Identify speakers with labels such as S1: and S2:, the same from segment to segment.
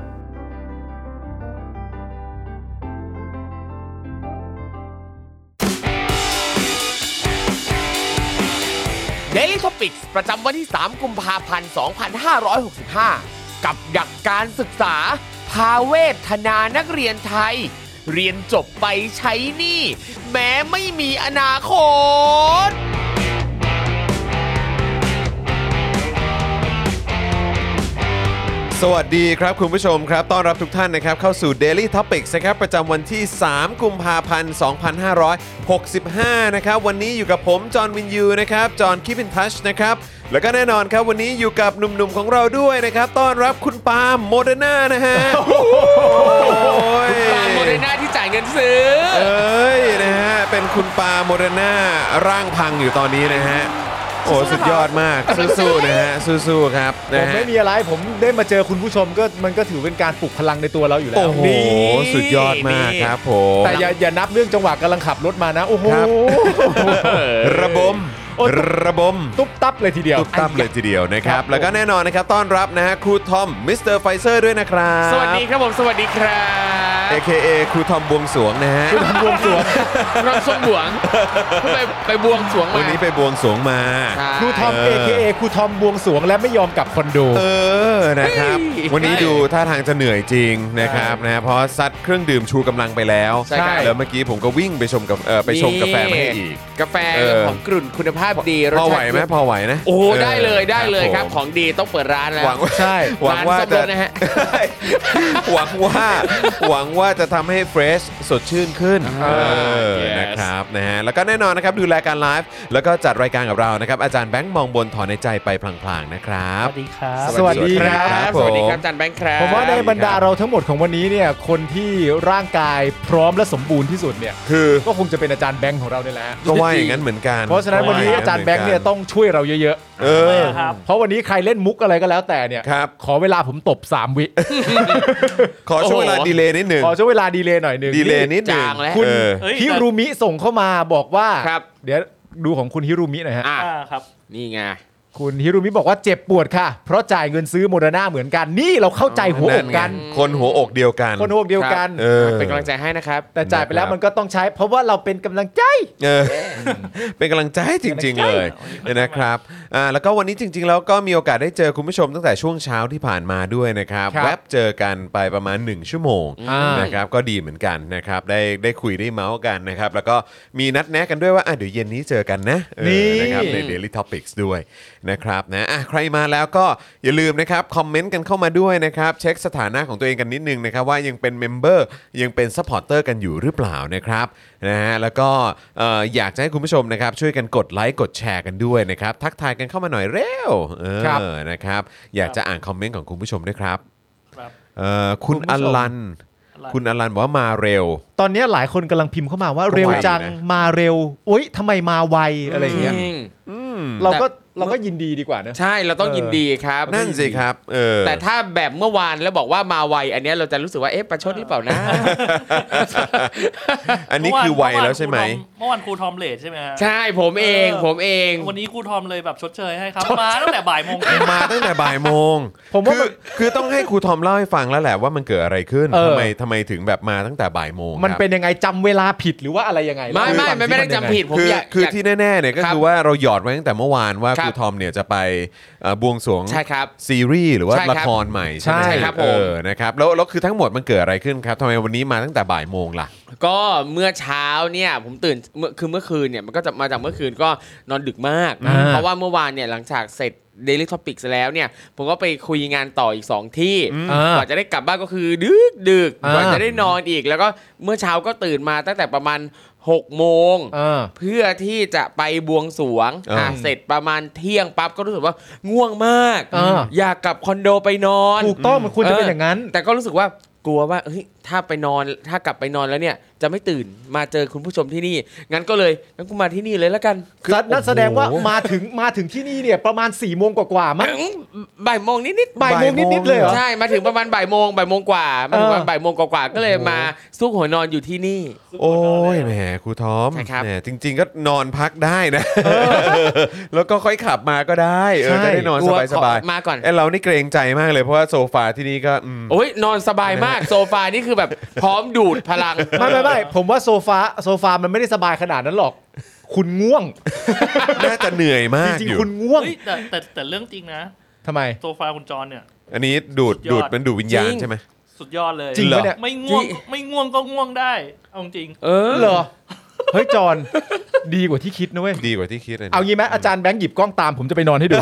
S1: Daily Topics ประจำวันที่ 3 กุมภาพันธ์ 2565 กับดักการศึกษา พาเวทนานักเรียนไทย เรียนจบไปใช้หนี้แม้ไม่มีอนาคต
S2: สวัสดีครับคุณผู้ชมครับต้อนรับทุกท่านนะครับเข้าสู่ Daily Topics นะครับประจำวันที่ 3 กุมภาพันธ์ 2565 นะครับ วันนี้อยู่กับผม จอห์นวินยูนะครับ จอห์นคิปินทัชนะครับ แล้วก็แน่นอนครับวันนี้อยู่กับหนุ่มๆของเราด้วยนะครับ ต้อนรับคุณปาล์มโมเดอร์นานะฮะคุณ
S1: ตามโมเดอร์นาที่จ่ายเงินซื้อ
S2: เอ้ยนะฮะเป็นคุณปาล์มโมเดอร์นาร่างพังอยู่ตอนนี้นะฮะโอ้สุดยอดมากสู้ๆนะฮะสู้ๆครับนะ
S3: ผม
S2: ฮะ
S3: ไม่มีอะไรผมได้มาเจอคุณผู้ชมก็มันก็ถือเป็นการปลุกพลังในตัวเราอยู่แล้
S2: โอ้
S3: ว
S2: โห
S1: นี่
S2: สุดยอดมากครับผม
S3: แต่อย่าอย่านับเรื่องจังหวะกำลังขับรถมานะ โอ้โห
S2: ครับ ระบม
S3: โอ้ย
S2: ระบม
S3: ตุ๊บตับเลยทีเดียว
S2: ตุ๊บตับเลยทีเดียวนะครั
S3: ครับ บ
S2: แล้วก็แน่นอนนะครับ ต้อนรับนะฮะครูทอม มิสเตอร์ไฟเซอร์ด้วยนะครับ
S1: สวัสดีครับผม สวัสดีครับ
S2: AKA ครูทอมบวงสรวงนะฮะ
S3: ทำรวมสว ง
S1: เราสมบวงเพิ่งไปไปบวงสรวงมา
S2: วันนี้ไปบวงสรวงมา
S1: ใช่
S3: ครูทอม
S2: เออ
S3: AKA ครูทอมบวงสวงและไม่ยอมกลับคอนโด
S2: เออ นะครับ
S1: เฮ้ย
S2: วันนี้ดูท่าทางจะเหนื่อยจริงนะครับนะฮะเพราะซัดเครื่องดื่มชูกำลังไปแล้ว
S1: ใช่ครับ
S2: แล้วเมื่อกี้ผมก็วิ่งไปชมกับเออไปชมกาแฟมาให้อีก
S1: กาแฟ
S2: เออ
S1: ของกลุ่นคุณภาพดีรส
S2: พอ
S1: ชาติ
S2: ไหวไหมพอไหวนะ
S1: โอ้
S2: ออ
S1: ได้เลยได้เลยครับ
S2: ผม
S1: ของดีต้องเปิดร้านแล้ว
S2: หวังว่า
S3: ใช่
S2: หวังว่า จะ
S1: ร้านซ่อมรถนะฮะ
S2: หวังว่าหวังว่าจะทำให้เฟรชสดชื่นขึ้นเออ
S1: Yes
S2: นะครับนะฮะแล้วก็แน่นอนนะครับดูรายการไลฟ์แล้วก็จัดรายการกับเรานะครับ อาจารย์แบงค์มองบนถอนในใจไปพลางๆนะครับ
S4: สวัสดีค
S3: สวัสดีค
S4: รับ
S3: รับ
S2: ครับ
S1: สวัสดีครับอาจันแบงค์ครับ
S3: ผมว่าในบรรดาเราทั้งหมดของวันนี้เนี่ยคนที่ร่างกายพร้อมและสมบูรณ์ที่สุดเนี่ย
S2: คือ
S3: ก็คงจะเป็นอาจารย์แบงค์ของเราเนี่ยแหละ
S2: ก็ว่าอย่างนั้นเหมือนกัน
S3: เพราะฉะนั้นวันนี้อาจารย์แบงค์เนี่ยต้องช่วยเราเยอะ
S2: เออ
S4: ครับ
S3: ๆ เพราะวันนี้ใครเล่นมุกอะไรก็แล้วแต่เนี่ย
S2: ครับ
S3: ขอเวลาผมตบสามวิ
S2: ขอช่วงเวลา
S1: โอ้โห
S2: ดีเลย์นิดหนึ่ง
S3: ขอช่วงเวลาดีเลยหน่อยหนึ่ง
S2: ดีเลย์นิดหนึ่ง
S1: จางแล้ว
S2: เออ
S4: เฮ้ย
S3: ฮิรุมิส่งเข้ามาบอกว่า
S1: ครับ
S3: เดี๋ยวดูของคุณฮิรุมิหน่อยฮะ
S1: อ่ะ
S4: อ่าครับ
S1: นี่ไง
S3: คุณฮิรุมิบอกว่าเจ็บปวดค่ะ เพราะจ่ายเงินซื้อโมเดอร์นาเหมือนกัน นี่เราเข้าใจหัวอกกัน
S2: คนหัวอกเดียวกัน
S3: คนหัวอกเดียวกัน
S2: เออ
S1: เป็นกำลังใจให้นะครับ
S3: แต่จ่ายไปแล้ว
S2: นะครับ
S3: มันก็ต้องใช้ เพราะว่าเราเป็นกำลังใจ
S2: เออเป็นกำลังใจจริง ๆ เลย
S4: เป็นกำลังใจ
S2: นะครับอ่าแล้วก็วันนี้จริง ๆ แล้วก็มีโอกาสได้เจอคุณผู้ชมตั้งแต่ช่วงเช้าที่ผ่านมาด้วยนะครับ
S3: ครับ
S2: แวบเจอกันไปประมาณ 1 ชั่วโมง
S3: อ่าน
S2: นะครับก็ดีเหมือนกันนะครับได้ได้คุยได้เมาส์กันนะครับแล้วก็มีนัดแนะกันด้วยว่าอ่ะเดี๋ยวเย็นนี้เจอกันนะเออนะครับใน Daily Topics ด้วยนะครับนะอ่ะใครมาแล้วก็อย่าลืมนะครับคอมเมนต์กันเข้ามาด้วยนะครับเช็คสถานะของตัวเองกันนิดนึงนะครับว่ายังเป็นเมมเบอร์ยังเป็นซัพพอร์เตอร์กันอยู่หรือเปล่านะครับนะฮะแล้วก็เอ่ออยากจะให้คุณผู้ชมนะครับช่วยกันกดไลค์กดแชร์กันด้วยนะครับทักทายกันเข้ามาหน่อยเร็วเออ
S3: ครับ
S2: นะครับอยากจะอ่านคอมเมนต์ของคุณผู้ชมด้วยครับ
S4: ครับ
S2: เอ่อคุณ
S3: คุณผู้
S2: อ
S3: ชม
S2: ลัน คุณอลันบอกว่ามาเร็ว
S3: ตอนนี้หลายคนกำลังพิมพ์เข้ามาว่า
S2: ก็ไว
S3: เร็วจัง
S2: นะ
S3: มาเร็วโอ๊ยทำไมมาไวอะไรอย่างเงี้ย เราก็ เราก็ยินดีดีกว่านะ
S5: ใช่เราต้องยินดีครับ
S2: นั่นสิครับเออ
S5: แต่ถ้าแบบเมื่อวานแล้วบอกว่ามาไว อันเนี้ยเราจะรู้สึกว่าเอ๊ะประชดหรือเปล่านะ
S2: อันนี้คือไวแล้วใช่ไหม
S4: เมื่อวานครูทอมเลทใช่ไหมฮะ
S5: ใช่ผมเอง
S4: เออ
S5: ผมเอง
S4: วันนี้ครูทอมเลยแบบชดเชยให้ครับ มาตั้งแต่บ่ายโมงครึ่ง
S2: มาตั้งแต่บ่ายโมง
S3: ผมว่า
S2: คือคือต้องให้ครูทอมเล่าให้ฟังแล้วแหละว่ามันเกิดอะไรขึ้น
S3: เออ
S2: ทำไมทำไมถึงแบบมาตั้งแต่บ่ายโมง
S3: มัน
S2: ครับ
S3: เป็นยังไงจำเวลาผิดหรือว่าอะไรยังไง
S5: ไม่ไม่
S3: เล่าให้ฟั
S5: ไม่
S3: ง
S5: ไม่ได้
S3: สินยังง
S5: จำผิดผม
S2: คือ
S5: อยาก
S2: คือ
S5: อยาก
S2: ที่แน่ๆเนี่ยก็
S5: ครั
S2: คื
S5: บ
S2: อว่าเราหยอดไว้ตั้งแต่เมื่อวานว่า
S5: ค
S2: ค
S5: รับ
S2: รูทอมเนี่ยจะไปเอ่อบวงสรวง
S5: ใช่ครับ
S2: ซีรีส์หรือว่า
S5: ใช่ครับ
S2: ละครใหม่ใช่ไหม
S5: ใช่ครับ
S2: เอ
S5: ผม
S2: อนะครับแล้วแล้วคือทั้งหมดมันเกิดอะไรขึ้นครับทำไมวันนี้มาตั้งแต่บ่ายโมงล่ะ
S5: ก็เมื่อเช้าเนี่ยผมตื่นเมื่อคือเมื่อคืนเนี่ยมันก็จะมาจากเมื่อคืนก็นอนดึกมาก
S3: อ่า
S5: เพราะว่าเมื่อวานเนี่ยหลังจากเสร็จ Daily Topics แล้วเนี่ย ผมก็ไปคุยงานต่ออีก 2 ที่
S3: อ่า
S5: กว่าจะได้กลับบ้านก็คือดึกดึก
S3: อ่า
S5: กว่าจะได้นอนอีก แล้วก็เมื่อเช้าก็ตื่นมาตั้งแต่ประมาณ6โมง
S3: อ่า
S5: เพื่อที่จะไปบวงสรวง
S2: อ่า
S5: อ่ะเสร็จประมาณเที่ยงปั๊บก็รู้สึกว่าง่วงมาก
S3: อ่า
S5: อยากกลับคอนโดไปนอน
S3: ถูกต้องมันควรจะเป็
S5: เออ
S3: นอ
S5: อ
S3: ย่างนั้น
S5: แต่ก็รู้สึกว่ากลัวว่าเฮ้ยถ้าไปนอนถ้ากลับไปนอนแล้วเนี่ย จะไม่ตื่นมาเจอคุณผู้ชมที่นี่ งั้นก็เลยงั้นกูมาที่นี่เลยแล้วกัน
S3: คือนั่นแสดงว่า
S2: โอ้โห
S3: มาถึงมาถึงที่นี่เนี่ยประมาณ4ี่โมงกว่าๆมั้ง
S5: อื้อบ่ายโมงนิด
S3: บ่ายโมงนิดๆเลยเหรอ
S5: ๆใช่มาถึงประมาณบ่ายโมงบ่ายโมงกว่ามาถึงประมาณ
S3: เออ
S5: บ่ายโมงกว่าๆก็เลยมาซุกหัวนอนอยู่ที่นี่
S2: โอ้ยแหมครูทอม
S5: ใช่ครับ
S2: แหมจริง ๆ ก็นอนพักได้นะแล้วก็ค่อยขับมาก็ได้เออ
S3: ใช่
S2: จะได้นอน
S5: กลัว
S2: สบาย
S5: ขอมาก่อน
S2: ๆไอยเรานี่เกรงใจมากเลยเพราะว่าโซฟาที่นี่ก็อืม
S5: โอ้ยนอนสบายมากโซฟานี่คือแบบพร้อมดูดพลัง
S3: ไม่ไม่ไม่ผมว่าโซฟาโซฟามันไม่ได้สบายขนาดนั้นหรอก คุณง่วง
S2: น่าจะเหนื่อยมา
S3: จ
S2: ก
S3: ริง
S2: อยู่
S3: ๆคุณง่วง
S4: เฮ้ยแต่แต่แต่เรื่องจริงนะ
S3: ทำไม
S4: โซฟาคุณจรเนี่ย
S2: อันนี้ดูด
S4: สุดยอด
S2: ดูดมันดูดวิญญาณ
S5: จริง
S2: ใช่ไหม
S4: สุดยอดเลย
S3: จริงปะเนี่ย
S4: ไม่ง่วง
S5: จริง
S4: ไม่ง่วงก็ง่วงได้เอาจริง
S5: เออ
S3: เหรอ เฮ้ยจอนดีกว่าที่คิดนะเว้ย
S2: ดีกว่าที่คิดอันนี้
S3: เอางี้ไหมอาจารย์แบงค์หยิบกล้องตามผมจะไปนอนให้ดู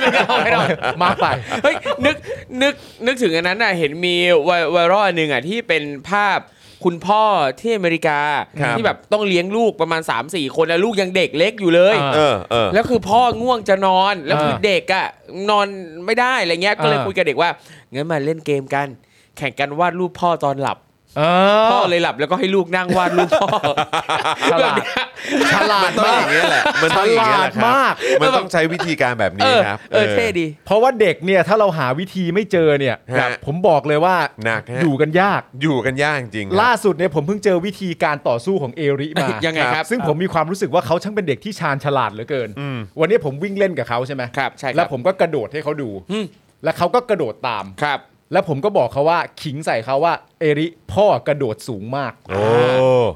S5: ไม่เอาไม่เอา
S3: มาไป
S5: เฮ้ยนึกนึกนึกถึงอันนั้นน่ะเห็นมีไวไวรัลอันหนึ่งอ่ะที่เป็นภาพคุณพ่อที่อเมริกา
S2: ครับ
S5: ที่แบบต้องเลี้ยงลูกประมาณ 3-4 คนแล้วลูกยังเด็กเล็กอยู่เลย
S3: อ่า
S2: เออเออ
S5: แล้วคือพ่อง่วงจะนอนแล้วคือ
S3: เออ
S5: เด็กอ่ะนอนไม่ได้อะไรเงี้ยก็เลย
S3: เออ
S5: คุยกับเด็กว่างั้นมาเล่นเกมกัน แข่งกันวาดรูปพ่อตอนหลับ
S3: เอ
S5: พ่อ
S3: อ
S5: เลยหลับแล้วก็ให้ลูกนั่งวาดรูปพ่อ
S3: ฉลาด
S5: แบบเนี้ย
S3: ฉลาด
S2: มันต้องอก ย่า
S3: มา
S2: งเงี้ยแหละมัน
S3: ฉ
S2: ต้องอย่าง
S3: ลา
S2: เงี้ยแห
S3: ด
S2: ละครับ
S3: มาก
S2: มันต้องใช้วิธีการแบบ
S5: เอ
S2: นี้
S5: อ
S2: ครับ
S5: เออเท่ดี
S3: เพราะว่าเด็กเนี่ยถ้าเราหาวิธีไม่เจอเนี่ย
S2: ฮะ
S3: ผมบอกเลยว่า
S2: หนักฮะ
S3: อยู่กันยาก
S2: อยู่กันยากจริงๆค
S3: ล่า
S2: รับ
S3: สุดเนี่ยผมเพิ่งเจอวิธีการต่อสู้ของเอริมา
S5: ยังไงครับ
S3: ซึ่งผมมีความรู้สึกว่าเขาช่างเป็นเด็กที่ชาญฉลาดเหลือเกิน
S2: อืม
S3: วันนี้ผมวิ่งเล่นกับเขาใช่ไหม
S5: ครับใช่ครับ
S3: แล้วผมก็กระโดดให้เขาดู
S5: อืม
S3: แล้วเขาก็กระโดดตาม
S5: ครับ
S3: แล้วผมก็บอกเขาว่าขิงใส่เขาว่าเอริพ่อกระโดดสูงมาก
S2: โอ้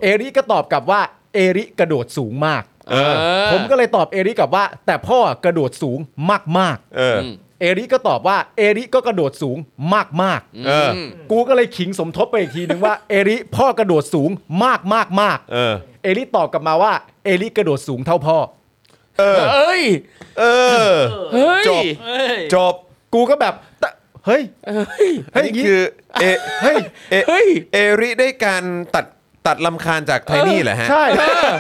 S3: เอริก็ตอบกลับว่าเอริกระโดดสูงมาก
S2: เออ
S3: ผมก็เลยตอบเอริกลับว่า แต่พ่อกระโดดสูงมากมาก
S2: เออ
S3: ๆเอริก็ตอบว่าเอริก็กระโดดสูงมากมากๆ
S2: เออ
S3: กูก็เลยขิงสมทบไปอีกทีนึงว่า เอริพ่อกระโดดสูงมากมากมาก
S2: เออ
S3: เอริตอบกลับมาว่า เอริกระโดดสูงเท่าพ่อ
S2: เออ
S5: เอ้ย
S2: เออ
S5: เฮ้ย
S2: จบ
S4: เอ้ย
S2: จบ
S3: กูก็แบบตะเฮ้ย
S5: เฮ้ย
S3: เฮ้ย
S2: นี่คือเอ
S3: เฮ้ย
S2: เอ
S5: เฮ้ย
S2: เอริได้การตัดตัดลำคาญจากไทนี่เหรอฮะ
S3: ใช่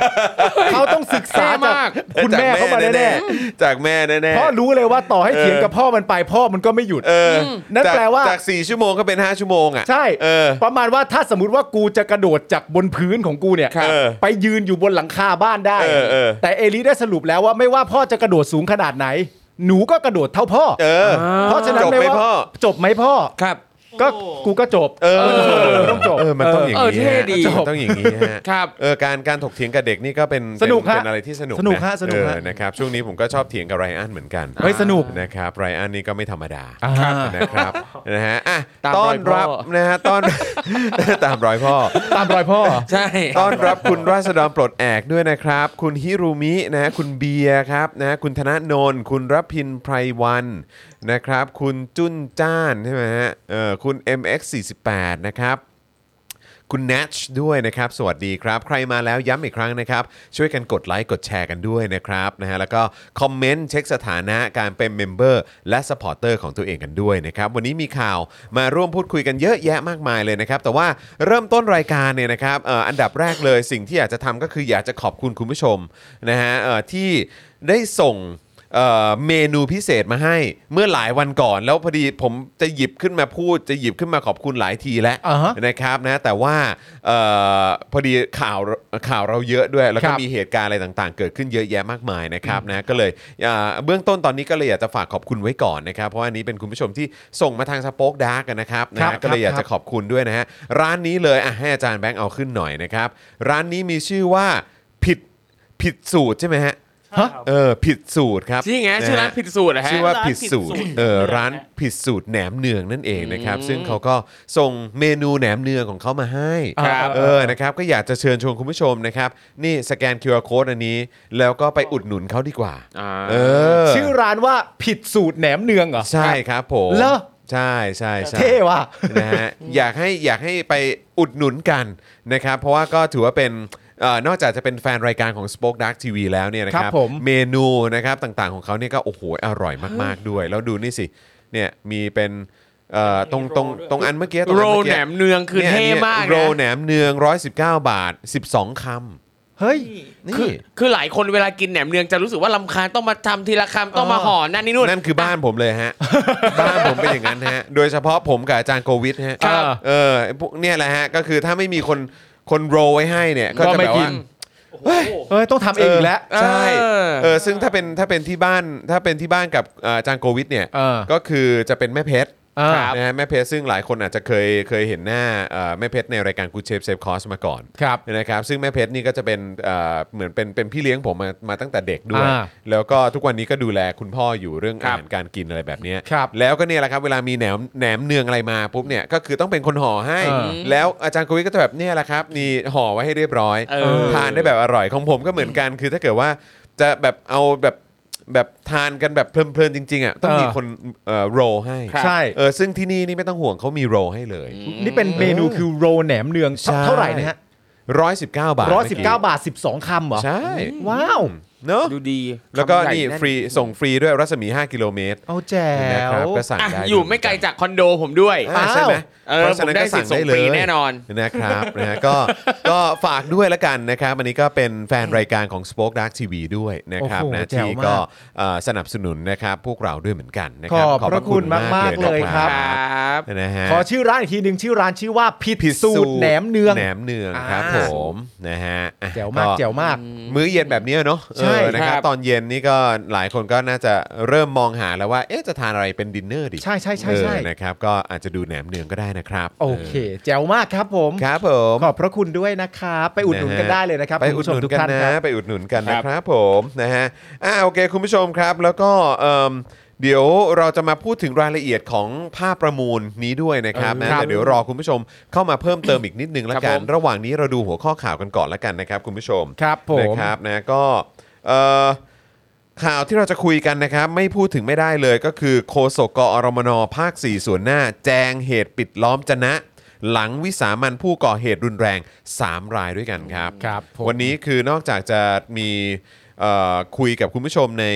S3: เขาต้องศึกษา
S5: เท่
S3: จาก
S5: มาก
S3: คุณแม่เขามาแน่
S2: ๆจากแม่
S3: ๆ
S2: แน่
S3: เพราะรู้เลยว่าต่อให้เถียงกับพ่อมันไปพ่อมันก็ไม่หยุด
S2: ๆเออ
S3: นั่น
S2: จก
S3: แปลว่า
S2: จาก 4 ชั่วโมงก็เป็น 5 ชั่วโมงอ่ะ
S3: ใช่
S2: เออ
S3: ประมาณว่าถ้าสมมติว่ากูจะกระโดดจากบนพื้นของกูเนี่ย
S2: ครับเออ
S3: ไปยืนอยู่บนหลังคาบ้านได้
S2: เออเออ
S3: แต่เอริได้สรุปแล้วว่าไม่ว่าพ่อจะกระโดดสูงขนาดไหน หนูก็กระโดดเท่าพ่อ
S2: เออ
S3: เพราะฉะนั้น
S2: จบไหม
S3: ไม่ว่า
S2: พ่อ
S3: จบไหมพ่อ
S5: ครับ
S3: ก็
S4: โอ้
S3: กูก็จบ
S2: เออ
S3: มันต้องจบ
S2: เออมันต้องอย่าง
S5: เออ
S2: นี้
S5: เท่
S2: ฮะ
S5: ดี
S2: มันต้องอย่างนี้ฮะ
S5: ครับ
S2: เออการการถกเถียงกับเด็กนี่ก็เป็น
S3: สนุกฮะ
S2: เป็นอะไรที่สนุก
S3: สนุกฮะสนุกฮะ
S2: เออนะครับช่วงนี้ผมก็ชอบเถียงกับไรอันเหมือนกัน
S3: เฮ้ยสนุก
S2: นะครับไรอันนี่ก็ไม่ธรรมดา
S3: อ่า
S2: นะครับนะฮะอ่ะ
S5: ตามร
S2: ต้อ
S5: อน ยพ่อ
S2: รับ นะฮะต้อน ตามรอยพ่อ
S3: ตามรอยพ่อ
S5: ใช่
S2: ต้อนรับคุณราษฎรปลดแอกด้วยนะครับ คุณฮิรุมินะฮะคุณเบียร์ครับนะฮะคุณธนนนท์คุณรับพินไพรวันนะครับ คุณจุนจ้านใช่ไหมฮะเออคุณ MX48 นะครับ คุณ n a t ชด้วยนะครับ สวัสดีครับ ใครมาแล้วย้ำอีกครั้งนะครับ ช่วยกันกดไลค์กดแชร์กันด้วยนะครับนะฮะแล้วก็คอมเมนต์เช็คสถานะการเป็นเมมเบอร์และสปอร์เตอร์ของตัวเองกันด้วยนะครับ วันนี้มีข่าวมาร่วมพูดคุยกันเยอะแยะมากมายเลยนะครับ แต่ว่าเริ่มต้นรายการเนี่ยนะครับเอ่ออันดับแรกเลยสิ่งที่อยากจะทำก็คืออยากจะขอบคุณคุณผู้ชมนะฮะเอ่อที่ได้ส่ง เอ่อเมนูพิเศษมาให้เมื่อหลายวันก่อน แล้วพอดีผมจะหยิบขึ้นมาพูด จะหยิบขึ้นมาขอบคุณหลายทีแล้ว
S3: อ่าฮะ
S2: นะครับนะแต่ว่าเอ่อพอดีข่าวข่าวเราเยอะด้วย แล้ว
S3: ค
S2: ก็
S3: รับ
S2: มีเหตุการณ์อะไรต่างๆ เกิดขึ้นเยอะแยะมากมายนะครับนะก็เลยอ่าเบื้องต้นตอนนี้ก็เลยอยากจะฝากขอบคุณไว้ก่อนนะครับ เพราะว่าอันนี้เป็นคุณผู้ชมที่ส่งมาทางสป็อคดาร์กนะครับนะ
S3: ครั
S2: ฮะ
S3: บ
S2: ก็เลยอยาก
S3: ครั
S2: จะ
S3: บ
S2: ขอบคุณด้วยนะฮะร้านนี้เลยอ่ะให้อาจารย์แบงค์เอาขึ้นหน่อยนะครับร้านนี้มีชื่อว่าผิดผิดสูตรใช่ไหมฮะ
S4: ใช่ครับ
S2: เออผิดสูตรครับ
S1: จริงไงชื่อร้านผิดสูตรนะฮะ
S2: ชื่อว่าผิดสูตร
S4: ร้านผิดสูตร
S2: เออ
S4: นะฮะ
S2: ร้านผิดสูตรแหนมเนืองนั่นเองนะครับ
S1: อืม
S2: ซึ่งเขาก็ส่งเมนูแหนมเนืองของเขามาให้
S1: ครับ
S2: เออนะครับก็อยากจะเชิญชวนคุณผู้ชมนะครับ นี่สแกน QR Code อันนี้ แล้วก็ไปอุดหนุนเขาดีกว่า
S1: อ่า
S2: เออ
S3: ชื่อร้านว่าผิดสูตรแหนมเนืองเหรอ
S2: ใช่ครับผม
S3: เหรอ
S2: ใช่ใช่ใช่
S3: เท่ว่ะ
S2: นะฮะอยากให้อยากให้ไปอุดหนุนกันนะครับ เพราะว่าก็ถือว่าเป็นเอ่อนอกจากจะเป็นแฟนรายการของ Spoke Dark TV แล้วเนี่ยนะค
S3: ค
S2: รับ
S3: รั
S2: บ
S3: ผม
S2: เมนูนะครับต่างๆของเขาเนี่ยก็โอ้โหอร่อยมากๆด้วย แล้วดูนี่สิเนี่ยมีเป็นเอ่อตรงตรงตรงอันเมื่อกี้ตรง
S1: โร
S2: อั
S1: แหน
S2: เอ
S1: มเนืองคือ
S2: กี้
S1: เท่มาก
S2: โรแห
S1: นะ
S2: นมเนือง 119 บาท 12คำ
S3: เฮ้ย
S2: นี่
S1: คือคือหลายคนเวลากินแหนมเนืองจะรู้สึกว่าลำคาญต้องมาทำทีละคำต้องมาห่อนั่นนี่นู่น
S2: นั่นคือบ้านผมเลยฮะ บ้านผมเป็นอย่างนั้นฮะโดยเฉพาะผมกับอาจารย์โควิดฮะ
S1: ครับ
S2: เออพวกเนี่ยแหละฮะก็คือถ้าไม่มีคนคนโรไว้ให้เนี่ยก็
S3: ก็
S2: จะ
S3: ไม่
S2: แบบ
S3: กิ
S2: ว่า
S3: น
S4: โอ้โห
S3: เอ้ยต้องทำเองอีกแล้ว
S2: ใช่
S1: เออ
S2: เออซึ่งถ้าเป็นถ้าเป็นที่บ้านถ้าเป็นที่บ้านกับเอ่ออาจารย์โควิดเนี่ย
S3: เออ
S2: ก็คือจะเป็นแม่เพชร
S3: อ่าครับ
S2: นะฮะแม่เพชรซึ่งหลายคนอาจจะเคยเคยเห็นหน้าเอ่อแม่เพชรในรายการกูเชฟเซฟคอสมาก่อน
S3: ครับ
S2: นะครับซึ่งแม่เพชรนี่ก็จะเป็นเอ่อเหมือนเป็นเป็นพี่เลี้ยงผมมามาตั้งแต่เด็กด้วย
S3: อ่า
S2: แล้วก็ทุกวันนี้ก็ดูแลคุณพ่ออยู่เรื่อง
S1: ครั
S2: อา
S1: บ
S2: หารการกินอะไรแบบเนี้ย
S3: ครับ
S2: แล้วก็เนี่ยแหละครับเวลามีแหนมแหนมเนืองอะไรมาปุ๊บเนี่ยก็คือต้องเป็นคนห่อให้
S3: เออ
S2: แล้วอาจารย์โควิดก็จะแบบเนี่ยแหละครับนี่ห่อไว้ให้เรียบร้อย
S1: เออ
S2: ทานได้แบบอร่อยของผมก็เหมือนกันคือถ้าเกิดว่าจะแบบเอาแบบแบบทานกันแบบเพลินๆจริงๆอ่ะต้องมี
S3: เออ
S2: คนเอ่อโรให้
S3: ใช่
S2: เออซึ่งที่นี่นี่ไม่ต้องห่วงเขามีโรให้เลย
S3: นี่เป็นเมนูคือโรแหนมเนือง
S2: ใช่
S3: เท่าไหร่นะฮะ
S2: ร้อยสิบเก้าบาท
S3: ร้อยสิบเก้า
S2: เมื่อกี้
S3: บาทสิบสองคำเหรอ
S2: ใช่
S3: ว้าว
S2: เนอะ
S1: ดูดี
S2: แล้วก็
S1: คำใหญ่
S2: นี่
S1: น่
S2: ฟรีส่งฟรีด้วยรัศมี 5 กิโลเมตร
S3: เอาแจ๋
S2: นะ
S3: ว
S2: ครับก็สั่ง
S1: อ่ะ
S2: ได้
S1: อยู่ไม่ไกลจากคอนโดผมด้วย
S2: อ่าใช่ไหม
S1: เออ
S2: พราะฉะนั้น
S1: ผมได้
S2: ก็
S1: สิทธิ์ส่งฟรีแน่นอน
S2: นะครับ นะฮะก็ก็ฝากด้วยละกันนะครับอันนี้ก็เป็นแฟนรายการของ Spoke Dark TV ด้วยนะครับ
S3: โอ้โห
S2: นะ
S3: แจ๋ว
S2: ที่
S3: มาก
S2: ก็ เอ่อสนับสนุนนะครับพวกเราด้วยเหมือนกันนะ
S3: ข
S2: ครั
S3: อบพระคุณมากๆเลย
S2: นะ
S3: ครับ
S1: ครับ
S2: นะฮะ
S3: ขอชื่อร้านอีกทีหนึ่งชื่อร้านชื่อว่าผิด
S2: ผิด
S3: สูตรแหนมเนือง
S2: แหนมเนือง
S3: อ่า
S2: ครับผมนะฮะอ่ะ
S3: แจ๋วมากแจ๋วมาก
S2: มื้อเย็นแบบเนี้ยเนาะ
S3: ใช่
S2: เออนะครับ
S1: ครับ
S2: ตอนเย็นนี่ก็หลายคนก็น่าจะเริ่มมองหาแล้วว่าเอ๊ะจะทานอะไรเป็นดินเนอร์ดี
S3: ใช่ใช่ใช่ใช่
S2: เออนะครับก็อาจจะดูแหนมเนืองก็ได้นะครับ
S3: โอเค แจ๋วมากครับผม
S2: ออครับผม
S3: ขอบพระคุณด้วยนะครับ ไปอุดหนุนกันได้เลยนะครับ
S2: ไป
S3: คุณ
S2: อุดหนุ
S3: ผู้ชม
S2: น
S3: ทุก
S2: กัน
S3: ท่านค
S2: นะ
S3: รับ
S2: ไปอุดหนุนกันนะครับผมนะฮะอ่าโอเคคุณผู้ชมครับ แล้วก็เอิ่มเดี๋ยวเราจะมาพูดถึงรายละเอียดของภาพประมูลนี้ด้วยนะครับนะแต่เดี๋ยวรอคุณผู้ชมเข้ามาเพิ่มเติมอีกนิดนึงละ
S1: ค
S2: กั
S1: รั
S2: น
S1: บผม
S2: ระหว่างนี้เราดูหัวข้อข่าวกันก่อนละกันนะครับคุณผู้ชม
S3: ครับผม
S2: นะครับนะก็เอ่อข่าวที่เราจะคุยกันนะครับ ไม่พูดถึงไม่ได้เลยก็คือโคศกกอรมนภาค 4 ส่วนหน้า แจงเหตุปิดล้อมจะนะ หลังวิสามันผู้ก่อเหตุรุนแรง 3 รายด้วยกันครับ
S3: ครับผม
S2: วันนี้คือนอกจากจะมีเอ่อคุยกับคุณผู้ชมใน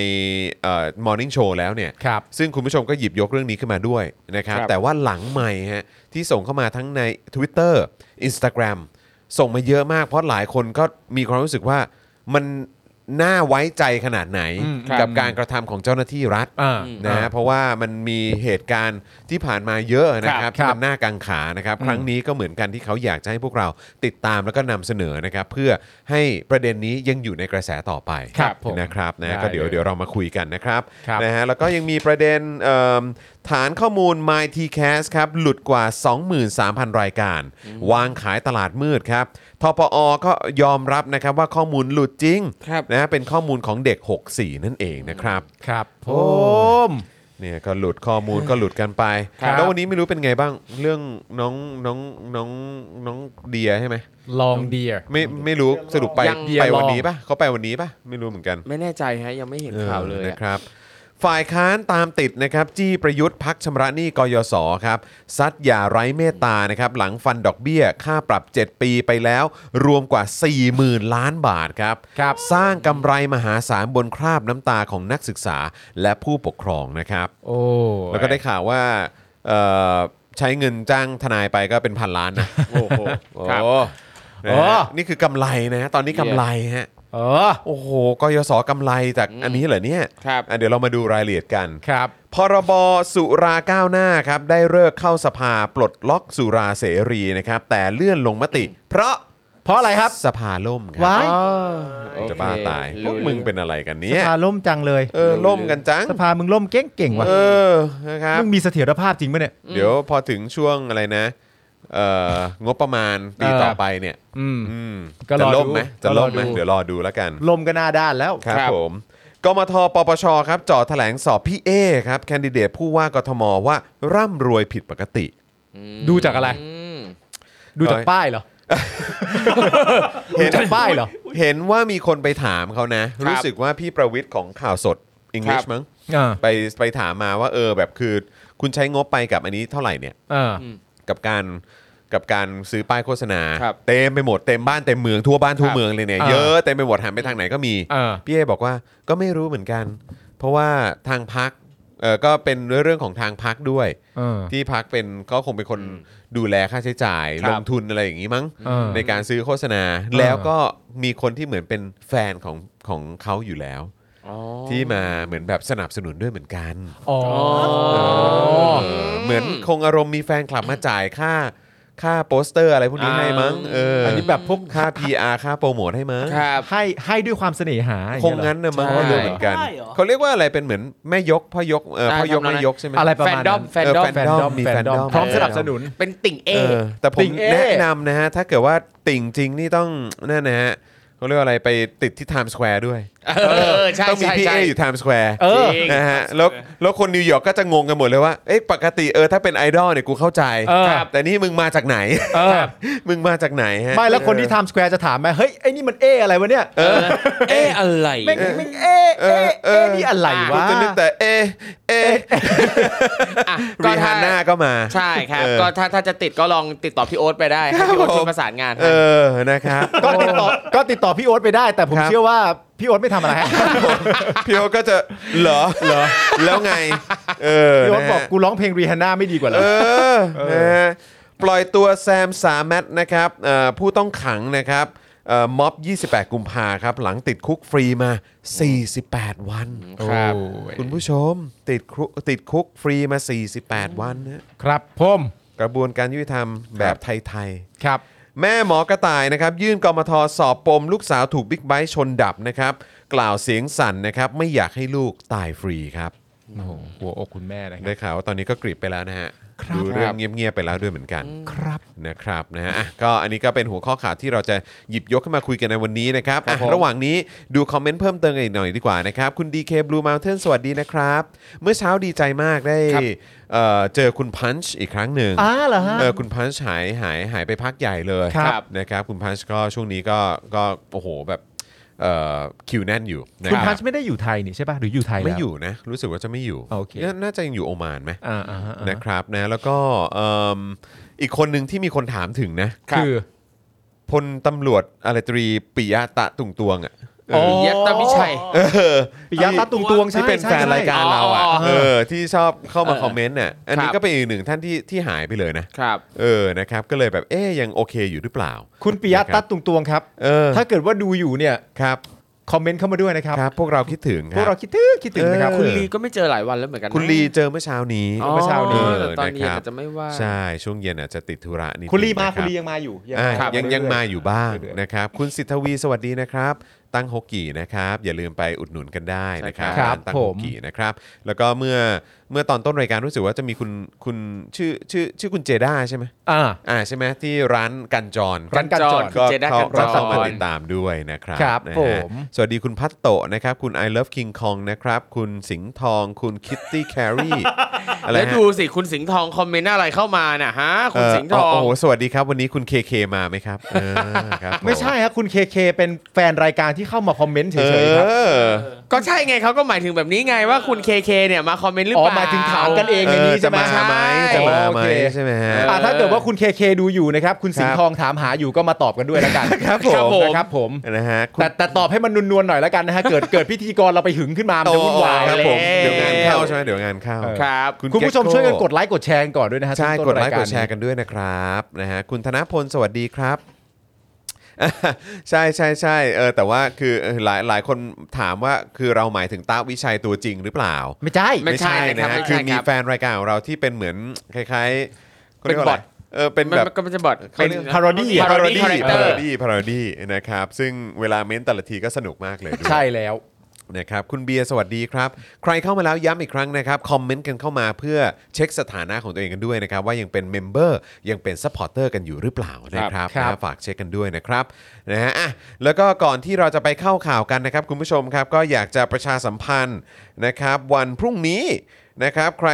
S2: มอร์นิ่งโชว์แล้วเนี่ย
S3: ครับ
S2: ซึ่งคุณผู้ชมก็หยิบยกเรื่องนี้ขึ้นมาด้วยนะครับ
S1: ครับ
S2: แต่ว่าหลังใหม่ฮะที่ส่งเข้ามาทั้งใน Twitter Instagram ส่งมาเยอะมาก เพราะหลายคนก็มีความรู้สึกว่ามันน่าไว้ใจขนาดไหน
S3: อืม
S2: กับการกระทำของเจ้าหน้าที่รัฐ
S3: อ่า
S2: นะฮะเพราะว่ามันมีเหตุการณ์ที่ผ่านมาเยอะนะครับ
S3: ครับ
S2: ที่มันน่ากังขานะครับ ครั้งนี้ก็เหมือนกันที่เขาอยากจะให้พวกเราติดตามแล้วก็นำเสนอนะครับ เพื่อให้ประเด็นนี้ยังอยู่ในกระแสต่อไป
S3: ครับผม
S2: นะครับนะ
S3: ได้
S2: ก็เดี๋ยว
S3: เลย
S2: เดี๋ยวเรามาคุยกันนะครับ
S3: ครับ
S2: นะฮะแล้วก็ยังมีประเด็นเอิ่มฐานข้อมูล MyTCast ครับ หลุดกว่า 23,000 รายการ วางขายตลาดมืดครับทปอก็ยอมรับนะครับว่าข้อมูลหลุดจริง
S1: ครับ
S2: นะฮะเป็นข้อมูลของเด็ก 64 นั่นเองนะครับ
S3: ครับผม
S2: เนี่ยก็หลุดข้อมูลก็หลุดกันไป
S3: ครับ
S2: แล้ววันนี้ไม่รู้เป็นไงบ้างเรื่องน้องน้องน้องน้องเดียใช่ไหม
S3: ลองเดีย
S2: ไม่ไม่รู้สรุปไป
S1: ยังเดีย
S2: ไป
S3: รอ
S2: วันนี้ปะเขาไปวันนี้ปะไม่รู้เหมือนกัน
S1: ไม่แน่ใจฮะยังไม่เห็นข่าวเลย
S2: ออ
S1: อะ
S2: นะครับ ฝ่ายค้านตามติดนะครับ จี้ประยุทธ์พักชำระหนี้กยศครับซัดอย่าไร้เมตตานะครับ หลังฟันดอกเบี้ย ค่าปรับ 7 ปีไปแล้ว รวมกว่า 40,000 ล้านบาทครับ
S3: ครับ
S2: สร้างกำไรมหาศาลบนคราบน้ำตาของนักศึกษาและผู้ปกครองนะครับ
S3: โอ้
S2: แล้วก็ได้ข่าวว่าเอ่อใช้เงินจ้างทนายไปก็เป็นพันล้านนะ โอ้โห
S1: ครับ
S2: นะฮะ
S3: โอ้
S2: นี่คือกำไรนะ ตอนนี้กำไรฮะ
S3: เออ
S2: โอ้โหกยศกำไรจากอันนี้เหรอเนี่ย
S1: ครับ
S2: อ่ะเดี๋ยวเรามาดูรายละเอียดกัน
S3: ครับ
S2: พรบสุราก้าวหน้าครับได้เลิกเข้าสภาปลดล็อกสุราเสรีนะครับ แต่เลื่อนลงมติ เพราะ
S3: เพราะอะไรครับ
S2: สภาล่มครั
S3: ว้าย
S2: จะบ้าตายพ
S1: รู้
S2: วกมึงเป็นอะไรกัน
S3: ส
S2: เนี่ย
S3: ภาล่มจังเลย
S2: เออล่มกันจัง
S3: สภามึงล่มเก่งเก่งๆว่ะ
S2: เออนะครับ
S3: มึงมีเสถียรภาพจริงปะเนี่ย
S2: เดี๋ยวพอถึงช่วงอะไรนะเอ่องบประมาณปี
S3: เออ
S2: ต่อไปเนี่ย
S3: อืม
S2: อืม
S3: ก็ร
S2: จะ
S3: อดู
S2: ล่มไหมจะล่มไหม
S3: ก็รอดู
S2: เดี๋ยวรอดูแล้วกัน
S3: ล่มก็หน้าด้านแล้ว
S2: ครับ
S1: ครับ
S2: ผมกมทปปชครับจ่อแถลงสอบพี่เอครับแคนดิเดตผู้ว่ากทมว่าร่ำรวยผิดปกติ
S3: ดูจากอะไร
S1: ม
S3: ดูจากป้ายเหรอ ดูจากป้ายเหรอ
S2: เห็นว่ามีคนไปถามเขานะ รู้สึกว่าพี่ประวิทย์ของข่าวสดอังกฤษมั้ง
S3: อ่า
S2: ไปไปถามมาว่าเออแบบคือ คุณใช้งบไปกับอันนี้เท่าไหร่เนี่ย
S3: อ่า
S1: อืม
S2: กับการกับการซื้อป้ายโฆษณา
S1: ครับ
S2: เต็มไปหมดเต็มบ้านเต็มเมืองทั่วบ้านทั่วเมืองเลยเนี่ย
S1: อ่า
S2: เยอะเต็มไปหมดหันไปทางไหนก็มี
S3: อ่า
S2: พี่เอบอกว่าก็ไม่รู้เหมือนกัน เพราะว่าทางพักเออก็เป็นเรื่องของทางพักด้วย
S3: เออ
S2: ที่พักเป็นก็คงเป็นคน
S1: อืม
S2: ดูแลค่าใช้จ่าย
S1: ครั
S2: ล
S1: บ
S2: งทุนอะไรอย่างนี้มั้ง
S3: เออ
S2: ในการซื้อโฆษณา แล้วก็มีคนที่เหมือนเป็นแฟนของของเขาอยู่แล้ว
S1: อ๋อ
S2: ที่มาเหมือนแบบสนับสนุนด้วยเหมือนกัน
S3: อ๋อ
S2: เออเหมือนคงอารมณ์มีแฟนคลับมาจ่ายค่าค่าโปสเตอร์อะไรพวกนี้
S1: อ่า
S2: ให้มั้งเอออั
S3: อันนี้แบบพวก
S2: ค่า PR ค่าโปรโมทให้มั้ง
S1: ครับ
S3: ให้ให้ด้วยความเสน่หาอย่า
S2: ค
S3: เย
S2: ง
S3: เหรอ
S2: งั้นนะมั้ง
S1: ใช่
S2: ก็เลยเหมือนกัน
S4: ได้เหรอ
S2: เขาเรียกว่าอะไรเป็นเหมือนแม่ยกพ่อยกเออพ่อยกแม่ยกใช่ไหม
S3: อะไรประ
S1: แฟน
S3: มาณ
S1: ดอม
S3: นั้น
S1: แฟนดอม
S2: เออแฟ นดมมีแฟนดอม
S3: พร้อมสนับสนุน
S1: เป็นติ่งเอ
S2: เออแต่ผ
S3: ติ่
S2: ม
S3: งเอ๊ะ
S2: แนะนำนะฮะ ถ้าเกิดว่าติ่งจริงนี่ต้องนั่นนะฮะเขาเรียกว่าอะไรไปติดที่ไทม์สแควร์ด้วย
S1: เออใช่
S2: ต้องมี
S1: ใช่
S2: พี่เอ
S1: ใช่
S2: อยู่ไทม์สแควร์
S3: เออ
S1: จริง
S2: นะฮะแล้วแล้วคนนิวยอร์กก็จะงงกันหมดเลยว่าเอ้ยปกติเออถ้าเป็นไอดอลเนี่ยกูเข้าใจ
S3: เออ
S2: แต่นี่มึงมาจากไหน
S3: เออ
S2: มึงมาจากไหนฮะ
S3: ไม่แล้วคนที่ไทม์สแควร์จะถามไหมเฮ้ย ไอ้นี่มันเออะไรวะเนี่ย
S1: เออเอออะไร
S3: แม่งแม่งเอเอเอนี่อะไร
S2: กู
S3: วะ
S2: จะนึกแต่เอะเอะ
S1: อ่ะ
S2: รีฮาน่าก็มา
S1: ใช่ครับ
S2: เออ
S1: ก็ถ้าถ้าจะติดก็ลองติดต่อพี่โอ๊ตไปได้ให้พี่โอ๊ต
S2: ครับผม
S1: ช่วยประสานงาน
S2: เอ
S1: ให้
S2: อนะครับ
S3: ก็ติดต่อก็ติดต่อพี่โอ๊ตไปได้ แต่ผม
S2: ครับ
S3: เชื่อว่าพี่โอ๊ตไม่ทำอะไรฮะ
S2: พี่โอตก็จะเหรอเหรอแล้วไง เออ
S3: พี่โอ๊ต
S2: นะฮะ
S3: บอกกูร้องเพลงรีฮันน่าไม่ดีกว่าเหรอ
S2: เออนะฮะปล่อยตัวแซมสาแมทนะครับเอ่อผู้ต้องขังนะครับเอ่อม็อบ 28 กุมภาครับ หลังติดคุกฟรีมา 48 วัน
S1: ครับ
S2: คุณผู้ชมติดคุกติดคุกฟรีมา 48 วันนะครับ
S3: ผม
S2: กระบวนการยุติธรรมแบบไทย ๆ
S3: ครับ
S2: แม่หมอกระต่ายนะครับยื่นกมทสอบปมลูกสาวถูกบิ๊กไบค์ชนดับนะครับ กล่าวเสียงสั่นนะครับ ไม่อยากให้ลูกตายฟรีครับ
S3: โอ้โหหัวอกคุณแม่นะครั
S2: ได้
S3: บ
S2: ข่าวว่าตอนนี้ก็กรีบไปแล้วนะฮะ
S3: ครับ
S2: ดูเรื่องเงียบๆไปแล้วด้วยเหมือนกัน
S3: ครับ
S2: นะครับนะฮะอ่ะก็อันนี้ก็เป็นหัวข้อข่าวที่เราจะหยิบยกขึ้นมาคุยกันในวันนี้นะครับ
S3: ครับ
S2: อ่ะ
S3: ผม
S2: ระหว่างนี้ดูคอมเมนต์เพิ่มเติมกันอีกหน่อยดีกว่านะครับ คุณ DK Blue Mountain สวัสดีนะครับ เมื่อเช้าดีใจมากได้
S1: ครับ
S2: เอ่อเจอคุณพันช์อีกครั้งหนึ่ง
S3: อ้าเหรอฮะ
S2: เออคุณพันช์หายหายหายไปพักใหญ่เลย
S3: ครับ
S2: นะครับคุณพันช์ก็ช่วงนี้ก็ก็โอ้โหแบบเอ่อคิวแน่นอยู่นะ
S3: คุณ
S2: ค
S3: พั
S2: รั
S3: น
S2: บ
S3: ชไม่ได้อยู่ไทยนี่ใช่ป่ะหรืออยู่ไทยแล้ว
S2: ไม่อยู่นะ รู้สึกว่าจะไม่อยู่
S3: โอเค
S2: น่าจะยังอยู่โอมานไหม
S3: อ่าอ่าฮะอ่าฮะ
S2: นะครับนะแล้วก็เอิ่มอีกคนหนึ่งที่มีคนถามถึงนะ
S1: ครับ
S3: คือ
S2: พลตำรวจอะไรตรีปิยะตะตุงตวงอ่ะเออ
S1: ยัตตาพิชัย
S2: เออ
S3: ปิยะตาตุงตวงใช่
S2: ที่เป็น
S3: ใช่
S2: แฟน
S3: ใช่
S2: รายการเราอ่ะ
S1: อ๋อ
S2: เออที่ชอบเข้ามา
S1: เออ
S2: คอมเมนต์น่ะอัน
S1: ค
S2: นี้
S1: รับ
S2: ก็เป็นอีกหนึ่งท่านที่ที่หายไปเลยนะครับ เออนะครับก็เลยแบบเอ๊ยยังโอเคอยู่หรือเปล่า
S3: คุณปิยะตัดตุงตวงครับ
S2: เออ
S3: ถ้าเกิดว่าดูอยู่เนี่ย
S2: ครับ
S3: คอมเมนต์เข้ามาด้วยนะครับ
S2: ครับ พวกเราคิดถึงค
S3: พว
S2: รั
S3: ก
S2: บ
S3: เราคิดถึงคิดถึงนะครับ
S2: เออ
S1: คุณลีก็ไม่เจอหลายวันแล้วเหมือนกันนะ
S2: คุณลีเจอเมื่อเช้านี้
S1: อ๋อ
S3: เมื่อเช้านี้
S1: แต่ตอนนี้
S2: เออนะครับ
S1: อาจจะไม่ว่า
S2: ใช่ช่วงเย็นอาจจะติดธุระนิด
S3: คุณลีมา
S2: นึง
S3: คุณ
S2: รับ
S3: ลียังมาอยู่
S2: อ่ะ
S3: มา
S2: ยัง
S3: เรื่
S2: ยังมาอยู่บ้าง
S3: เรื่อยๆ
S2: นะครับ คุณสิทธวีสวัสดีนะครับ ตั้งฮกกี่นะครับ อย่าลืมไปอุดหนุนกันได้นะครับ
S3: ค
S2: า
S3: รับ
S2: นตั้งฮ
S3: ผ
S2: ก
S3: ม
S2: กี่นะครับ แล้วก็เมื่อเมื่อตอนต้นรายการรู้สึกว่าจะมีคุณคุณชื่อชื่อชื่อคุณเจด้าใช่ไหม
S3: อ่า
S2: อ่าใช่ไหมที่ร้านกันจร
S3: ร้านกันจร
S2: ก็
S1: เจด้า
S2: เขา
S1: กันจร
S2: ก็เข้ามาติดตามด้วยนะครับ
S3: ครับ
S2: นะฮะ
S3: ผม
S2: สวัสดีคุณพัตโตะนะครับ คุณ I love King Kong นะครับ คุณสิงห์ทองคุณคิตตี้แค รีอะไร
S1: แล้ว
S2: ฮะ
S1: ดูสิคุณสิงห์ทองคอมเมนต์อะไรเข้ามาน่ะฮะคุณสิงห์ทอง
S2: เโอ้โหสวัสดีครับ วันนี้คุณเคเคมาไหมครับเออครับผ
S3: ไม่ใช่ครับคุณเคเคเป็นแฟนรายการที่เข้ามาคอมเมนต์เฉยๆครับ
S2: เออ
S1: ก็ใช่ไงเขาก็หมายถึงแบบนี้ไงว่าคุณเคเคเนี่ยมาคอมเมนต์หรือ
S3: อ๋
S1: เป
S3: อ
S1: ล่า
S3: หมายถึงถามกันเอง ในนี้
S2: เออจะมา
S3: ใช่ไห
S2: ไหม
S3: มใช่
S2: จะมาไหม
S3: โอเค
S2: ใช่ไหมฮะ
S1: เออ
S3: อ่าถ้าเกิดว่าคุณเคเคดูอยู่นะครับ คุณสิง
S2: ครับ
S3: ห์ทองถามหาอยู่ก็มาตอบกันด้วยแล้วกัน
S2: ครับผ
S1: ครับ
S2: ม
S1: ผม
S3: นะครับผม
S2: นะฮะคุณ
S3: แต่แต่ตอบให้มันนวลๆหน่อยแล้วกันนะฮะเกิดเกิดพิธีกรเราไปหึงขึ้นมามันจะวุ่นวาย
S2: ครับผม
S1: แล้ว
S2: เดี๋ยวงานเข้าใช่ไหมเดี๋ยวงานเข้า
S3: เออ
S1: ครับ
S3: คุณผู้ชมช่วยกันกด
S2: เ
S3: ไลค์กดแชร์กันก่อนด้วยนะ
S2: โก้
S3: ฮะ
S2: ใช่
S3: ต้น
S2: กดไลค์
S3: าาก
S2: ดแชร์กันด้วยนะครับนะฮะคุณธนพลสวัสดีครับ ใช่ใช่ใช่เออแต่ว่าคือเออหลายหลายคนถามว่าคือเราหมายถึงตาวิชัยตัวจริงหรือเปล่า
S3: ไม่ใช่
S1: ไม่ใช่
S2: นะ
S1: นะครับ
S2: ฮะ
S1: ไม่ใช่
S2: คือมี
S1: ครับ
S2: แฟนรายการของเราที่เป็นเหมือนคล้ายๆขารียกว่าะ
S1: เป็นบอ
S2: ไร
S1: ท
S2: เออเป็นแบบ
S1: มันก็มันจะบอด
S2: เขา
S1: เป็น
S2: เรียก
S3: parody
S2: พา
S3: อะ
S2: รา
S1: parody
S2: ดี้
S1: character
S2: พาราดี้พาราดี้นะครับ ซึ่งเวลาเม้นแต่ละทีก็สนุกมากเลยด้วย
S3: ใช่แล้ว
S2: นะครับคุณเบียร์สวัสดีครับ ใครเข้ามาแล้วย้ำอีกครั้งนะครับ คอมเมนต์กันเข้ามาเพื่อเช็คสถานะของตัวเองกันด้วยนะครับ ว่ายังเป็นเมมเบอร์ยังเป็นซัพพอร์เตอร์กันอยู่หรือเปล่านะครับ
S3: ครับ
S2: นะฝากเช็คกันด้วยนะครับนะฮะอ่ะแล้วก็ก่อนที่เราจะไปเข้าข่าวกันนะครับ คุณผู้ชมครับ ก็อยากจะประชาสัมพันธ์นะครับ วันพรุ่งนี้ นะครับใคร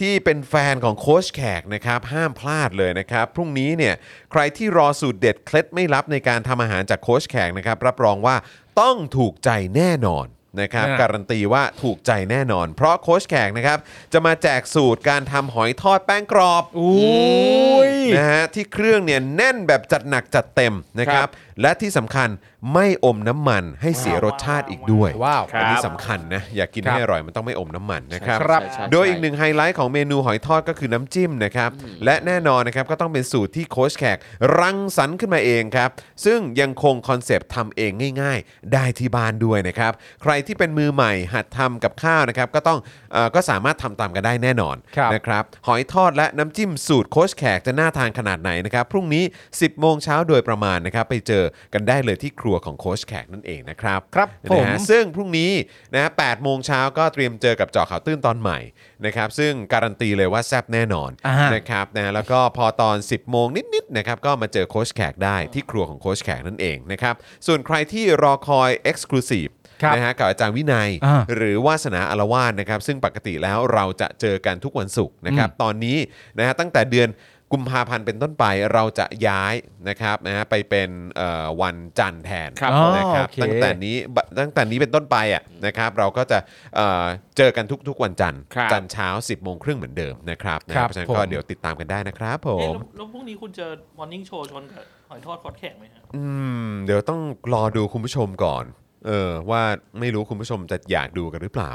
S2: ที่เป็นแฟนของโค้ชแขกนะครับห้ามพลาดเลยนะครับพรุ่งนี้เนี่ยใครที่รอสูตรเด็ดเคล็ดไม่ลับในการทำอาหารจากโค้ชแขกนะครับรับรองว่าต้องถูกใจแน่นอนนะครับ
S3: อ่า
S2: การันตีว่าถูกใจแน่นอน เพราะโค้ชแขกนะครับจะมาแจกสูตรการทำหอยทอดแป้งกรอบ
S3: อุ้ย
S2: นะฮะที่เครื่องเนี่ยแน่นแบบจัดหนักจัดเต็มนะครับและที่สำคัญไม่อมน้ำมันให้เสียรสชาติอีกด้วย
S3: ว้าว
S2: อัน
S1: ค
S2: นี้
S1: รับ
S2: สำคัญนะอยากกิน
S3: ครับ
S2: ให้อร่อยมันต้องไม่อมน้ำมันนะครับ
S1: ครับใช่ใช่
S2: โดยอีกหนึ่งไฮไลท์ของเมนูหอยทอดก็คือน้ำจิ้มนะครับและแน่นอนนะครับก็ต้องเป็นสูตรที่โค้ชแขกรังสรรค์ขึ้นมาเองครับซึ่งยังคงคอนเซปต์ทำเองง่าย ๆ ได้ที่บ้านด้วยนะครับใครที่เป็นมือใหม่หัดทำกับข้าวนะครับก็ต้องเออก็สามารถทำตามกันได้แน่นอน
S3: ครับ
S2: นะครับหอยทอดและน้ำจิ้มสูตรโคชแขกจะน่าทานขนาดไหนนะครับ พรุ่งนี้ 10 โมงเช้าโดยประมาณนะครับ ไปเจอกันได้เลยที่ครัวของโคชแขกนั่นเองนะครับ
S3: ครับผม
S2: นะฮะซึ่งพรุ่งนี้นะ8โมงเช้าก็เตรียมเจอกับเจาะข่าวตื้นตอนใหม่นะครับ ซึ่งการันตีเลยว่าแซ่บแน่นอน
S3: อ่าน
S2: นะครับนะแล้วก็พอตอน 10 โมงนิดๆนะครับก็มาเจอโคชแขกได้ที่ครัวของโคชแขกนั่นเองนะครับส่วนใครที่รอคอย Exclusive
S3: ครับ
S2: นะฮะกับอาจารย์วินัย
S3: อ่า
S2: หรือวาสนาอารวาสนะครับ ซึ่งปกติแล้วเราจะเจอกันทุกวันศุกร์นะครับ ตอนนี้นะฮะตั้งแต่เดือนกุมภาพันธ์เป็นต้นไปเราจะย้ายนะครับนะฮะไปเป็นเอ่อวันจันทร์แทน
S1: ครับ
S2: นะครับ
S3: อ๋อโอเค
S2: ตั้งแต่นี้บตั้งแต่นี้เป็นต้นไปอ่ะนะครับ เราก็จะเอ่อเจอกันทุกๆวันจันทร์
S1: ครับ
S2: จันทร์เช้า 10บโมงครึ่งเหมือนเดิมนะครับนะ
S3: ค
S2: ค
S3: รั
S2: รั
S3: บ
S2: เพ
S3: บ
S2: ราะฉะนั้นก็
S3: ผม
S2: เดี๋ยวติดตามกันได้นะครับผ
S4: เอ๊ะ
S2: ม
S4: แล้วแล้วพรุ่งนี้คุณเจอมอร์นิ่งโชว์ชนกับหอยทอดคอดแข็งไหมฮะ
S2: อืมเดี๋ยวต้องรอดูคุณผู้ชมก่อน เออว่าไม่รู้คุณผู้ชมจะอยากดูกันหรือเปล่า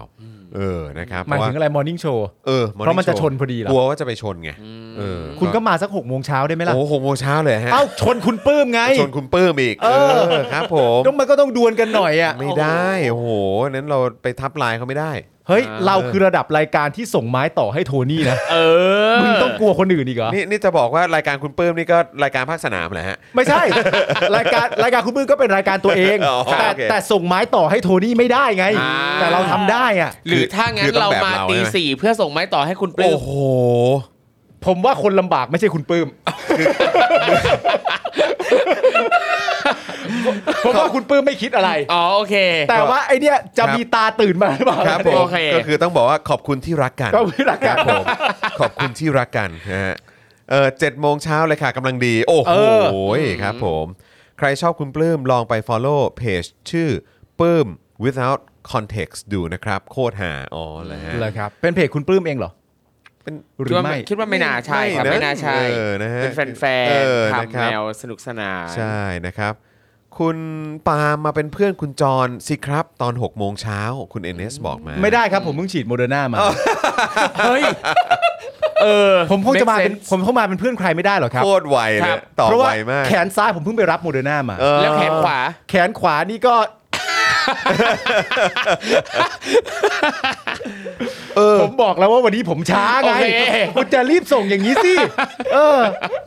S2: เออนะครับ
S3: หมาย
S2: เพระว่
S3: ถึงอะไรมอร์นิ่งโชว์
S2: เออ Morning
S3: เพราะมันจะ
S2: Show
S3: ชนพอดีเหรอ
S2: กลัวว่าจะไปชนไงเออ
S3: คุณก็มาสักหกโมงเช้าได้ไหมล่ะ
S2: โอ้โหหกโมงเช้าเลยฮะ
S3: เอ้า ชนคุณปลื้มไง
S2: ชนคุณปื้มอีก
S3: เออ
S2: ครับผม
S3: ต้องมันก็ต้องดวลกันหน่อยอ่ะ
S2: ไม่ได้โอ้โหนั้นเราไปทับลายเขาไม่ได้
S3: เฮ้ย
S1: อ่า
S3: เราคือระดับรายการที่ส่งไม้ต่อให้โทนี่นะ
S1: เออ
S3: มึงต้องกลัวคนอื่นอีกเหรอ
S2: นี่นี่จะบอกว่ารายการคุณปื้มนี่ก็รายการภาคสนามแหละฮะ
S3: ไม่ใช่ รายการรายการคุณปลื้มก็เป็นรายการตัวเอง
S2: อ๋อ
S3: แต่
S2: โอเค
S3: แต่ส่งไม้ต่อให้โทนี่ไม่ได้ไง
S1: อ่า
S3: แต่เราทำได้อ่ะ
S1: หรือถ้างั้
S2: คื
S1: น
S2: อต้อง
S1: เรา
S2: แบบ
S1: มา
S2: เรา
S1: ตี
S2: ใช่ไหม
S1: สี่เพื่อส่งไม้ต่อให้คุณปลื้
S2: โอ้
S1: ม
S2: โห
S3: ผมว่าคนลำบากไม่ใช่คุณปลื้ม ผมว่าคุณปลื้มไม่คิดอะไร
S1: อ๋อโอเค
S3: แต่ว่าไอเนี้ยจะ
S2: ครับ
S3: มีตาตื่นมาหรือเปล่า
S2: ครับผม
S1: โอเค
S2: ก็คือต้องบอกว่าขอบคุณที่รักกัน
S3: ขอบคุณที่รักกัน
S2: คบผมขอบคุณที่รักกันนะฮะเออเจ็ดโมงเช้าเลยค่ะกำลังดี โอ้โห
S3: เออ
S2: ครับผม ใครชอบคุณปลื้มลองไป Follow เพจชื่อปื้ม without context ดูนะครับ โคตรหาอ๋อแล้วฮะ
S3: เลยครับ เป็นเพจคุณปลื้มเองเหรอ
S2: เป็น
S3: หรื
S1: คิด
S3: อ
S1: ว่า
S3: ไม่
S1: คิดว่าไม่น่าใช่ครับ
S2: ไม่นะ
S1: ไม่น่าใช่
S2: เออนะฮะ
S1: เป็นแฟน
S2: เออ
S1: ๆ
S2: นะ
S1: ทำ
S2: ครับ
S1: แนวสนุกสนาน
S2: ใช่นะครับ คุณปาล์มมาเป็นเพื่อนคุณจรสิครับ ตอน6โมงเช้าคุณ NS บอกมา
S3: ไม่ได้ครับผมเพิ่งฉีดโมเดอร์นามา
S1: เฮ้ย เออ
S3: ผมคงจะมาเป็น
S1: make sense
S3: ผมเข้ามาเป็นเพื่อนใครไม่ได้หรอกครับ
S2: โคตรไวเล
S1: ครั
S2: ย
S1: บ
S2: ตอบ
S3: เพราะ
S2: ไว
S3: ว่าม
S2: าก
S3: แขนซ้ายผมเพิ่งไปรับโมเดอร์นามา
S2: เออ
S1: แล้วแขนขวา
S3: แขนขวานี่ก็
S2: เออ
S3: ผมบอกแล้วว่าวันนี้ผมช้าไง
S1: โอเค
S3: คุณจะรีบส่งอย่างนี้สิ เออ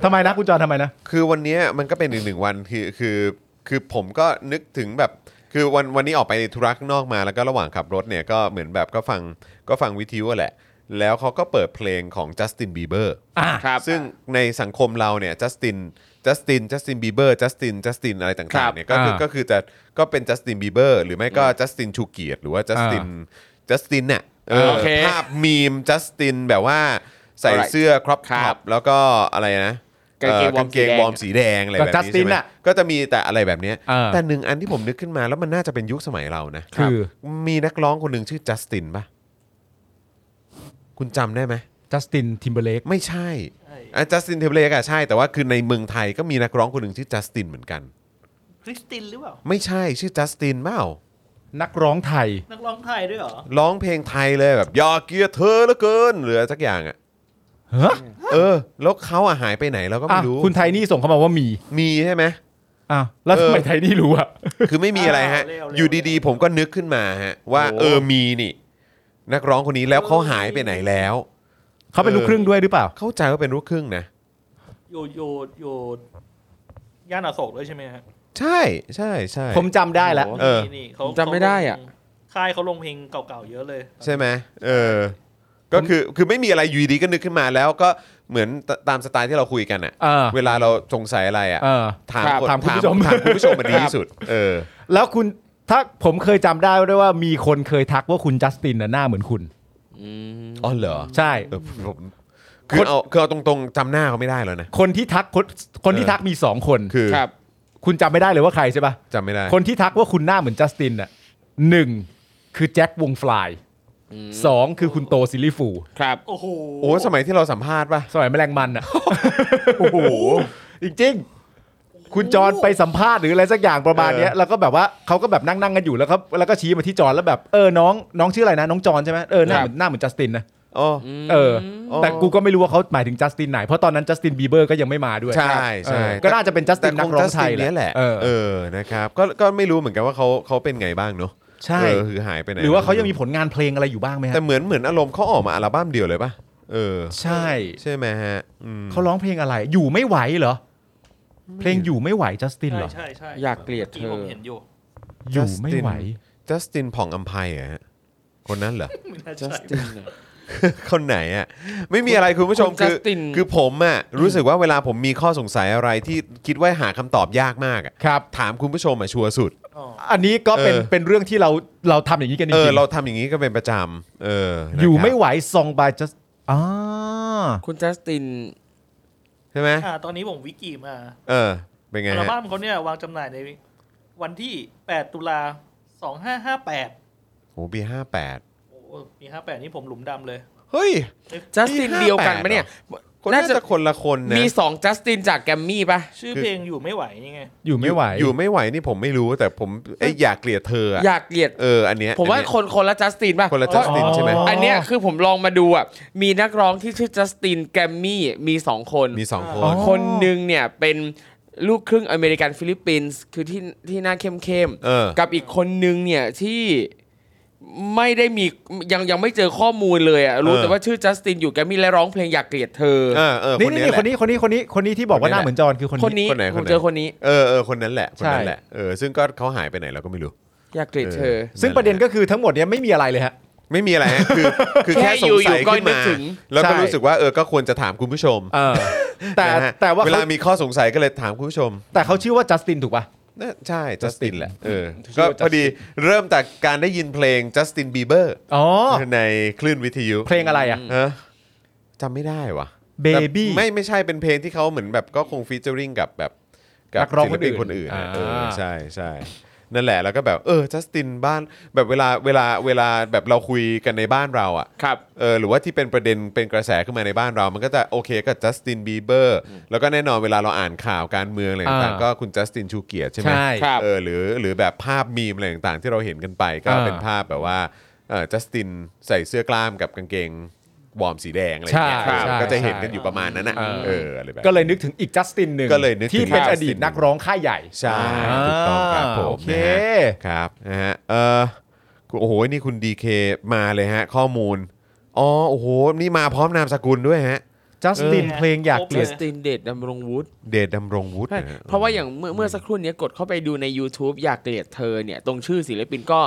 S3: ทำไมนะคุณจอนทำไมนะ
S2: คือวันเนี้ยมันก็เป็นอีกหนึ่งวันคือคือคือผมก็นึกถึงแบบ คือวันวันนี้ออกไปธุระข้างนอกมาแล้วก็ระหว่างขับรถเนี่ยก็เหมือนแบบก็ฟังก็ฟังวิทยุอะแหละ แล้วเขาก็เปิดเพลงของจัสตินบีเบอร์
S1: ครับ
S2: ซึ่งในสังคมเราเนี่ยจัสตินจัสตินจัสตินบีเบอร์จัสตินจัสตินอะไร
S1: ครั
S2: ต่าง
S1: บ
S2: ๆเนี่ยก็คือ
S3: อ่า
S2: ก็คือจะก็เป็นจัสตินบีเบอร์หรือไม่ก็จัสตินชูเกียรติหรือว่าจัสตินจัสตินเนี่ยเออ
S1: โอเค
S2: ภาพมีมจัสตินแบบว่าใส่
S1: Alright
S2: เสื้อครอป
S1: ครั
S2: ท็อป
S1: บ
S2: แล้วก็อะไรนะ
S1: กางเกงวอร์มสีแดง
S2: เกวอร์ม สีแดงอะไรแบบ
S3: ก็จัส
S2: นี้
S3: ติ
S2: ใช่
S3: น
S2: ไหม
S3: น่ะ
S2: ก็จะมีแต่อะไรแบบเนี้ย
S3: เออ
S2: แต่หนึ่งอันที่ผมนึกขึ้นมาแล้วมันน่าจะเป็นยุคสมัยเรานะ
S3: คือ
S2: มีนักร้องคนหนึ่งชื่อจัสตินปะคุณจำได้ไหม
S3: จัสตินทิมเบเลก
S2: ไม่ใช่
S4: ใช่
S2: อ่ะจัสตินเทเบเลกอะใช่ แต่ว่าคือในเมืองไทยก็มีนักร้องคนหนึ่งชื่อจัสตินเหมือนกัน
S4: คริสตินหรือเปล่า
S2: ไม่ใช่ชื่อจัสตินเปล่า
S3: นักร้องไทย
S4: นักร้องไทยด้วยเหรอ
S2: ร้องเพลงไทยเลยแบบอยากเกลียดเธอเหลือเกินหรืออะไรสักอย่างอะ
S3: ฮะ
S2: เออ แล้วเขาอะหายไปไหนเราก็
S3: อ่ะ
S2: ไม่รู้
S3: คุณไทยนี่ส่งเข้ามาว่ามี
S2: มีใช่ไหม
S3: อ้าวแล้วทำไมไทยนี่รู้อะ
S2: คือไม่มีอะไรฮะ
S4: เอาเร็วๆ
S2: อยู่ดีๆ ผมก็นึกขึ้นมาฮะ ว่า
S3: โอ้
S2: เออมีนี่ นักร้องคนนี้แล้วเขาหายไปไหนแล้ว
S3: เขาเป็นลูกครึ่งด้วยหรือเปล่า
S2: เข้าใจว่าเป็นลูกครึ่งนะ
S4: อยู่อยู่อยู่ย่านอโศกด้วยใช่ไหมฮะ
S2: ใช่ใช่ใช่
S3: ผมจำได้แล้ว
S2: เออ
S4: นี่นี่
S1: ผ
S4: เขา
S1: มจำไม่ได้อะ
S4: เขาลงค่ายเขาลงเพลงเก่าๆเยอะเลย
S2: ใช่ไหมเออ ก็คือคือไม่มีอะไรอยู่ดีก็นึกขึ้นมาแล้วก็เหมือนตตามสไตล์ที่เราคุยกันอะ
S3: เออ
S2: เวลาเราสงสัยอะไรอะ
S3: เออ
S2: ถาม
S1: ครับ
S2: น
S3: ถามคุณผู้ชม
S2: ถามคุณผู้ชมมันดีที่สุด เออ
S3: แล้วคุณถ้าผมเคยจำได้ด้วยว่ามีคนเคยทักว่าคุณจัสตินน่ะหน้าเหมือนคุณ
S2: อ๋อเหรอ
S3: ใช่
S2: เออผมคือเอาคือเอาตรงๆจำหน้าเขาไม่ได้แล้วนะ
S3: คนที่ทักคนคนที่ทักมีสองคน
S2: คือ
S1: ครับ
S3: คุณจำไม่ได้เลยว่าใครใช่ปะ
S2: จำไม่ได้
S3: คนที่ทักว่าคุณหน้าเหมือนจัสตินน่ะหนึ่งคือแจ็ควงฟลายสองคือคุณโตซิลลี่ฟูล
S1: ครับ
S4: โอ้โห
S2: โอ้สมัยที่เราสัมภาษณ์ป่ะ
S3: สมัยแมลงมันอ่ะ
S2: โอ้โห
S3: จริงๆคุณจอนไปสัมภาษณ์หรืออะไรสักอย่างประมาณเนี้ย
S2: เออ
S3: แล้วก็แบบว่าเขาก็แบบนั่งนั่งๆกันอยู่แล้วก็แล้วก็ชี้มาที่จอนแล้วแบบเออน้องน้องชื่ออะไรนะน้องจอนใช่ไหมเออหน้า
S1: ครับ
S3: เหมือนหน้าเหมือนจัสตินนะ
S2: อ๋อ
S3: เออ
S2: อ๋อ
S3: แต่กูก็ไม่รู้ว่าเขาหมายถึงจัสตินไหน เพราะตอนนั้นจัสตินบีเบอร์ก็ยังไม่มาด้วย
S2: ใช่ใช่
S3: เออก็น่าจะเป็นจัสตินนักร้องไทย
S2: เนี้ยแหละ
S3: เออ
S2: เออนะครับก็ก็ไม่รู้เหมือนกันว่าเขาเขาเป็นไงบ้างเนอะ
S3: ใช่
S2: เออคือหายไปไหน
S3: หรือว่าเขายังมีผลงานเพลงอะไรอยู่บ้างไหมฮะ
S2: แต่เหมือนเหมือนอารมณ์เขาออกมาอัลบั้มเดียวเลยป่ะเออ
S3: ใช่
S2: ใช่ไหมฮะอืม
S3: เขาร้องเพลงอะไร อยู่ไม่ไหวเหรอ เพลงอยู่ไม่ไหวจัสตินเหรอ
S4: ใช่ใช่
S1: อยากเกลียดเธ
S4: ที่
S1: อ
S4: ผมเห็นอยู่
S3: อยู่ไม่ไหว
S2: จัสตินผ่องอัมไพอะฮะคนนั้นเหรอ
S4: ไม่น่า
S1: จั
S4: ใช่
S1: สติน
S2: คนไหนอะไม่มีอะไรคุณผู้ชม
S1: คุณ
S2: คือ
S1: Justin
S2: คือผมอะรู้สึกว่าเวลาผมมีข้อสงสัยอะไรที่คิดว่าหาคำตอบยากมากอะ
S3: ครับ
S2: ถามคุณผู้ชมอะชัวร์สุด
S4: อ๋อ
S3: อันนี้ก็เป็น
S2: เออ
S3: เป็นเรื่องที่เราเราทำอย่างนี้กันจ
S2: เออ
S3: ริง
S2: เราทำอย่างนี้ก็เป็นประจำเออนะ
S3: ๆ
S2: ครับ
S3: อยู่ไม่ไหวซองบายจัสอ่า
S1: คุณจัสติน
S2: ใช่ไหม
S4: อ่าตอนนี้ผมวิกิมา
S2: เออเป็นไง
S4: อัล
S2: ฮะ
S4: บั้มเขาเนี่ยวางจำหน่ายในวันที่ 8 ตุลา 2558
S2: โหปีห้าแปด
S4: โอ้โหปี58นี่ผมหลุมดำเลย
S2: เฮ้ย
S1: จัสติน
S2: นี่
S1: เดียวกันไหม
S2: 58
S1: เนี่ย
S2: คน
S1: น่า
S2: น่า
S1: จะ
S2: จะคนละคนนะ
S1: มีสองจัสตินจากแกรมมี่ปะ
S4: ชื่อเพลงอยู่ไม่ไหวนี่ไง
S3: อยู่ไม่ไหว
S2: อยู่ไม่ไหวนี่ผมไม่รู้แต่ผมเอยอยากเกลียดเธออะ
S1: อยากเกลียด
S2: เอออันเนี้ย
S1: ผมว่า
S2: อัน
S1: ค
S2: เนี้ย
S1: นคนละจัสตินปะ
S2: คนละ
S1: เพ
S2: จั
S1: ราะ
S2: สติน
S3: อ๋อ
S2: ใช่ไหม
S1: อันเนี้ยคือผมลองมาดูอ่ะ มีนักร้องที่ชื่อจัสตินแกรมมี่มีสองคน
S2: มีสองค
S3: อ๋
S2: น
S3: อ
S1: คนหนึ่งเนี่ยเป็นลูกครึ่งอเมริกันฟิลิปปินส์คือที่ที่หน้าเข้มเข้มๆ
S2: เออ
S1: กับอีกคนหนึ่งเนี่ยที่ไม่ได้มียังยังไม่เจอข้อมูลเลยอ่ะรู้
S2: เออ
S1: แต่ว่าชื่อจัสตินอยู่แกรมมี่และร้องเพลงอยากเกลียดเธอ
S2: เออเออ
S3: นี่
S2: คนเนี้ย
S3: นี่นี่
S2: แห
S3: คน
S2: ละ
S3: นี้คนนี้คนนี้คนนี้ที่บอก
S2: ค
S3: ว่า
S2: น
S3: ห
S2: นี้แหละ
S3: น้าเหมือนจอนคือคน
S1: คน
S3: นี้
S1: นี้
S2: คนไหน
S1: ผ
S2: ค
S1: ม
S2: นไหน
S1: เจอคนนี้
S2: เออเออคนนั้นแหละคนนั้
S3: ใช่
S2: นแหละเออซึ่งก็เขาหายไปไหนเราก็ไม่รู้
S1: อยากเกลียดเธอ
S3: ซึ่งประเด็นก็คือทั้งหมดเนี้ยไม่มีอะไรเลยฮะ
S2: ไม่มีอะไร ฮะคือคือแค่
S1: แค่
S2: ส
S1: อยู่
S2: งสัย
S1: อยู่ก็
S2: ขึ้น
S1: นึ
S2: มาก
S1: ถึง
S2: แล้วก็
S3: ใช่
S2: รู้สึกว่าเออก็ควรจะถามคุณผู้ชม
S3: เออแต่
S2: นะฮะ
S3: แต่ว่า
S2: เวลา
S3: เขา
S2: มีข้อสงสัยก็เลยถามคุณผู้ชม
S3: แต่เขาชื่อว่าจัสตินถูกป่ะ
S2: น่าใช่จัสตินแหละเอ อ
S1: ชื่
S2: ก็
S1: อว่า Justin
S2: พอดีเริ่มจากการได้ยินเพลงจัสตินบีเบอร์
S3: อ๋อ
S2: ในคลื่นวิทยุ
S3: เพลงอะไรอ่ะ
S2: ฮะจำไม่ได้ว่ะ
S3: Baby
S2: แต่ไม่ไม่ใช่เป็นเพลงที่เขาเหมือนแบบก็คงฟีเจอริงกับแบบ
S3: นักร้องคน
S2: ศิ
S3: อื่น
S2: ลปิคนอื่นอะเออ
S3: อ่า
S2: ใช่ใช่นั่นแหละแล้วก็แบบเออจัสตินบ้านแบบเวลาเวลาเวลาแบบเราคุยกันในบ้านเราอ่ะ
S1: ครับ
S2: เออหรือว่าที่เป็นประเด็นเป็นกระแสขึ้นมาในบ้านเรา มันก็จะโอเคก็จัสตินบีเบอร์แล้วก็แน่นอนเวลาเราอ่านข่าวการเมืองอะไรต่าง
S3: อ่า
S2: ๆก็คุณจัสตินชูเกียรติใช่ไหม
S3: ใช่
S1: ครับ
S2: เออหรือหรือแบบภาพมีมอะไรต่างๆ ที่เราเห็นกันไปก็
S3: อ่า
S2: เป็นภาพแบบว่าเออจัสตินใส่เสื้อกล้ามกับกางเกงวอร์มสีแดงอะไรอย่างเงี้ยค
S3: ใช่
S2: รับ
S3: ใช่
S2: ก็จะเห็น
S3: ใช่
S2: กันอยู่ประมาณนั้นนะ
S3: เออ
S2: เอออะไรแบบ
S3: ก็เลยนึกถึงอีกจัสตินหนึ่ง
S2: ก็เลยนึกถึง
S3: ที่เป็น
S2: จัสติ
S3: อน ดีตนักร้องค่ายใหญ่
S2: ใช่ถูกต้องครับผม
S3: โอเค
S2: นะฮะครับนะฮะเออคุณโอ้โหนี่คุณดีเคมาเลยฮะ ข้อมูลอ๋อโอ้โหนี่มาพร้อมนามสกุลด้วยฮะ
S3: จัสติน
S4: เออ
S3: เพลงอยากเกลีย
S1: จั
S3: ด
S1: สตินเดชดำรงวุฒิ
S2: เดชดำรงวุฒิ
S1: ใช่
S2: นฮ
S1: เพราะว่าอย่างเมื่อเมื่อสักครู่เนี้ยกดเข้าไปดูใน YouTube อยากเกลียดเธอเนี่ย ตรงชื่อศิลปินก็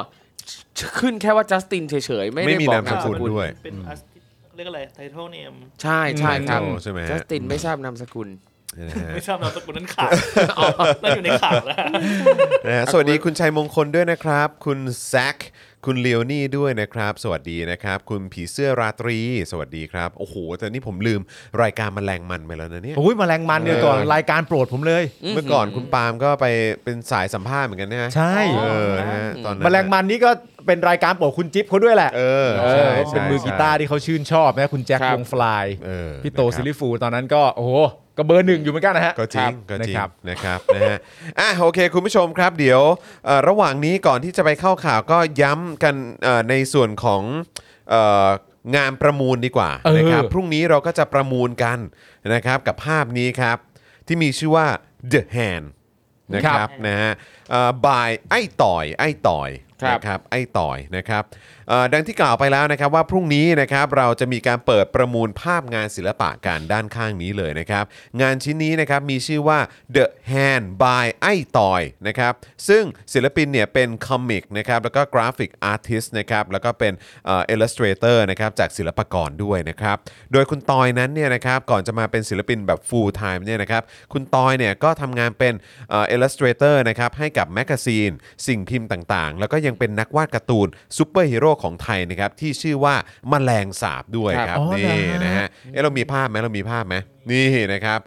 S1: ขึ้นแค่ว่าจัสตินเฉยๆ ไม่
S2: ไม่
S1: ได้
S2: มี
S1: บอก
S2: นามสกุล
S4: นามสกุล
S2: ด้วย
S4: เป็นอาร์ติสเรียกอะไรไททอลเนม
S1: ใช่ใช่ครับ
S2: โอ้ใช่ไหม
S1: จั
S2: ฮะ
S1: สตินไม่ทราบนามสกุล
S2: นะฮะ
S4: ไม่ทราบนามสกุลนั้น ขาดนั่นอยู่ในข่าวแล้ว
S2: นะฮะสวัสดีคุณชัยมงคลด้วยนะครับ คุณแซคคุณเลโอนี่ด้วยนะครับ สวัสดีนะครับ คุณผีเสื้อราตรี สวัสดีครับ โอ้โหแต่นี่ผมลืมรายการแมลงมันไปแล้วนะเนี่ย
S3: โอ้ยแมลงมันเนี่ย
S2: เออ
S3: ก่อนรายการโปรดผมเลย
S2: เมื่อก่อนคุณปาล์มก็ไปเป็นสายสัมภาษณ์เหมือนกันนะฮะ
S3: ใช่
S2: เออนะฮะตอนนั้น
S3: แมลงมันนี่ก็เป็นรายการโปรดคุณจิ๊บเขาด้วยแหละ
S2: เออ
S3: เออ
S2: ใช่
S3: เป็น
S2: ใช่
S3: มือกีตาร์ที่เขาชื่นชอบนะคุณแจ็ค
S1: ครับ
S3: วงฟลาย
S2: เออ
S3: พี่โต
S2: นะครับ
S3: ซิลลิฟูลตอนนั้นก็โอ้โหก็เบอร์หนึ่งอยู่เหมือนกันนะฮะ
S2: ก็จริ
S3: ค
S2: ง
S3: บ
S2: ก็จริง
S3: นะครับ
S2: นะครับ นะฮะอ่ะโอเค คุณผู้ชมครับเดี๋ยวเอ่อระหว่างนี้ก่อนที่จะไปเข้าข่าวก็ย้ำกันเอ่อในส่วนของเอ่องานประมูลดีกว่า
S3: เออ
S2: นะครับพรุ่งนี้เราก็จะประมูลกันนะครับกับภาพนี้ครับ ที่มีชื่อว่า The Hand นะค
S3: ครั
S2: รับบ นะฮะเอ่อบ่ายไอ้ต่อยไอ้ต่อย
S1: ครับ
S2: นะครับไอ้ต่อยนะครับเอ่อดังที่กล่าวไปแล้วนะครับว่าพรุ่งนี้นะครับเราจะมีการเปิดประมูลภาพงานศิลปะการด้านข้างนี้เลยนะครับงานชิ้นนี้นะครับมีชื่อว่า The Hand by ไอ้ต่อยนะครับซึ่งศิลปินเนี่ยเป็นคอมิกนะครับแล้วก็กราฟิกอาร์ติสนะครับแล้วก็เป็นเอ่อ illustrator นะครับจากศิลปากรด้วยนะครับโดยคุณตอยนั้นเนี่ยนะครับก่อนจะมาเป็นศิลปินแบบ full time เนี่ยนะครับคุณตอยเนี่ยก็ทำงานเป็น เอ่อ illustrator นะครับให้กับแมกกาซีน สิ่งพิมพ์ต่างๆ แล้วก็ยังเป็นนักวาดการ์ตูนซูเปอร์ฮีโร่ของไทยนะครับที่ชื่อว่าแมลงสาบด้วย
S1: ครับ
S2: ครับ
S3: อ๋อเหรอ
S2: นี่
S3: ฮะ
S2: นะฮะเอะเรามีภาพไหมเรามีภาพไหมนี่นะครับ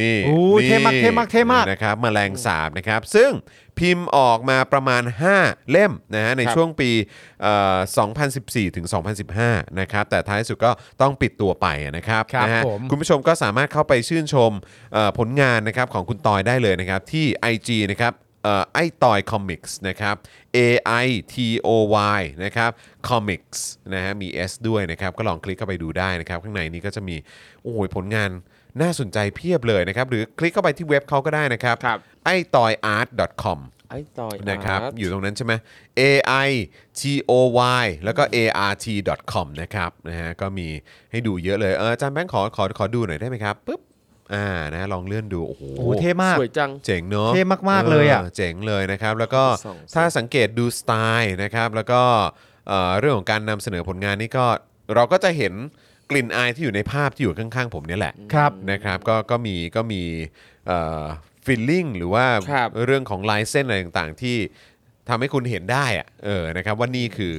S2: นี่
S3: โอ้ย
S2: นี่
S3: เท่มากเท่มากเท่มาก
S2: นะครับแมลงสาบนะครับ ซึ่งพิมพ์ออกมาประมาณ 5 เล่มนะฮะใน
S1: ครับ
S2: ช่วงปีเอ่อ2014 ถึง 2015 นะครับ แต่ท้ายสุดก็ต้องปิดตัวไปนะครับ
S3: ครับ
S2: นะฮะ
S3: ผม
S2: คุณผู้ชมก็สามารถเข้าไปชื่นชมเอ่อผลงานนะครับของคุณตอยได้เลยนะครับ ที่ IG นะครับเอ่อไอตอยคอมิกส์นะครับ A I T O Y นะครับคอมิกส์นะฮะมี S ด้วยนะครับ ก็ลองคลิกเข้าไปดูได้นะครับ ข้างในนี้ก็จะมีโอ้โหผลงาน น่าสนใจเพียบเลยนะครับ หรือคลิกเข้าไปที่เว็บเขาก็ได้นะครับ
S1: ครับ
S2: ไอตอยอาร์ต com
S1: ไอ้ต่อย
S2: นะครับ
S1: อาต
S2: อยู่ตรงนั้นใช่ไหม a i t o y แล้วก็ a r t com นะครับนะฮะก็มีให้ดูเยอะเลยเอออาจารย์แบงค์ขอขอขอดูหน่อยได้ไหมครับปุ๊บอ่านะลองเลื่อนดู โอ้โห
S3: โอ้เท่มาก
S1: สวยจัง
S2: เจ๋งเนอะ
S3: เท่มากๆเลยอะ
S2: เจ๋งเลยนะครับ แล้วก็
S1: สอง
S2: ถ้าสังเกตดูสไตล์นะครับ แล้วก็เอ่อเรื่องของการนำเสนอผลงานนี่ก็เราก็จะเห็นกลิ่นอายที่อยู่ในภาพที่อยู่ข้างๆ ผมเนี่ยแหละ
S3: ครับ
S2: นะครับก็ก็มีก็มีฟีลลิ่งหรือว่า
S1: ครับ
S2: เรื่องของลายเส้นอะไรต่างๆ ที่ทำให้คุณเห็นได้อะเออนะครับว่านี่คือ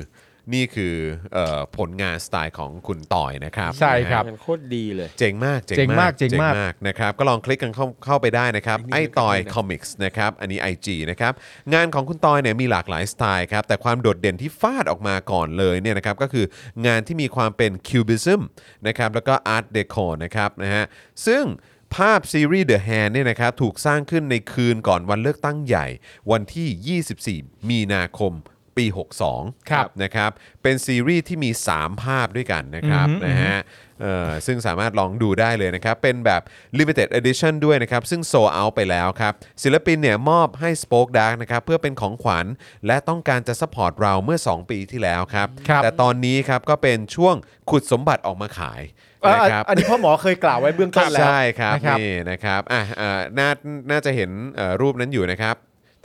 S2: นี่คือเออผลงานสไตล์ของคุณต่อยนะครับ
S3: ใช่ครับ
S2: นะฮะ
S1: ันโคตรดีเลย
S2: เจ๋งมาก
S3: เจ๋งมากเจ๋งมาก
S2: นะครับก็ลองคลิกกันเข้าเข้าไปได้นะครับ
S1: นี่
S2: ไอ้ต่อย
S1: นี่นะ
S2: คอมิกส์นะครับอันนี้ IG นะครับงานของคุณตอยเนี่ยมีหลากหลายสไตล์ครับแต่ความโดดเด่นที่ฟาดออกมาก่อนเลยเนี่ยนะครับก็คืองานที่มีความเป็นคิวบิซึมนะครับแล้วก็อาร์ตเดโคนะครับนะฮะซึ่งภาพซีรีส์ The Hand เนี่ยนะครับถูกสร้างขึ้นในคืนก่อนวันเลือกตั้งใหญ่ วันที่ 24 มีนาคมปี 62
S3: ครับ
S2: นะครับเป็นซีรีส์ที่มี 3 ภาพด้วยกันนะครับ
S3: อือหือ
S2: นะฮะ เอ่อซึ่งสามารถลองดูได้เลยนะครับ เป็นแบบ limited edition ด้วยนะครับ ซึ่งโซเอาไปแล้วครับ ศิลปินเนี่ยมอบให้ Spoke Dark นะครับ เพื่อเป็นของขวัญ และต้องการจะซัพพอร์ตเราเมื่อ 2 ปีที่แล้วครับ
S3: ครับ
S2: แต่ตอนนี้ครับ ก็เป็นช่วงขุดสมบัติออกมาขาย
S3: เอ่อ
S2: นะครับ
S3: อันนี้พ่อหมอเคยกล่าวไว้เบื้องต้นแล้ว
S2: ใช่ครับ
S3: นะครับ
S2: นี่นะครับอ่ะเอ่อน่าน่าจะเห็นเอ่อรูปนั้นอยู่นะครับ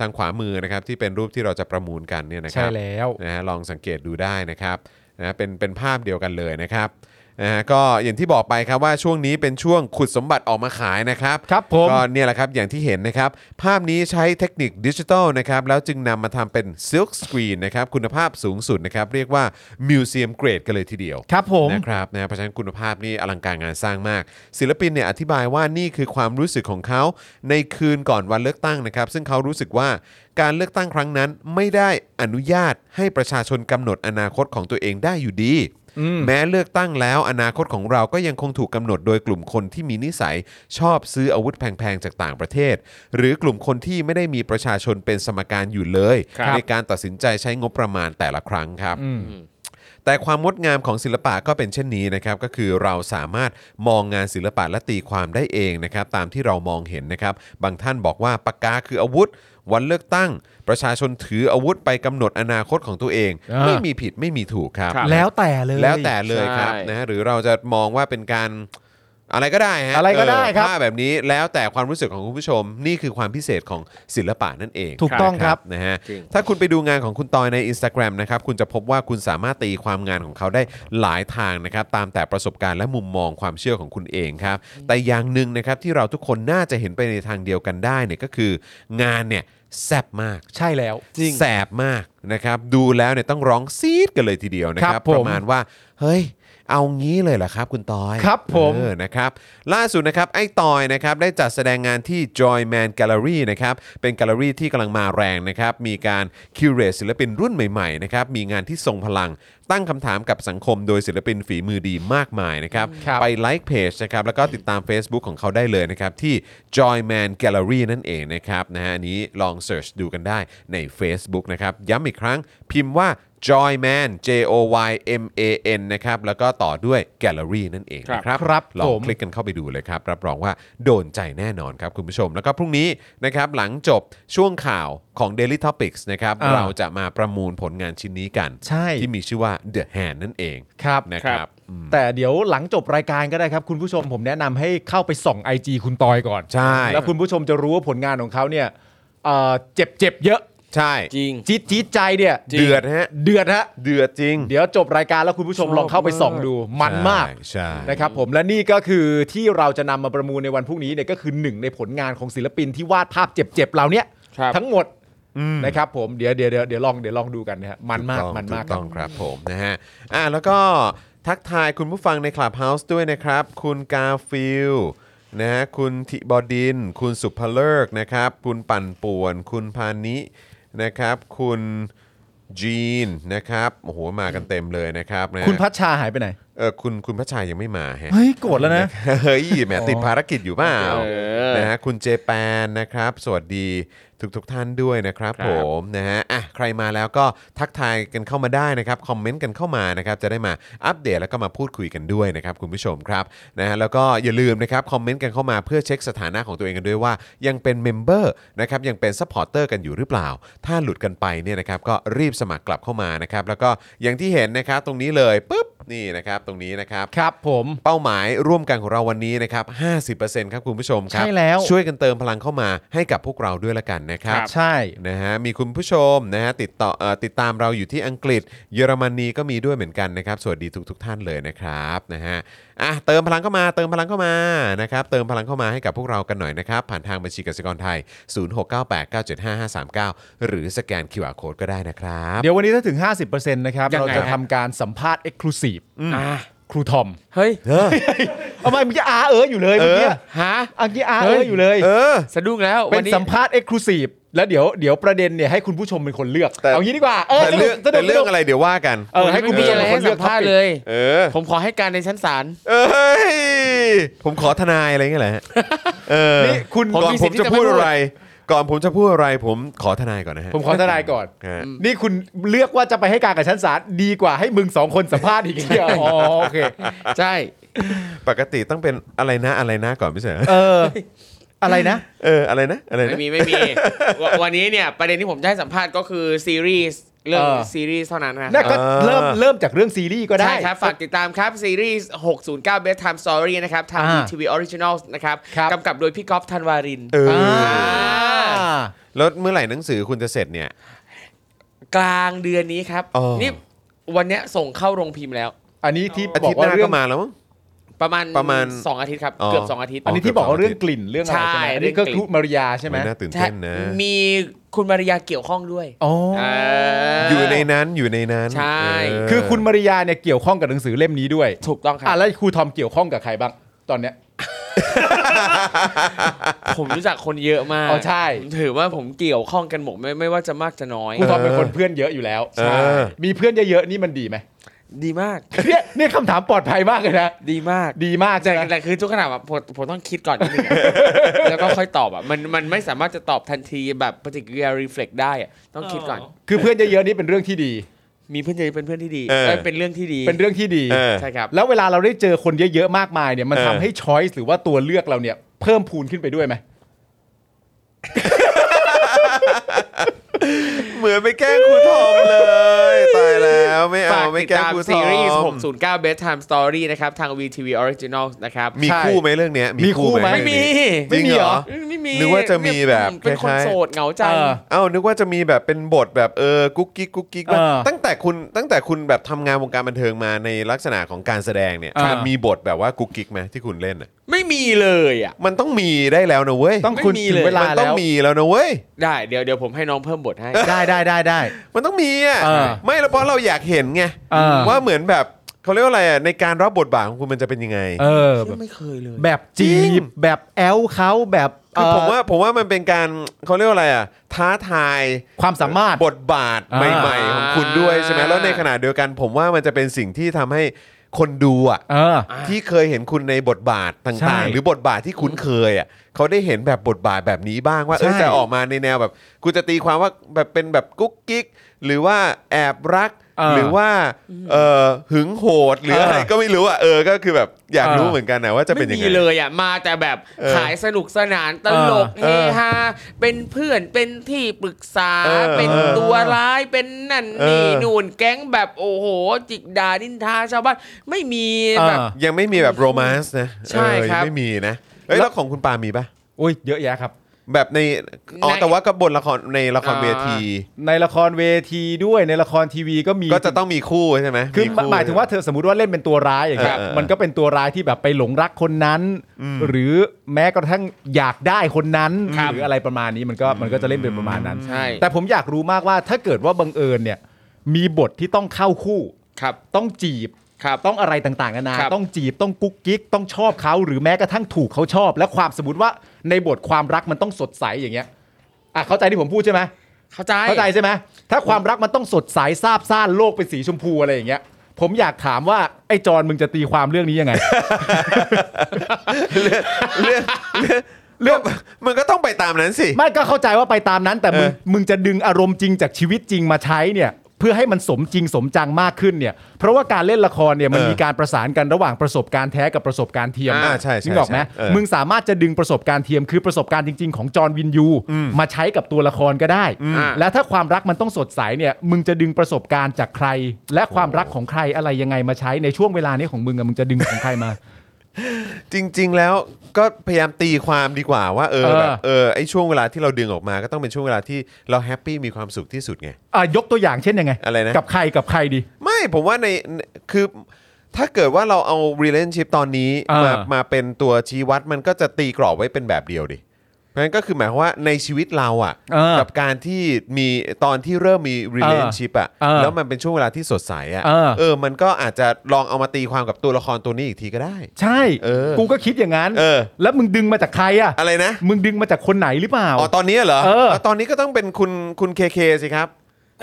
S2: ทางขวามือนะครับที่เป็นรูปที่เราจะประมูลกันเนี่ยนะค
S3: ใช่
S2: รับ
S3: แล้ว
S2: นะฮะลองสังเกตดูได้นะครับนะฮะเป็นเป็นภาพเดียวกันเลยนะครับนะฮะก็อย่างที่บอกไปครับว่าช่วงนี้เป็นช่วงขุดสมบัติออกมาขายนะครับ
S3: ครับผม
S2: ก็เนี่ยแหละครับอย่างที่เห็นนะครับ ภาพนี้ใช้เทคนิคดิจิทัลนะครับแล้วจึงนำมาทำเป็นซิลค์สกรีนนะครับคุณภาพสูงสุดนะครับ เรียกว่ามิวเซียมเกรดกันเลยทีเดียว
S3: ครับผม
S2: นะครับนะเพราะฉะนั้นคุณภาพนี่อลังการงานสร้างมาก ศิลปินเนี่ยอธิบายว่านี่คือความรู้สึกของเขาในคืนก่อนวันเลือกตั้งนะครับ ซึ่งเขารู้สึกว่าการเลือกตั้งครั้งนั้นไม่ได้อนุญาตให้ประชาชนกำหนดอนาคตของตัวเองได้อยู่ดี แม้เลือกตั้งแล้วอนาคตของเราก็ยังคงถูกกำหนดโดยกลุ่มคนที่มีนิสัยชอบซื้ออาวุธแพงๆจากต่างประเทศ หรือกลุ่มคนที่ไม่ได้มีประชาชนเป็นสมการอยู่เลย
S1: ครับ
S2: ในการตัดสินใจใช้งบประมาณแต่ละครั้งครับ แต่ความงดงามของศิลปะก็เป็นเช่นนี้นะครับ ก็คือเราสามารถมองงานศิลปะและตีความได้เองนะครับ ตามที่เรามองเห็นนะครับ บางท่านบอกว่าปากกาคืออาวุธ วันเลือกตั้ง ประชาชนถืออาวุธไปกำหนดอนาคตของตัวเอง
S3: อ่า
S2: ไม่มีผิดไม่มีถูกครับ
S1: ครับ
S3: แล้วแต่เลย
S2: แล้วแต่เลยครับ
S1: ใช่
S2: นะฮะหรือเราจะมองว่าเป็นการอะไรก็ได้ฮะ
S3: อะไรก็ได้ครับ
S2: เออภาพแบบนี้แล้วแต่ความรู้สึกของคุณผู้ชม นี่คือความพิเศษของศิลปะนั่นเอง
S3: ถูกต้องครับ
S2: นะฮะ
S1: จริง
S2: ถ้าคุณไปดูงานของคุณตอยใน Instagram นะครับ คุณจะพบว่าคุณสามารถตีความงานของเขาได้หลายทางนะครับ ตามแต่ประสบการณ์และมุมมองความเชื่อของคุณเองครับ แต่อย่างหนึ่งนะครับที่เราทุกคนน่าจะเห็นไปในทางเดียวกันได้เนี่ยก็คืองานเนี่ยแซ่บมาก
S3: ใช่แล้ว
S2: แสบมากนะครับ ดูแล้วเนี่ยต้องร้องซีดกันเลยทีเดียวนะค
S3: ค
S2: รั
S3: รับ บผม
S2: ประมาณว่า เฮ้ย เอางี้เลยเหรอครับคุณตอย
S3: ครับผม
S2: เออนะครับ ล่าสุดนะครับ ไอ้ตอยนะครับ ได้จัดแสดงงานที่ Joyman Gallery นะครับ เป็นแกลเลอรี่ที่กำลังมาแรงนะครับ มีการคิวเรตศิลปินรุ่นใหม่ๆนะครับ มีงานที่ทรงพลัง ตั้งคำถามกับสังคมโดยศิลปินฝีมือดีมากมายนะครับ
S3: ครับ
S2: ไปไลค์เพจนะครับ แล้วก็ติดตาม Facebook ของเขาได้เลยนะครับ ที่ Joyman Gallery นั่นเองนะครับนะฮะอันนี้ลองเสิร์ชดูกันได้ใน Facebook นะครับ ย้ำอีกครั้งพิมพ์ว่า Joyman J O Y M A N นะครับ แล้วก็ต่อด้วย Gallery นั่นเอง
S5: ครับ
S2: นะครับ
S3: ครับ
S2: ลอง
S3: ผม
S2: คลิกกันเข้าไปดูเลยครับ รับรองว่าโดนใจแน่นอนครับคุณผู้ชม แล้วก็พรุ่งนี้นะครับหลังจบช่วงข่าวของ Daily Topics นะครับ
S3: อ่า
S2: เราจะมาประมูลผลงานชิ้นนี้กัน
S3: ใช่
S2: ที่มีชื่อว่า The Hand นั่นเอง
S3: ครับ
S2: นะค
S5: ครั
S2: รับ
S5: บ
S3: แต่เดี๋ยวหลังจบรายการก็ได้ครับ คุณผู้ชมผมแนะนำให้เข้าไปส่อง IG คุณตอยก่อน
S2: ใช่
S3: แล้วคุณผู้ชมจะรู้ว่าผลงานของเขาเนี่ยเอ่อเจ็บเจ็บเยอะ
S2: ใช่
S5: จริง
S3: จี๊ดจี๊ดใจเนี่ย
S5: จริง
S2: เดือดฮะ
S3: เดือดฮะ
S2: เดือดจริง
S3: เดี๋ยวจบรายการแล้วคุณผู้ชมลองเข้าไปส่องดูมันมาก
S2: ใช่ใช่
S3: นะครับผมและนี่ก็คือที่เราจะนำมาประมูลในวันพรุ่งนี้เนี่ยก็คือหนึ่งในผลงานของศิลปินที่วาดภาพเจ็บๆเราเนี่ย
S5: ครับ
S3: ทั้งหมดนะครับผมเดี๋ยวเดี๋ยวเดี๋ยวเดี๋ยวลองเดี๋ยวลองดูกันนะฮะมันมากมันมาก
S2: ถูต้องครับผมนะฮะอ่ะแล้วก็ทักทายคุณผู้ฟังในคลับเฮาส์ด้วยนะครับ คุณกาฟิลนะฮะคุณธิบดิน คุณสุภเลิกษ์นะครับ คุณปั่นป่วน คุณพานินะครับ คุณจีนนะครับโอ้โหมากันเต็มเลยนะครับนะฮะ
S3: คุณพัชชาหายไปไหน
S2: เออคุณคุณพระชายยังไม่มาฮะ
S3: เฮ้ยโกรธแล้วนะ
S2: เฮ้ยแหมติดภารกิจอยู่เปล่า
S5: เออ
S2: นะฮะคุณเจแปนนะครับ สวัสดีทุกทุกๆท่านด้วยนะครับ
S5: ครับ
S2: ผมนะฮะอ่ะใครมาแล้วก็ทักทายกันเข้ามาได้นะครับ คอมเมนต์กันเข้ามานะครับ จะได้มาอัปเดตแล้วก็มาพูดคุยกันด้วยนะครับ คุณผู้ชมครับนะฮะแล้วก็อย่าลืมนะครับ คอมเมนต์กันเข้ามาเพื่อเช็คสถานะของตัวเองกันด้วยว่า ยังเป็นเมมเบอร์นะครับยังเป็นซัพพอร์เตอร์กันอยู่หรือเปล่า ถ้าหลุดกันไปเนี่ยนะครับก็รีบสมัครกลับเข้ามานะครับแล้วก็อย่างที่เห็นนะครับตรงนี้เลยปุ๊บนี่นะครับตรงนี้นะครับ
S3: ครับผม
S2: เป้าหมายร่วมกันของเราวันนี้นะครับ 50%ครับคุณผู้ชมครับ
S3: ใช่แล้ว
S2: ช่วยกันเติมพลังเข้ามาให้กับพวกเราด้วยละกันนะครับ
S5: ครับ
S3: ใช่
S2: นะฮะมีคุณผู้ชมนะฮะติดต่อเออติดตามเราอยู่ที่อังกฤษ เยอรมนีก็มีด้วยเหมือนกันนะครับ สวัสดีทุกทท่านเลยนะครับนะฮะอ่ะเติมพลังเข้ามาเติมพลังเข้ามานะครับเติมพลังเข้ามาให้กับพวกเรากันหน่อยนะครับ ผ่านทางบัญชีกสิกรไทย 0698975539 หรือสแกน QR Code ก็ได้นะครับ
S3: เดี๋ยววันนี้ถ้าถึง 50%นะครับ
S5: ยัง
S3: เรา
S5: ไง
S3: จะทำการสัมภาษณ์เอ็กซ์คลูซีฟ
S5: อ่ะ
S3: ครูทอม
S5: เฮ้ย
S3: เอามาเมื่อกี้อาเอออยู่เลยเมื่อกี้
S2: เออ
S5: ฮะ
S3: เมื่อกี้อา
S5: เฮ้
S3: เอย ออยู่เลย
S2: เออ
S5: สะดุ้งแล้ว
S3: เป็
S5: วัน
S3: น
S5: นี้
S3: สัมภาษณ์เอ็กซ์คลูซีฟแล้วเดี๋ยวเดี๋ยวประเด็นเนี่ยให้คุณผู้ชมเป็นคนเลือก
S2: แต่
S3: เอางี้ดีกว่าเออ
S2: แต่เรื่อง
S3: สนุก
S2: แต่
S3: สนุก
S2: เรื่องอะไรเดี๋ยวว่ากัน
S3: เออให้คุณ
S5: มี
S3: ผู้ชม
S5: อะไร
S3: เป็นค
S5: ให้
S3: น
S5: สั
S3: เลือ
S5: ม
S3: ก
S5: ภาษณ์
S3: topic
S5: เลย
S2: เออ
S5: ผมขอให้การในชั้นศาล
S2: เอ้ย ผมขอทนายอะไรเงี้ยแหละ เออ
S3: นี่คุณ
S2: ก่อน
S5: มี
S2: ผ
S5: สิท
S2: ม
S5: ธิ์
S2: จะ
S5: ที่จะไม่
S2: พูด
S5: พูด
S2: อะไร ก่อนผมจะพูดอะไร ผมขอทนายก่อนนะฮะ
S3: ผมขอทนายก่อน
S2: ฮะ
S3: นี่คุณเลือกว่าจะไปให้การกับชั้นศาลดีกว่าให้มึงสองคนสัมภาษณ์อีกเดียวอ๋อโอเค
S5: ใช่
S2: ปกติต้องเป็นอะไรนะอะไรนะก่อนไม่ใช่เหรอ
S3: เออ อะไรนะ
S2: เอออะไรนะอะไร
S5: ไม่
S2: นะ
S5: มีไม่มีววันนี้เนี่ย ประเด็นที่ผมจะให้สัมภาษณ์ก็คือซีรีส์เรื่อง
S3: เออ
S5: ซีรีส์เท่านั้นนะ
S3: น่าก็เริ่มเริ่มจากเรื่องซีรีส์ก็ได้
S5: ใช่ครับ ฝากติดตามครับ ซีรีส์ 609 Best Time Story นะครับ ทาง
S3: อ่า
S5: TV Original นะครับ
S3: ครับ
S5: กำกับโดยพี่ก๊อฟธันวารินทร์
S2: เออ
S3: อ่า
S2: แล้วเมื่อไหร่หนังสือคุณจะเสร็จเนี่ย
S5: กลางเดือนนี้ครับ
S2: อ๋อ
S5: นี่วันเนี้ยส่งเข้าโรงพิมพ์แล้ว
S3: อันนี้ที่
S2: อา
S3: บอ
S2: ทิต
S3: ก
S2: ย์ห
S3: ว่า
S2: น้า
S3: เรื่อ
S2: ก็
S3: ง
S2: มาแล้วมั้ง
S5: ประมาณ
S2: ประมาณ
S5: สองอาทิตย์ครับ
S2: อ๋อ
S5: เกือบสองอาทิตย์
S3: อันนี้ที่บอกว่าเรื่องกลิ่นเรื่องอะไร
S5: ใช่
S3: ใช่ไหมอันนี้
S5: เรื่อ
S3: ก็
S5: งกลิ่น
S3: คือมาริยาใช่ไหม
S2: น่าตื่น
S5: ใช่
S2: เต้นนะ
S5: มีคุณมาริยาเกี่ยวข้องด้วย
S3: อ๋ออา
S2: อยู่ในนั้นอยู่ในนั้น
S5: ใช่
S2: เ
S3: คือคุณมาริยาเนี่ยเกี่ยวข้องกับหนังสือเล่มนี้ด้วย
S5: ถูกต้องครั
S3: อ่ะ
S5: บ
S3: แล้วครูทอมเกี่ยวข้องกับใครบ้างตอนเนี้ย
S5: ผมรู้จักคนเยอะมาก
S3: อ๋อใช่
S5: ผมถือว่าผมเกี่ยวข้องกันหมดไม่ไม่ว่าจะมากจะน้อย
S3: ครูทอมเป็นคนเพื่อนเยอะอยู่แล้ว
S2: เออ
S3: มีเพื่อนเยอะๆนี่มันดีไหม
S5: ดีมาก
S3: เนี่ยเนี่ยคำถามปลอดภัยมากเลยนะ
S5: ดีมาก
S3: ดีมาก
S5: แต่
S3: ใช่ไหม
S5: แต่คือทุกขณะแบบผมผมต้องคิดก่อนนิดนึงอะแล้วก็ค่อยตอบอ่ะมันมันไม่สามารถจะตอบทันทีแบบปฏิกิริยา reflect ได้อะต้องคิดก่อน
S3: คือเพื่อนเยอะๆนี่เป็นเรื่องที่ดี
S5: มีเพื่อนจะเป็นเพื่อนที่ดี
S2: เออ
S5: เอ้ยเป็นเรื่องที่ดี
S3: เป็นเรื่องที่ดี
S2: เออ
S5: ใช่ครับ
S3: แล้วเวลาเราได้เจอคนเยอะๆมากมายเนี่ยมัน
S2: เออ
S3: ทำให้ช้อยส์หรือว่าตัวเลือกเราเนี่ยเพิ่มพูนขึ้นไปด้วยไหม
S2: เหมือนไปแกล้งครูทอมเลย ตายแล้วไม่เอา
S5: ฝาก
S2: ไม่
S5: ติด
S2: แกล้ง
S5: ตาม
S2: ครูท
S5: ซี
S2: อ
S5: รีส์
S2: ม
S5: 609 bedtime story นะครับ ทาง VTV original นะครับ
S2: มีคู่ไหมเรื่องเนี้ยมีคู่ไหม
S5: ไม่มี
S2: จริงเหรอ
S5: ไม่มี
S2: นึกว่าจะมีแบบ
S5: เป็นคน
S2: คล้ายๆ
S5: โสดเหงาใจ
S3: เออ
S2: เอ้านึกว่าจะมีแบบเป็นบทแบบเออกุ๊กกิ๊กกุ๊กกิ๊กว่า
S3: เออ
S2: ตั้งแต่คุณตั้งแต่คุณแบบทำงานวงการบันเทิงมาในลักษณะของการแสดงเนี่ย
S3: เออ
S2: มันมีบทแบบว่ากุ๊กกิ๊กไหมที่คุณเล่นอ่ะ
S5: ไม่มีเลยอ่ะ
S2: มันต้องมีได้แล้วนะเว้ย
S3: ต้องคุณ
S5: ไม่มี
S3: ถึ
S5: เลย
S3: งเวลา
S2: มันต้อ
S3: แล้
S2: ง
S3: ว
S2: มีแล้วนะเว้ย
S5: ได้เดี๋ยวเดี๋ยวผมให้น้องเพิ่มบทให้
S3: ได้ได้ได้ได้
S2: มันต้องมีอ่ะ
S3: เออ
S2: ไม่แล้วเพราะเราอยากเห็นไง
S3: เออ
S2: ว่าเหมือนแบบเขาเรียกว่าอะไรอ่ะในการรับบทบาทของคุณมันจะเป็นยังไง
S3: เออแบบ
S5: ไม่เคยเลย
S3: แบบจี
S2: จริ
S3: บ
S2: ง
S3: แบบแอลเขาแบบ
S2: คือ
S3: เอ่อ
S2: ผมว่าผมว่ามันเป็นการเขาเรียกว่าอะไรอ่ะท้าทาย
S3: ความสามารถ
S2: บทบาท
S3: อ่า
S2: ใหม่ ๆ ของคุณด้วยใช่ไหม
S5: อ่า
S2: แล้วในขณะเดียวกัน ผมว่ามันจะเป็นสิ่งที่ทำให้คนดูอ่ะ
S3: เออ
S2: ที่เคยเห็นคุณในบทบาทต่าง
S3: ใช่
S2: ๆ หรือบทบาทที่คุ้นเคยอ่ะ เขาได้เห็นแบบบทบาทแบบนี้บ้างว่าเออ
S3: ใช่
S2: จะออกมาในแนวแบบกูจะตีความว่าแบบเป็นแบบกุ๊กกิ๊กหรือว่าแอบรัก
S3: เออ
S2: หรือว่าเออหึงโหดหรืออะไร
S3: เออ
S2: ก็ไม่รู้อ่ะเออก็คือแบบอยากรู้
S3: เออ
S2: เหมือนกันนะว่าจะเป็นยัง
S5: ไม่
S2: ไง
S5: มีเลยอ่ะมาแต่แบบ
S2: เออ
S5: ขายสนุกสนานตลก
S2: เอ
S5: เฮ
S2: อ
S5: ฮาเป็นเพื่อนเป็นที่ปรึกษา
S2: เออ
S5: เป็น
S2: เออ
S5: ตัวร้ายเป็นนั่น
S2: เออ
S5: นี่นู่นแก๊งแบบโอ้โห จิกด่านินทาชาวบ้านไม่มี
S3: เออ
S5: แบบ
S2: ยังไม่มีแบบโรแมนส์นะ
S5: ใช่ครับ
S2: เออยังไม่มีนะเอ้ยแล้วของคุณปามีปะ
S3: โอ้ยเยอะแยะครับ
S2: แบบในอ๋อ
S5: ใน
S2: แต่ว่าก็บนละครในละครเวที
S3: ในละครเวทีด้วยในละครทีวีก็มี
S2: ก็จะต้องมีคู่ใช่ไหม
S3: คือ
S2: คู่
S3: หมายถึงว่าเธอสมมติว่าเล่นเป็นตัวร้ายอย่างเงี้ย
S2: เออเออ
S3: มันก็เป็นตัวร้ายที่แบบไปหลงรักคนนั้น หรือแม้กระทั่งอยากได้คนนั้น
S5: ครับ
S3: หรืออะไรประมาณนี้มันก็มันก็จะเล่นเป็นประมาณนั้น
S5: ใช่
S3: แต่ผมอยากรู้มากว่าถ้าเกิดว่าบังเอิญเนี่ย มีบทที่ต้องเข้าคู่
S5: ครับ
S3: ต้องจีบ
S5: ครับ
S3: ต้องอะไรต่างๆนานา
S5: ครับ
S3: ต้องจีบต้องกุ๊กกิ๊กต้องชอบเขาหรือแม้กระทั่งถูกเขาชอบ และความสมมติว่าในบทความรักมันต้องสดใสอย่างเงี้ยอ่ะเข้าใจที่ผมพูดใช่ไหม
S5: เข้าใจ
S3: เข้าใจใช่ไหมถ้าความรักมันต้องสดใสซาบซ่านโลกเป็นสีชมพูอะไรอย่างเงี้ย ผมอยากถามว่าไอ้จอนมึงจะตีความเรื่องนี้ยังไง
S2: เรื่องเรื่องมันก็ต้องไปตามนั้นสิ
S3: ไม่ก็เข้าใจว่าไปตามนั้น แต่มึง
S2: เออ
S3: มึงจะดึงอารมณ์จริงจากชีวิตจริงมาใช้เนี่ย เพื่อให้มันสมจริงสมจังมากขึ้นเนี่ย เพราะว่าการเล่นละครเนี่ยมันมีการประสานกันระหว่างประสบการณ์แท้กับประสบการณ์เทียม
S2: อ่าใช่ใช่
S3: นึกออกไหม
S2: ใช่เออ
S3: มึงสามารถจะดึงประสบการณ์เทียมคือประสบการณ์จริง ๆ ของจอห์นวินยู มาใช้กับตัวละครก็ได้
S5: อ่า
S3: และถ้าความรักมันต้องสดใสเนี่ยมึงจะดึงประสบการณ์จากใคร และความรักของใครอะไรยังไงมาใช้ในช่วงเวลานี้ของมึงอะมึงจะดึงของใครมา
S2: จริง ๆ แล้วก็พยายามตีความดีกว่าว่าเออ
S3: เออ
S2: แบบเออไอช่วงเวลาที่เราดึงออกมา ก็ต้องเป็นช่วงเวลาที่เราแฮปปี้มีความสุขที่สุดไง
S3: อ่ะยกตัวอย่างเช่นยังไง
S2: อะไรนะ
S3: กับใครกับใครดี
S2: ไม่ผมว่าในคือถ้าเกิดว่าเราเอา relationship ตอนนี้
S3: เออ
S2: มามาเป็นตัวชี้วัดมันก็จะตีกรอบไว้เป็นแบบเดียวดิเพราะฉะนั้นก็คือหมายความว่าในชีวิตเราอ่ะ
S3: เออ
S2: กับการที่มีตอนที่เริ่มมี relationship อ่ะ
S3: เออ
S2: แล้วมันเป็นช่วงเวลาที่สดใสอ่ะ
S3: เออ
S2: เออ มันก็อาจจะลองเอามาตีความกับตัวละครตัวนี้อีกทีก็ได้
S3: ใช่
S2: เออ
S3: กูก็คิดอย่างนั้น
S2: เออ
S3: แล้วมึงดึงมาจากใครอ่ะ
S2: อะไรนะ
S3: มึงดึงมาจากคนไหนหรือเปล่า
S2: อ๋อตอนนี้เหรอ
S3: เออ
S2: ตอนนี้ก็ต้องเป็นคุณคุณเคเคสิครับ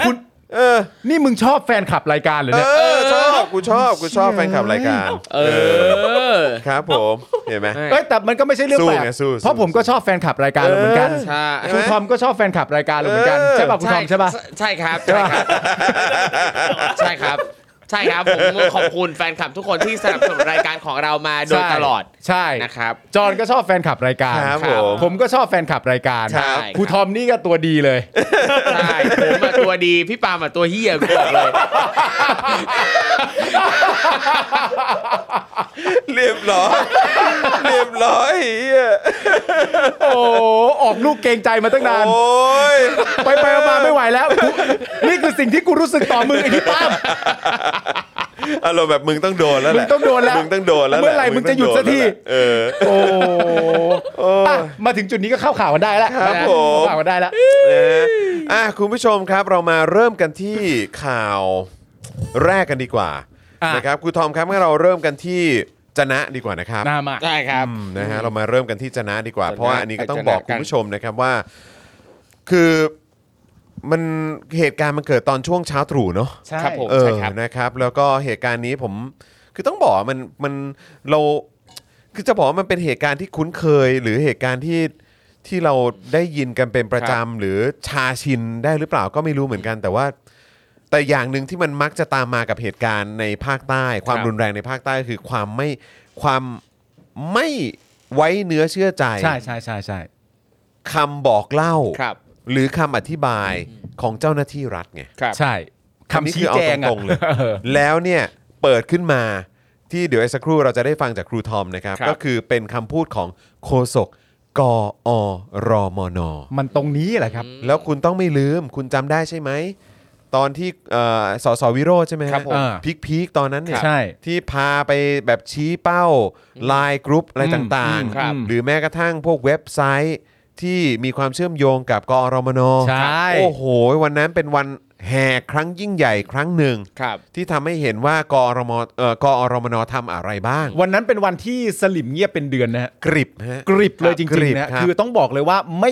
S3: คุณ
S2: เออ
S3: นี่มึงชอบแฟนคลับรายการเหรือ
S2: เอ
S3: เนี่ย
S2: อชอบกูชอบกูชอบแฟนคลับรายการ
S5: เออ
S2: ครับผมเห็นไหม
S5: ไม่
S3: เอ้ยแต่มันก็ไม่ใช่เรื่อง
S2: สู้
S3: แปลก
S2: ไงสู้
S3: เพราะผมก็ชอบแฟนคลับรายการเราเหมือนกัน
S5: ใช่
S2: เอ
S3: ครูทอมก็ชอบแฟนคลับรายการเราเหมือนกัน
S2: เออ
S3: ใช่ป่ะครูทอมใช่ป่ะ
S5: ใช่ครับใช่ครับ ใช่ครับ ใช่ครับ ผมขอบคุณแฟนคลับทุกคนที่สนับสนุนรายการของเรามาโดย
S3: ใช่
S5: ตลอด
S3: ใช่
S5: นะครับ
S3: จอนก็ชอบแฟนคลับรายการ
S2: ครับผม
S3: ผมก็ชอบแฟนคลับรายการ
S5: ใช่
S3: ครูทอมนี่ก็ตัวดีเลย
S5: ใช่ผมมาตัวดีพี่ปาล์มมาตัวเฮียกูบอกเลย
S2: เรียบร้อยเรียบร้อยเหี้ย
S3: โอ้ออกลูกเกรงใจมาตั้งนาน
S2: โอ้ย
S3: ไปไปมาไม่ไหวแล้วกูนี่คือสิ่งที่กูรู้สึกต่อมึงไอ้ที่ป้าม
S2: อารมณ์แบบมึงต้องโดนแล้วแหละ
S3: มึงต้องโดนแล้ว
S2: มึงต้องโดนแล้วแะ
S3: เมื่อไหร่มึงจะหยุดสักที
S2: เออ
S3: โอ้อ่ะมาถึงจุดนี้ก็เข้าข่าวกันได้แล้ว
S2: ครับผม
S3: เข้าข่าวกันได้แล้ว
S2: นะฮะอ่ะคุณผู้ชมครับเรามาเริ่มกันที่ข่าวแรกกันดีกว่า
S3: อ่ะ
S2: นะครับครูทอมครับงั้นเราเริ่มกันที่จะนะดีกว่านะครับ
S3: หน้ามา
S5: ใช่ครับ
S2: อืมนะฮะเรามาเริ่มกันที่จะนะดีกว่า
S5: จะนะ
S2: เพราะว่าอันนี้ก็ต้อง
S5: ไปจะนะ
S2: บอกคุณ
S5: กัน
S2: ผู้ชมนะครับว่า คือมันเหตุการณ์มันเกิดตอนช่วงเช้าตรู่เนาะ
S3: ใช่
S5: ครับผม
S2: เออ
S5: ครับ
S2: นะครับ แล้วก็เหตุการณ์นี้ผมคือต้องบอกว่ามันมันเราคือจะบอกว่ามันเป็นเหตุการณ์ที่คุ้นเคย หรือเหตุการณ์ที่ที่เราได้ยินกันเป็นประจำหรือชาชินได้หรือเปล่าก็ไม่รู้เหมือนกัน แต่ว่า แต่อย่างหนึ่งที่มันมักจะตามมากับเหตุการณ์ในภาคใต้ ความ
S5: ครับ
S2: รุนแรงในภาคใต้คือความไม่ความไม่ไว้เนื้อเชื่อใจ
S3: ใช่ใช่ใช่ใช่
S2: คำบอกเล่า
S5: ครับ
S2: หรือคำอธิบายของเจ้าหน้าที่รัฐไง
S5: ครับ
S3: ใช่
S2: อัน
S3: คำ
S2: นี้คื
S3: ชี้
S2: อเอา
S3: แจงอะ
S2: ตรงๆเลย
S3: ออ
S2: แล้วเนี่ยเปิดขึ้นมาที่เดี๋ยวอีกสักครู่เราจะได้ฟังจากครูทอมนะครับ
S5: ครับ
S2: ก็คือเป็นคำพูดของโฆษกกอรมน
S3: มันตรงนี้แหละครับ
S2: แล้วคุณต้องไม่ลืม คุณจำได้ใช่ไหม ตอนที่เอ่อสสวิโรจน์ใช่ไหมฮะ
S5: ครับผม
S3: อ่า
S2: พีคพีคตอนนั้นเนี่ย
S3: ใช่
S2: ที่พาไปแบบชี้เป้าไลน์กรุ๊ปอะไร
S3: อืม
S2: ต่าง
S5: ครับ
S2: หรือแม้กระทั่งพวกเว็บไซต์ที่มีความเชื่อมโยงกับกอรมน
S3: ใช่
S2: โอ้โห วันนั้นเป็นวันแห่ครั้งยิ่งใหญ่ครั้งหนึ่ง
S5: ครับ
S2: ที่ทำให้เห็นว่ากอรมเอ่อกอรมนทำอะไรบ้าง
S3: วันนั้นเป็นวันที่สลิมเงียบเป็นเดือนนะฮะ
S2: กริบฮะ
S3: กริบเลยจ
S2: กริ
S3: ริ
S2: บ
S3: งๆนะครับ คือต้องบอกเลยว่าไม่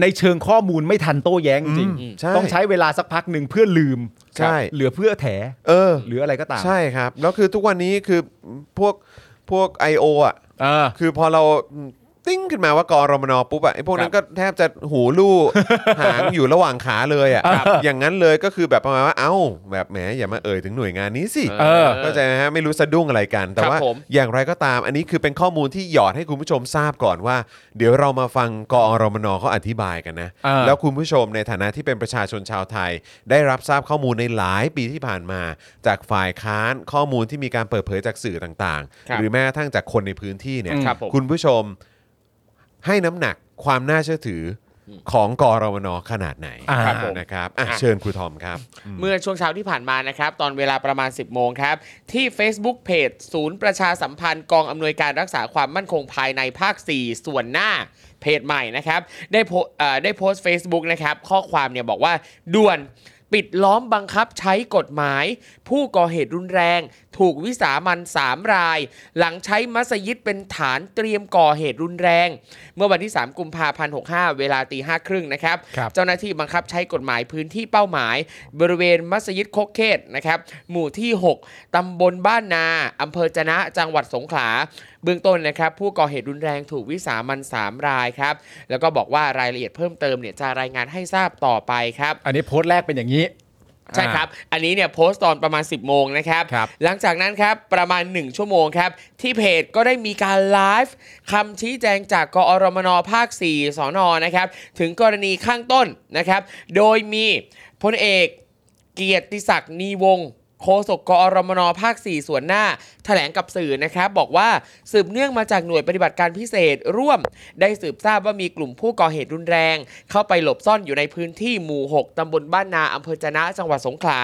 S3: ในเชิงข้อมูลไม่ทันโต้แย้งจริง
S2: อืมใช่
S3: ต้องใช้เวลาสักพักหนึ่งเพื่อลืม
S2: ใช่
S3: ครับเหลือเพื่อแถ
S2: เออ
S3: หรืออะไรก็ตาม
S2: ใช่ครับ แล้วคือทุกวันนี้คือพวกพวก I.O. อ่ะ
S3: เออ
S2: คือพอเรา ติ้งขึ้นมาว่ากรมนปุ๊บอะไอ้พวกนั้นก็แทบจะหูลู่ หางอยู่ระหว่างขาเลยอะ
S5: ครับ
S2: อย่างนั้นเลยก็คือแบบประมาณว่าเอ้า แบบแหมอย่ามาเอ่ยถึงหน่วยงานนี้สิ
S3: เออ
S2: เข้าใจไหมฮะไม่รู้สะดุ้งอะไรกัน แต่
S5: ครับ
S2: ว่า
S5: ผม
S2: อย่างไรก็ตามอันนี้คือเป็นข้อมูลที่หยอดให้คุณผู้ชมทราบก่อนว่า เดี๋ยวเรามาฟังกอรมนเขาอธิบายกันนะ
S3: อ่า
S2: แล้วคุณผู้ชมในฐานะที่เป็นประชาชนชาวไทย ได้รับทราบข้อมูลในหลายปีที่ผ่านมา จากฝ่ายค้านข้อมูลที่มีการเปิดเผยจากสื่อต่าง
S5: ค
S2: ๆ
S5: รับ
S2: หรือแม้กระทั่งจากคนในพื้นที่เนี่ย
S5: ครับผม
S2: ณผู้ชมให้น้ำหนักความน่าเชื่อถืออของกอรมนขนาดไหน
S3: อ่า
S5: ครับผม
S2: นะครับอ่ะเชิญครูทอมครับ
S5: เมื่อช่วงเช้าที่ผ่านมานะครับ ตอนเวลาประมาณ 10 โมงครับ ที่ Facebook Page ศูนย์ประชาสัมพันธ์กองอำนวยการรักษาความมั่นคงภายในภาค 4 ส่วนหน้าเพจใหม่นะครับ ได้โพเอ่อได้โพสต์ Facebook นะครับ ข้อความเนี่ยบอกว่า ด่วนปิดล้อมบังคับใช้กฎหมาย ผู้ก่อเหตุรุนแรง ถูกวิสามัน3ราย หลังใช้มัสยิดเป็นฐานเตรียมก่อเหตุรุนแรง เมื่อวันที่ 3 กุมภาพันธ์65 เวลาตีห้าครึ่งนะครับ
S3: ครับ
S5: เจ้าหน้าที่บังคับใช้กฎหมายพื้นที่เป้าหมาย บริเวณมัสยิดโคกเขตนะครับหมู่ที่ 6 ตำบลบ้านนาอำเภอจะนะจังหวัดสงขลา เบื้องต้นนะครับ ผู้ก่อเหตุรุนแรงถูกวิสามัน3รายครับ แล้วก็บอกว่ารายละเอียดเพิ่มเติมเนี่ยจะรายงานให้ทราบต่อไปครับ
S3: อันนี้โพสต์แรกเป็นอย่างนี้
S5: ใช่ครับ อันนี้เนี่ยโพสต์ตอนประมาณ 10 โมงนะครับ
S3: ครับ
S5: หลังจากนั้นครับประมาณ 1 ชั่วโมงครับ ที่เพจก็ได้มีการไลฟ์คำชี้แจงจากกอรมนภาค 4สอนอนะครับ ถึงกรณีข้างต้นนะครับ โดยมีพลเอกเกียรติศักดิ์นีวงศ์โฆษกกอรมนภาค 4 ส่วนหน้า แถลงกับสื่อนะครับ บอกว่าสืบเนื่องมาจากหน่วยปฏิบัติการพิเศษร่วม ได้สืบทราบว่ามีกลุ่มผู้ก่อเหตุรุนแรง เข้าไปหลบซ่อนอยู่ในพื้นที่หมู่ 6 ตำบลบ้านนาอำเภอจะนะจังหวัดสงขลา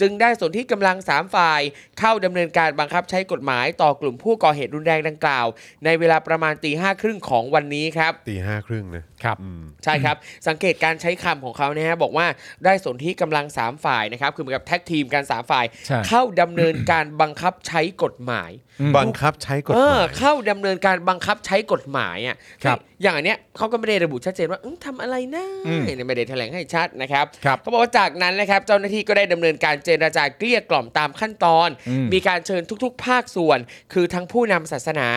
S5: จึงได้ส่วนที่กำลัง 3 ฝ่าย เข้าดำเนินการบังคับใช้กฎหมายต่อกลุ่มผู้ก่อเหตุรุนแรงดังกล่าว ในเวลาประมาณตีห้าครึ่งของวันนี้ครับ
S2: ตีห้าครึ่งนะครับ อืม
S5: ใช่ครับ สังเกตการใช้คำของเขานะฮะบอกว่าได้สนที่กำลัง 3 ฝ่ายนะครับ คือเหมือนกับแท็กทีมกัน 3 ฝ่าย
S3: ใช่
S5: เข้าดำเนินการบังคับใช้กฎหมาย
S2: บังคับใช้กฎห
S5: เออ
S2: มาย
S5: เข้าดำเนินการบังคับใช้กฎหมายอ่ะ
S3: ครับ
S5: คืออย่างอันเนี้ยเขาก็ไม่ได้ระบุชัดเจนว่าอื้อทำอะไรนะ
S3: อืม
S5: เนี่ยไม่ได้แถลงให้ชัดนะครับ
S3: ครับ
S5: เขาบอกว่าจากนั้นนะครับเจ้าหน้าที่ก็ได้ดำเนินการเจรจาเกลี้ยกล่อมตามขั้นตอน
S3: อืม
S5: มีการเชิญทุกๆ ภาคส่วน คือทั้งผู้นำศาสนา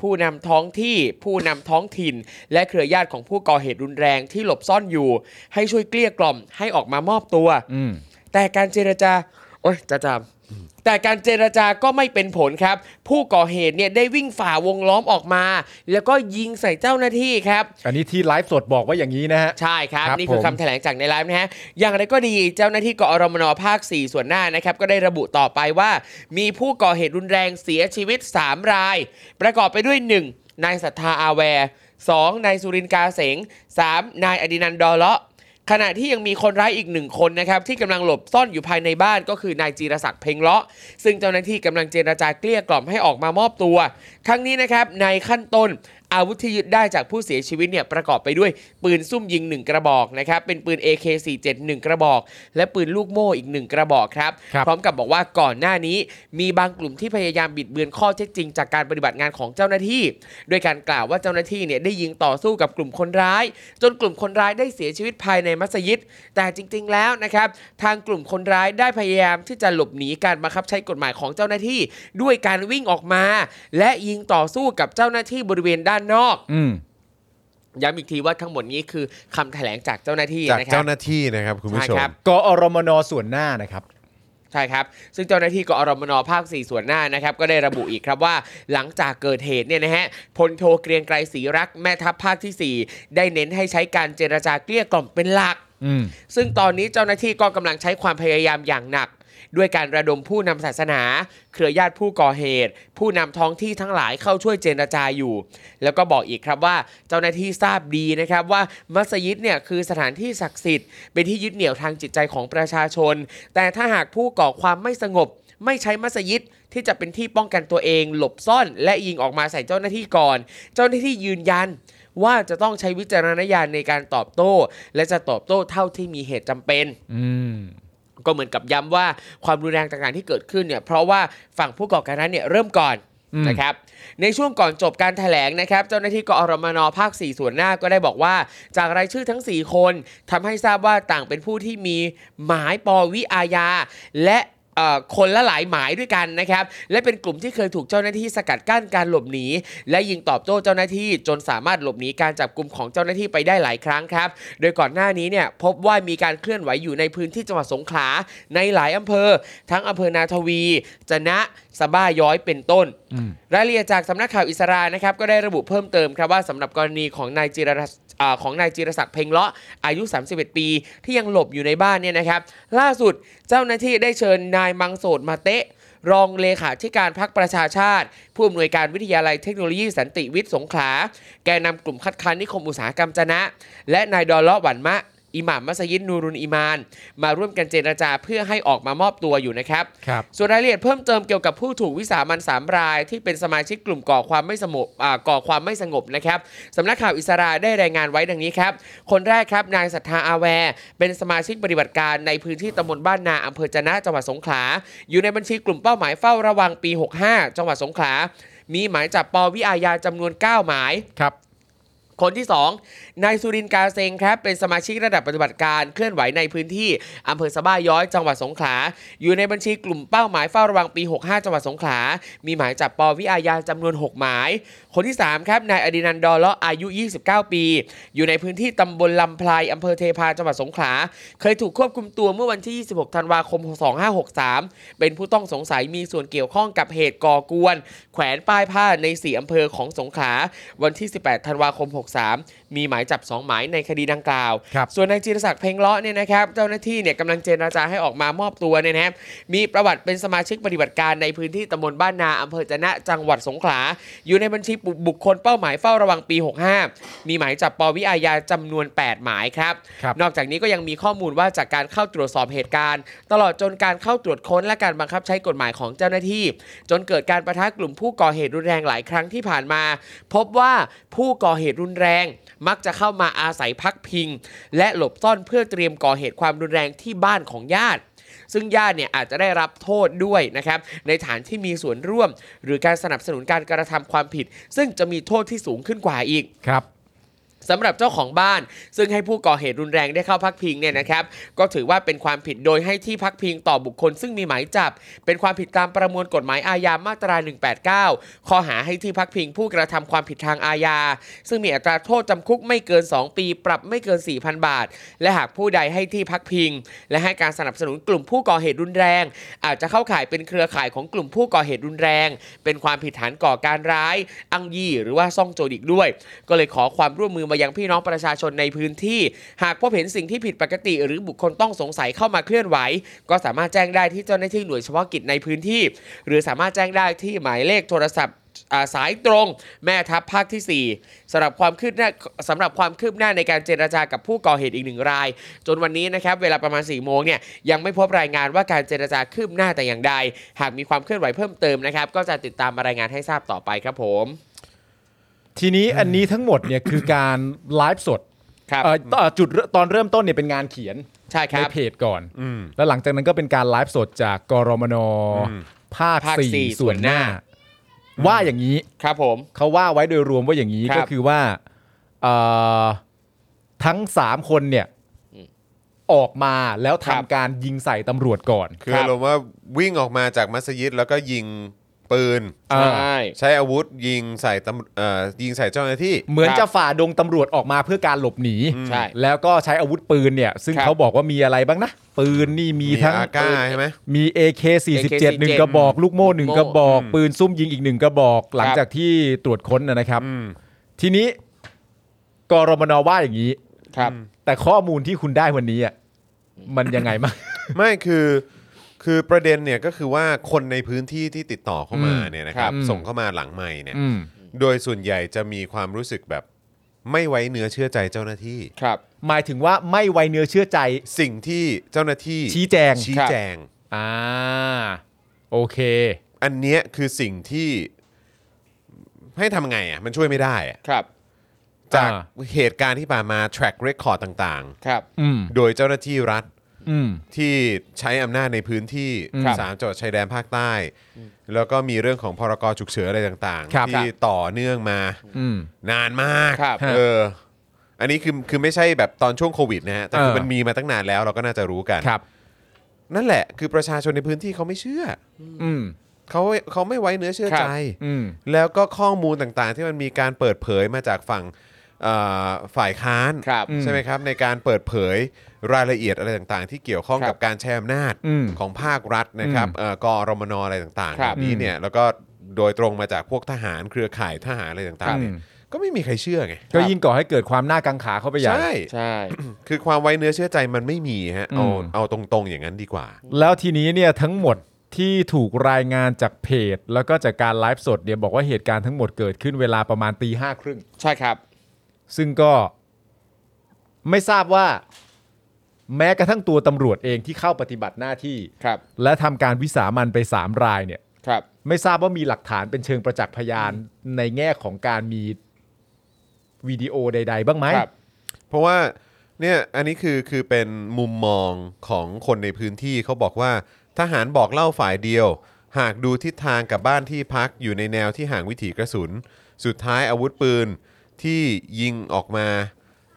S5: ผู้นำท้องที่ ผู้นำท้องถิ่น และเครือญาติของผู้ก่อเหตุรุนแรงที่หลบซ่อนอยู่ ให้ช่วยเกลี้ยกล่อมให้ออกมามอบตัว
S3: อืม
S5: แต่การเจรจา โอ้ยจะจำแต่การเจรจาก็ไม่เป็นผลครับ ผู้ก่อเหตุเนี่ยได้วิ่งฝ่าวงล้อมออกมา แล้วก็ยิงใส่เจ้าหน้าที่ครับ
S3: อันนี้ที่ไลฟ์สดบอกว่าอย่างนี้นะฮะ
S5: ใช่ครับ
S3: ครับ
S5: นี่คือ
S3: ผม
S5: คำแถลงจากในไลฟ์นะฮะ อย่างไรก็ดีเจ้าหน้าที่กอรมนภาค 4 ส่วนหน้านะครับ ก็ได้ระบุต่อไปว่า มีผู้ก่อเหตุรุนแรงเสียชีวิต 3 ราย ประกอบไปด้วย 1. นายศรัทธาอาแวร์ 2. นายสุรินทร์กาเสง 3. นายอดินันท์ดอเลาะ ขณะที่ยังมีคนร้ายอีกหนึ่งคนนะครับที่กำลังหลบซ่อนอยู่ภายในบ้านก็คือนายจีรศักดิ์เพ็งเลาะ ซึ่งเจ้าหน้าที่กำลังเจรจาเกลี้ยกล่อมให้ออกมามอบตัว ทั้งนี้นะครับในขั้นต้น อาวุธที่ยึดได้จากผู้เสียชีวิตเนี่ยประกอบไปด้วยปืนซุ่มยิง 1 กระบอกนะครับเป็นปืน AK47 1 กระบอก และปืนลูกโม่อีก 1 กระบอกครับ
S3: ครับ
S5: พร้อมกับบอกว่าก่อนหน้านี้มีบางกลุ่มที่พยายามบิดเบือนข้อเท็จจริงจากการปฏิบัติงานของเจ้าหน้าที่ โดยการกล่าวว่าเจ้าหน้าที่เนี่ยได้ยิงต่อสู้กับกลุ่มคนร้าย จนกลุ่มคนร้ายได้เสียชีวิตภายในมัสยิด แต่จริงๆแล้วนะครับ ทางกลุ่มคนร้ายได้พยายามที่จะหลบหนีการบังคับใช้กฎหมายของเจ้าหน้าที่ ด้วยการวิ่งออกมา และยิงต่อสู้กับเจ้าหน้าที่บริเวณด้านนอก
S3: อืม
S5: ย้ำอีกทีว่าทั้งหมดนี้คือคำแถลงจากเจ้าหน้าที่
S2: จาก
S5: นะค
S2: เจ้า
S5: รับ
S2: หน้าที่นะครับคุณผู้ชม
S5: ใช่ครับ
S3: กอรมนส่วนหน้านะครับ
S5: ใช่ครับ ซึ่งเจ้าหน้าที่กอรมนภาค 4 ส่วนหน้านะครับ ก็ได้ระบุอีกครับว่า หลังจากเกิดเหตุเนี่ยนะฮะพลโทเกรียงไกรศรีรักษ์แม่ทัพภาคที่ 4 ได้เน้นให้ใช้การเจรจาเกลี้ยกล่อมเป็นหลัก
S3: อืม
S5: ซึ่งตอนนี้เจ้าหน้าที่ก็กำลังใช้ความพยายามอย่างหนัก ด้วยการระดมผู้นำศาสนา เครือญาติผู้ก่อเหตุ ผู้นำท้องที่ทั้งหลายเข้าช่วยเจรจาอยู่ แล้วก็บอกอีกครับว่าเจ้าหน้าที่ทราบดีนะครับว่ามัสยิดเนี่ยคือสถานที่ศักดิ์สิทธิ์เป็นที่ยึดเหนี่ยวทางจิตใจของประชาชน แต่ถ้าหากผู้ก่อความไม่สงบ ไม่ใช้มัสยิดที่จะเป็นที่ป้องกันตัวเอง หลบซ่อน และยิงออกมาใส่เจ้าหน้าที่ก่อน เจ้าหน้าที่ยืนยัน ว่าจะต้องใช้วิจารณญาณในการตอบโต้ และจะตอบโต้เท่าที่มีเหตุจำเป็น
S3: อืม
S5: ก็เหมือนกับย้ำว่าความรุนแรงต่างๆที่เกิดขึ้นเนี่ยเพราะว่าฝั่งผู้ก่อการร้ายเนี่ยเริ่มก่อน
S3: อืม
S5: นะครับในช่วงก่อนจบการแถลงนะครับ เจ้าหน้าที่กอรมนภาค 4 ส่วนหน้าก็ได้บอกว่า จากรายชื่อทั้ง 4 คนทำให้ทราบว่าต่างเป็นผู้ที่มีหมายปวิอาญาและ เอ่อคนละหลายหมายด้วยกันนะครับ และเป็นกลุ่มที่เคยถูกเจ้าหน้าที่สกัดกั้นการหลบหนี และยิงตอบโต้เจ้าหน้าที่จนสามารถหลบหนีการจับกลุ่มของเจ้าหน้าที่ไปได้หลายครั้งครับ โดยก่อนหน้านี้เนี่ยพบว่ามีการเคลื่อนไหวอยู่ในพื้นที่จังหวัดสงขลาในหลายอำเภอ ทั้งอำเภอนาทวี จะนะสบ้าย้อยเป็นต้น รายละเอียดจากสำนักข่าวอิสรานะครับก็ได้ระบุเพิ่มเติมครับว่าสำหรับกรณีของนายจิรศักดิ์อ่าของนายจิรศักดิ์เพ็งเลาะอายุ 31 ปี ที่ยังหลบอยู่ในบ้านเนี่ยนะครับ ล่าสุดเจ้าหน้าที่ได้เชิญนายมังโสดมาเตะ รองเลขาธิการพักประชาชาติ ผู้อำนวยการวิทยาลัยเทคโนโลยีสันติวิทย์สงขลา แกนนำกลุ่มคัดค้านนิคมอุตสาหกรรมจะนะ และนายดอลเลาะหวันมะ อิหม่ามมัสยิดนูรุนอิมาน มาร่วมกันเจรจาเพื่อให้ออกมามอบตัวอยู่นะครับ
S3: ครับ
S5: ส่วนรายละเอียดเพิ่มเติมเกี่ยวกับผู้ถูกวิสามันสามราย ที่เป็นสมาชิกกลุ่มก่อความไม่สงบอ่าก่อความไม่สงบนะครับสำนักข่าวอิสราได้รายงานไว้ดังนี้ครับ คนแรกครับนายศรัทธาอาแวร์เป็นสมาชิกปฏิบัติการในพื้นที่ตำบลบ้านนาอำเภอจะนะจังหวัดสงขลา อยู่ในบัญชีกลุ่มเป้าหมายเฝ้าระวังปี 65 จังหวัดสงขลา มีหมายจับปวิอาญาจำนวน 9 หมาย
S3: ครับ
S5: คนที่ 2 นายสุรินทร์กาเซงครับ เป็นสมาชิกระดับปฏิบัติการเคลื่อนไหวในพื้นที่อำเภอสะบ้าย้อยจังหวัดสงขลา อยู่ในบัญชีกลุ่มเป้าหมายเฝ้าระวังปี 65 จังหวัดสงขลา มีหมายจับปวิอาญาจำนวน 6 หมาย คนที่ 3 ครับ นายอดินันดอเลาะอายุ 29 ปี อยู่ในพื้นที่ตำบลลำพลายอำเภอเทพาจังหวัดสงขลา เคยถูกควบคุมตัวเมื่อวันที่ 26 ธันวาคม 2563 เป็นผู้ต้องสงสัยมีส่วนเกี่ยวข้องกับเหตุก่อกวน แขวนป้ายผ้าใน 4 อำเภอของสงขลา วันที่ 18 ธันวาคม 63 มีหมายจับ 2 หมายในคดีดังกล่าว
S3: ครับ
S5: ส่วนนายจิรศักดิ์เพ็งเลาะเนี่ยนะครับ เจ้าหน้าที่เนี่ยกำลังเจรจาให้ออกมามอบตัวเนี่ยนะครับ มีประวัติเป็นสมาชิกปฏิบัติการในพื้นที่ตำบลบ้านนาอำเภอจะนะจังหวัดสงขลา อยู่ในบัญชีบุคคลเป้าหมายเฝ้าระวังปี 65 มีหมายจับปวิอาญาจำนวน 8 หมายครับ
S3: ครับ
S5: นอกจากนี้ก็ยังมีข้อมูลว่าจากการเข้าตรวจสอบเหตุการณ์ ตลอดจนการเข้าตรวจค้นและการบังคับใช้กฎหมายของเจ้าหน้าที่ จนเกิดการประทะกลุ่มผู้ก่อเหตุรุนแรงหลายครั้งที่ผ่านมา พบว่าผู้ก่อเหตุรุนแรง มักจะเข้ามาอาศัยพักพิง และหลบซ่อนเพื่อเตรียมก่อเหตุความรุนแรงที่บ้านของญาติ ซึ่งญาติเนี่ยอาจจะได้รับโทษด้วยนะครับในฐานที่มีส่วนร่วม หรือการสนับสนุนการกระทำความผิด ซึ่งจะมีโทษที่สูงขึ้นกว่าอีก
S3: ครับ
S5: สำหรับเจ้าของบ้าน ซึ่งให้ผู้ก่อเหตุรุนแรงได้เข้าพักพิงเนี่ยนะครับ ก็ถือว่าเป็นความผิดโดยให้ที่พักพิงต่อบุคคล ซึ่งมีหมายจับ เป็นความผิดตามประมวลกฎหมายอาญามาตรา 189 ข้อหาให้ที่พักพิงผู้กระทำความผิดทางอาญา ซึ่งมีอัตราโทษจำคุกไม่เกิน 2 ปี ปรับไม่เกิน 4,000 บาท และหากผู้ใดให้ที่พักพิง และให้การสนับสนุนกลุ่มผู้ก่อเหตุรุนแรง อาจจะเข้าข่ายเป็นเครือข่ายของกลุ่มผู้ก่อเหตุรุนแรง เป็นความผิดฐานก่อการร้าย อังยี่หรือว่าซ่องโจรอีกด้วย ก็เลยขอความร่วมมือมายังพี่น้องประชาชนในพื้นที่ หากพบเห็นสิ่งที่ผิดปกติ หรือบุคคลต้องสงสัยเข้ามาเคลื่อนไหว ก็สามารถแจ้งได้ที่เจ้าหน้าที่หน่วยเฉพาะกิจในพื้นที่ หรือสามารถแจ้งได้ที่หมายเลขโทรศัพท์อ่าสายตรง แม่ทัพภาคที่ 4สำหรับความคืบหน้าสำหรับความคืบหน้าในการเจรจากับผู้ก่อเหตุอีกหนึ่งราย จนวันนี้นะครับเวลาประมาณ4ี่โมงเนี่ยยังไม่พบรายงานว่าการเจรจาคืบหน้าแต่อย่างใด หากมีความเคลื่อนไหวเพิ่มเติมนะครับก็จะติดตามมารายงานให้ทราบต่อไปครับผม
S3: ทีนี้อันนี้ทั้งหมดเนี่ยคือการไลฟ์สด
S5: ครับ
S3: เอ่อต่อจุดเริ่มตอนเริ่มต้นเนี่ยเป็นงานเขียน
S5: ใช่ค
S3: ใน
S5: รับ
S3: เพจก่อน แล้วหลังจากนั้นก็เป็นการไลฟ์สดจากกรมนภาค
S5: ภาคสี่
S3: สี่
S5: ส่
S3: ส่
S5: ว
S3: วน น
S5: ห
S3: ห
S5: น้า
S3: น้า ว่าอย่างนี้
S5: ครับผม
S3: เขาว่าไว้โดยรวมว่าอย่างนี้
S5: ครับ
S3: ก็คือว่าเอ่อทั้งสามคนเนี่ยออกมาแล้ว
S5: ครับ
S3: ทำการยิงใส่ตำรวจก่อน
S2: คืออารมณ์ว่าวิ่งออกมาจากมัสยิดแล้วก็ยิงปืน
S3: เออ
S5: ใช่
S2: ใช้อาวุธยิงใส่ตำเอ่อยิงใส่เจ้าหน้าที่
S3: เหมือน
S5: ครับ
S3: จะฝ่าดงตำรวจออกมาเพื่อการหลบหนี
S5: ใช่
S3: แล้วก็ใช้อาวุธปืนเนี่ย ซึ่ง
S5: ครับ
S3: เขาบอกว่ามีอะไรบ้างนะ ปืนนี่มีทั้ง
S2: อาก้าใช่ไหม
S3: มี AK47 หนึ่งกระบอก ลูกโม่หนึ่ง
S5: ลูกโม่
S3: กระบอก
S2: อืม
S3: ปืนซุ่มยิงอีกหนึ่งกระบอก หลัง
S5: ครับ
S3: จากที่ตรวจค้นนะนะครับ
S2: อืม
S3: ทีนี้กรมนว่าอย่างนี้
S5: ครับ
S3: แต่ข้อมูลที่คุณได้วันนี้อ่ะมันยังไงมั้าง
S2: ไม่คือคือประเด็นเนี่ยก็คือว่าคนในพื้นที่ที่ติดต่อเข้ามาเนี่ยนะครับ
S3: อืม
S2: ส่งเข้ามาหลังใหม่เนี่ย
S3: อืม
S2: โดยส่วนใหญ่จะมีความรู้สึกแบบไม่ไว้เนื้อเชื่อใจเจ้าหน้าที่
S5: ครับ
S3: หมายถึงว่าไม่ไวเนื้อเชื่อใจ
S2: สิ่งที่เจ้าหน้าที่
S3: ชี้แจง
S2: ชี้
S5: ครับ
S2: แจง
S3: อ่าโอเค
S2: อันเนี้ยคือสิ่งที่ให้ทำไงอ่ะมันช่วยไม่ได้อ่ะ
S5: ครับ
S2: จาก
S3: อ่า
S2: เหตุการณ์ที่ผ่านมา track record ต่าง
S5: ครับ
S3: อืม
S2: ๆ โดยเจ้าหน้าที่รัฐ
S3: อืม
S2: ที่ใช้อำนาจในพื้นที่
S5: ครับ
S2: สามจังหวัดชายแดนภาคใต้ แล้วก็มีเรื่องของพรกฉุกเฉินอะไรต่าง
S3: ครับ
S2: ๆ ที่ต่อเนื่องมา
S3: อืม
S2: นานมาก
S5: ครับ
S2: เอออันนี้คือคือไม่ใช่แบบตอนช่วงโควิดนะฮะแต่คือ
S3: เออ
S2: มันมีมาตั้งนานแล้วเราก็น่าจะรู้กัน
S3: ครับ
S2: นั่นแหละ คือประชาชนในพื้นที่เขาไม่เชื่อ
S3: อืม
S2: เขาเขาไม่ไว้เนื้อเชื่อ
S5: ครับ
S2: ใจ
S3: อืม
S2: แล้วก็ข้อมูลต่างๆ ที่มันมีการเปิดเผยมาจากฝั่งเอ่อฝ่ายค้าน
S5: ครับ
S3: อืม
S2: ใช่ไหมครับ ในการเปิดเผยรายละเอียดอะไรต่างๆ ที่เกี่ยวข้อง
S5: ครับ
S2: กับการใช้อำนาจ
S3: อืม
S2: ของภาครัฐนะครับเอ่อกอรมนอะไรต่างๆ
S5: ค
S2: แบ
S5: รับบ
S2: นี้เนี่ยแล้วก็โดยตรงมาจากพวกทหารเครือข่ายทหารอะไรต่างๆเนี่ย
S3: อืม
S2: ก็ไม่มีใครเชื่อไง
S3: ก็ยิ่งก่อให้เกิดความน่ากังขาเข้าไปใหญ่
S2: ใช่
S5: ใช่
S2: คือความไว้เนื้อเชื่อใจมันไม่มีฮะเอา
S3: อืม
S2: เอาตรงๆอย่างนั้นดีกว่า
S3: แล้วทีนี้เนี่ยทั้งหมดที่ถูกรายงานจากเพจ แล้วก็จากการไลฟ์สดเนี่ยบอกว่าเหตุการณ์ทั้งหมดเกิดขึ้นเวลาประมาณตีห้าครึ่ง
S5: ใช่ครับ
S3: ซึ่งก็ไม่ทราบว่า แม้กระทั่งตัวตำรวจเองที่เข้าปฏิบัติหน้าที่
S5: ครับ
S3: และทำการวิสามันไปสามรายเนี่ย
S5: ครับ
S3: ไม่ทราบว่ามีหลักฐานเป็นเชิงประจักษ์พยานในแง่ของการมีวิดีโอใด ๆ บ้างไหม
S5: ครับ
S2: เพราะว่าเนี่ยอันนี้คือคือเป็นมุมมองของคนในพื้นที่เขาบอกว่าทหารบอกเล่าฝ่ายเดียว หากดูทิศทางกับบ้านที่พักอยู่ในแนวที่ห่างวิถีกระสุน สุดท้ายอาวุธปืนที่ยิงออกมา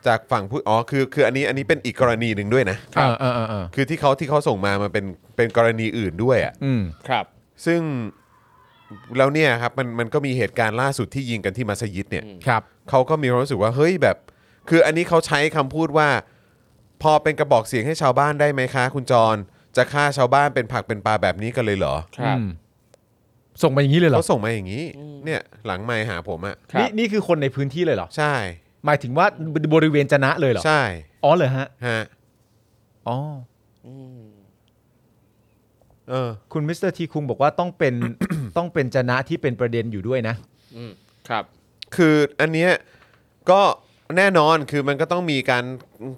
S2: จากฝั่งผู้อ๋อคือคืออันนี้อันนี้เป็นอีกกรณีหนึ่งด้วยนะ
S3: อ่าอ่าอ่า
S2: คือที่เขาที่เขาส่งมามันเป็นเป็นกรณีอื่นด้วยอะ
S3: อืม
S5: ครับ
S2: ซึ่งแล้วเนี่ยครับมันมันก็มีเหตุการณ์ล่าสุดที่ยิงกันที่มัสยิดเนี่ย
S3: ครับ
S2: เขาก็มีความรู้สึกว่าเฮ้ยแบบ คืออันนี้เขาใช้คำพูดว่า พอเป็นกระบอกเสียงให้ชาวบ้านได้ไหมคะ คุณจร จะฆ่าชาวบ้านเป็นผักเป็นปลาแบบนี้กันเลยเหรอ
S5: ครับ
S3: อืมส่งไปอย่างนี้เลยเหรอ
S2: เขาส่งมาอย่างนี้ เนี่ยหลังไมค์หาผมอะ
S5: ครับ
S3: นี่นี่คือคนในพื้นที่เลยเหรอ
S2: ใช่
S3: หมายถึงว่าบริเวณจะนะเลยเหรอ
S2: ใช่
S3: อ๋อเหรอฮะ
S2: ฮะ
S3: อ๋อ
S2: เออ
S3: คุณมิสเตอร์ทีคุงบอกว่าต้องเป็น ต้องเป็นจะนะที่เป็นประเด็นอยู่ด้วยนะ
S5: ครับ
S2: คืออันเนี้ยก็แน่นอนคือมันก็ต้องมีการ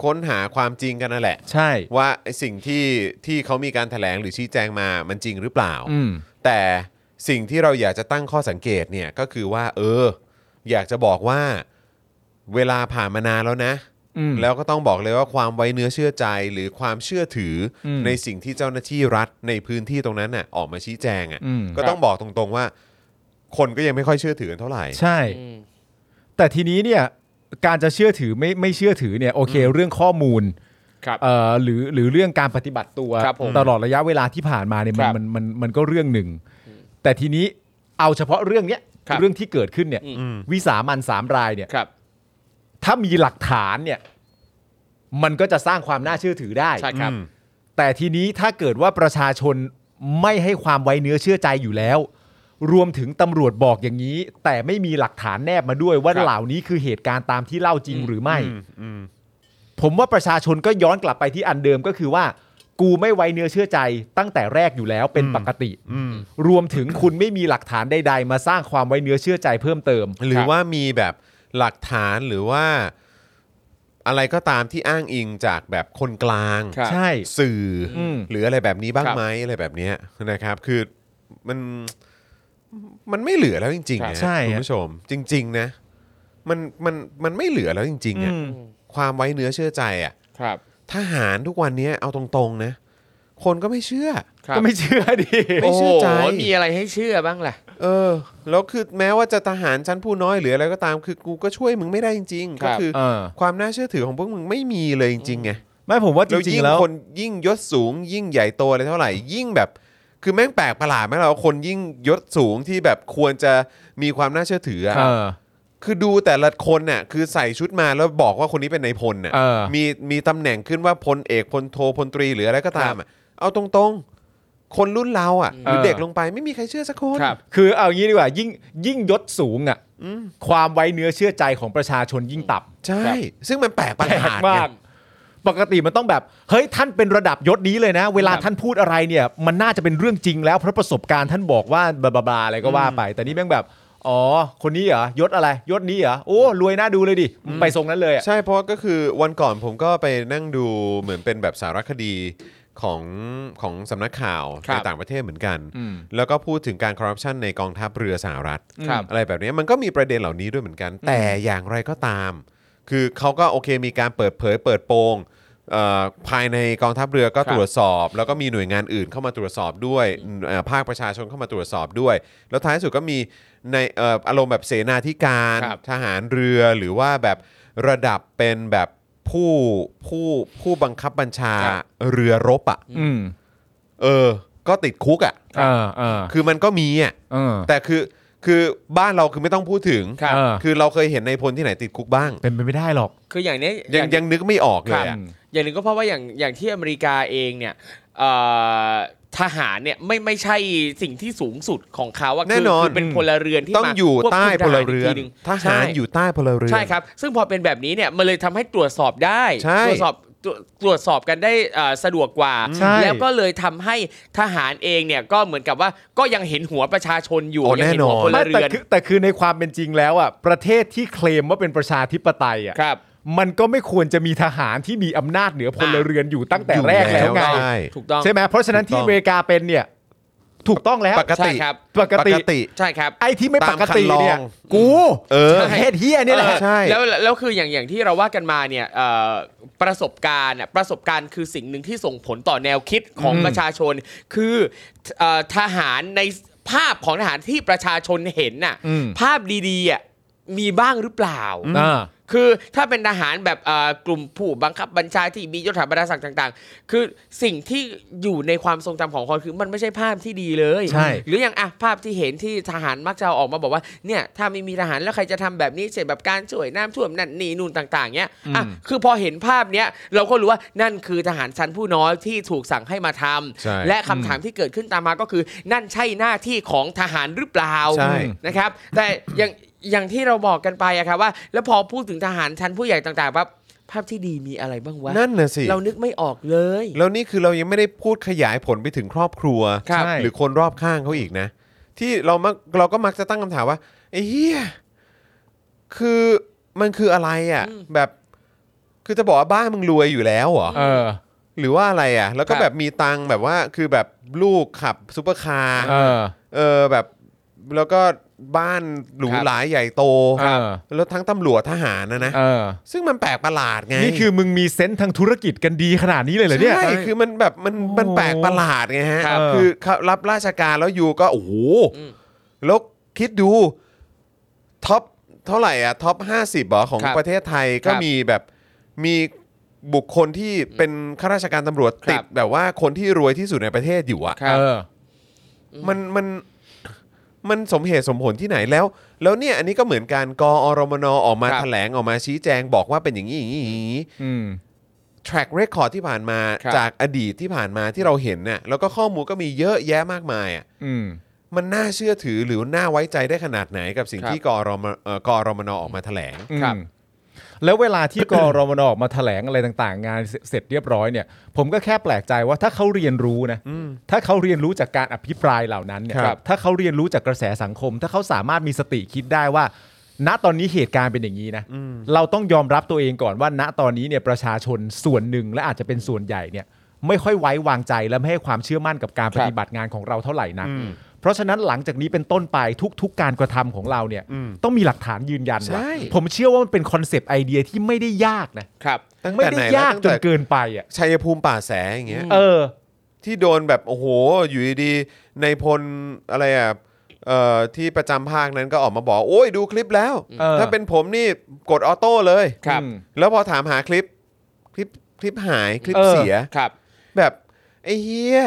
S2: ค้นหาความจริงกันนั่นแหละ
S3: ใช่
S2: ว่าไอ้สิ่งที่ที่เขามีการแถลงหรือชี้แจงมามันจริงหรือเปล่า
S3: อืม
S2: แต่สิ่งที่เราอยากจะตั้งข้อสังเกตเนี่ยก็คือว่า เออ อยากจะบอกว่าเวลาผ่านมานานแล้วนะ
S3: อืม
S2: แล้วก็ต้องบอกเลยว่าความไว้เนื้อเชื่อใจหรือความเชื่อถืออ
S3: ม
S2: ในสิ่งที่เจ้าหน้าที่รัฐในพื้นที่ตรงนั้นน่ะออกมาชี้แจง
S3: อืม
S2: อะ่ะก็ต้องบอกตรงๆว่า คนก็ยังไม่ค่อยเชื่อถือกันเท่าไหร่
S3: ใช่
S5: อืม
S3: แต่ทีนี้เนี่ย การจะเชื่อถือไม่ไม่เชื่อถือเนี่ยโอเค เรื่องข้อมูล
S5: ครับ
S3: เอ่อหรือหรือเรื่องการปฏิบัติตัว
S5: ครับผม
S3: ตลอดระยะเวลาที่ผ่านมาเนี่ยมัน
S5: ครับ
S3: มันมันมันก็เรื่องหนึ่ง แต่ทีนี้เอาเฉพาะเรื่องเนี้ย
S5: ครับ
S3: เรื่องที่เกิดขึ้นเนี่ย
S5: อื
S2: ม
S3: วิสามันสามรายเนี่ย
S5: ครับ
S3: ถ้ามีหลักฐานเนี่ย มันก็จะสร้างความน่าเชื่อถือได้
S5: ใช่ครับ
S2: อืม
S3: แต่ทีนี้ถ้าเกิดว่าประชาชนไม่ให้ความไว้เนื้อเชื่อใจอยู่แล้ว รวมถึงตำรวจบอกอย่างนี้ แต่ไม่มีหลักฐานแนบมาด้วย ว่า
S5: ครับ
S3: เหล่านี้คือเหตุการณ์ตามที่เล่าจริงหรือไม่
S2: อืมอืม
S3: ผมว่าประชาชนก็ย้อนกลับไปที่อันเดิมก็คือว่า กูไม่ไว้เนื้อเชื่อใจตั้งแต่แรกอยู่แล้วเป็นปกติ
S2: อืม
S3: รวมถึงคุณไม่มีหลักฐานใด ๆ มาสร้างความไว้เนื้อเชื่อใจเพิ่มเติม
S2: หรือ
S5: ครับ
S2: ว่ามีแบบหลักฐานหรือว่าอะไรก็ตามที่อ้างอิงจากแบบคนกลาง
S5: ครับ
S3: ใช่
S2: สื่ออ
S3: ม
S2: หรืออะไรแบบนี้บ้าง
S5: ครับ
S2: ไหมอะไรแบบเนี้ยนะครับ คือมันมันไม่เหลือแล้วจริง
S5: ครั
S2: ๆ
S5: บ
S2: นะ
S3: ใช่
S2: คุณผู้ชม จริง ๆ นะมันมันมันไม่เหลือแล้วจริงๆอะ
S3: อืม
S2: ความไว้เนื้อเชื่อใจอ่ะ
S5: ครับ
S2: ทหารทุกวันนี้เอาตรงๆนะ คนก็ไม่เชื่อ
S5: ครับ
S3: ก็ไม่เชื่อดิ
S2: ไม่เชื่อใจ
S5: โโหมีอะไรให้เชื่อบ้างล่ะ
S2: เออแล้วคือแม้ว่าจะทหารชั้นผู้น้อยหรืออะไรก็ตาม คือกูก็ช่วยมึงไม่ได้จริงๆ
S5: ครั
S2: ก็
S5: บ
S2: คือ
S3: เออ
S2: ความน่าเชื่อถือของพวกมึงไม่มีเลยจริงๆไง
S3: ไม่ผมว่าจ
S2: แล้ว
S3: ริง
S2: ยิ่ง
S3: ๆแล้ว
S2: คนยิ่งยศสูง ยิ่งใหญ่โตอะไรเท่าไหร่ ยิ่งแบบ คือแม่งแปลกประหลาดไหมเราคนยิ่งยศสูงที่แบบควรจะมีความน่าเชื่อถืออะ
S3: เออ
S2: คือดูแต่ละคนน่ะคือใส่ชุดมาแล้วบอกว่าคนนี้เป็นนายพลน่ะ
S3: เออ
S2: มีมีตำแหน่งขึ้นว่าพลเอกพลโทพลตรีหรืออะไรก็ตามอ่ะเอาตรงๆ คนรุ่นเราอ่ะหรือเด็กลงไปไม่มีใครเชื่อสักคน
S5: ครับ
S3: คือเอางี้ดีกว่า ยิ่งยิ่งยศสูงอ่ะความไว้เนื้อเชื่อใจของประชาชนยิ่งต่ำ
S2: ใช่
S5: ครับ
S2: ซึ่งมันแปลกประหลาดไง
S3: มากปกติมันต้องแบบ เฮ้ยท่านเป็นระดับยศนี้เลยนะ เวลา
S5: ครับ
S3: ท่านพูดอะไรเนี่ย มันน่าจะเป็นเรื่องจริงแล้วเพราะประสบการณ์ท่านบอกว่าบลาบลาบลาอะไรก็ว่าไป แต่นี่แม่งแบบ อ๋อ คนนี้เหรอยศอะไร ยศนี้เหรอโอ้รวยน่าดูเลยดิไปทรงนั้นเลยอะ
S2: ใช่เพราะก็คือวันก่อนผมก็ไปนั่งดูเหมือนเป็นแบบสารคดีของของสำนักข่าว
S5: ครับ
S2: ในต่างประเทศเหมือนกัน
S3: อืม
S2: แล้วก็พูดถึงการคอร์รัปชันในกองทัพเรือสหรัฐ
S5: ครับ
S2: อะไรแบบนี้มันก็มีประเด็นเหล่านี้ด้วยเหมือนกัน แต่อย่างไรก็ตาม คือเขาก็โอเคมีการเปิดเผยเปิดโปงเอ่อภายในกองทัพเรือก็
S5: ครับ
S2: ตรวจสอบ แล้วก็มีหน่วยงานอื่นเข้ามาตรวจสอบด้วยเอ่อภาคประชาชนเข้ามาตรวจสอบด้วย แล้วท้ายสุดก็มีในเอ่ออารมณ์แบบเสนาธิการ
S5: ครับ
S2: ทหารเรือหรือว่าแบบระดับเป็นแบบผู้ผู้ผู้บังคับบัญชา
S5: ครับ
S2: เรือรบอะ่ะ
S3: ืม
S2: เออ ก็ติดคุกอ่ะ
S3: เออเออ
S2: คือมันก็มีอ่ะ
S3: เออ
S2: แต่คือคือบ้านเราคือไม่ต้องพูดถึง
S3: ครับ
S2: คือเราเคยเห็นในพลที่ไหนติดคุกบ้าง
S3: เป็นไปไม่ได้หรอก
S5: คืออย่างเนี้ยอ
S2: ยัง
S5: ย่าง
S2: ยังนึกไม่ออกเลย
S5: ครั
S2: อะ
S5: บ อย่างหนึ่งก็เพราะว่าอย่างอย่างที่อเมริกาเองเนี่ยเอ่อทหารเนี่ยไม่ไม่ใช่สิ่งที่สูงสุดของเขาอะคื
S2: แน่นอน
S5: คืเป็นพลเรือนที่
S2: ต้อง
S5: มา
S2: อยู่
S5: ควบคุม
S2: ใต้พลเรือน
S5: ท
S2: ทหาร
S5: หากทีหงใช่
S2: อยู่ใต้พลเรือน
S5: ใช่ครับ ซึ่งพอเป็นแบบนี้เนี่ย มันเลยทำให้ตรวจสอบได้
S2: ใช่
S5: ตรวจสอบตรวตรวจสอบกันได้เอ่อสะดวกกว่า
S3: ใช่
S5: แล้วก็เลยทำให้ทหารเองเนี่ยก็เหมือนกับว่าก็ยังเห็นหัวประชาชนอยู่
S2: โอ้
S5: ยัเห็นหั
S2: แน่นอ
S5: ว
S2: น
S5: พล
S3: ไม่แต่
S5: เรือน
S3: คือแต่คือในความเป็นจริงแล้วอ่ะประเทศที่เคลมว่าเป็นประชาธิปไตยอ่ะ
S5: ครับ
S3: มันก็ไม่ควรจะมีทหารที่มีอำนาจเหนือพลเรือนอยู่ตั้งแต่
S2: อยู่
S3: แรกแล้วไง
S2: ใช่
S5: ถูกต้อง
S3: ใช่ไหมเพราะฉะนั้นที่
S2: ถูกต้อง
S3: อเมริกาเป็นเนี่ย ถูกต้องแล้ว
S2: ปก
S5: ใช่
S2: ติ
S5: ครับ
S3: ปกติ
S5: ใช่ครับ
S3: ไอ้ที่ไม่ปก
S2: ตามคั
S3: ติ
S2: นลอ
S3: เนี่ย
S2: ง
S3: กู
S2: เออ
S3: ประเทศเฮียนี่แหละ
S5: เออ
S2: ใช่
S5: แล้วแล้วคืออย่างอย่างที่เราว่ากันมาเนี่ยเอ่อประสบการณ์อะประสบการณ์คือสิ่งหนึ่งที่ส่งผลต่อแนวคิดของ
S3: อืม
S5: ประชาชน คือเอ่อทหารในภาพของทหารที่ประชาชนเห็นน่ะ
S3: อืม
S5: ภาพดีๆอ่ะมีบ้างหรือเปล่า
S3: อ่า
S5: คือถ้าเป็นทหารแบบเอ่อกลุ่มผู้บังคับบัญชาที่มียศถาบรรดาศักดิ์ต่าง ๆ คือสิ่งที่อยู่ในความทรงจำของคนคือมันไม่ใช่ภาพที่ดีเลย
S3: ใช่
S5: หรืออย่างอ่ะภาพที่เห็นที่ทหารมักจะเอาออกมาบอกว่าเนี่ยถ้าไม่มีทหารแล้วใครจะทำแบบนี้เช่นแบบการช่วยน้ำท่วมนั่นนี่นู่นต่าง ๆเนี้ยอ่ะคือพอเห็นภาพเนี้ยเราก็รู้ว่านั่นคือทหารชั้นผู้น้อยที่ถูกสั่งให้มาทำ
S2: ใช่
S5: และคำถามที่เกิดขึ้นตามมาก็คือ นั่นใช่หน้าที่ของทหารหรือเปล่า
S2: ใช่
S5: นะครับแต่อย่างอย่างที่เราบอกกันไปอะครับว่า แล้วพอพูดถึงทหารชั้นผู้ใหญ่ต่างๆปั๊บภาพที่ดีมีอะไรบ้างวะ
S2: นั่นน่ะสิ
S5: เรานึกไม่ออกเลย
S2: แล้วนี่คือเรายังไม่ได้พูดขยายผลไปถึงครอบครัว
S3: ครับ ใช่
S2: หรือคนรอบข้างเขาอีกนะ ที่เรามักเราก็มักจะตั้งคำถามว่าไอ้เฮียคือมันคืออะไรอ่ะ แบบ คือจะบอกว่าบ้านมึงรวยอยู่แล้วเหรอ
S3: เออ
S2: หรือว่าอะไรอ่ะ แล้วก็แบบมีตังค์แบบว่าคือแบบลูกขับซุปเปอร์คาร์
S3: เออ
S2: เออแบบแล้วก็บ้านหรูหราใหญ่โต
S3: ครับเออ
S2: แล้วทั้งตำรวจทหารนะนะ
S3: เออ
S2: ซึ่งมันแปลกประหลาดไง
S3: นี่คือมึงมีเซนส์ทางธุรกิจกันดีขนาดนี้เลยเหรอเนี่ย
S2: ใช่ คือมันแบบมัน
S3: โอ้
S2: มันแปลกประหลาดไงฮะ
S3: ครับ
S2: คือเขารับราชการแล้วอยู่ก็โอ้โห แล้วคิดดูท็อปเท่าไหร่อ่ะท็อป 50เหรอของประเทศไทยก็มีแบบมีบุคคลที่เป็นข้าราชการตำรวจติดแบบว่าคนที่รวยที่สุดในประเทศอยู่อ่ะ
S5: ครับ
S3: เออ
S2: มันมันมันสมเหตุสมผลที่ไหนแล้ว แล้วเนี่ยอันนี้ก็เหมือนการกอรมนออกมา
S5: ครับ
S2: แถลงออกมาชี้แจงบอกว่าเป็นอย่างนี้อย่างนี้อย่างนี้
S3: อืม
S2: track record ที่ผ่านมา
S5: ครับ
S2: จากอดีตที่ผ่านมาที่เราเห็นเนี่ยแล้วก็ข้อมูลก็มีเยอะแยะมากมายอ่ะ
S3: อืม
S2: มันน่าเชื่อถือหรือน่าไว้ใจได้ขนาดไหนกับสิ่ง
S5: ครับ
S2: ที่กอรมเอ่อกอรมนออกมาแถลง
S3: อืม
S5: ครับ
S3: แล้วเวลาที่ กรมนออกมาแถลงอะไรต่างๆ งานเสร็จเรียบร้อยเนี่ย ผมก็แค่แปลกใจว่าถ้าเขาเรียนรู้นะถ้าเขาเรียนรู้จากการอภิปรายเหล่านั้นเนี่ย
S2: ครับ
S3: ถ้าเขาเรียนรู้จากกระแสสังคม ถ้าเขาสามารถมีสติคิดได้ว่า ณตอนนี้เหตุการณ์เป็นอย่างนี้นะเราต้องยอมรับตัวเองก่อนว่า ณตอนนี้เนี่ยประชาชนส่วนหนึ่งและอาจจะเป็นส่วนใหญ่เนี่ย ไม่ค่อยไว้วางใจและไม่ให้ความเชื่อมั่นกับการปฏิบัติงานของเราเท่าไหร่นะเพราะฉะนั้นหลังจากนี้เป็นต้นไปทุก ๆ การกระทำของเราเนี่ยต้องมีหลักฐานยืนยัน
S2: ใช่
S3: ว่า ผมเชื่อว่ามันเป็นคอนเซปต์ไอเดียที่ไม่ได้ยากนะครับ
S2: ตั้ง
S3: ไม่
S2: แต่ไหน
S3: ได้
S2: แล้ว
S3: ยาก
S2: ตั้ง
S3: จ
S2: แต่
S3: นเกินไปอ่ะ
S2: ชัยภูมิป่าแสอย่างเงี้ย
S3: เออ
S2: ที่โดนแบบโอ้โหอยู่ดีๆในพลอะไรอ่ะเอ่อที่ประจำภาคนั้นก็ออกมาบอก โอ้ยดูคลิปแล้ว
S3: เออ
S2: ถ้าเป็นผมนี่กดออโต้เลย
S5: ครับ
S3: อืม
S2: แล้วพอถามหาคลิปคลิปคลิปหายคลิป
S3: เออ
S2: เสีย
S5: ครับ
S2: แบบไอ้เฮีย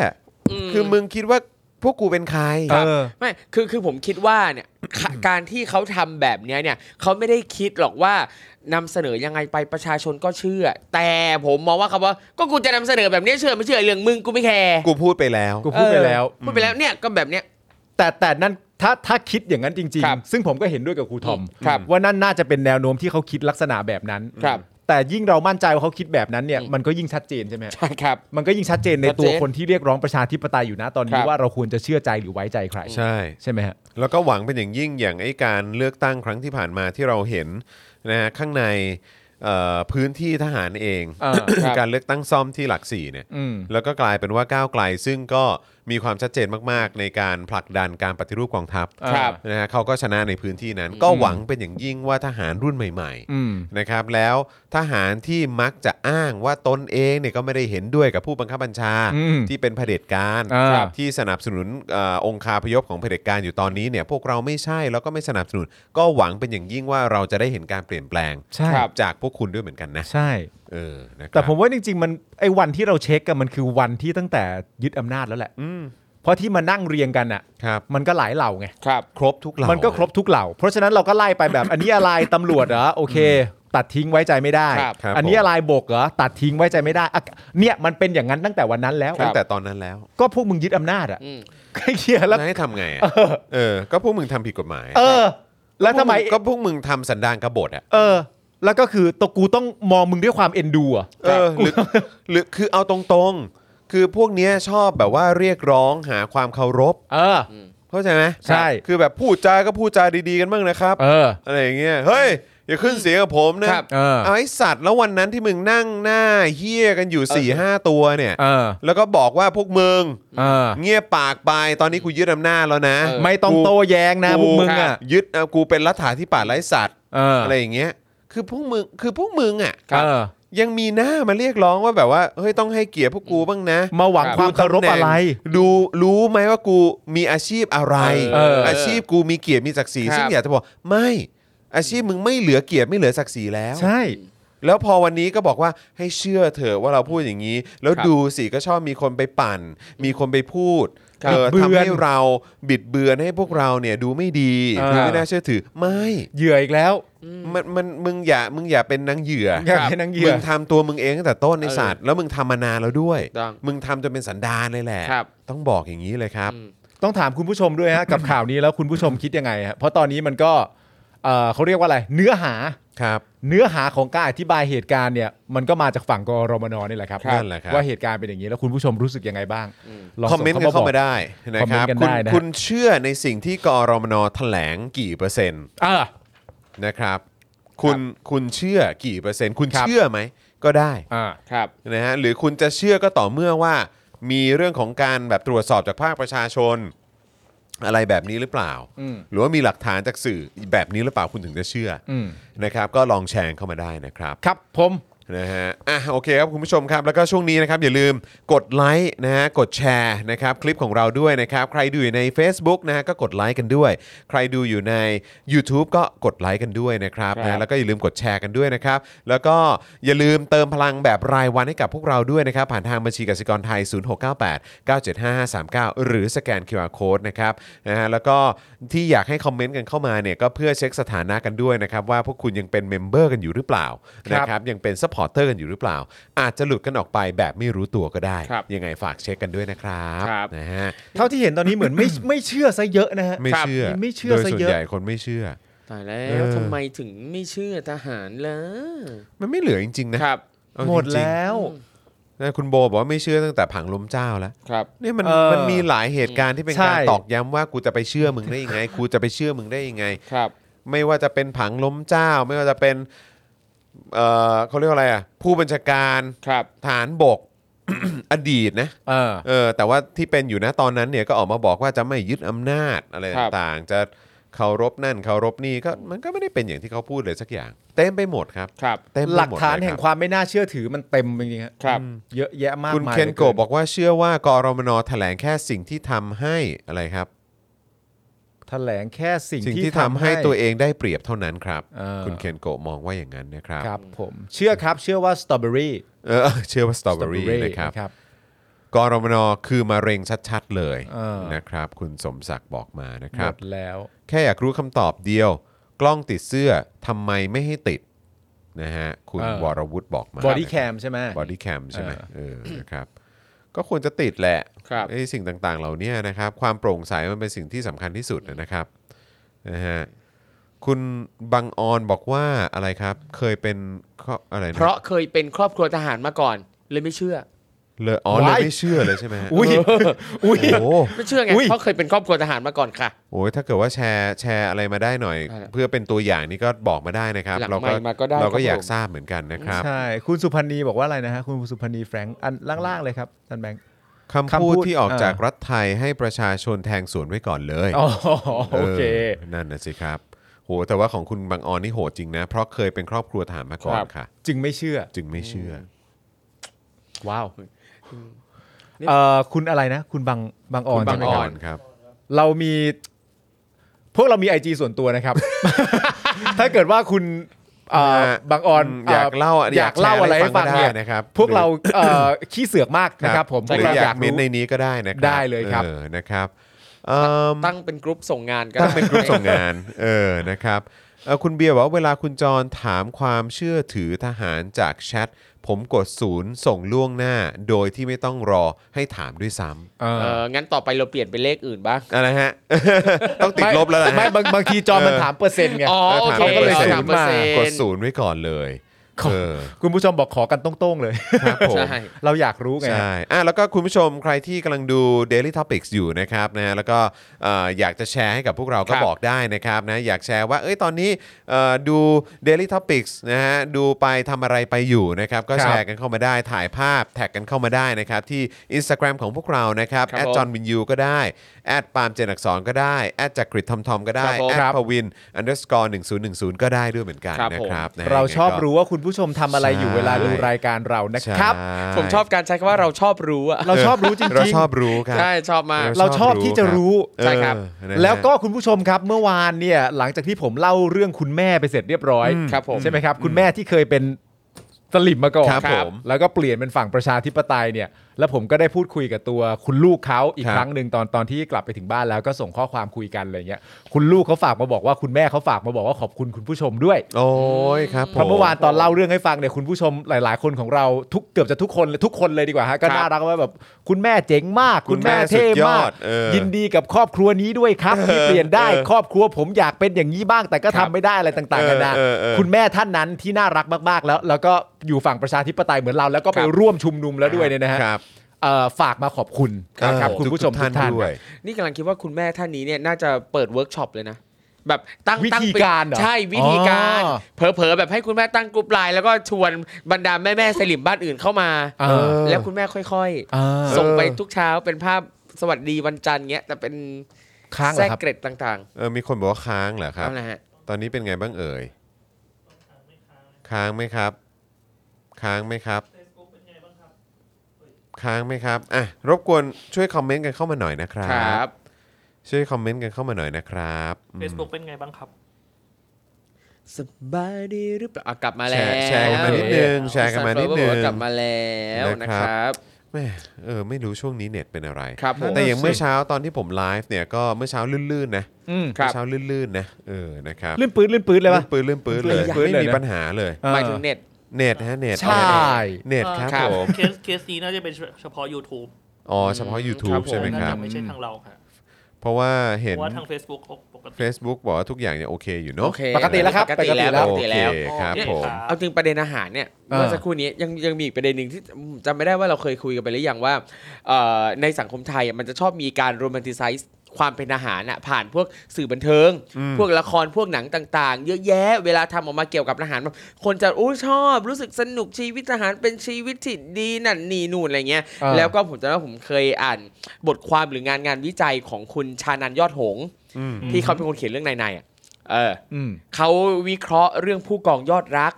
S5: ม
S2: คือมึงคิดว่าพวกกูเป็นใคร
S3: เออ
S5: ไม่ คือ คือผมคิดว่าเนี่ยกะการที่เขาทำแบบเนี้ยเนี่ยเขาไม่ได้คิดหรอกว่านำเสนอยังไงไปประชาชนก็เชื่อ แต่ผมมองว่าคำว่า ก็กูจะนำเสนอแบบเนี้ยเชื่อไม่เชื่อเรื่องมึงกูไม่แคร์
S2: กูพูดไปแล้ว
S3: กูพูดไปแล้ว
S5: เออพูดไปแล้วเนี่ยก็แบบเนี้ย
S3: แต่แต่นั่นถ้าถ้าคิดอย่างนั้นจริง
S5: ครับ
S3: ๆ ซึ่งผมก็เห็นด้วยกับครูทอม
S5: ครับ
S3: ว่านั่นน่าจะเป็นแนวโน้มที่เขาคิดลักษณะแบบนั้น
S5: ครับ
S3: แต่ยิ่งเรามั่นใจว่าเขาคิดแบบนั้นเนี่ยมันก็ยิ่งชัดเจนใช่ไหมฮะ
S5: ใช่ครับ
S3: มันก็ยิ่งชัดเจนใน
S5: ชัดเจน
S3: ตัวคนที่เรียกร้องประชาธิปไตยอยู่นะตอน
S5: ค
S3: นี้
S5: รับ
S3: ว่าเราควรจะเชื่อใจหรือไว้ใจใคร
S2: ใช่
S3: ใช่ไหมฮะ
S2: แล้วก็หวังเป็นอย่างยิ่งอย่างไอ้การเลือกตั้งครั้งที่ผ่านมาที่เราเห็นนะฮะข้างในเอ่อพื้นที่ทหารเอง
S3: เออ
S5: ครับ
S2: การเลือกตั้งซ่อมที่หลักสี่เนี่ย
S3: อืม
S2: แล้วก็กลายเป็นว่าก้าวไกลซึ่งก็ มีความชัดเจนมากๆ ในการผลักดันการปฏิรูปกองทัพ
S5: ครับ
S2: นะฮะเขาก็ชนะในพื้นที่นั้น ก็หวังเป็นอย่างยิ่งว่าทหารรุ่นใหม่
S3: อืม
S2: ๆนะครับแล้วทหารที่มักจะอ้างว่าตนเองเนี่ยก็ไม่ได้เห็นด้วยกับผู้บังคับบัญชา
S3: อืม
S2: ที่เป็นเผด็จการ
S3: อ่า
S2: ครับที่สนับสนุนเออองคาพยพของเผด็จการอยู่ตอนนี้เนี่ยพวกเราไม่ใช่แล้วก็ไม่สนับสนุน ก็หวังเป็นอย่างยิ่งว่าเราจะได้เห็นการเปลี่ยนแปลง
S3: ใช่
S5: ครับ
S2: จากพวกคุณด้วยเหมือนกันนะ
S3: ใช่
S2: เออนะครับ
S3: แต่ผมว่าจริงๆมันไอ้วันที่เราเช็คกันมันคือวันที่ตั้งแต่ยึดอำนาจแล้วแหละ
S2: อืม
S3: เพราะที่มานั่งเรียงกันอ่ะ
S2: ครับ
S3: มันก็หลายเหล่าไง
S5: ครับ
S2: ครบทุกเหล่า
S3: มันก็ครบทุกเหล่า เพราะฉะนั้นเราก็ไล่ไปแบบ อันนี้อะไรตำรวจเหรอโอเค ตัดทิ้งไว้ใจไม่ได้
S5: ครับ
S2: ครับ
S3: อันนี้อะไรบกเหรอตัดทิ้งไว้ใจไม่ได้อ่ะเนี่ยมันเป็นอย่างนั้นตั้งแต่วันนั้นแล้ว
S2: ตั้งแต่ตอนนั้นแล้ว
S3: ก็พวกมึงยึดอำนาจอ่ะ
S5: อืม
S3: ใกล้เคียงแล้ว
S2: นายให้ทำไงอะ
S3: เออ
S2: เออ ก็พวกมึงทำผิดกฎหมาย
S3: เออ แล้วทำไม
S2: ก็พวกมึงทำสันดานกบฏอ่ะ
S3: เออ แล้วก็คือตัวกูต้องมองมึงด้วยความเอ็นดูอ่ะ
S2: เออหรือหรือคือเอาตรงๆ คือพวกเนี้ยชอบแบบว่าเรียกร้องหาความเคารพ
S3: เออ
S2: เข้าใจไหม
S3: ใช่
S2: คือแบบพูดจาก็พูดจาดีๆกันบ้างนะครับ
S3: เออ
S2: อะไรอย่างเงี้ยเฮ้ย อย่าขึ้นเสียงกับผมนะครับ
S3: เออ
S2: เอาไอ้สัตว์แล้ววันนั้นที่มึงนั่งหน้าเฮี้ยกันอยู่4ี่ห้าตัวเนี่ย
S3: เออ
S2: แล้วก็บอกว่าพวกมึง
S3: เออ
S2: เงียบปากไปตอนนี้กูยึดอำนาจแล้วนะ
S5: เออ
S3: ไม่ต้องโต้แย้งนะพวกมึงอ่ะ
S2: ยึดเอากูเป็นรัฐาธิปัตย์ไร้สัตว์
S3: เอออ
S2: อะไรอย่างเงี้ย คือพวกมึงคือพวกมึงอ่ะ
S3: เออ
S2: ยังมีหน้ามาเรียกร้องว่าแบบว่าเฮ้ยต้องให้เกียรติพวกกูบ้างนะ
S3: มาหวัง
S5: ครับ
S3: ความเคารพอะไร
S2: ดูรู้ไหมว่ากูมีอาชีพอะไร
S3: เอออ
S2: ชีพกูมีเกียรติมีศักดิ์ศรี
S5: ครับ
S2: ซึ่งอยากจะบอกไม่อาชีพมึงไม่เหลือเกียรติไม่เหลือศักดิ์ศรีแล้ว
S3: ใช่
S2: แล้วพอวันนี้ก็บอกว่าให้เชื่อเถอะว่าเราพูดอย่างนี้ แล้ว
S5: ครับ
S2: ดูสิก็ชอบมีคนไปปั่น มีคนไปพูด
S5: ครับ
S2: เออ
S3: บิดเบื
S2: ทำ
S3: อน
S2: ให้เราบิดเบือนให้พวกเราเนี่ยดูไม่ดี
S3: เออ
S2: ดูไม่น่าเชื่อถือไม่
S3: เหยื่ออีกแล้ว
S2: มันมันมึงอย่ามึงอย่าเป็นนางเหยื่อ
S3: อยากให้นางเหยื่
S2: มึ
S3: อ
S2: งทำตัวมึงเองตั้งแต่ต้นใน
S5: เออ
S2: ศาสตร์แล้วมึงทำมานานแล้วด้วย
S5: ต้อง
S2: มึงทำจนเป็นสันดานเลยแหละ
S5: ครับ
S2: ต้องบอกอย่างนี้เลยครับ
S3: ต้องถามคุณผู้ชมด้วยฮะ กับข่าวนี้แล้วคุณผู้ชมคิดยังไงฮะเพราะตอนนี้มันก็เอ่อเขาเรียกว่าอะไร เนื้อหา
S2: ครับ
S3: เนื้อหาของการอธิบายเหตุการณ์เนี่ย มันก็มาจากฝั่งกอรมนนี่แหละครับ
S2: ครับนั่นแหละครับ
S3: ว่าเหตุการณ์เป็นอย่างนี้แล้วคุณผู้ชมรู้สึกยังไงบ้างลง
S2: ค
S3: ส่
S2: อม
S3: ง
S2: เมนต์กันเข้ามา
S3: บอก
S2: ได้นะครับ
S3: คอมเมนต์กัน
S2: คุณ
S3: ได้นะฮะ
S2: คุณเชื่อในสิ่งที่กอรมนแถลงกี่เปอร์เซ็นต์
S3: เออ
S2: นะครับคุณคุณเชื่อกี่เปอร์เซ็นต์ คุณ
S3: ครับ
S2: เชื่อไหม ก็ได้
S3: อ่า
S5: ครับ
S2: นะฮะหรือคุณจะเชื่อก็ต่อเมื่อว่า มีเรื่องของการแบบตรวจสอบจากภาคประชาชน อะไรแบบนี้หรือเปล่า
S3: อืม
S2: หรือว่ามีหลักฐานจากสื่อแบบนี้หรือเปล่าคุณถึงจะเชื่ออ
S3: อืม
S2: นะครับก็ลองแชร์เข้ามาได้นะครับ
S3: ครับผม
S2: นะฮะ อ่ะ โอเคครับ คุณผู้ชมครับ แล้วก็ช่วงนี้นะครับ อย่าลืมกดไลค์นะฮะ กดแชร์นะครับ คลิปของเราด้วยนะครับ ใครดูอยู่ใน Facebook นะฮะ ก็กดไลค์กันด้วย ใครดูอยู่ใน YouTube ก็กดไลค์กันด้วยนะครับ
S5: ครับ
S2: นะฮะแล้วก็อย่าลืมกดแชร์กันด้วยนะครับ แล้วก็อย่าลืมเติมพลังแบบรายวันให้กับพวกเราด้วยนะครับ ผ่านทางบัญชีกสิกรไทย 0698 975539 หรือสแกน QR Code นะครับ นะฮะ แล้วก็ที่อยากให้คอมเมนต์กันเข้ามาเนี่ย ก็เพื่อเช็คสถานะกันด้วยนะครับ ว่าพวกคุณยังเป็นเมมเบอร์กันอยู่หรือเปล่า
S3: ครั
S2: นะค
S3: บ
S2: รับ ครับยังเป็นซัพพอร์เตอร์กันอยู่หรือเปล่า อาจจะหลุดกันออกไปแบบไม่รู้ตัวก็ได้
S5: ครับ
S2: ยังไงฝากเช็คกันด้วยนะครับ
S5: ครับ
S2: นะฮะ
S3: เท่าที่เห็นตอนนี้เหมือนไม่ ไม่เชื่อซะเยอะนะฮะ
S2: ไม่เชื่อ
S3: ครับไม่เชื่อ
S2: โดย
S3: ซะ
S2: ส่วน
S3: เยอะ
S2: ใหญ่คนไม่เชื่อ
S5: ตายแล้
S2: เอ
S5: ว
S2: อ
S5: ทำไมถึงไม่เชื่อทหารล่ะ
S2: มันไม่เหลือจริง ๆ นะครับ เอา
S3: หมด
S2: จริงๆ
S3: แล้ว
S2: นะคุณโบบอกว่าไม่เชื่อตั้งแต่ผังล้มเจ้าแล้ว
S5: ครับ
S2: เนี่ยมัน
S3: เออ
S2: มันมีหลายเหตุการณ์ที่เป็น
S3: ใช่
S2: การตอกย้ำว่ากูจะไปเชื่อมึงได้ยังไง กูจะไปเชื่อมึงได้ยังไง
S5: ครับ
S2: ไม่ว่าจะเป็นผังล้มเจ้า ไม่ว่าจะเป็นเอ่อเขาเรียกว่าอะไรอ่ะผู้บัญชาการ
S5: ครับ
S2: ฐานบก อดีตนะ
S3: เออ
S2: เออแต่ว่าที่เป็นอยู่นะตอนนั้นเนี่ยก็ออกมาบอกว่าจะไม่ยึดอำนาจอะไร
S5: ครับ
S2: ต่างๆ จะเคารพนั่นเคารพนี่ก็มันก็ไม่ได้เป็นอย่างที่เขาพูดเลยสักอย่าง เต็มไปหมดครับ
S5: ครับ
S2: เต็มไป
S3: หลัก
S2: มดเย
S3: ฐานแห่
S2: ค
S3: งครับ วามไม่น่าเชื่อถือมันเต็มจริงๆฮะ
S5: ครับ
S3: เยอะแยะมาก
S2: คุณ
S3: มาย
S2: เคนโกะ
S3: หลือ
S2: บอกว่าเชื่อว่ากรมนแถลงแค่สิ่งที่ทำให้อะไรครับ
S3: แถลงแค่สิ่ง
S2: สิ่ง
S3: ที่
S2: ที่ทำ
S3: ทำ
S2: ให้
S3: ให้
S2: ตัวเองได้เปรียบเท่านั้นครับ
S3: เออ
S2: คุณเคนโกะมองว่าอย่างนั้นนะครับ
S3: ครับผม เชื่อครับ เชื่อว่าสตรอเบอรี่
S2: เออเชื่อว่าสตรอเบอรี่นะครับ
S3: ครับ
S2: กรมนคือมะเร็งชัดๆเลย
S3: เออ
S2: นะครับ คุณสมศักดิ์บอกมานะค
S3: หม
S2: รับ
S3: ดแล้ว
S2: แค่อยากรู้คำตอบเดียว กล้องติดเสื้อทำไมไม่ให้ติดนะฮะคุณ
S3: เออ
S2: วรวุฒิบอกมา
S3: บอดี้แคมใช่ไหม
S2: บอดี้แคมใช่ไหม
S3: เออ
S2: เออนะครับ ก็ควรจะติดแหละ
S5: ครับ
S2: ไอ้สิ่งต่างๆ เหล่านี้นะครับ ความโปร่งใสมันเป็นสิ่งที่สำคัญที่สุดนะครับนะฮะคุณบังออนบอกว่าอะไรครับ เคยเป็นข้ออะไรน
S5: เพราะเคยเป็นครอบครัวทหารมาก่อน เลยไม่เชื่อ
S2: เลยอ๋อเลย
S3: Why?
S2: ไม่เชื่อเลยใช่ไหมฮะ
S3: อุ้ยอุ้ย
S2: โอ้โห
S5: ไม่เชื่อไง
S3: อุ๊ย
S5: เพราะเคยเป็นครอบครัวทหารมาก่อนค่ะ
S2: โอ้ยถ้าเกิดว่าแชร์แชร์อะไรมาได้หน่อย
S5: ได้ละ
S2: เพื่อเป็นตัวอย่างนี่ก็บอกมาได้นะครับ
S5: หลัง
S2: เรา
S5: ไมค์มาก็ได้
S2: เรา
S5: ครั
S2: ก็
S5: บ
S2: อยาก
S5: ผม
S2: ทราบเหมือนกันนะครับ
S3: ใช่ คุณสุพันธ์นีบอกว่าอะไรนะฮะ คุณสุพันธ์นีแฟรงค์อันล่างๆเลยครับท่านแบงค์
S2: คำพูด
S3: คำพูด
S2: ที่ออก
S3: อ่า
S2: จากรัฐไทยให้ประชาชนแทงสวนไว้ก่อนเลย
S3: อ๋อโอเค
S2: เออนั่นนะสิครับ โห แต่ว่าของคุณบางออนนี่โหดจริงนะ เพราะเคยเป็นครอบครัวทหารมาก่อน
S5: ครับ
S2: ค่ะ
S3: จึงไม่เชื่อ
S2: จึงไม่เชื่ออ
S3: ว้าวเอ่อคุณอะไรนะ คุณบางบางอ่อน
S2: คุณบางอ
S3: ใช่ไหมค
S2: อ
S3: รับ
S2: นครับ
S3: เรามี พวกเรามีไอจส่วนตัว นะครับ ถ้าเกิดว่าคุณเอ่อ
S2: ฮะ
S3: บางออน
S2: มอยาก
S3: เ
S2: เล่าะ
S3: อยากเล่าอะไรให้ฟัง
S2: ก็ได้
S3: เนี่ย
S2: นะครับ
S3: พวกเราเอ่อขี้เสือกมากนะครับ ผม
S2: ห
S3: พว
S2: รือ
S3: กเราอ
S2: อาย
S3: ยาก ก
S2: เม้น
S3: รู้
S2: ในนี้ก็ได้นะครับ
S3: ได้เลยครับ
S2: ออนะครับเอิ่ม
S5: ตั้งเป็นกรุ๊ปส่งงานก็
S2: ตั้ง
S5: ได้
S2: เป็นกลุ่มส่งงาน เออ นะครับเอ่อคุณเบียร์บอกว่าเวลาคุณจรถามความเชื่อถือทหารจากแชท ผมกดศูนย์ส่งล่วงหน้า โดยที่ไม่ต้องรอให้ถามด้วยซ้
S3: เออ
S5: เอองั้นต่อไปเราเปลี่ยนเป็นเลขอื่นบ้าง
S2: ำอะไรฮ ะ ต้องติดลบแล้วนะ
S3: ไม่
S2: ฮะ
S3: บางบางทีจอมันถามเปอร์เซ็นต์ไง
S5: อ๋อ โอเค
S2: ถามเปอร์เซ็นต์
S5: สามเปอร์เซ็
S2: กด
S5: นต์
S2: ศูนย์ไว้ก่อนเลย
S3: ขอ
S2: เออ
S3: คุณผู้ชมบอกขอกันตรงๆเลย
S2: ครับผม
S5: ใช่
S3: เราอยากรู้ไง
S2: ใช่อ่ะแล้วก็คุณผู้ชมใครที่กำลังดู Daily Topics อยู่นะครับนะ แล้วก็เอ่ออยากจะแชร์ให้กับพวกเราก็
S5: ครับ
S2: บอกได้นะครับนะ อยากแชร์ว่า เอ้ย ตอนนี้เอ่อดู Daily Topics นะฮะ ดูไปทำอะไรไปอยู่นะครับ ก็
S3: ครับ
S2: แชร์กันเข้ามาได้ ถ่ายภาพแท็กกันเข้ามาได้นะครับ ที่ Instagram ของพวกเรานะครับ
S5: ครับ
S2: แอด
S5: ผม
S2: จอห์นวินยูก็ได้แอดปาล์มเจนอักสอนก็ได้แอดจักริดทอมทอมก็ได้
S5: ครับผม
S2: แอดพวินอันเดอร์สกอร์หนึ่งศูนย์หนึ่งศูนย์ก็ได้ด้วยเหมือนกัน
S5: ครับ
S2: นะ
S5: ผม
S2: ครับนะ
S3: เราชอบ
S2: ยังไงก็
S3: รู้ว่าคุณผู้ชมทำอะไรอยู่
S2: ใช่
S3: เวลาดูรายการเรานะครับ
S2: ใ
S5: ผมชอบการใช้คำว่าเราชอบรู้อะ
S3: เราชอบรู้จริงๆ
S2: เราชอบรู้ครับ
S5: ใช่ชอบมาก
S3: เราชอบที่จะรู้
S5: ใช่ครับ
S2: เออนะฮะ
S3: แล้วก็คุณผู้ชมครับเมื่อวานเนี่ยหลังจากที่ผมเล่าเรื่องคุณแม่ไปเสร็จเรียบร้อย
S2: อืม
S5: ครับผม
S3: ใช่ไหมครับ คุณแม่ที่เคยเป็นสลิมมาก่อน
S2: ครับผม
S3: แล้วก็เปลี่ยนเป็นฝั่งประชาธิปไตยเนี่ย แล้วผมก็ได้พูดคุยกับตัวคุณลูกเขาอีก
S2: ครับ
S3: ครั้งหนึ่งตอนตอนที่กลับไปถึงบ้านแล้วก็ส่งข้อความคุยกันอะไรเงี้ยคุณลูกเขาฝากมาบอกว่าคุณแม่เขาฝากมาบอกว่าขอบคุณคุณผู้ชมด้วย
S2: โอ้ยครับ
S3: เพราะเมื่อวานตอนเล่าเรื่องให้ฟังเนี่ยคุณผู้ชมหลาย ๆ คนของเราทุกเกือบจะทุกคนเลยทุกคนเลยดีกว่าฮะก็
S5: ครับ
S3: น่ารักว่าแบบคุณแม่เจ๋งมาก
S2: คุ
S3: คุณ ณ
S2: แม่
S3: แม่
S2: สุ
S3: เท่
S2: ดยอ
S3: มาก
S2: ดเออ
S3: ยินดีกับครอบครัวนี้ด้วยครับที่เปลี่ยนได้
S2: เออ
S3: ครอบครัวผมอยากเป็นอย่างนี้บ้างแต่ก็
S2: ครับ
S3: ทำไม่ได้อะไรต่างๆกันานะ
S2: เออเออเออ
S3: คุณแม่ท่านนั้นที่น่ารักมากๆแล้ว แล้วก็อยู่ฝั่งประชาธิปไตยเหมือนเราแล้วก็ไป
S5: ครับ
S3: ร่วมชุมนุมแล้วด้วยเนี่ยนะฮะ
S2: ครับ
S3: เอ่อฝากมาขอบคุณนะครับคุณผู้ชมทุกท่าน
S2: ด้วย
S5: นี่กำลังคิดว่าคุณแม่ท่านนี้เนี่ยน่าจะเปิดเวิร์กช็อปเลยนะ แบบตั้ง
S3: วิธี
S5: ตั้งเป็น
S3: การเหรอ
S5: ใช่วิธีการ
S3: อ๋อ
S5: เผลอๆแบบให้คุณแม่ตั้งกลุ่มไลน์แล้วก็ชวนบรรดาแม่แม่ๆสลิมบ้านอื่นเข้ามา
S3: เออ
S2: อ
S5: แล้วคุณแม่ค่อย
S3: เออ
S5: ๆ ส่งไปทุกเช้าเป็นภาพสวัสดีวันจันทร์เงี้ยแต่เป็น
S3: ค้างเหร
S5: แทร
S3: อก ครับ
S5: เกร็ดต่าง
S2: เออมีคนบอกว่าค้างเหรอ
S5: ๆ
S2: ครับ
S5: นั่นแหละฮะ
S2: ตอนนี้เป็นไงบ้างเอ่ย ค้างไหมครับ ค้างไหมครับ ค้างไหมครับอ่ะรบกวนช่วยคอมเมนต์กันเข้ามาหน่อยนะครั
S5: ครับ บ
S2: ช่วยคอมเมนต์กันเข้ามาหน่อยนะครับอืม
S4: Facebook เป็นไงบ้างครับ
S5: สบายดีหรือเปล่าอ่ะกลับมา
S2: แช
S5: แล้ว
S2: ร์แชร์กันมานิดนึงแชร์กันมานิดนึง
S5: Sunflower กลับมาแล้วนะ
S2: นะค
S5: ค
S2: รั
S5: รับ บ
S2: แม่เออไม่รู้ช่วงนี้เน็ตเป็นอะไร
S5: ครับผม
S2: แต่อย่างเมื่อเช้าตอนที่ผมไลฟ์เนี่ยก็เมื่อเช้าลื่นๆนะ
S3: อืม
S5: ครับ
S2: เมื่อเช้าลื่นๆนะเออนะครับ
S3: ลื่นปื้นลื่นปื้นเลย
S2: เรื่อ
S3: ปะ
S2: งปืนเรื่องปืนเลย
S3: เรื่องปืน
S2: ไม่
S3: เลย
S2: มี
S3: นะ
S2: ปัญหาเลย
S3: เออ
S5: หมายถึงเน็ต
S2: เน็ตฮะเน็ต
S3: ใช่
S2: เน็ตครับ
S5: ครับ
S2: ผม
S4: เคสเคสนี้น่าจะเป็นเฉพาะ YouTube
S2: อ๋อเฉพาะ
S5: ครั
S2: YouTube
S5: บผม
S2: ใช่ไหม
S4: น่า
S2: ครั
S4: จะ
S2: บ
S4: ไม่ใช่ทางเราค่ะ
S2: เพราะว่าเห็น
S4: เพราะว่าทาง Facebook ปกติ
S2: Facebook บอกว่าทุกอย่างเนี่ยโอเคอยู่
S5: โอ
S2: เนาะ
S5: เค
S3: ปกติแล้วครับ
S5: ปกติแล้ว
S3: ปกติแล้
S2: โอ
S5: ปก
S3: ว
S5: ติ
S2: เค
S5: แล้ว
S2: ครับ
S4: โอ
S2: ผม
S4: เครับ
S5: เอาจริงประเด็นอาหารเนี่ย
S3: เออ
S5: เมื่อสักครู่นี้ยังยังมีอีกประเด็นหนึ่งที่จำไม่ได้ว่าเราเคยคุยกันไปหรือยังว่าเอ่อในสังคมไทยอ่ะมันจะชอบมีการโรแมนติไซส์ความเป็นอาหารอะผ่านพวกสื่อบันเทิง พวกละครพวกหนังต่างๆ เยอะแยะเวลาทำออกมาเกี่ยวกับอาหารแบบคนจะอู้ชอบรู้สึกสนุกชีวิตอาหารเป็นชีวิตที่ดีนั่นนี่นู่นอะไรเงี้ย
S3: เออ
S5: แล้วก็ผมจำได้ว่าผมเคยอ่านบทความหรืองานงานวิจัยของคุณชานันยอดหงส์
S2: อืม
S5: ที่เขาเป็นคนเขียนเรื่องในในๆอ่ะเออ
S3: อืม
S5: เขาวิเคราะห์เรื่องผู้กองยอดรัก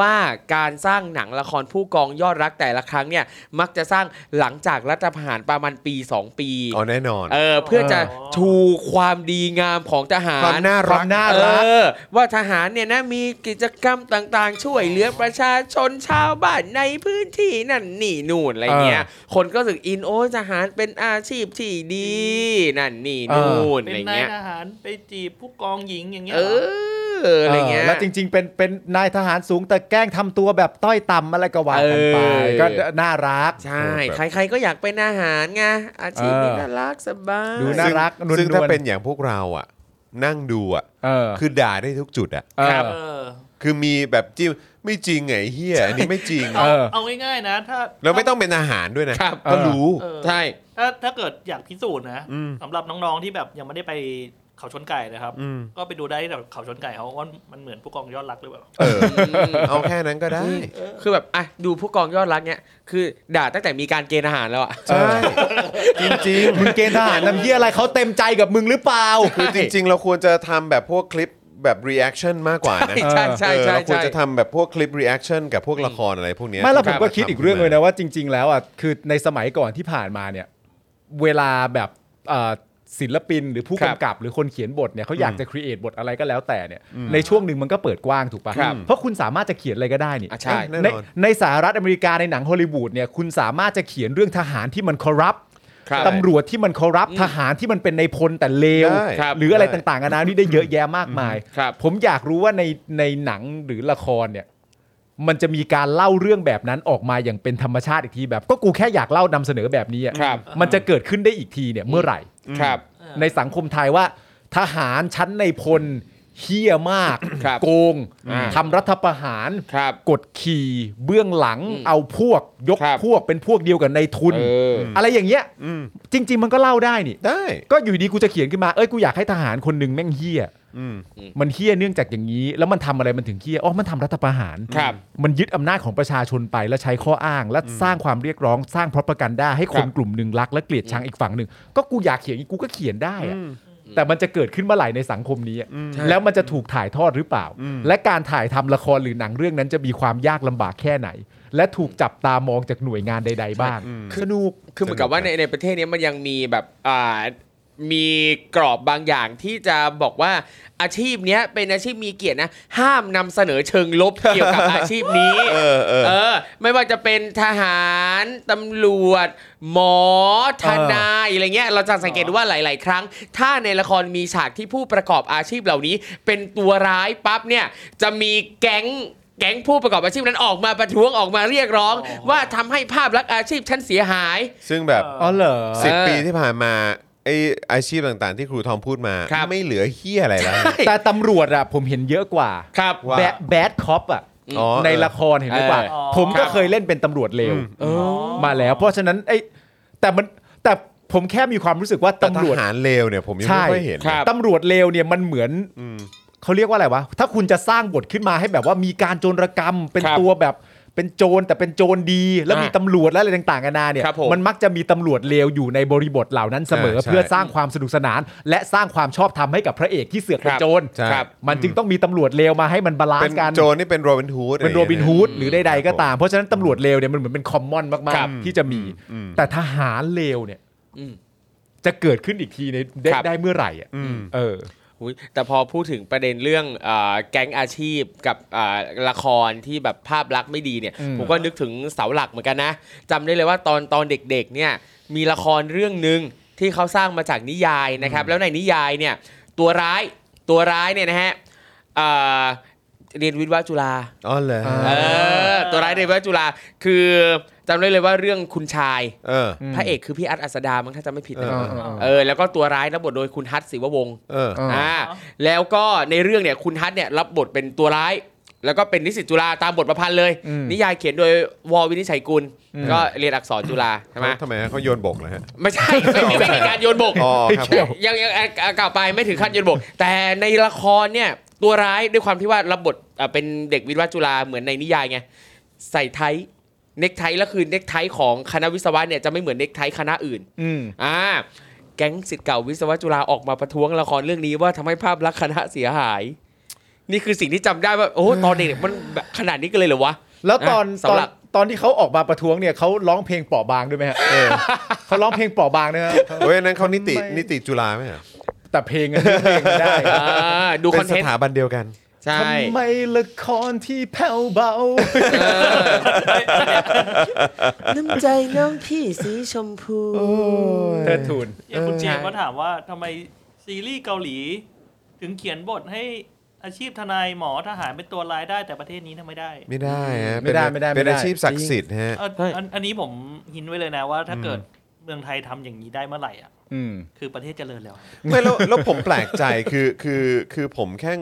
S5: ว่าการสร้างหนังละครผู้กองยอดรักแต่ละครั้งเนี่ยมักจะสร้างหลังจากรัฐประหารประมาณปี 2 ปี
S2: อ๋อแน่นอน
S5: เออเพื่อจะ
S4: อ๋อ
S5: ชูความดีงามของทหาร
S2: ความน่า
S3: ค
S2: รั
S3: วาก มน่า
S5: เอ
S3: รัก
S5: อว่าทหารเนี่ยนะมีกิจกรรมต่างๆ ช่วยเหลือประชาชนชาวบ้านในพื้นที่นั่นนี่นู่นอะไรเงี้ย คนก็รู้สึกอินโอยทหารเป็นอาชีพที่ดี นั่นนี่นู่น
S4: เป็
S5: อะไร
S4: นนาย
S5: เงี้ย
S4: ทหารไปจีบผู้กองหญิงอย่างเงี้ย
S5: เอ
S4: เหรอ
S5: ออะไรเงี้ย
S3: แล้วจริง ๆ เป็นเป็นนายทหารสูงแต่แกล้งทำตัวแบบต้อยต่ำอะไรก็ว่ากันไป
S5: เออ
S3: ก็น่ารัก
S5: ใช่
S2: แบบ
S5: ใครๆก็อยากเป็นอาหารไงอาชีพนี้
S3: เออ
S5: น่ารักสบาย
S3: ดูน่า
S2: ซึ่ง
S3: รักนวล
S2: ซึ่งถ้า
S3: ๆ
S2: เป็นอย่างพวกเราอ่ะ นั่งดูอ่ะ
S3: เออ
S2: คือด่าได้ทุกจุดอ่ะ
S3: เออ
S4: เออ
S2: คือมีแบบจิ้มไม่จริงไงเฮียอันนี้ไม่จริง
S3: เออ
S4: เอาง่ายๆนะ ถ้า
S2: แล้วไม่ต้องเป็นอาหารด้วยนะครับ ก็รู้
S4: เออ
S5: ใช่
S4: ถ้าถ้าเกิดอยากพิสูจน์นะ
S2: อืม
S4: สำหรับน้องๆที่แบบยังไม่ได้ไป เขาชนไก่นะครับ
S2: อืม
S4: ก็ไปดูได้ที่แบบเขาชนไก่เขาว่ามันเหมือนผู้กองยอดรักหรือเปล่า
S2: เออ เอาแค่นั้นก็ได้
S5: คือแบบอ่ะดูผู้กองยอดรักเนี่ยคือด่าตั้งแต่มีการเกณฑ์อาหารแล้วอ่ะ
S2: ใช่ จริง
S3: มึงเกณฑ์ทหารทำเหี้ยอะไรเขาเต็มใจกับมึงหรือเปล่า
S2: ๆ คือจริง ๆ เราควรจะทำแบบพวกคลิปแบบ reaction มากกว่านะ
S5: ใช่ใช่
S2: เออ
S5: ใช่
S2: เราควร
S5: ใช่
S2: จะทำแบบพวกคลิป reaction กับพวกละครอะไรพวกเนี้ย
S3: ไม่แล้วผ
S2: ที่
S3: ม
S2: แบบ
S3: ก็คิดอีกเรื่องเลยนะว่าจริง ๆ แล้วอ่ะคือในสมัยก่อนที่ผ่านมาเนี่ย เวลาแบบเอ่อศิลปินหรือผู้
S5: ครับ
S3: กำกับ หรือคนเขียนบทเนี่ยเขาอยากจะครีเอทบทอะไรก็แล้วแต่เนี่ยในช่วงหนึ่งมันก็เปิดกว้างถูกปะ
S5: ครับ
S3: เพราะคุณสามารถจะเขียนอะไรก็ได้นี่
S5: อ่ะใช่
S2: แน่
S3: ใน
S2: นอน
S3: ในสหรัฐอเมริกาในหนังฮอลลีวูดเนี่ยคุณสามารถจะเขียนเรื่องทหารที่มันคอรัป
S5: ครับ
S3: ตำรวจที่มันคอรัป
S5: อืม
S3: ทหารที่มันเป็นในพลแต่เลว
S2: ได้
S5: ครับ
S3: หรืออะไร
S2: ได้
S3: ต่างๆนานานี่ได้เยอะแยะมากมาย
S5: ครับ
S3: ผมอยากรู้ว่าในในหนังหรือละครเนี่ย มันจะมีการเล่าเรื่องแบบนั้นออกมาอย่างเป็นธรรมชาติอีกทีแบบ ก็กูแค่อยากเล่านำเสนอแบบนี้อะ
S5: ครับ
S3: มันจะเกิดขึ้นได้อีกทีเนี่ยเมื่อไหร่
S5: ครับ
S3: ในสังคมไทยว่า ทหารชั้นในพลเฮี้ยมาก
S5: ครับ
S3: โกง
S5: อ่า
S3: ทำรัฐประหาร
S5: ครับ
S3: กดขี่เบื้องหลัง
S5: อืม
S3: เอาพวกยก
S5: ครับ
S3: พวกเป็นพวกเดียวกันในทุน
S5: เออ
S3: อะไรอย่างเงี้ย
S2: อืม
S3: จริง ๆ มันก็เล่าได้นี่
S2: ได้
S3: ก็อยู่ดีกูจะเขียนขึ้นมา เอ้ยกูอยากให้ทหารคนหนึ่งแม่งเฮี้ย
S2: อืม
S3: มันเฮี้ยเนื่องจากอย่างนี้ แล้วมันทำอะไรมันถึงเฮี้ยอ๋อมันทำรัฐประหาร
S5: ครับ
S3: มันยึดอำนาจของประชาชนไปแล้วใช้ข้ออ้าง และสร้างความเรียกร้อง สร้างพรปกันด้าให้คน
S5: ครับ
S3: กลุ่มหนึ่งรักและเกลียดชังอีกฝั่งหนึ่งก็กูอยากเขียนอย่างนี้กูก็เขียนได้อะ
S2: อืม
S3: แต่มันจะเกิดขึ้นเมื่อไหร่ในสังคมนี้อะ
S5: ใช่
S3: แล้วมันจะถูกถ่ายทอดหรือเปล่า และการถ่ายทำละครหรือหนังเรื่องนั้นจะมีความยากลำบากแค่ไหน และถูกจับตามองจากหน่วยงานใด ๆ บ้างสนุก
S5: คือเหมือนกับว่าในในประเทศนี้มันยังมีแบบอ่ามีกรอบบางอย่างที่จะบอกว่าอาชีพเนี้ยเป็นอาชีพมีเกียรตินะ ห้ามนำเสนอเชิงลบ เกี่ยวกับอาชีพนี้
S2: เออเออ
S5: เออ ไม่ว่าจะเป็นทหารตำรวจ หมอทนายอะไรเงี้ย เราจะสังเกตว่าหลาย ๆ ครั้ง ถ้าในละครมีฉากที่ผู้ประกอบอาชีพเหล่านี้ เป็นตัวร้ายปั๊บเนี่ย จะมีแก๊งแก๊งผู้ประกอบอาชีพนั้นออกมาประท้วงออกมาเรียกร้อง
S4: อ๋อ
S5: ว่าทำให้ภาพลักษณ์อาชีพฉันเสียหาย
S2: ซึ่งแบบ
S3: อ๋อเหรอ
S2: สิบ
S5: เออ
S2: ปีที่ผ่านมาไออาชีพต่างๆ ที่ครูทอมพูดมา
S5: ครับ
S2: ไม่เหลือเฮี้ยอะไรแล้ว
S3: แต่ตำรวจอะผมเห็นเยอะกว่า
S5: ครับ
S2: ว่า
S3: แบดแบดคอปอะ
S2: อ๋อ
S3: ในละครเห็นไหมว่า
S5: เอ
S4: อ
S3: ผมก็
S5: ครับ
S3: เคยเล่นเป็นตำรวจเลว
S5: เออ
S3: มาแล้ว เพราะฉะนั้นไอ้แต่มันแต่ผมแค่มีความรู้สึกว่า
S2: แต่ท
S3: ตำรวจ
S2: หารเลวเนี่ยผมยัง
S3: ใช่
S2: ไม่ค่อยเห็น
S5: ครับ
S3: ตำรวจเลวเนี่ยมันเหมือน
S2: อืม
S3: เขาเรียกว่าอะไรวะ ถ้าคุณจะสร้างบทขึ้นมาให้แบบว่ามีการโจรกรรม เป็น
S5: ครับ
S3: ตัวแบบเป็นโจรแต่เป็นโจรดี แล้วมี
S5: อ่า
S3: ตำรวจและอะไรต่างๆกันานาเนี่ย
S5: ครับผม
S3: นมักจะมีตำรวจเลวอยู่ในบริบทเหล่านั้นเสมอ
S2: ใช่ใช่
S3: เพื่อสร้างความสนุกสนาน และสร้างความชอบธรรมให้กับพระเอกที่เสือกเป็นโจร
S2: ใช่
S5: ครับ
S3: มันจึงต้องมีตำรวจเลวมาให้มันบาลาน
S2: เป็น
S3: ซ์กัน
S2: โจรนี่เป็นโรบินฮูด
S3: เป็นโรบินฮูดหรือใดๆก็ตาม
S2: ม
S3: เพราะฉะนั้นตำรวจเลวเนี่ยมันเหมือนเป็นคอมมอนมา
S5: ครั
S3: ก
S5: บ
S3: ๆ ที่จะมี
S2: อืม
S3: แต่ทหารเลวเนี่ย
S5: อืม
S3: จะเกิดขึ้นอีกทีในได้
S5: ครับ
S3: ได้เมื่อไหร่อ่ะ
S2: อืม
S3: เออ
S5: อุ๊ยแต่พอพูดถึงประเด็นเรื่องอาแก๊งอาชีพกับอ่าละครที่แบบภาพลักษณ์ไม่ดีเนี่ย
S3: อืม
S5: ผมก็นึกถึงเสาหลักเหมือนกันนะจำได้เลยว่าตอนตอนเด็กๆเนี่ยมีละครเรื่องหนึ่งที่เขาสร้างมาจากนิยายนะครับ แล้วในนิยายเนี่ยตัวร้ายตัวร้ายเนี่ยนะฮะอ่าเรียนวิทย์วะจุฬา
S2: อ๋อเหรอ
S5: เออ ตัวร้ายเรียนวิทย์วะจุฬาคือจำได้เลยว่าเรื่องคุณชาย
S2: เออ
S5: พระเอกคือพี่อัดอัสดามั้งถ้าจำไม่ผิดนะ
S2: เออ
S5: เออแล้วก็ตัวร้ายรับบทโดยคุณฮัทศิววงศ์
S2: เออ
S3: เออ
S5: อ่าแล้วก็ในเรื่องเนี่ยคุณฮัทเนี่ยรับบทเป็นตัวร้าย แล้วก็เป็นนิสิตจุฬาตามบทประพันธ์เลย
S3: อืม
S5: นิยายเขียนโดยวอวินิจฉัยกุล
S3: อืม
S5: ก็เรียนอักษรจุฬาใช่ไหม
S2: ทำไมฮะเขาโยนบกเลยฮะ
S5: ไม่ใช่ไม่มีไม่มีการโยนบก
S2: อ๋อ
S3: ไม่
S2: ครับผ
S3: เกี่ยว
S2: ม
S5: ยังยังอ่ะอ่ะกล่าวไปไม่ถึงขั้นโยนบก แต่ในละครเนี่ยตัวร้ายด้วยความที่ว่ารับบทอ่ะเป็นเด็กวิทย์วะจุฬาเหมือนในนิยายไงใส่ไทเน็กไทแล้วคือเน็กไทของคณะวิศวะเนี่ยจะไม่เหมือนเน็กไทคณะอื่น
S3: อืม
S5: อ่าแก๊งสิทธิ์เก่าวิศวะจุฬาออกมาประท้วงละครเรื่องนี้ว่าทำให้ภาพลักษณ์คณะเสียหาย นี่คือสิ่งที่จำได้ว่า โอ้ตอนเด็กๆมันแบบขนาดนี้กันเลยเหรอวะ
S3: แล้วตอน
S5: อ่ะ
S3: ตอ
S5: เสาน หลัก
S3: ตอนที่เขาออกมาประท้วงเนี่ยเขาร้องเพลงเปราะบางด้วยไหมฮะ เขาร้องเพลงเปราะบางนะฮะ
S2: เว้ยอันนั้นเขานิตินิติจุฬาไหมฮะ
S3: แต่เพลงอะเพลงได้
S5: อ่าดูค
S2: เป็
S5: อน
S2: น
S5: เท
S2: ส
S5: นต์
S2: ถาบันเดียวกัน
S5: ใช่
S3: ทำไมละครที่แผ่วเบา
S5: เออ
S6: น้ำใจน้องพี่สีชมพู
S3: เทิดทูน
S4: อย่างคุณเจมส์ก็ถามว่าทำไมซีรีส์เกาหลี ถึงเขียนบทให้อาชีพทนายหมอทหารเป็นตัวร้ายได้แต่ประเทศนี้ทำไม่ได้
S2: ไม่ได้ฮะ
S3: ไม่ได้
S2: เป็น
S3: ไม่ได้ไม่
S2: เป็น
S3: ได้
S2: อาชีพศักดิ์สิทธิ์ฮะ
S4: เอ่ออันอันนี้ผมหินไว้เลยนะว่า ถ้าเกิดเมืองไทยทำอย่างนี้ได้เมื่อไหร่อ่ะ
S3: อืม
S4: คือประเทศเจริญแล้ว
S2: ไม่แล้วแล้วผมแปลกใจคือคือคือผมแค่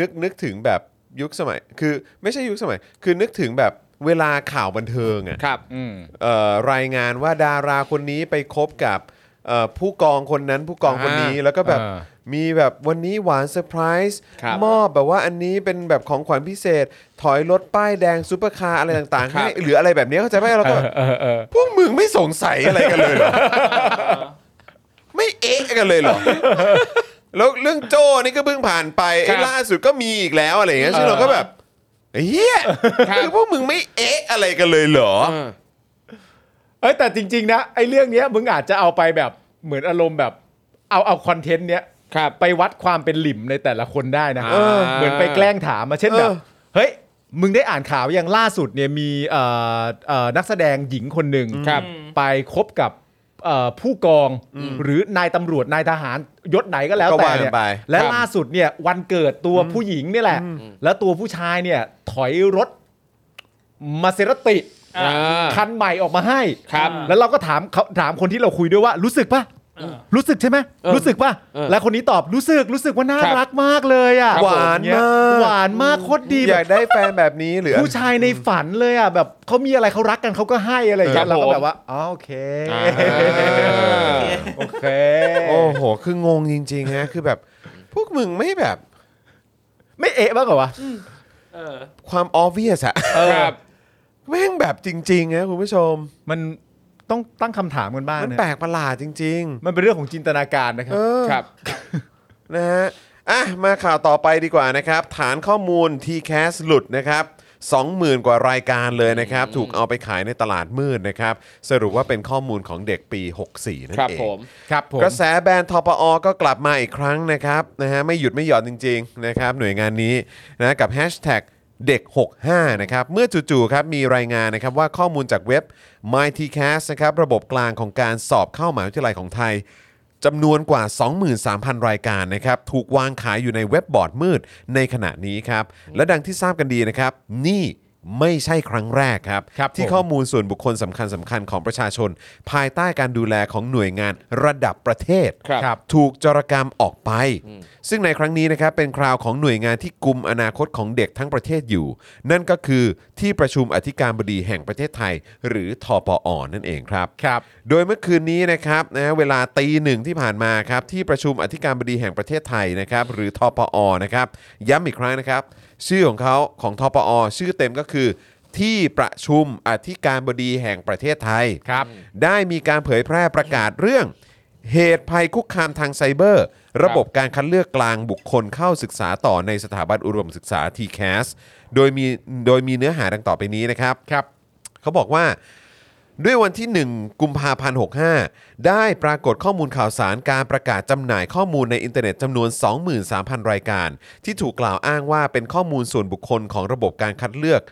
S2: นึกนึกถึงแบบยุคสมัย คือไม่ใช่ยุคสมัย คือนึกถึงแบบเวลาข่าวบันเทิงอ่ะ
S5: ครับ
S3: อืม
S2: เอ่อรายงานว่าดาราคนนี้ไปคบกับเอ่อผู้กองคนนั้นผู้กองคนนี้
S5: อ่า
S2: แล้วก็แบบ
S3: อ่า
S2: มีแบบวันนี้หวานเซอร์ไพรส์
S5: ครับ
S2: มอบแบบว่าอันนี้เป็นแบบของขวัญพิเศษ ถอยรถป้ายแดงซูเปอร์คาร์อะไรต่างๆให้หรืออะไรแบบเนี้ยเข้าใจไหมเราก็แบบพวกมึงไม่สงสัยอะไรกันเลยเห รอ ไม่เอ๊ะกันเลยเหรอ แล้วเรื่องโจ้นี่ก็เพิ่งผ่านไปไอ้
S5: ครับ
S2: ล่าสุดก็มีอีกแล้วอะไรอย่างเงี้ยซึ่งเราก็แบบเฮีย
S5: ครับ
S2: คือพวกมึงไม่เอ๊ะอะไรกันเลยเหรอ
S5: เออ
S3: เอ้ยแต่จริง ๆ นะไอ้เรื่องเนี้ยมึงอาจจะเอาไปแบบเหมือนอารมณ์แบบเอาเอาคอนเทนต์เนี้ย
S5: ครับ
S3: ไปวัดความเป็นหลิมในแต่ละคนได้นะ
S5: เออ
S3: เหมือนไปแกล้งถามมาเช่นแบบ
S2: เออ
S3: เฮ้ยมึงได้อ่านข่าวอย่างล่าสุดเนี่ยมีเอ่อเอ่อนักแสดงหญิงคนหนึ่ง
S5: ครับ
S3: ไปคบกับเอ่อผู้กองหรือนายตำรวจนายทหารยศไหนก็แล้ว
S2: ก็
S3: แต่
S2: ว่ากั
S3: เนี่ย
S2: นไป
S3: และ
S5: ครับ
S3: ล่าสุดเนี่ยวันเกิดตัวผู้หญิงเนี่ยแหละ แล้วตัวผู้ชายเนี่ยถอยรถมาเซราติ
S5: อ่า
S3: คันใหม่ออกมาให้
S5: ครับ
S3: แล้วเราก็ถามเขาถามคนที่เราคุยด้วยว่ารู้สึกปะ
S4: เออ
S3: รู้สึกใช่ไหม
S5: เออ
S3: รู้สึกปะ
S5: เออ
S3: แล้วคนนี้ตอบรู้สึกรู้สึกว่าน่า
S5: ครับ
S3: รักมากเลยอ่ะ
S5: ครับ
S2: หวาน
S3: เงี้ย
S2: มาก
S3: หวานมากโคตรดี
S2: อ
S3: แบ
S2: ยาก
S3: บ
S2: ได้แฟนแบบนี้หรือ
S3: ผู้ชายในฝันเลยอ่ะแบบเขามีอะไรเขารักกันเขาก็ให้อะไรอย่างเงี้ย
S5: ครับ
S3: เรา
S5: ผม
S3: ก็แบบว่าอ๋อโอเค
S5: อ่า
S3: โอเค
S2: โอ้โห คืองงจริงๆฮะ คือแบบ พวกมึงไม่แบบ
S3: ไม่เอะบ้างเหรอวะ
S4: เออ
S2: ความออ v i ี u s อะ
S5: ครับ
S2: แม่งแบบจริงๆนะคุณผู้ชม
S3: มันต้องตั้งคำถามกันบ้าง
S2: มัน
S3: นะ
S2: แปลกประหลาดจริง
S3: มันเป็นเรื่องของจินตนาการนะค
S2: ๆ
S3: รั
S2: เอบ อ
S5: ครับ
S2: นะฮะ อ่ะ มาข่าวต่อไปดีกว่านะครับ ฐานข้อมูล TCAS หลุดนะครับ 20,000 กว่ารายการเลยนะครับ ถูกเอาไปขายในตลาดมืดนะครับ สรุปว่าเป็นข้อมูลของเด็กปี 64 นั่น
S5: ครับ
S2: เอง
S5: ผม
S3: ครับผม
S2: กระแสแบรนด์ทปอ ก็กลับมาอีกครั้งนะครับนะฮะไม่หยุดไม่หย่อนจริงๆนะครับหน่วยงานนี้นะกับแฮชแท็กเด็ก 65 นะครับเมื่อจู่ๆครับมีรายงานนะครับว่าข้อมูลจากเว็บ MyTCast นะครับระบบกลางของการสอบเข้ามหาวิทยาลัยของไทย จำนวนกว่า 23,000 รายการนะครับ ถูกวางขายอยู่ในเว็บบอร์ดมืดในขณะนี้ครับ และดังที่ทราบกันดีนะครับ นี่ไม่ใช่ครั้งแรกครับ
S3: ครับ
S2: ที่
S3: ผม
S2: ข้อมูลส่วนบุคคลสำคัญสำคัญๆของประชาชน ภายใต้การดูแลของหน่วยงานระดับประเทศ
S5: ครับ
S3: ครับ
S2: ถูกจรกรรมออกไป ซึ่งในครั้งนี้นะครับเป็นคราวของหน่วยงานที่กุมอนาคตของเด็กทั้งประเทศอยู่ นั่นก็คือที่ประชุมอธิการบดีแห่งประเทศไทย หรือทปอนั่นเองครับ
S3: ครับ
S2: โดยเมื่อคืนนี้นะครับนะเวลาตีหนึ่งที่ผ่านมาครับที่ประชุมอธิการบดีแห่งประเทศไทยนะครับหรือทปอนะครับย้ำอีกครั้งนะครับ ชื่อของเขาของทปอ ชื่อเต็มก็คือ ที่ประชุมอธิการบดีแห่งประเทศไทย
S3: ครับ
S2: ได้มีการเผยแพร่ประกาศเรื่อง เหตุภัยคุกคามทางไซเบอร์ ระบบการคัดเลือกกลางบุคคลเข้าศึกษาต่อในสถาบันอุดมศึกษา TCAS โดยมีโดยมีเนื้อหาดังต่อไปนี้นะครับ
S3: ครับ
S2: เขาบอกว่าด้วยวันที่ 1 กุมภาพันธ์ 65 ได้ปรากฏข้อมูลข่าวสารการประกาศจำหน่ายข้อมูลในอินเทอร์เน็ตจำนวน 23,000 รายการ ที่ถูกกล่าวอ้างว่าเป็นข้อมูลส่วนบุคคลของระบบการคัดเลือก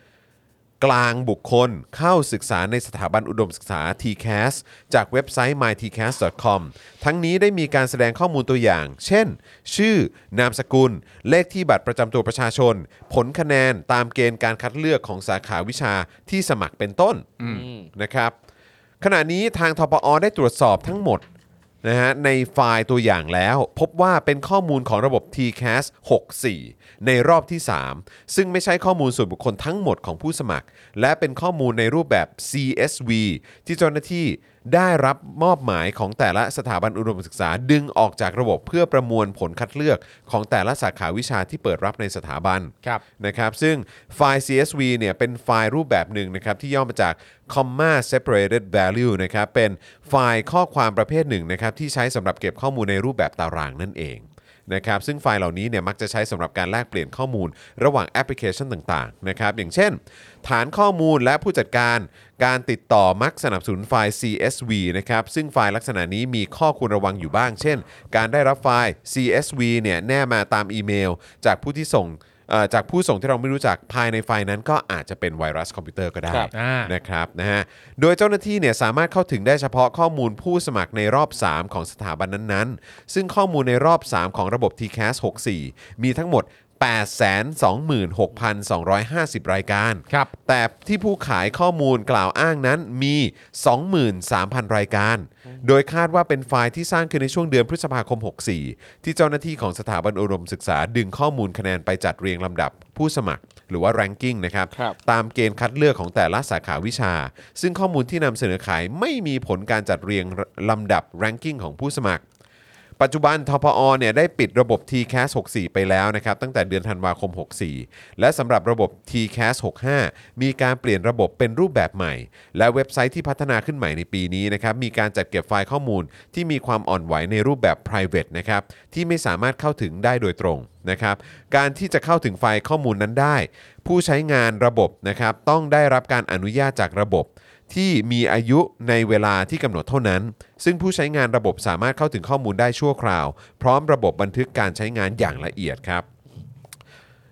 S2: กลางบุคคลเข้าศึกษาในสถาบันอุดมศึกษา TCAS จากเว็บไซต์ mytcas.com ทั้งนี้ได้มีการแสดงข้อมูลตัวอย่าง เช่น ชื่อ นามสกุล เลขที่บัตรประจำตัวประชาชน ผลคะแนนตามเกณฑ์การคัดเลือกของสาขาวิชาที่สมัครเป็นต้นนะครับ ขณะนี้ทางทปอได้ตรวจสอบทั้งหมดนะฮะในไฟล์ตัวอย่างแล้ว พบว่าเป็นข้อมูลของระบบ TCAS 64 ในรอบที่ 3 ซึ่งไม่ใช่ข้อมูลส่วนบุคคลทั้งหมดของผู้สมัคร และเป็นข้อมูลในรูปแบบ CSV ที่เจ้าหน้าที่ได้รับมอบหมายของแต่ละสถาบันอุดมศึกษาดึงออกจากระบบเพื่อประมวลผลคัดเลือกของแต่ละสาขาวิชาที่เปิดรับในสถาบัน
S3: ครับ
S2: นะครับซึ่งไฟล์ CSV เนี่ยเป็นไฟล์รูปแบบหนึ่งนะครับที่ย่อมาจาก comma separated value นะครับเป็นไฟล์ข้อความประเภทหนึ่งนะครับที่ใช้สำหรับเก็บข้อมูลในรูปแบบตารางนั่นเองนะครับซึ่งไฟล์เหล่านี้เนี่ยมักจะใช้สำหรับการแลกเปลี่ยนข้อมูลระหว่างแอปพลิเคชันต่างๆนะครับอย่างเช่น ฐานข้อมูลและผู้จัดการการติดต่อมักสนับสนุนไฟล์ CSV นะครับซึ่งไฟล์ลักษณะนี้มีข้อควรระวังอยู่บ้าง เช่น การได้รับไฟล์ CSV เนี่ยแน่มาตามอีเมล จากผู้ที่ส่ง เอ่อจากผู้ส่งที่เราไม่รู้จักภายในไฟล์นั้นก็อาจจะเป็นไวรัสคอมพิวเตอร์ก็ได้
S5: ครับ
S3: อ่าน
S2: นะครับนะฮะโดยเจ้าหน้าที่เนี่ยสามารถเข้าถึงได้เฉพาะข้อมูลผู้สมัครในรอบ 3 ของสถาบันนั้นๆ ซึ่งข้อมูลในรอบ 3 ของระบบ TCAS 64 มีทั้งหมด 826,250 รายการ
S3: ครับ
S2: แต่ที่ผู้ขายข้อมูลกล่าวอ้างนั้นมี 23,000 รายการ โดยคาดว่าเป็นไฟล์ที่สร้างขึ้นในช่วงเดือนพฤษภาคม 64 ที่เจ้าหน้าที่ของสถาบันอุดมศึกษา ดึงข้อมูลคะแนนไปจัดเรียงลำดับผู้สมัคร หรือว่าแรงกิ้งนะครับ
S5: ครับ
S2: ตามเกณฑ์คัดเลือกของแต่ละสาขาวิชา ซึ่งข้อมูลที่นำเสนอขายไม่มีผลการจัดเรียงลำดับแรงกิ้งของผู้สมัคร ปัจจุบันทพอเนี่ยได้ปิดระบบ TCAS 64 ไปแล้วนะครับ ตั้งแต่เดือนธันวาคม 64 และสำหรับระบบ TCAS 65 มีการเปลี่ยนระบบเป็นรูปแบบใหม่ และเว็บไซต์ที่พัฒนาขึ้นใหม่ในปีนี้นะครับมีการจัดเก็บไฟล์ข้อมูลที่มีความอ่อนไหวในรูปแบบ private นะครับที่ไม่สามารถเข้าถึงได้โดยตรงนะครับการที่จะเข้าถึงไฟล์ข้อมูลนั้นได้ ผู้ใช้งานระบบนะครับต้องได้รับการอนุญาตจากระบบ ที่มีอายุในเวลาที่กำหนดเท่านั้น ซึ่งผู้ใช้งานระบบสามารถเข้าถึงข้อมูลได้ชั่วคราว พร้อมระบบบันทึกการใช้งานอย่างละเอียดครับ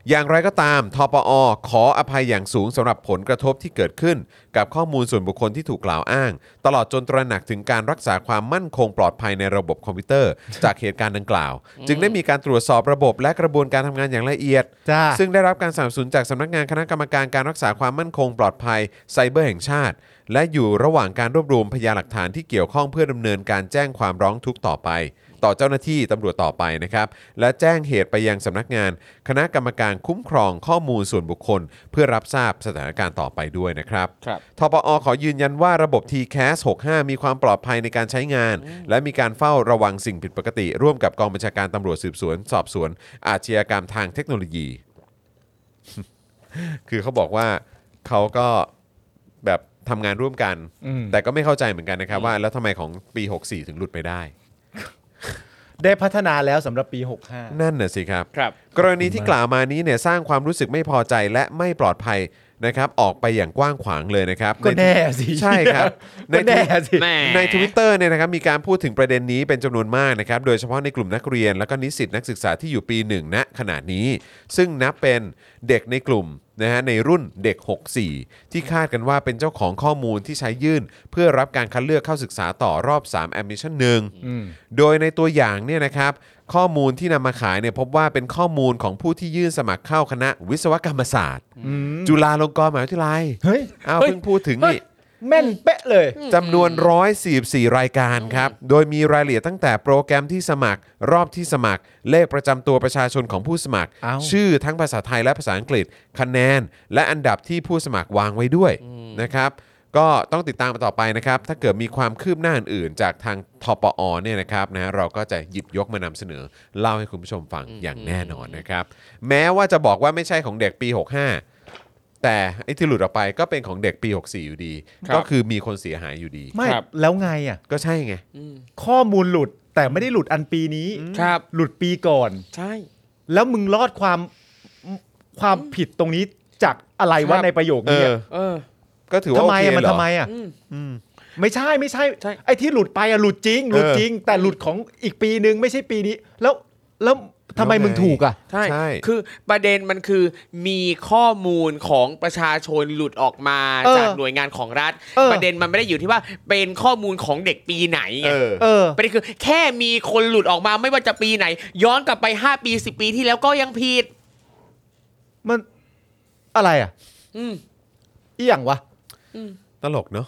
S2: อย่างไรก็ตาม ทปอ ขออภัยอย่างสูงสำหรับผลกระทบที่เกิดขึ้น กับข้อมูลส่วนบุคคลที่ถูกกล่าวอ้าง ตลอดจนตระหนักถึงการรักษาความมั่นคงปลอดภัยในระบบคอมพิวเตอร์ จากเหตุการณ์ดังกล่าว จึงได้มีการตรวจสอบระบบและกระบวนการทำงานอย่างละเอียด
S3: จ้า
S2: ซึ่งได้รับการสนับสนุนจากสำนักงานคณะกรรมการการรักษาความมั่นคงปลอดภัยไซเบอร์แห่งชาติ และอยู่ระหว่างการรวบรวมพยานหลักฐานที่เกี่ยวข้องเพื่อดำเนินการแจ้งความร้องทุกข์ต่อไป ต่อเจ้าหน้าที่ตำรวจต่อไปนะครับ และแจ้งเหตุไปยังสำนักงาน คณะกรรมการคุ้มครองข้อมูลส่วนบุคคล เพื่อรับทราบสถานการณ์ต่อไปด้วยนะครับ
S5: ครับ
S2: ทปอขอยืนยันว่าระบบ TCAS 65 มีความปลอดภัยในการใช้งาน และมีการเฝ้าระวังสิ่งผิดปกติ ร่วมกับกองบัญชาการตำรวจสืบสวน สอบสวน อาชญากรรมทางเทคโนโลยี คือเขาบอกว่าเขาก็แบบทำงานร่วมกัน
S3: อืม
S2: แต่ก็ไม่เข้าใจเหมือนกันนะครับว่า แล้วทำไมของปี 64 ถึงหลุดไปได้
S3: ได้พัฒนาแล้วสำหรับปี 65
S2: นั่นน่ะสิครับ
S5: ครับ
S2: กรณีที่กล่าวมานี้เนี่ยสร้างความรู้สึกไม่พอใจและไม่ปลอดภัยนะครับ ออกไปอย่างกว้างขวางเลยนะครับ
S3: ก็แน่สิ
S2: ใช่ครับ
S3: ก็แน่สิ
S5: แหม่
S2: ใน Twitter เนี่ยนะครับมีการพูดถึงประเด็นนี้เป็นจำนวนมากนะครับ โดยเฉพาะในกลุ่มนักเรียน และก็นิสิตนักศึกษาที่อยู่ปีหนึ่งณขณะนี้ ซึ่งนับเป็นเด็กในกลุ่มนะฮะในรุ่นเด็ก 64 ที่คาดกันว่าเป็นเจ้าของข้อมูลที่ใช้ยื่น เพื่อรับการคัดเลือกเข้าศึกษาต่อรอบ 3 Admission
S3: อืม
S2: 1 โดยในตัวอย่างเนี่ยนะครับข้อมูลที่นำมาขายเนี่ยพบว่าเป็นข้อมูลของผู้ที่ยื่นสมัครเข้าคณะวิศวกรรมศาสตร์
S3: อืม
S2: จุฬาลงกรณ์มหาวิทยาลัย
S3: เฮ้ย
S2: อ้าวเพิ่งพูดถึงนี่
S3: แม่นเป๊ะเลย
S2: จำนวน 144 รายการครับ โดยมีรายละเอียดตั้งแต่โปรแกรมที่สมัคร รอบที่สมัคร เลขประจำตัวประชาชนของผู้สมัคร
S3: เอ้า
S2: ชื่อทั้งภาษาไทยและภาษาอังกฤษ คะแนน และอันดับที่ผู้สมัครวางไว้ด้วยนะครับ ก็ต้องติดตามต่อไปนะครับ ถ้าเกิดมีความคืบหน้าอื่นๆ จากทางทปอเนี่ยนะครับนะเราก็จะหยิบยกมานำเสนอ เล่าให้คุณผู้ชมฟังอย่างแน่นอนนะครับ แม้ว่าจะบอกว่าไม่ใช่ของเด็กปี 65 แต่ไอ้ที่หลุดออกไปก็เป็นของเด็กปี 64 อยู่ดี
S5: ครับ
S2: ก็คือมีคนเสียหายอยู่ดี
S3: ไม่
S5: ครับ
S3: แล้วไงอ่ะ
S2: ก็ใช่ไง
S3: ข้อมูลหลุดแต่ไม่ได้หลุดอันปีนี้
S5: ครับ
S3: หลุดปีก่อน
S5: ใช่
S3: แล้วมึงรอดความความผิดตรงนี้จากอะไร
S5: ครั
S3: วะ
S5: บ
S3: ในประโยค
S2: เอ
S3: นี้
S2: อ
S5: เออ
S2: ก็ถือว่า
S3: ทำ
S2: โอ
S3: ไม
S2: เค
S3: อะมัน
S2: เหรอ
S3: ทำไมอ่ะ
S5: อืม
S3: ไม่ใช่ไม่ใช่
S5: ใช่
S3: ไอ้ที่หลุดไปอ่ะหลุดจริง หลุด
S2: เออ
S3: จริง แต่หลุดของอีกปีนึงไม่ใช่ปีนี้ แล้วแล้วทำไม
S2: แล้วไง
S3: มึงถูกอ่ะ
S5: ใช่
S2: ใช่
S5: คือประเด็นมันคือมีข้อมูลของประชาชนหลุดออกมา
S3: เออ
S5: จากหน่วยงานของรัฐ
S3: เออ
S5: ประเด็นมันไม่ได้อยู่ที่ว่าเป็นข้อมูลของเด็กปีไหนไง
S2: เออ
S3: เออ
S5: ประเด็นคือแค่มีคนหลุดออกมาไม่ว่าจะปีไหน ย้อนกลับไป 5 ปี 10 ปีที่แล้วก็ยังผิด
S3: มันอะไรอ่ะ
S5: อืม
S3: อีหยังวะ
S2: ตลกเนาะ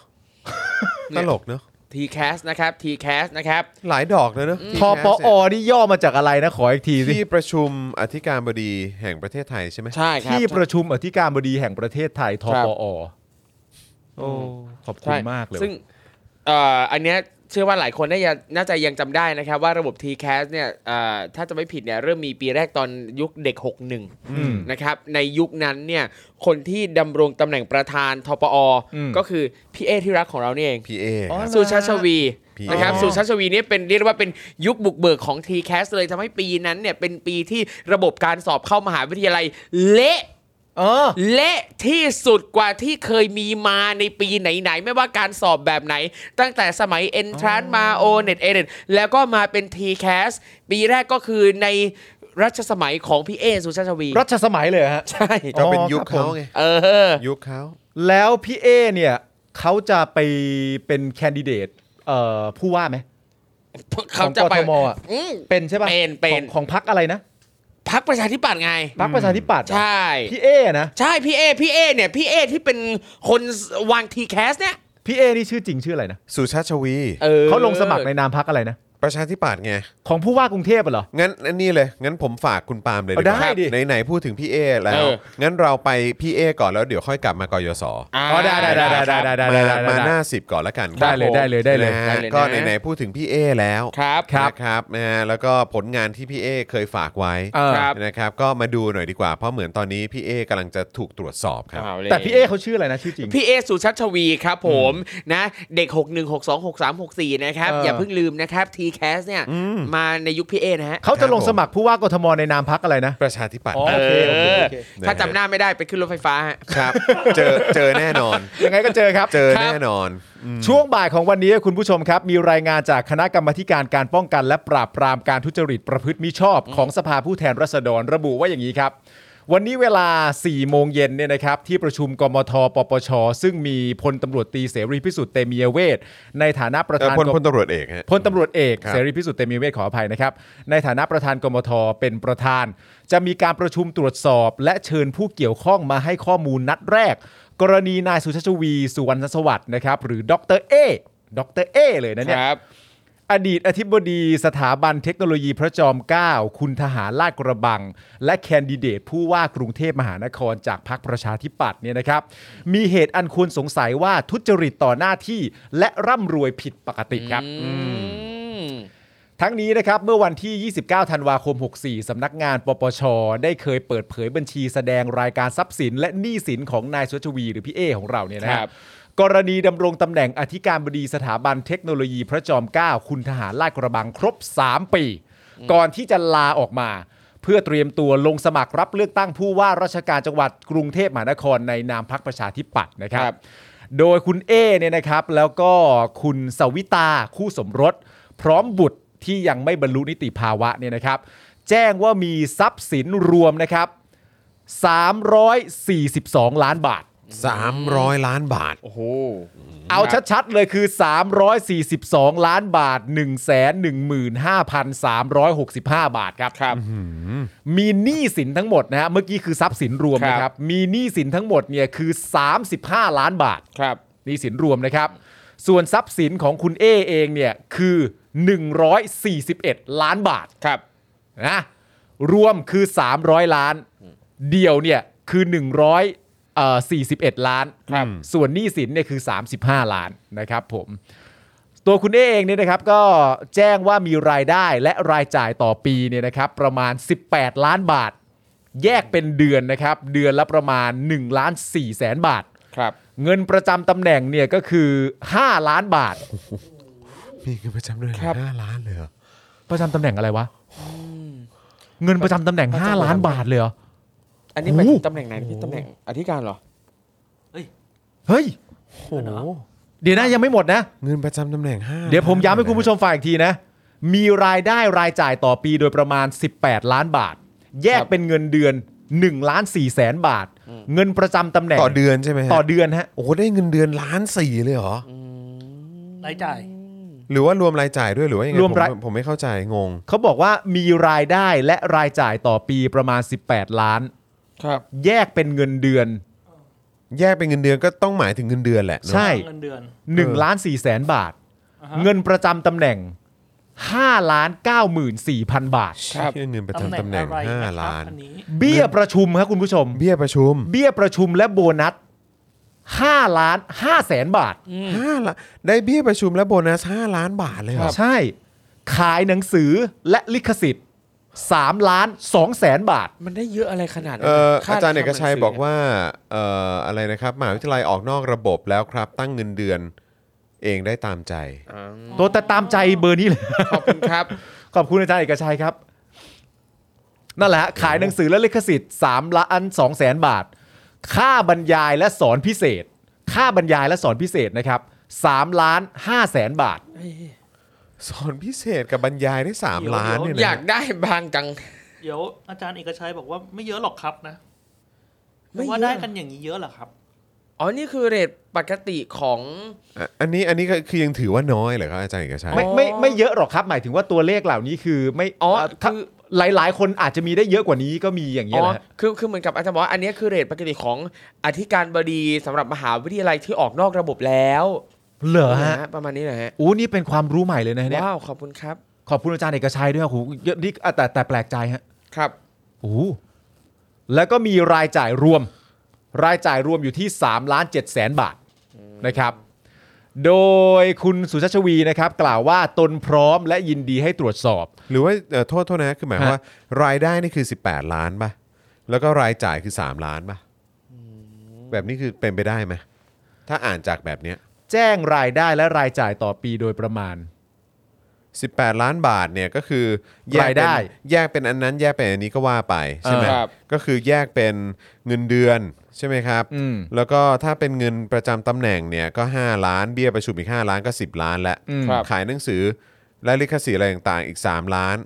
S5: เนี่ย
S2: ตลกเนาะ
S5: ทีแคสนะครับทีแคสนะครับ
S2: หลายดอกเลยเนาะ
S3: ทปอนี่ย่อมาจากอะไรนะ ขออีกทีสิ
S2: ที่ประชุมอธิการบดีแห่งประเทศไทยใช่ไหม
S5: ใช่ครับ
S3: ที่ประชุมอธิการบดีแห่งประเทศไทยท
S5: ครับ
S3: ปอโอ้ขอบคุณ
S5: ใช่
S3: มากเลย
S5: ซึ่งเอ่ออันเนี้ยเชื่อว่าหลายคนน่าจะน่าจะยังจำได้นะครับ ว่าระบบ TCAS เนี่ยเอ่อถ้าจะไม่ผิดเนี่ยเริ่มมีปีแรกตอนยุคเด็ก
S3: อืม
S5: 61 นะครับ ในยุคนั้นเนี่ยคนที่ดำรงตำแหน่งประธานทปอ
S3: อืม
S5: ก็คือพี่เอที่รักของเราเนี่ยเอง
S2: พีเอ
S3: อ๋อ
S2: ครับ
S5: สุชาติชวี
S2: พี่
S5: นะครับ
S3: อ๋อ
S5: สุชาติชวีเนี่ยเป็นเรียกได้ว่าเป็นยุคบุกเบิกของ TCAS เลยทำให้ปีนั้นเนี่ยเป็นปีที่ระบบการสอบเข้ามหาวิทยาลัยเละ
S3: เออ
S5: เละที่สุดกว่าที่เคยมีมาในปีไหนๆ ไม่ว่าการสอบแบบไหน ตั้งแต่สมัย Entrance มา o n e t e d แล้วก็มาเป็น TCAS ปีแรกก็คือในรัชสมัยของพี่เอสุชาติชวี
S3: รัชสมัยเลยเหรอฮะ
S5: ใช่
S2: ก็เป็น
S3: อ๋อ
S2: ยุค
S3: ครับ
S2: เขา
S3: ผม
S2: ไง
S5: เออ
S2: ยุคเขา
S3: แล้วพี่เอเนี่ยเขาจะไปเป็นแคนดิเดตเอ่อผู้ว่าไหม
S5: เขาจะไป
S3: ของกทมอ่ะ
S5: อืม
S3: เป็นใช่ป่ะ
S5: เป็นเป็น
S3: ของของพักอะไรนะ
S5: พักประชาธิปัตย์ไง
S3: พักประชาธิปัตย์
S5: ใช่
S3: พี่เอนะ
S5: ใช่พี่เอพี่เอเนี่ยพี่เอที่เป็นคนวาง TCAS เนี่ย
S3: พี่เอนี่ชื่อจริงชื่ออะไรนะ
S2: สุชาติชวี
S5: ออ
S3: เขาลงสมัครในนามพักอะไรนะ
S2: ประชาธิปัตย์ไง
S3: ของผู้ว่ากรุงเทพอะเหรอ
S2: งั้นอันนี้เลย งั้นผมฝากคุณปาล์มเลยกว่า
S3: ได้ดิ
S2: ไหนๆพูดถึงพี่เอแล้
S5: เอ
S2: ว
S5: อ
S2: งั้นเราไปพี่เอก่อนแล้วเดี๋ยวค่อยกลับมากยศ
S3: อ๋อได้ได้ได้ได้ได้ได้
S2: มา
S3: ได้ได้ได้
S2: มาห
S3: ได้
S2: น้าสิบก่อนละกัน
S3: ได้เลยได้เลยได้เลย
S2: นะฮะ
S5: ได้เลยนะ
S2: ก็ไหนๆพูดถึงพี่เอแล้ว
S5: ครับ
S2: นะครับนะฮะแล้วก็ผลงานที่พี่เอเคยฝากไว้
S3: เออ
S5: ครับ
S2: นะครับ ก็มาดูหน่อยดีกว่า เพราะเหมือนตอนนี้พี่เอกำลังจะถูกตรวจสอบครับ
S5: เอาเลย
S3: แต่พี่เอเขาชื่ออะไรนะชื่อจริง
S5: พี่เอสุชัชวีครับผมนะเด็ก 6 1 6 2 6 3 6 4 นะครับ
S3: เออ
S5: อ
S3: อ
S5: ย่าเพิ่งลืมนะครับ TCAS เนี่ย
S2: อืม
S5: มาในยุคพี่เอนะฮะ
S3: เขาจะล
S2: ค
S3: ง
S2: รับผม
S3: สมัครผู้ว่ากทมในนามพักอะไรนะ
S2: ประชาธิปัตย์
S3: อ๋อ โเคโเคโอเค
S5: ถ้าจำหน้าไม่ได้ไปขึ้นรถไฟฟ้าฮะ
S2: ครับ เจอเจอแน่นอน
S3: ยังไงก็เจอครับ
S2: เจอแน่นอน
S3: ช่วงบ่ายของวันนี้คุณผู้ชมครับ มีรายงานจากคณะกรรมาธิการการป้องกันและปราบปรามการทุจริตประพฤติมิชอบของสภาผู้แทนราษฎรระบุว่าอย่างนี้ครับ วันนี้เวลา 4 โมงเย็นเนี่ยนะครับ ที่ประชุมกมท ปปช ซึ่งมีพลตำรวจตรีเสรีพิสุทธิ์เตมียเวทในฐานะประ
S2: เอ่อ
S3: ธาน
S2: พล
S3: กม
S2: พลตำรวจเอกฮะ
S3: พลตำรวจเอก
S2: ครับ
S3: เสรีพิสุทธิ์เตมียเวทขออภัยนะครับ ในฐานะประธานกมทเป็นประธาน จะมีการประชุมตรวจสอบ และเชิญผู้เกี่ยวข้องมาให้ข้อมูลนัดแรก กรณีนายสุชาติชวีสุวรรณสวัสดิ์นะครับ หรือดรเอดรเอเลยนะเนี่ย อดีตอธิบดีสถาบันเทคโนโลยีพระจอมเกล้าคุณทหารลาดกระบัง และแคนดิเดตผู้ว่ากรุงเทพมหานครจากพรรคประชาธิปัตย์เนี่ยนะครับ มีเหตุอันควรสงสัยว่าทุจริตต่อหน้าที่ และร่ำรวยผิดปกติครับ
S5: อืม
S3: ทั้งนี้นะครับ เมื่อวันที่ 29 ธันวาคม 64 สำนักงานปปช ได้เคยเปิดเผยบัญชีแสดงรายการทรัพย์สิน และหนี้สินของนายสุชวี หรือพี่เอของเราเนี่ยนะค
S5: ครั
S3: รับบ กรณีดำรงตำแหน่งอธิการบดีสถาบันเทคโนโลยีพระจอมเกล้าคุณทหารลาดกระบังครบ 3 ปี ก่อนที่จะลาออกมา เพื่อเตรียมตัวลงสมัครรับเลือกตั้งผู้ว่าราชการจังหวัดกรุงเทพมหานครในนามพรรคประชาธิปัตย์นะครั
S5: ครับ บ
S3: โดยคุณเอเนี่ยนะครับ แล้วก็คุณสวิตาคู่สมรส พร้อมบุตรที่ยังไม่บรรลุนิติภาวะเนี่ยนะครับ แจ้งว่ามีทรัพย์สินรวมนะครับ 342 ล้านบาท
S2: 300 ล้านบาท
S5: โอ้โห
S3: เอาชัดๆ เลยคือ 342 ล้านบาท 1 1 5 3 6 5 บาทครับ
S5: ครับ
S3: มีหนี้สินทั้งหมดนะฮะเมื่อกี้คือทรัพย์สินรวมนะค
S5: ครั
S3: รับ
S5: บ
S3: มีหนี้สินทั้งหมดเนี่ยคือ 35 ล้านบาท
S5: ครับ
S3: หนี้สินรวมนะครับ ส่วนทรัพย์สินของคุณเอเองเนี่ยคือ 141 ล้านบาท
S5: ครับ
S3: นะรวมคือ 300 ล้าน เดี่ยวเนี่ยคือ100เอ่อ41 ล้าน
S5: ครับ
S3: ส่วนหนี้สินเนี่ยคือ 35 ล้านนะครับผม ตัวคุณเอเองเนี่ยนะครับก็แจ้งว่ามีรายได้และรายจ่ายต่อปีเนี่ยนะครับประมาณ 18 ล้านบาท แยกเป็นเดือนนะครับ เดือนละประมาณ1ล้าน4แสนบาท
S5: ครับ
S3: เงินประจำตำแหน่งเนี่ยก็คือ 5 ล้านบาท
S2: มีเงินประจำเดือน
S5: ครับ
S2: ห้าล้านเลยเหรอ
S3: ประจำตำแหน่งอะไรวะเงินประจำตำแหน่ง 5 ล้านบาทเลยเหรอ
S5: อันนี้หมายถึ
S3: โอ้
S5: ง
S3: โห
S5: ตำแหน่งไหนที่ตำแหน่งอธิการเหรอ
S3: เฮ้ย
S2: โอ้โห
S3: เดี๋ยวนะยังไม่หมดนะ
S2: เงินประจำตำแหน่งห้า
S3: เดี๋ยวผมย้ำให้คุณผู้ชมฟังอีกทีนะ มีรายได้รายจ่ายต่อปีโดยประมาณ 18 ล้านบาท แยก
S5: ครับ
S3: เป็นเงินเดือน1ล้าน4แสนบาท เงินประจำตำแหน่ง
S2: ต่อเดือนใช่ไหมฮะ
S3: ต่อเดือนฮะ
S2: โอ้โหได้เงินเดือนล้านสี่เลยเหรออ
S4: รายจ่าย
S2: หรือว่ารวมรายจ่ายด้วยหรือว่ายังไง
S3: รวม
S2: ผม
S3: ราย
S2: ผมไม่เข้าใจงง
S3: เขาบอกว่ามีรายได้และรายจ่ายต่อปีประมาณ 18 ล้าน
S5: ครับ
S3: แยกเป็นเงินเดือน
S2: แยกเป็นเงินเดือนก็ต้องหมายถึงเงินเดือนแหละเนอะ
S3: ใช่
S4: เงินเดือน
S3: 1ล้าน4แสนบาท
S4: อ่าฮะ
S3: เงินประจำตำแหน่ง5ล้าน94,000 บาท
S5: ครับ
S2: เชี่ยเงินประจำตำแหน่ง
S4: อะไร
S2: ห้า
S4: นะครับ
S2: ล้าน
S4: อันนี้
S3: เบี้ยประชุมครับคุณผู้ชม
S2: เบี้ยประชุม
S3: เบี้ยประชุมและโบนัส5ล้าน5แสนบาท
S2: ห้าล้านได้เบี้ยประชุมและโบนัสห้าล้านบาทเลยเหรอ
S3: ใช่ ขายหนังสือและลิขสิทธิ์3ล้าน2แสนบาท
S5: มันได้เยอะอะไรขนาดนั้
S2: เอ่
S5: น
S2: อ
S5: ค่
S2: อาจารย์เอกชัย
S5: ทำหนังสื
S2: บอกว่าเอ่ออะไรนะครับมหาวิทยาลัยออกนอกระบบแล้วครับ ตั้งเงินเดือนเองได้ตามใจ
S5: อ๋อ
S3: ตัวแต่ตามใจเบอร์นี้เลย
S5: ขอบคุณครับ
S3: ขอบคุณอาจารย์เอกชัยครับ นั่นแหละฮะขายหนังสือและลิขสิทธิ์3ล้าน2แสนบาท ค่าบรรยายและสอนพิเศษ ค่าบรรยายและสอนพิเศษนะครับ3ล้าน5แสนบาท
S2: สอนพิเศษกับบรรยายได้สาม
S4: เดี๋ยว
S2: ล้าน
S4: เดี๋
S2: เนี่ย ยว นะ
S5: อยากได้บางจัง
S4: เดี๋ยวอาจารย์เอกชัยบอกว่าไม่เยอะหรอกครับนะ
S5: ไม่เยอะ
S4: ว่าได้กันอย่างนี้เยอะเหรอครับ
S5: อ๋อ นี่คือเรทปกติของ
S2: อ่ะอันนี้อันนี้ก็คือยังถือว่าน้อยเหรอครับอาจารย์เอกชัย
S3: ไม่ไม่ไม่เยอะหรอกครับ หมายถึงว่าตัวเลขเหล่านี้คือไม่
S5: อ๋อ
S3: เถ้า
S5: คือ
S3: หลาย ๆ คนอาจจะมีได้เยอะกว่านี้ก็มีอย่างเงี้
S5: อ๋
S3: ยแห
S5: อ
S3: ละฮะ
S5: คือ คือ เหมือนกับอาจารย์บอกว่าอันเนี้ยคือเรทปกติของอธิการบดีสำหรับมหาวิทยาลัยที่ออกนอกระบบแล้ว
S3: เหรอฮะ
S5: นฮประมาณนี้เหรอฮะ
S3: อู้นี่เป็นความรู้ใหม่เลยนะเนี่ย
S5: ว้าว ขอบคุณครับ
S3: ขอบคุณอาจารย์เอกชัยด้วยครับโอ้โหเยอะนี่อ่ะแต่แต่แปลกใจฮะ
S5: ครับ
S3: โอ้โหแล้วก็มีรายจ่ายรวม รายจ่ายรวมอยู่ที่3ล้าน7แสนบาทนะครับ โดยคุณสุชาชวีนะครับ กล่าวว่าตนพร้อมและยินดีให้ตรวจสอบ
S2: หรือว่าเอ่อโทษโทษนะคือหมายความ
S3: ฮะ
S2: ว่ารายได้นี่คือ 18 ล้านป่ะ แล้วก็รายจ่ายคือ 3 ล้านป่ะ แบบนี้คือเป็นไปได้ไหมถ้าอ่านจากแบบเนี้ย
S3: แจ้งรายได้และรายจ่ายต่อปีโดยประมาณ
S2: 18 ล้านบาทเนี่ยก็คือแกเป็น
S3: รายได้
S2: แยกเป็นอันนั้นแยกเป็นอันนี้ก็ว่าไปใช่ไหม
S3: เออ
S5: ครับ
S2: ก็คือแยกเป็นเงินเดือนใช่ไหมครับ
S3: อืม
S2: แล้วก็ถ้าเป็นเงินประจำตำแหน่งเนี่ยก็ 5 ล้านเบี้ยประชุมอีก 5 ล้านก็ 10 ล้านแล้ว
S3: อืม
S5: ครับ
S2: ขายหนังสือและลิขสิทธิ์อะไรต่างๆ อีก 3 ล้าน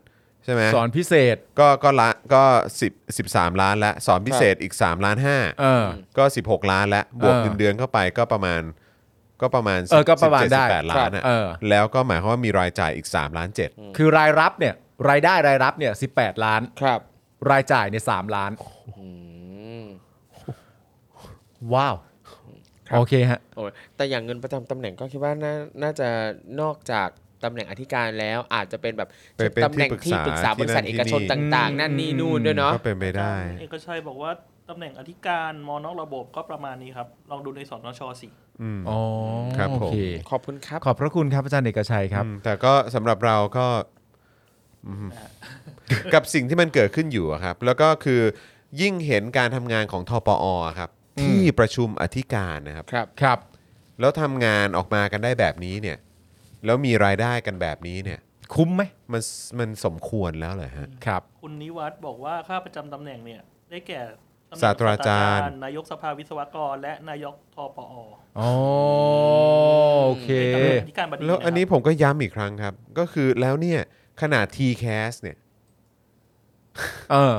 S2: ใช่ไหม
S3: สอนพิเศษ
S2: ก็ก็ละก็10 13 ล้านละสอนพิเศษอีก 3 ล้าน
S3: เออ
S2: 5ก็ 16 ล้านละบวก
S3: เออ
S2: เงินเดือนเข้าไปก็ประมาณก็ประมาณ
S3: เออก็ประมาณได้
S2: 18ล้านอะ
S3: เออ
S2: แล้วก็หมายความว่ามีรายจ่ายอีก 3 ล้าน7
S3: คือรายรับเนี่ยรายได้รายรับเนี่ย18 ล้าน
S5: ครับ
S3: รายจ่ายเนี่ยสามล้าน ว้าว
S5: ครับ
S3: โอเคฮะ
S5: โอ้ยแต่อย่างเงินประจำตำแหน่งก็คิดว่าน่าน่าจะนอกจากตำแหน่งอธิการแล้วอาจจะเป็นแบบ
S2: ไปเป็น
S5: ตำแหน่งที่ปรึกษาบริษัทเอกชนต่างๆ นั่นนี่นู่นด้วยเนาะ
S2: ก็เป็นไปได้
S4: เอกชัยบอกว่าตำแหน่งอธิการมอนอกระบบก็ประมาณนี้ครับ ลองดูในสอนชสิ
S2: อืม
S3: อ๋อ
S2: ครับผม
S3: โอเค
S5: ขอบคุณครับ
S3: ขอบพระคุณครับอาจารย์เอกชัยครับ
S2: อืมแต่ก็สำหรับเราก็อืมกับสิ่งที่มันเกิดขึ้นอยู่อะครับ แล้วก็คือยิ่งเห็นการทำงานของทปอครับ ที่ประชุมอธิการนะครับ
S5: ครับ
S3: ครับ
S2: แล้วทำงานออกมากันได้แบบนี้เนี่ย แล้วมีรายได้กันแบบนี้เนี่ย
S3: คุ้มไหม
S2: มันมันสมควรแล้วเหรอฮะ
S3: ครับ
S4: คุณนิวัฒน์บอกว่าค่าประจำตำแหน่งเนี่ย ได้แก่ตำแหน่ง
S2: ศาสตราจารย์
S4: นายกสภาวิศวกร และนายกทปอ
S3: อ๋อโอเค
S4: เป็นตำแหน่งอธิการบดี
S2: แล้วอันนี้
S4: ะครับ
S2: ผมก็ย้ำอีกครั้งครับ ก็คือแล้วเนี่ยขนาด TCAS เนี่ย
S3: เออ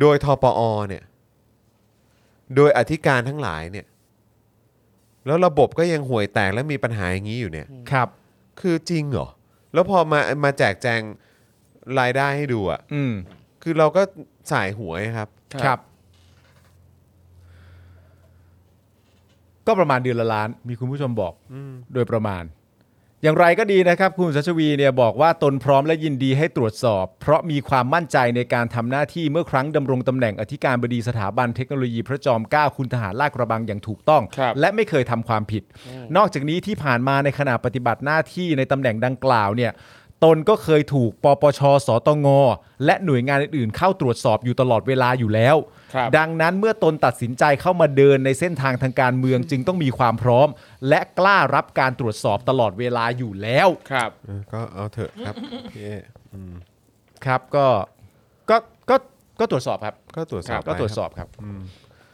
S2: โดยทปอเนี่ย โดยอธิการทั้งหลายเนี่ย แล้วระบบก็ยังห่วยแตกและมีปัญหาอย่างนี้อยู่เนี่ย
S3: ครับ
S2: คือจริงเหรอ แล้วพอมามาแจกแจงรายได้ให้ดูอะ
S3: อืม
S2: คือเราก็สายหวยครับ
S3: ครับ ก็ประมาณเดือนละล้าน มีคุณผู้ชมบอกโดยประมาณ อย่างไรก็ดีนะครับ คุณชัชวีเนี่ยบอกว่าตนพร้อมและยินดีให้ตรวจสอบ เพราะมีความมั่นใจในการทำหน้าที่เมื่อครั้งดำรงตำแหน่งอธิการบดีสถาบันเทคโนโลยีพระจอมเกล้าคุณทหารลาดกระบังอย่างถูกต้อง
S5: ครับ
S3: และไม่เคยทำความผิด นอกจากนี้ที่ผ่านมาในขณะปฏิบัติหน้าที่ในตำแหน่งดังกล่าวเนี่ย ตนก็เคยถูกปปช สตง และหน่วยงานอื่นๆ เข้าตรวจสอบอยู่ตลอดเวลาอยู่แล้ว
S5: ครับ
S3: ดังนั้นเมื่อตนตัดสินใจเข้ามาเดินในเส้นทางทางการเมืองจึงต้องมีความพร้อม และกล้ารับการตรวจสอบตลอดเวลาอยู่แล้ว
S5: ครับ
S2: เออก็เอาเถอะ ครับพี่เอ๊ะ
S3: ครับก็ก็ก็ก็ตรวจสอบครับ
S2: ก็ตรวจสอบ
S3: ก็ตรวจสอบ
S2: ไป
S3: ครับ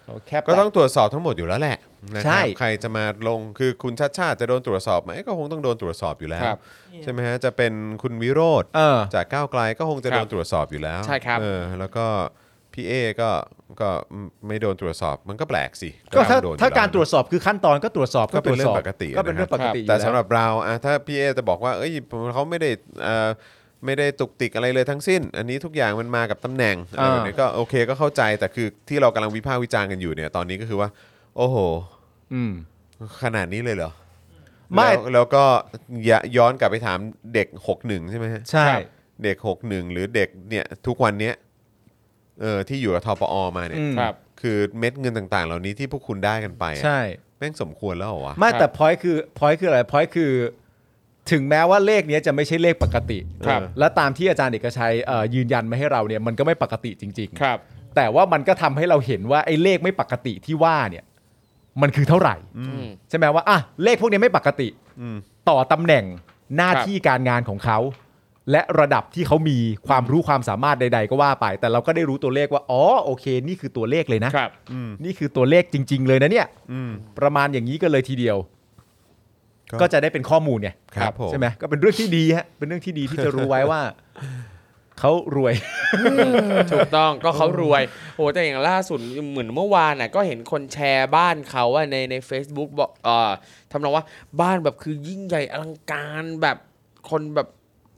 S3: โอเค
S2: ครับ ก็ต้องตรวจสอบทั้งหมดอยู่แล้วแหละนะครับ
S3: ใช่
S2: ใครจะมาลงคือคุณชัดชาติจะโดนตรวจสอบไหมก็คงต้องโดนตรวจสอบอยู่แล้ว
S5: ครับ
S2: ใช่ไหมฮะจะเป็นคุณวิโรธ
S3: เออ
S2: จากก้าวไกลก็คงจะ
S5: ครั
S2: โด
S5: บ
S2: นตรวจสอบอยู่แล้ว
S5: ใช่ครับ
S2: เออแล้วก็พี่เอก็ก็ไม่โดนตรวจสอบมันก็แปลกสิ
S3: ก็ถ้า
S2: โดนอยู่
S3: ถ้าการ
S2: แล้
S3: ตรวจสอบคือขั้นตอนก็ตรวจสอบ
S2: วก็เป็นเรื่องปกติ
S3: ก็เป็นเรื่องปกติ
S2: นะคบ
S3: อยู่
S2: แต่
S3: ล้ว
S2: สำหรับเราอะถ้าพี่เอจะบอกว่า เอ้ยเขาไม่ได้เอ่อไม่ได้ตุกติกอะไรเลยทั้งสิ้น อันนี้ทุกอย่างมันมากับตำแหน่งอะไร
S3: อ่า
S2: แบบนี้ก็โอเคก็เข้าใจแต่คือที่เรากำลังวิพากษ์วิจารณ์กันอยู่เนี่ยตอนนี้ก็คือว่า โอ้โห
S3: อืม
S2: ขนาดนี้เลยเหรอ
S3: ไม่
S2: แล้วแล้วก็อย่าย้อนกลับไปถามเด็ก 61 ใช่ไหมฮะ
S3: ใช่
S5: ครับ
S2: เด็ก 61 หรือเด็กเนี่ยทุกวันเนี้ยเออที่อยู่กับทปอมาเนี่ย
S3: อืม
S5: ครับ
S2: คือเม็ดเงินต่างๆ เหล่านี้ที่พวกคุณได้กันไปอะ
S3: ใช่
S2: แม่งสมควรแล้วเหรอวะ
S3: ไม่
S5: ครับ
S3: แต่พอยคือพอยคืออะไรพอยคือ ถึงแม้ว่าเลขเนี้ยจะไม่ใช่เลขปกติ
S5: ครับ
S3: และตามที่อาจารย์เอกชัยเอ่อยืนยันมาให้เราเนี่ยมันก็ไม่ปกติจริง
S5: ครับ
S3: ๆ แต่ว่ามันก็ทำให้เราเห็นว่าไอ้เลขไม่ปกติที่ว่าเนี่ยมันคือเท่าไหร่
S5: อืม
S3: ใช่ไหมว่าอ่ะเลขพวกเนี้ยไม่ปกติ
S2: อืม
S3: ต่อตำแหน่งหน้า
S5: ครับ
S3: ที่การงานของเขา และระดับที่เขามีความรู้ความสามารถใด ๆ ก็ว่าไป แต่เราก็ได้รู้ตัวเลขว่าอ๋อโอเค นี่คือตัวเลขเลยนะ
S5: ครับ
S2: อืม
S3: นี่คือตัวเลขจริง ๆ เลยนะเนี่ย
S2: อืม
S3: ประมาณอย่างนี้กันเลยทีเดียว ก็จะได้เป็นข้อมูลไง
S2: ครับผม
S3: ใช่ไหมก็เป็นเรื่องที่ดีฮะเป็นเรื่องที่ดีที่จะรู้ไว้ว่า เขารวย
S5: ถูกต้องก็เขารวยโอ้แต่อย่างล่าสุดเหมือนเมื่อวานน่ะก็เห็นคนแชร์บ้านเขาอะในใน Facebook บอกเอ่อทำนองว่าบ้านแบบคือยิ่งใหญ่อลังการแบบคนแบบ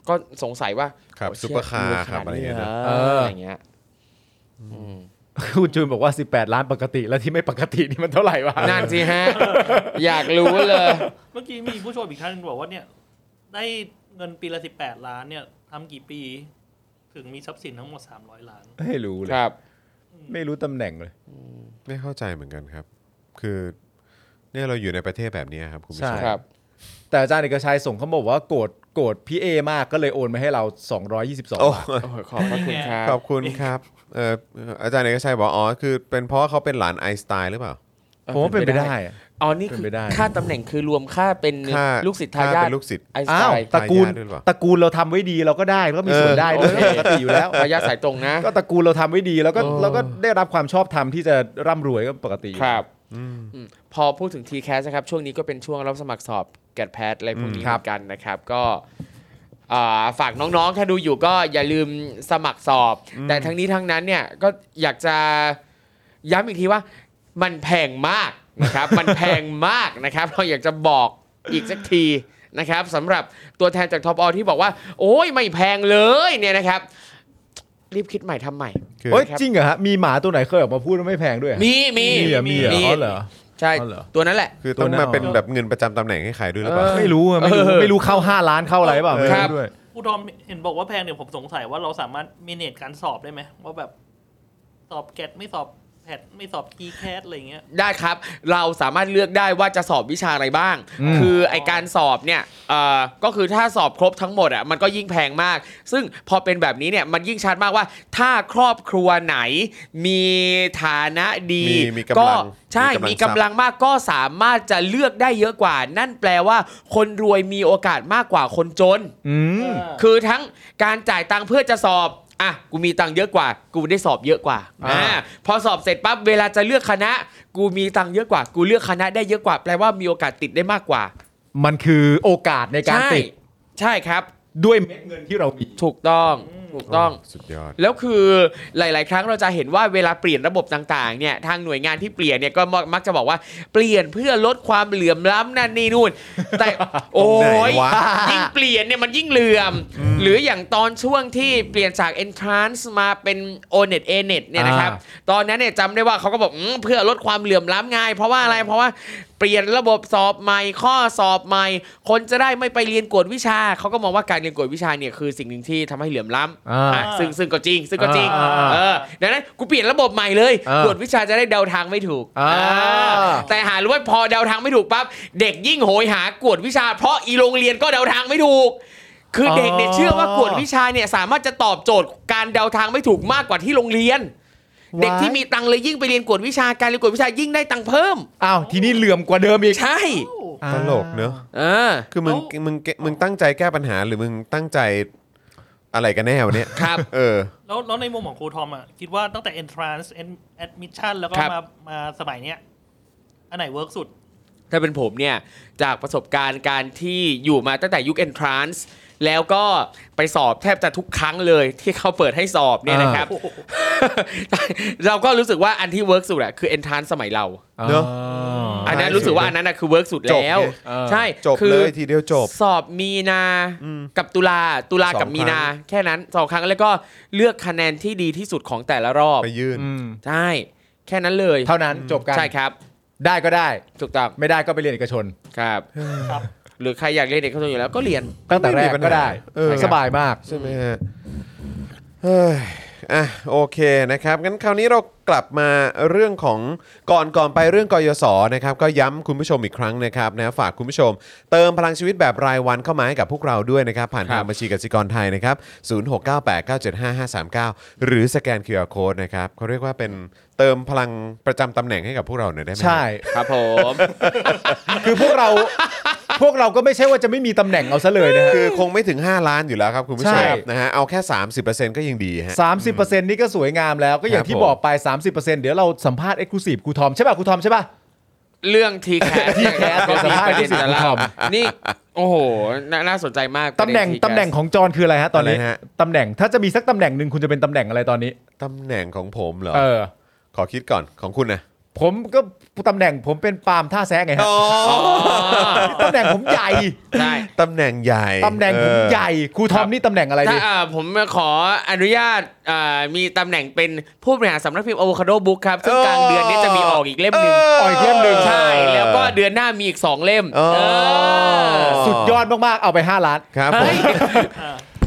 S5: ก็สงสัยว่า
S2: ครับ
S5: โอ้
S2: ซุปเปอร์คาร์
S5: ชี่ยวยข
S2: ครับ
S5: นาดนี้
S2: อะไรเงี้ยนะ
S5: ห
S3: เอออ
S5: ย่างเงี้ยอืม
S3: คุณจูนบอกว่า 18 ล้านปกติ แล้วที่ไม่ปกตินี่มันเท่าไหร่วะ
S5: นั่นสิฮะ อยากรู้เลย
S4: เมื่อกี้มีผู้ชมอีกท่านบอกว่าเนี่ย ได้เงินปีละ 18 ล้านเนี่ย ทำกี่ปี ถึงมีทรัพย์สินทั้งหมด 300 ล้าน
S3: ไม่รู้เลย
S5: ครับ
S3: ไม่รู้ตำแหน่งเลย
S2: ไม่เข้าใจเหมือนกันครับ คือเนี่ยเราอยู่ในประเทศแบบนี้ครับคุณผู้ช
S3: ใช่
S2: ม
S5: ครับ
S3: แต่อาจารย์เอกชัยส่งเขาบอกว่าโกรธโกรธพี่เอมากก็เลยโอนมาให้เรา 222บ
S2: โอ้
S3: าท
S5: โอ้โหขอบพระคุณครับ
S2: ขอบคุณครับเอ่ออาจารย์เอกชัยบอกอ๋อคือเป็นเพราะเขาเป็นหลานไอน์สไตน์หรือเปล่า
S3: ผมว่าเป็นไปได้อะ
S5: อ๋อ นี่คือ
S3: เป็นไปได้
S5: ค่าตำแหน่งคือรวมค่าเป็น
S2: ค่า
S5: ลูกศิษย์ทายา
S2: ค่
S5: ท
S2: เป็นลูกศิษย์
S5: ไอน์ส
S3: อ้า
S5: ไตล์
S3: วตระกูล
S2: ทายาทด้วยหรือเปล่า
S3: ตระกูลเราทำไว้ดีเราก็ได้เราก็มีส่วนได้ด้วย
S2: เออ
S3: ปกติอยู่แล้ว
S5: ทายาทสายตรงนะ
S3: ก็ตระกูลเราทำไว้ดีแล้วก็
S5: เออ
S3: เราก็ได้รับความชอบธรรมที่จะร่ำรวยก็ปกติอยู่
S5: ครับ
S2: อืม
S5: อืมพอพูดถึง TCAS นะครับ ช่วงนี้ก็เป็นช่วงรับสมัครสอบแกดแพทอะไรพวกนี้เหมือนกันนะครับ ก็อ่าฝากน้องๆ ถ้าดูอยู่ก็อย่าลืมสมัครสอบ แต่ทั้งนี้ทั้งนั้นเนี่ยก็อยากจะย้ำอีกทีว่ามันแพงมาก นะครับ มันแพงมากนะครับ เราอยากจะบอกอีกสักทีนะครับสำหรับตัวแทนจากท็อปออที่บอกว่า โอ้ยไม่แพงเลยเนี่ยนะครับ รีบคิดใหม่ทำใหม่
S2: คือ
S3: โอ้ย
S5: ครับ
S3: จริงเหรอฮะมีหมาตัวไหนเคยออกมาพูดว่าไม่แพงด้วยอะ
S5: มีมี
S3: มีเหรอมีเหรออ๋อเหรอ
S5: ใช่
S3: อ๋อเหรอ
S5: ตัวนั้นแหละ
S2: คือต้องมาเป็นแบบเงินประจำตำแหน่งให้ใครด้วยหรือเปล่า
S5: เออ
S3: ไม่รู้อะไม่รู้
S5: เออ
S3: ไม่รู้เข้า 5 ล้านเข้าอะไรเปล่าไม่
S5: ครั
S3: รู้
S5: บ
S3: ด้วย
S4: ผู้ทอมเห็นบอกว่าแพงเดี๋ยวผมสงสัยว่าเราสามารถเมเนจการสอบได้ไหมว่าแบบสอบแกดไม่สอบแพดไม่สอบทีแคสอะไรอย่างเงี้ย
S5: ได้ครับ เราสามารถเลือกได้ว่าจะสอบวิชาอะไรบ้าง คือไอการสอบเนี่ยเอ่อก็คือถ้าสอบครบทั้งหมดอ่ะมันก็ยิ่งแพงมาก ซึ่งพอเป็นแบบนี้เนี่ยมันยิ่งชัดมากว่า ถ้าครอบครัวไหนมีฐานะดี
S2: มีมีกำลัง
S5: ใช่
S2: มี
S5: มี
S2: กำลั
S5: กำ
S2: ง
S5: ลังมากก็สามารถจะเลือกได้เยอะกว่า นั่นแปลว่า คนรวยมีโอกาสมากกว่าคนจน
S3: อืม
S5: คือทั้งการจ่ายตังค์เพื่อจะสอบ อ่ะ กูมีตังค์เยอะกว่า กูได้สอบเยอะกว่าอ่าพอสอบเสร็จปั๊บ เวลาจะเลือกคณะ กูมีตังค์เยอะกว่า กูเลือกคณะได้เยอะกว่า แปลว่ามีโอกาสติดได้มากกว่า
S3: มันคือโอกาสในการ
S5: ใช่
S3: ติด
S5: ใช่ครับ
S3: ด้วยเม็ดเงินที่เรามี
S5: ถูกต้อง ถูกต้อง
S2: สุดยอด
S5: แล้วคือหลาย ๆ ครั้งเราจะเห็นว่าเวลาเปลี่ยนระบบต่าง ๆ เนี่ยทางหน่วยงานที่เปลี่ยนเนี่ยก็มักมักจะบอกว่าเปลี่ยนเพื่อลดความเหลื่อมล้ำนั่นนี่นู่น แต่ โอ้
S2: ตรงไห
S5: ย
S2: นวะ
S5: ยิ่งเปลี่ยนเนี่ยมันยิ่งเหลื่อม หรืออย่างตอนช่วงที่เปลี่ยนจาก entrance มาเป็น o n e t a n e t เนี่ยนะครับ ตอนนั้นเนี่ยจำได้ว่าเขาก็บอกอืมเพื่อลดความเหลื่อมล้ำไงเพราะว่าอะไรเพราะว่าเปลี่ยนระบบสอบใหม่ข้อสอบใหม่ คนจะได้ไม่ไปเรียนกวดวิชาเขาก็มองว่าการเรียนกวดวิชาเนี่ยคือสิ่งหนึ่งที่ทำให้เหลื่อมล้ำ
S3: อ่า
S5: อ่ะซึ่งซึ่งก็จริง ซึ่งก็จริง
S3: อ่าอ่า
S5: เออดังนั้นกูเปลี่ยนระบบใหม่เลย
S3: อ่าก
S5: วดวิชาจะได้เดาทางไม่ถูก
S3: อ่า
S5: อ่าแต่หารู้ว่าพอเดาทางไม่ถูกปั๊บ เด็กยิ่งโหยหากวดวิชา เพราะอีโรงเรียนก็เดาทางไม่ถูก คือเด็กเนี่ยเชื่อว่ากวดวิชาเนี่ยสามารถจะตอบโจทย์การเดาทางไม่ถูกมากกว่าที่โรงเรียน เด็กที่มีตังค์เลยยิ่งไปเรียนกวดวิชา การเรียนกวดวิชายิ่งได้ตังค์เพิ่ม
S3: อ้าวทีนี้เหลื่อมกว่าเดิมอีก
S5: ใช่
S2: ตลกเนอะ
S5: เออ
S2: คือมึง
S4: แล้ว
S2: มึงมึงตั้งใจแก้ปัญหาหรือมึงตั้งใจอะไรกันแน่วันเนี้ย
S5: ครับ
S2: เออ
S4: แล้วแล้วในมุมของครูทอมอ่ะคิดว่าตั้งแต่ entrance en- admission แล้วก็
S5: ครับ
S4: มามาสมัยเนี้ยอันไหนเวิร์กสุด
S5: ถ้าเป็นผมเนี่ย จากประสบการณ์การที่อยู่มาตั้งแต่ยุค entrance แล้วก็ไปสอบแทบจะทุกครั้งเลยที่เขาเปิดให้สอบเนี่ยนะครับ เราก็รู้สึกว่าอันที่เวิร์กสุดอะคือ entrance สมัยเรา
S2: เนอะ
S3: อั
S5: อันนั้นรู้สึกว่าอันนั้นอะคือเวิร์กสุดแล้ว
S2: จบไง
S3: เออ
S5: ใช่
S2: จบ
S5: คือ
S2: เลยทีเดียวจบ
S5: สอบมีนา
S2: อืม
S5: กับตุลาตุลา
S2: สอง
S5: กับมีนา
S2: ครั้ง
S5: แค่นั้นสองครั้งแล้วก็เลือกคะแนนที่ดีที่สุดของแต่ละรอบ
S2: ไปยื่น
S5: ใช่แค่นั้นเลย
S3: เท่านั้นจบกัน
S5: ใช่ครับ
S3: ได้ก็ได้
S5: ถูกต้อง
S3: ไม่ได้ก็ไปเรียนเอกชน
S5: ครับ
S4: ครับ
S5: หรือใครอยากเรียนเด็กเขาอยู่แล้วก็เรียน
S3: ตั้งแต่แร
S2: ไม่
S3: ก
S2: มีปัญหา
S3: ก็ได้
S2: เออ
S3: สบายมาก
S2: ใช่ไหมฮะเฮ้ยอ่ะโอเคนะครับงั้นคราวนี้เรากลับมาเรื่องของก่อนก่อนไปเรื่องกยศนะครับก็ย้ำคุณผู้ชมอีกครั้งนะครับนะฝากคุณผู้ชม เติมพลังชีวิตแบบรายวันเข้ามาให้กับพวกเราด้วยนะครับ ผ่านทางบัญชีกสิกรไทยนะครับ0698975539 หรือสแกน QR Code นะครับเขาเรียกว่าเป็นเติมพลังประจำตำแหน่งให้กับพวกเราหน่อยได้ไหม
S3: ใช่
S5: ครับผม
S3: คือพวกเรา พวกเราก็ไม่ใช่ว่าจะไม่มีตำแหน่งเอาซะเลยนะฮะ
S2: คือคงไม่ถึง 5 ล้านอยู่แล้วครับคุณผู้ชม
S3: ใช่
S2: นะฮะเอาแค่ 30%ก็ยังดีฮะ
S3: สามสิบเปอร์เซ็นต์นี่ก็สวยงามแล้ว ก็อ
S2: ค
S3: ย่า
S2: รั
S3: ง
S2: บ
S3: ที่
S2: ผม
S3: บอกไป 30%เดี๋ยวเราสัมภาษณ์เอ็กซ์คลูซีฟครูทอมใช่ป่ะครูทอมใช่ป่ะ
S5: เรื่องทีแคส
S3: T-Cast
S5: ก็มีประเด็นแต่ละ
S3: ครับ
S5: นี่ โอ้โหน่าน่าสนใจมาก
S3: ตำแหน่ง
S5: ประเด็ T-Cast
S3: ตำแหน่งของจอนคืออะไรฮะตอนนี้
S2: อะไรฮะ
S3: ตำแหน่งถ้าจะมีสักตำแหน่งหนึ่งคุณจะเป็นตำแหน่งอะไรตอนนี้
S2: ตำแหน่งของผมเหรอ
S3: เออ
S2: ขอคิดก่อนของคุณนะ
S3: ผมก็ตำแหน่งผมเป็นปาล์มท่าแซงไงฮะ
S5: อ๋อ
S3: ตำแหน่งผมใหญ่
S5: ใช่
S2: ตำแหน่งใหญ่
S3: ตำแหน่งผมใหญ่ครูทอมนี่ตำแหน่งอะไร
S5: ถ้า
S3: ดี
S5: เอ่อผมขออนุญาตเอ่อมีตำแหน่งเป็นผู้บริหารสำนักพิมพ์ Avocado Book ครับ ซึ่งกลางเดือนนี้จะมีออกอีกเล่มหนึ่ง
S3: ออกอีกเล่มหนึ่ง
S5: ใช่ แล้วก็เดือนหน้ามีอีก 2 เล่ม
S2: เออ
S5: เออ
S3: สุดยอดมากๆเอาไป 5 ล้าน
S2: ครับผม
S5: เฮ้ย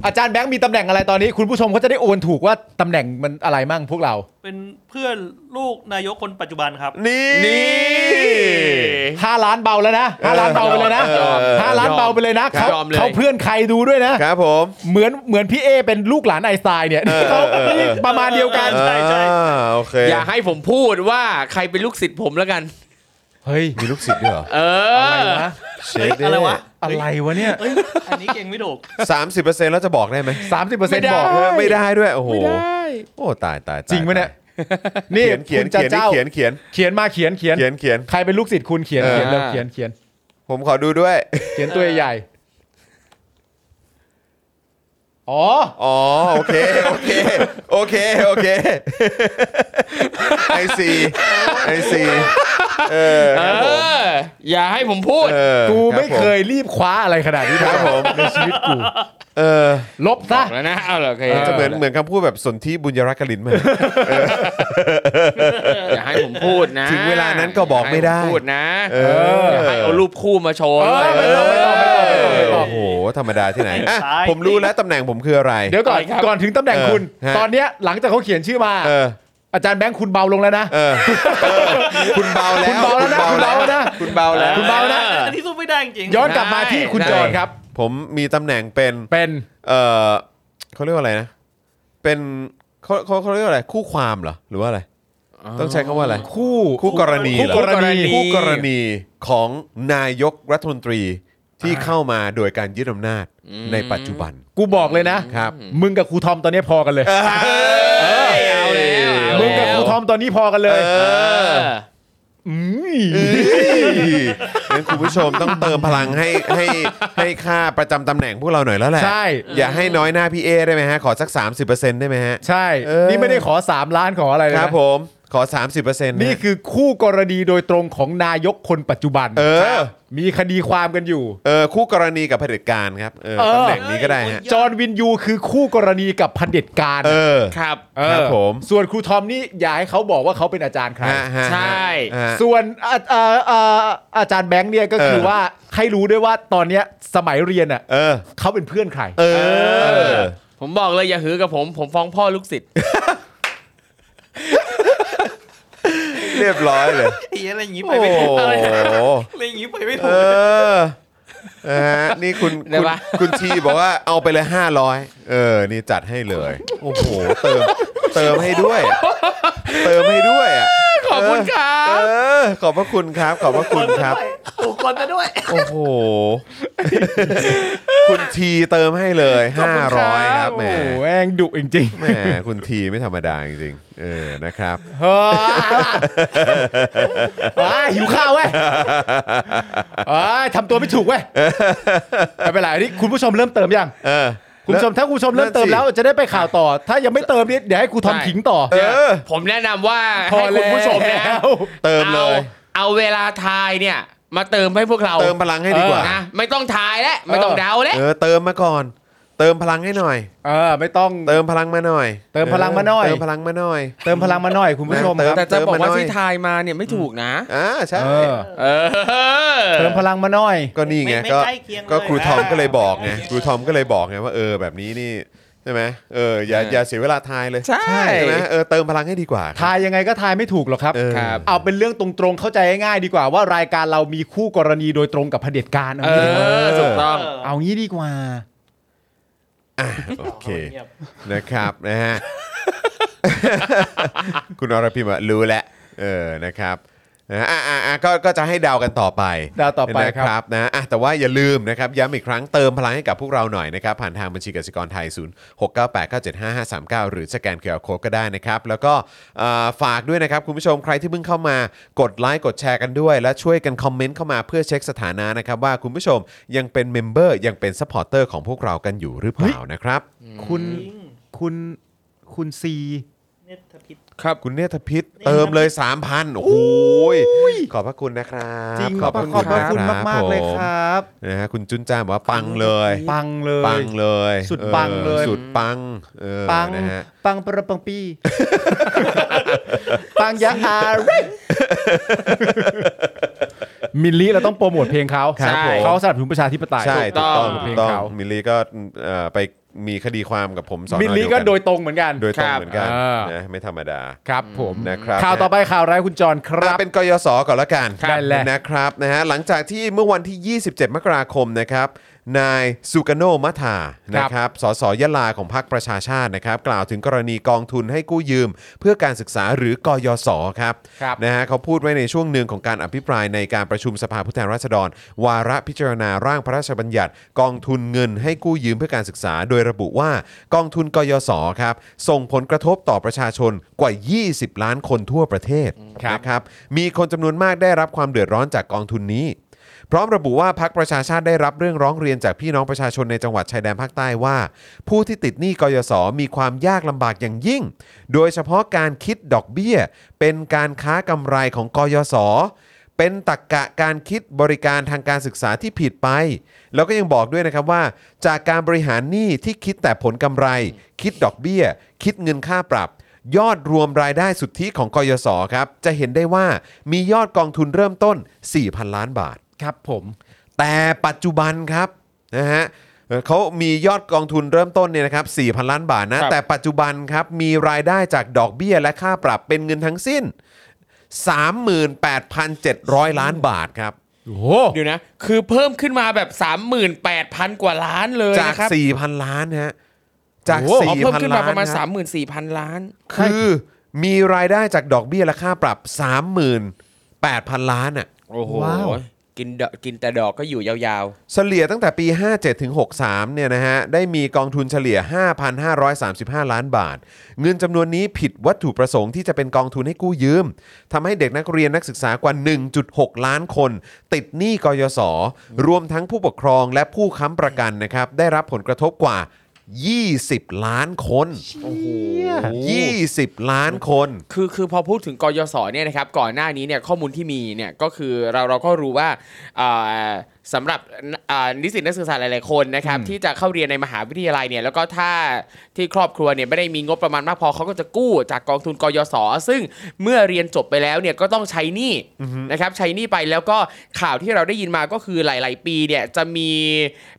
S3: อาจารย์แบงค์มีตำแหน่งอะไรตอนนี้ คุณผู้ชมเขาจะได้โอนถูกว่าตำแหน่งมันอะไรมั่งพวกเรา
S4: เป็นเพื่อนลูกนายกคนปัจจุบันครับ
S2: นี่
S5: นี่
S3: 5 ล้านเบาแล้วนะ 5 ล้านเบาไปเลยนะ
S2: ยอมยอม
S3: ห้าล้านเบาไปเลยนะเขา
S5: ยอมเลย
S3: เขาเพื่อนใครดูด้วยนะ
S2: ครับผม
S3: เหมือนเหมือนพี่เอเป็นลูกหลานไอน์สไตล์เนี่ย เขาประมาณเดียวกัน
S4: ใช่ใช่
S2: อ่าโอเค
S5: อย่าให้ผมพูดว่าใครเป็นลูกศิษย์ผมแล้วกัน
S3: เฮ้ย
S2: มีลูกศิษย์ด้วยเหรอ
S5: เออ
S3: อะไรวะ
S2: เช็คดิ
S4: อะไรวะ
S3: อะไรวะเนี่ย
S4: เอ้ย อันนี้เก่งไม่ถูก
S2: สามสิบเปอร์เซ็นต์แล้วจะบอกได้ไหม
S3: สามสิบเปอร์เซ็นต์บอก
S2: เออไม่ได้ด้วย โอ้โห
S5: ไม่ได้
S2: โอ้ตายตายตา
S3: จริงไหมเนี่ยนี่
S2: เขียนเขียน
S3: คุณจะ
S2: เขียนนี่
S3: เจ้า
S2: เขียนเขียน
S3: เขียนมาเขียนเขียน
S2: เขียนเขียน
S3: ใครเป็นลูกศิษย์คุณเขียน
S2: เออ
S3: เขียนเร็วเขียนเขียน
S2: ผมขอดูด้วย
S3: เขียนตัวใหญ่ๆอ๋อ
S2: อ๋อ โอเค โอเค โอเค โอเคไอซีไอซีเออ
S5: เอ
S2: ครับผม
S5: อ อย่าให้ผมพูด
S2: เออ
S3: กูไม่เค
S2: รับผ
S3: ยรีบคว้าอะไรขนาดนี้
S2: ครับผม
S3: ในชีวิตกู
S2: เออ
S3: ลบซะ
S5: แล้วนะเอาเหรอโอเค
S2: จะเหมือนเหมือนคำพูดแบบสนธิบุญยรักกลินมา
S5: อย่าให้ผมพูดนะ
S2: ถึงเวลานั้นก็บอกไม่ได้
S5: ย่าให้ผพูดนะ
S2: เออ
S5: อย่าให้เอารูปคู่มาโชว์ด้วย
S3: เออไม่ต้องไม่ต้องไม่ต้องไม่ต้
S2: โอ้โห ธรรมดาที่ไหนอ่ะ
S4: ซ้าย
S2: ผมรู้แล้วตำแหน่งผมคืออะไร
S3: เดี๋ยวก่อน ก่อนถึงตำแหน่งคุณ
S2: เออฮะ
S3: ตอนเนี้ยหลังจากเขาเขียนชื่อมา
S2: เออ
S3: อาจารย์แบงค์คุณเบาลงแล้วนะ
S2: เออ คุณเบาแล้ว
S3: คุณเบาแล้วนะคุณเบาแล้วนะ
S2: คุณเบาแล้ว
S3: คุณเบานะ
S4: อันนี้สู้ไม่ได้จริง
S3: ย้อนกลับมาที่คุณจอนครับ
S2: ผมมีตำแหน่งเป็น
S3: เป็น
S2: เออเขาเรียกว่าอะไรนะ เป็นเขาเขาเขาเรียกว่าอะไร คู่ความเหรอ หรือว่าอะไร ต้องใช้คำว่าอะไร
S3: คู่
S2: คู่กรณีเหรอ
S3: คู่กรณี
S2: คู่กรณีของนายกรัฐมนตรีที่เข้ามาโดยการยึดอำนาจในปัจจุบัน
S3: กูบอกเลยนะ
S2: ครับ
S3: มึงกับครูทอมตอนนี้พอกันเลย
S5: ยเอาแล้วเอาแล้ว
S3: มึงกับครูทอมตอนนี้พอกันเลย
S2: เอ
S5: เอ
S2: อ
S5: อ
S3: ม
S2: งั้นคุณผู้ชมต้องเติมพลังให้ให้ให้ค่าประจำตำแหน่งพวกเราหน่อยแล้วแหละ
S3: ใช่
S2: อย่าให้น้อยหน้าพี่เอได้ไหมฮะ ขอสัก 30%ได้ไหมฮะ
S3: ใช่
S2: เออ
S3: นี่ไม่ได้ขอ 3 ล้านขออะไรเลย
S2: ครับ
S3: นะ
S2: ผมขอ 30%นะ
S3: นี่คือคู่กรณีโดยตรงของนายกคนปัจจุบัน
S2: เออ
S3: มีคดีความกันอยู่
S2: เออ คู่กรณีกับเผด็จการครับเออ
S3: เออ
S2: ตำแหน่งนี้ก็ได้ฮะ
S3: จอร์นวินยูคือคู่กรณีกับเผด็จการ
S2: เออ
S5: ครับ
S3: เออ
S2: ครับผม
S3: ส่วนครูทอมนี่อย่าให้เขาบอกว่าเขาเป็นอาจารย์ใคร
S2: ฮะฮะ
S5: ใช่
S2: ฮะ
S3: ส่วนอาอ่าอ่าอาจารย์แบงค์เนี่ยก็คือ
S2: เออ
S3: ว่าให้รู้ด้วยว่าตอนเนี้ยสมัยเรียนอ่ะ
S2: เออ
S3: เขาเป็นเพื่อนใคร
S2: เออ
S5: ผมบอกเลยอย่าหือกับผม ผมฟ้องพ่อลูกศิษย์
S2: เรียบร้อยเลย
S4: ไอ้อะไรอย่างงี้ไป
S2: โอ้
S4: ไม่
S2: โห
S4: ถูกอะไรอะไรอย่างงี้ไปไม่
S2: เอ
S4: ถูก
S2: อนะฮะนี่คุณ
S5: ได้
S2: คุณ
S5: ปะ
S2: คุณทีบอกว่าเอาไปเลย 500 เออ นี่จัดให้เลย โอ้โห เติม เติมให้ด้วย เติมให้ด้วยอ่ะ
S5: ขอบคุณครั
S2: เอบ อ ขอบพระคุณครับ ขอบพระคุณครับ
S4: ถูกคนซะด้วย
S2: โอ้โห คุณทีเติมให้เลย
S5: ขอบคุณครับ
S2: 500 ครับแหม
S3: โอ้โหแม่งดุจริง
S2: แหมคุณทีไม่ธรรมดาจริงๆเออนะครับ
S3: ๆเฮ้ยอ่าหิวข้าว เว้ยอ่าทำตัวไม่ถูกเว้ยไม่เป็นไรนี่คุณผู้ชมเริ่มเติมยัง
S2: เออ
S3: คุณผู้ชมถ้าคุณผู้ชมเริ่มเติม
S2: นั่
S3: แล้ว
S2: นสิ
S3: จะได้ไปข่าวต่อ ถ้ายังไม่เติมเนี่ยเดี๋ยวให้ครูทอม
S5: ใช่
S3: ขิงต่อ
S2: เออ
S5: ผมแนะนำว่า
S3: พอ
S5: ให้คุณผู้ชม
S3: แล้
S5: นะ
S3: ว
S2: เติมเลย
S5: เอาเอาเวลาทายเนี่ย มาเติมให้พวกเรา
S2: เติมพลังให้ดีกว่า
S5: นะไม่ต้องทายแล้วไม่ต้อง
S3: เออ
S5: เดาแล้ว
S2: เออ เติมมาก่อน เติมพลังให้หน่อย
S3: เออไม่ต้อง
S2: เติมพลังมาหน่อย
S3: เติมพลังมาหน่อย
S2: เติมพลังมาหน่อย
S3: เติมพลังมาหน่อยคุณผู้ชม
S2: เติม
S3: ครับ
S5: แต่จะบอกว่า
S2: เติมมาห
S5: ที่
S2: น่อย
S5: ทายมาเนี่ยไม่ถูกนะ
S2: อ่าใช่
S3: เออ
S5: เออ
S3: เติมพลังมาหน่อย
S2: ก็นี่ไง
S4: ไม่
S2: ก็
S4: ใกล้เคียงเลย
S2: ก็ครูทอม
S4: นะ
S2: ก็เลยบอกไงครูทอมก็เลยบอกไงว่าเออแบบนี้นี่ใช่ไหมเอออย่า
S5: เออ
S2: อ
S5: อ
S2: ย่าเสียเวลาทายเลย
S5: ใช่
S2: ใช่ไหมเออเติมพลังให้ดีกว่า
S3: ทายยังไงก็ทายไม่ถูกหรอกครับ
S2: เออ
S5: ครับ
S3: เอาเป็นเรื่องตรงๆเข้าใจง่ายๆดีกว่าว่ารายการเรามีคู่กรณีโดยตรงกับเผด็จการ
S5: เอ
S3: เอางี้ดีกว่า
S5: อถูกต้อง
S3: เอางี้ดีกว่า
S2: โอเค นะครับ นะฮะ คุณอรพิมพ์อะรู้แล้วเออนะครับนะฮะอ่ะอ่ะอ่ะก็ก็จะให้เดากันต่อไป
S3: เดาต่อไป
S2: นะค
S3: ครั
S2: รับบ นะอ่ะแต่ว่าอย่าลืมนะครับย้ำอีกครั้งเติมพลังให้กับพวกเราหน่อยนะครับ ผ่านทางบัญชีกสิกรไทย 0698975539 หรือสแกนเคอร์โคก็ได้นะครับ แล้วก็เอ่อฝากด้วยนะครับ คุณผู้ชมใครที่เพิ่งเข้ามากดไลค์กดแชร์กันด้วย และช่วยกันคอมเมนต์เข้ามาเพื่อเช็คสถานะนะครับ ว่าคุณผู้ชมยังเป็นเมมเบอร์ยังเป็นซัพพอร์เตอร์ของพวกเรากันอยู่หรือเปล่านะครับ
S3: คุณคุณคุณซี
S4: เนตพิษ
S2: ครับคุณเนธพิษเติมเลย 3,000 โอ้โหยขอบพระคุณนะครับ
S3: จริงขอบ
S2: พะ
S3: ขอบพระคุณ
S2: รับ
S3: มากๆเลย
S2: ผ
S3: ครับ
S2: นะฮะคุณจุนจ้าบอกว่าปังเลย
S3: ปังเลย
S2: ปังเลย
S3: สุดปังเลย
S2: ออสุดปังเออ
S3: ปัง
S2: นะฮะ
S3: ปังประปัง ปี้ ปังยะฮาเรมิลลี่เราต้องโปรโมทเพลงเขา
S5: ครับผม
S3: เขาสนับสนุนประชาธิปไตย
S2: ใช่ถูกต้อง
S5: ถู
S2: ถู
S5: ก
S2: ก
S5: ต้
S2: ต้อ
S5: อง ง
S2: มิลลี่ก็เอ่อไป มีคดีความกับผมสอนอ
S3: บิลลี่
S2: เว
S3: ก็โดยตรงเหมือนกัน
S2: โดยตรง
S3: คบ
S2: เหมือนกัน
S3: อ่า
S2: นะไม่ธรรมดา
S3: ครับผม
S2: นะครับ
S3: ข่าวต่อไปข่าวร้ายคุณจรครั
S2: อ่ะ
S3: บ
S2: เป็นกยศก่อนละกัน
S3: ครับได้แล้ว
S2: นะครับนะฮะหลังจากที่เมื่อวันที่ 27 มกราคมนะครับนายสุกาโนมัทานะครับสสยะลาของพรรคประชาชาตินะครับกล่าวถึงกรณีกองทุนให้กู้ยืม เพื่อการศึกษาหรือกยศครับ
S3: ครับ
S2: นะฮะเขาพูดไว้ในช่วงหนึ่งของการอภิปรายในการประชุมสภาผู้แทนราษฎร วาระพิจารณาร่างพระราชบัญญัติ กองทุนเงินให้กู้ยืมเพื่อการศึกษา โดยระบุว่ากองทุนกยศครับส่งผลกระทบต่อประชาชนกว่า 20 ล้านคนทั่วประเทศ
S3: ครับ
S2: นะครับมีคนจำนวนมากได้รับความเดือดร้อนจากกองทุนนี้ พร้อมระบุว่าพักประชาชาติได้รับเรื่องร้องเรียนจากพี่น้องประชาชนในจังหวัดชายแดนภาคใต้ว่า ผู้ที่ติดหนี้กยศมีความยากลำบากอย่างยิ่ง โดยเฉพาะการคิดดอกเบี้ย เป็นการค้ากำไรของกยศเป็นตักกะการคิดบริการทางการศึกษาที่ผิดไป แล้วก็ยังบอกด้วยนะครับว่า จากการบริหารหนี้ที่คิดแต่ผลกำไร คิดดอกเบี้ย คิดเงินค่าปรับ ยอดรวมรายได้สุทธิของกยศครับ จะเห็นได้ว่ามียอดกองทุนเริ่มต้น 4,000 ล้านบาท
S3: ครับผม
S2: แต่ปัจจุบันครับนะฮะเอ่อเขามียอดกองทุนเริ่มต้นเนี่ยนะครับ 4,000 ล้านบาทนะ
S5: ครับ
S2: แต่ปัจจุบันครับมีรายได้จากดอกเบี้ยและค่าปรับเป็นเงินทั้งสิ้น 38,700 ล้านบาทครับ
S3: โอ้โห
S5: เดี๋ยวนะ คือเพิ่มขึ้นมาแบบ 38,000 กว่าล้านเลย
S2: จาก
S5: นะครับ
S2: 4,000 ล้านนะฮะจาก
S5: อ๋อเพิ่มขึ้น
S2: 4,000
S5: มา
S2: ล้าน
S5: ประมาณ
S2: นะ
S5: 34,000 ล้าน
S2: คือมีรายได้จากดอกเบี้ยและค่าปรับ 38,000 ล้านอ่ะ
S5: โอ้โห กินดอกกินแต่ดอกก็อยู่ยาว
S2: เฉลี่ยตั้งแต่ปี 57 ถึง 63 เนี่ยนะฮะ ได้มีกองทุนเฉลี่ย 5,535 ล้านบาท เงินจำนวนนี้ผิดวัตถุประสงค์ที่จะเป็นกองทุนให้กู้ยืม ทำให้เด็กนักเรียนนักศึกษากว่า 1.6 ล้านคน ติดหนี้กยศ รวมทั้งผู้ปกครองและผู้ค้ำประกันนะครับ ได้รับผลกระทบกว่า 20 ล้านคน
S5: ๆ โอ้โห
S2: 20 ล้านคน
S5: คือคือพอพูดถึงกยศเนี่ยนะครับก่อนหน้านี้เนี่ยข้อมูลที่มีเนี่ยก็คือเราเราก็รู้ว่าอ่าสำหรับอ่านิสิตนักศึกษาหลาย ๆ คนนะครับที่จะเข้าเรียนในมหาวิทยาลัยเนี่ยแล้วก็ถ้าที่ครอบครัวเนี่ยไม่ได้มีงบประมาณมากพอเขาก็จะกู้จากกองทุนกยศ ซึ่งเมื่อเรียนจบไปแล้วเนี่ยก็ต้องใช้หนี้นะครับใช้หนี้ไปแล้วก็ข่าวที่เราได้ยินมาก็คือหลาย ๆ ปีเนี่ยจะมี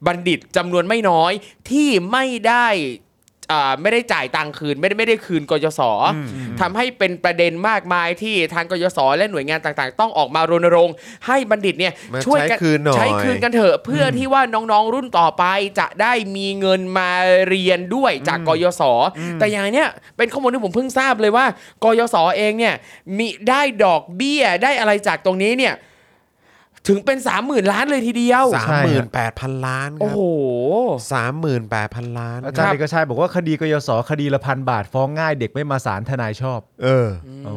S5: บัณฑิตจำนวนไม่น้อยที่ไม่ได้ อ่าไม่ได้จ่ายตังค์คืนไม่ได้ไม่ได้คืนกยศทำให้เป็นประเด็นมากมายที่ทางกยศและหน่วยงานต่างๆ ต้องออกมารณรงค์ให้บัณฑิตเนี่ย
S2: มา
S5: ช่วยกั
S2: ใช้คืนหน่อย
S5: ใช้คืนกันเถอะเพื่อที่ว่าน้องๆรุ่นต่อไปจะได้มีเงินมาเรียนด้วยจากกยศแต่อย่างเนี้ยเป็นข้อมูลที่ผมเพิ่งทราบเลยว่ากยศเองเนี่ยมีได้ดอกเบี้ยได้อะไรจากตรงนี้เนี่ยถึงเป็นสามหมื่นล้านเลยทีเดียว
S3: ใช่ฮะ
S2: 38,000 ล้านครั
S5: โอ้โห
S2: บ38,000 ล้าน
S3: อา
S2: ค
S3: จาร
S2: รับ
S3: ย์เอกชัยบอกว่าคดีกยศคดีละพันบาทฟ้องง่ายเด็กไม่มาศาลทนายชอบ
S2: เออ
S3: โอ้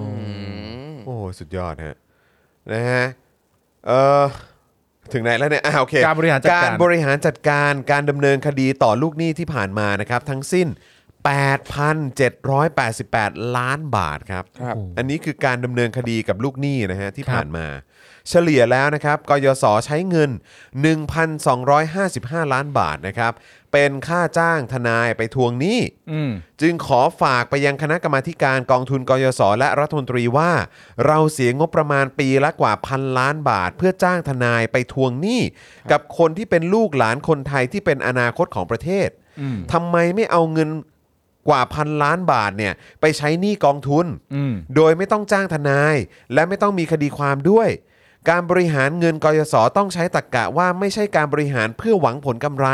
S2: โอ้โหสุดยอดฮะนะฮะเออถึงไหนแล้วเนี่ยอ่าโอเค
S3: การบริหารจัดการ
S2: การบริหารจัดการการดำเนินคดีต่อลูกหนี้ที่ผ่านมานะครับทั้งสิ้น 8,788 ล้านบาทครับ
S5: ครับ
S2: อันนี้คือการดำเนินคดีกับลูกหนี้นะฮะที่ผ่านมา เฉลี่ยแล้วนะครับกยศใช้เงิน 1,255 ล้านบาทนะครับเป็นค่าจ้างทนายไปทวงหนี้
S3: อืม
S2: จึงขอฝากไปยังคณะกรรมาธิการกองทุนกยศและรัฐมนตรีว่า เราเสียงบประมาณปีละกว่าพันล้านบาท เพื่อจ้างทนายไปทวงหนี้ กับคนที่เป็นลูกหลานคนไทยที่เป็นอนาคตของประเทศ
S3: อืม
S2: ทำไมไม่เอาเงินกว่าพันล้านบาทเนี่ยไปใช้หนี้กองทุน
S3: อืม
S2: โดยไม่ต้องจ้างทนาย และไม่ต้องมีคดีความด้วย การบริหารเงินกยศต้องใช้ตรกกะว่าไม่ใช่การบริหารเพื่อหวังผลกำไร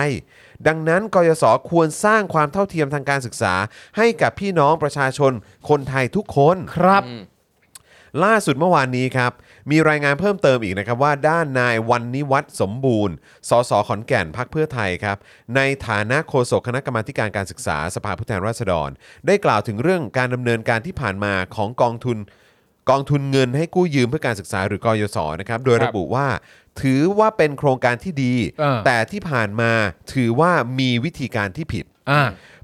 S2: ดังนั้นกยศควรสร้างความเท่าเทียมทางการศึกษา ให้กับพี่น้องประชาชนคนไทยทุกคน
S3: ครับ
S2: ล่าสุดเมื่อวานนี้ครับ มีรายงานเพิ่มเติมอีกนะครับว่าด้านนายวันนิวัฒน์สมบูรณ์ สสขอนแก่นพักเพื่อไทยครับ ในฐานะโฆษกคณะกรรมาธิการการศึกษาสภาผู้แทนราษฎร ได้กล่าวถึงเรื่องการดำเนินการที่ผ่านมาของกองทุน กองทุนเงินให้กู้ยืมเพื่อการศึกษาหรือกยศนะครับ โดยระบุว่า ถือว่าเป็นโครงการที่ดี
S3: เออ
S2: แต่ที่ผ่านมาถือว่ามีวิธีการที่ผิด
S3: อ่า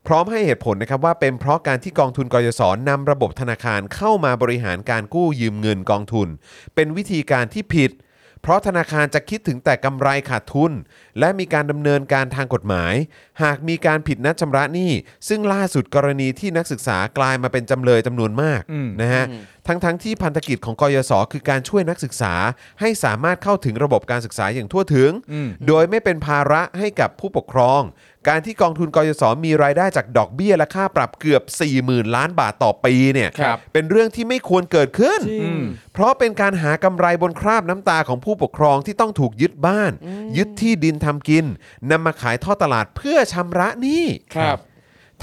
S2: พร้อมให้เหตุผลนะครับว่าเป็นเพราะการที่กองทุนกยศนำระบบธนาคารเข้ามาบริหารการกู้ยืมเงินกองทุน เป็นวิธีการที่ผิด เพราะธนาคารจะคิดถึงแต่กำไรขาดทุน และมีการดำเนินการทางกฎหมาย หากมีการผิดนัดชำระหนี้ ซึ่งล่าสุดกรณีที่นักศึกษากลายมาเป็นจำเลยจำนวนมาก
S3: อืม
S2: นะฮะ ทั้งทั้งๆที่พันธกิจของกยศคือการช่วยนักศึกษา ให้สามารถเข้าถึงระบบการศึกษาอย่างทั่วถึง
S3: อืม
S2: โดยไม่เป็นภาระให้กับผู้ปกครอง การที่กองทุนกยศมีรายได้จากดอกเบี้ยและค่าปรับเกือบ 40,000 ล้านบาทต่อปีเนี่ย
S5: ครับ
S2: เป็นเรื่องที่ไม่ควรเกิดขึ้น
S3: อืม
S2: เพราะเป็นการหากำไรบนคราบน้ำตาของผู้ปกครองที่ต้องถูกยึดบ้าน ยึดที่ดินทำกินนำมาขายท่อตลาดเพื่อชำระหนี้
S5: ครับ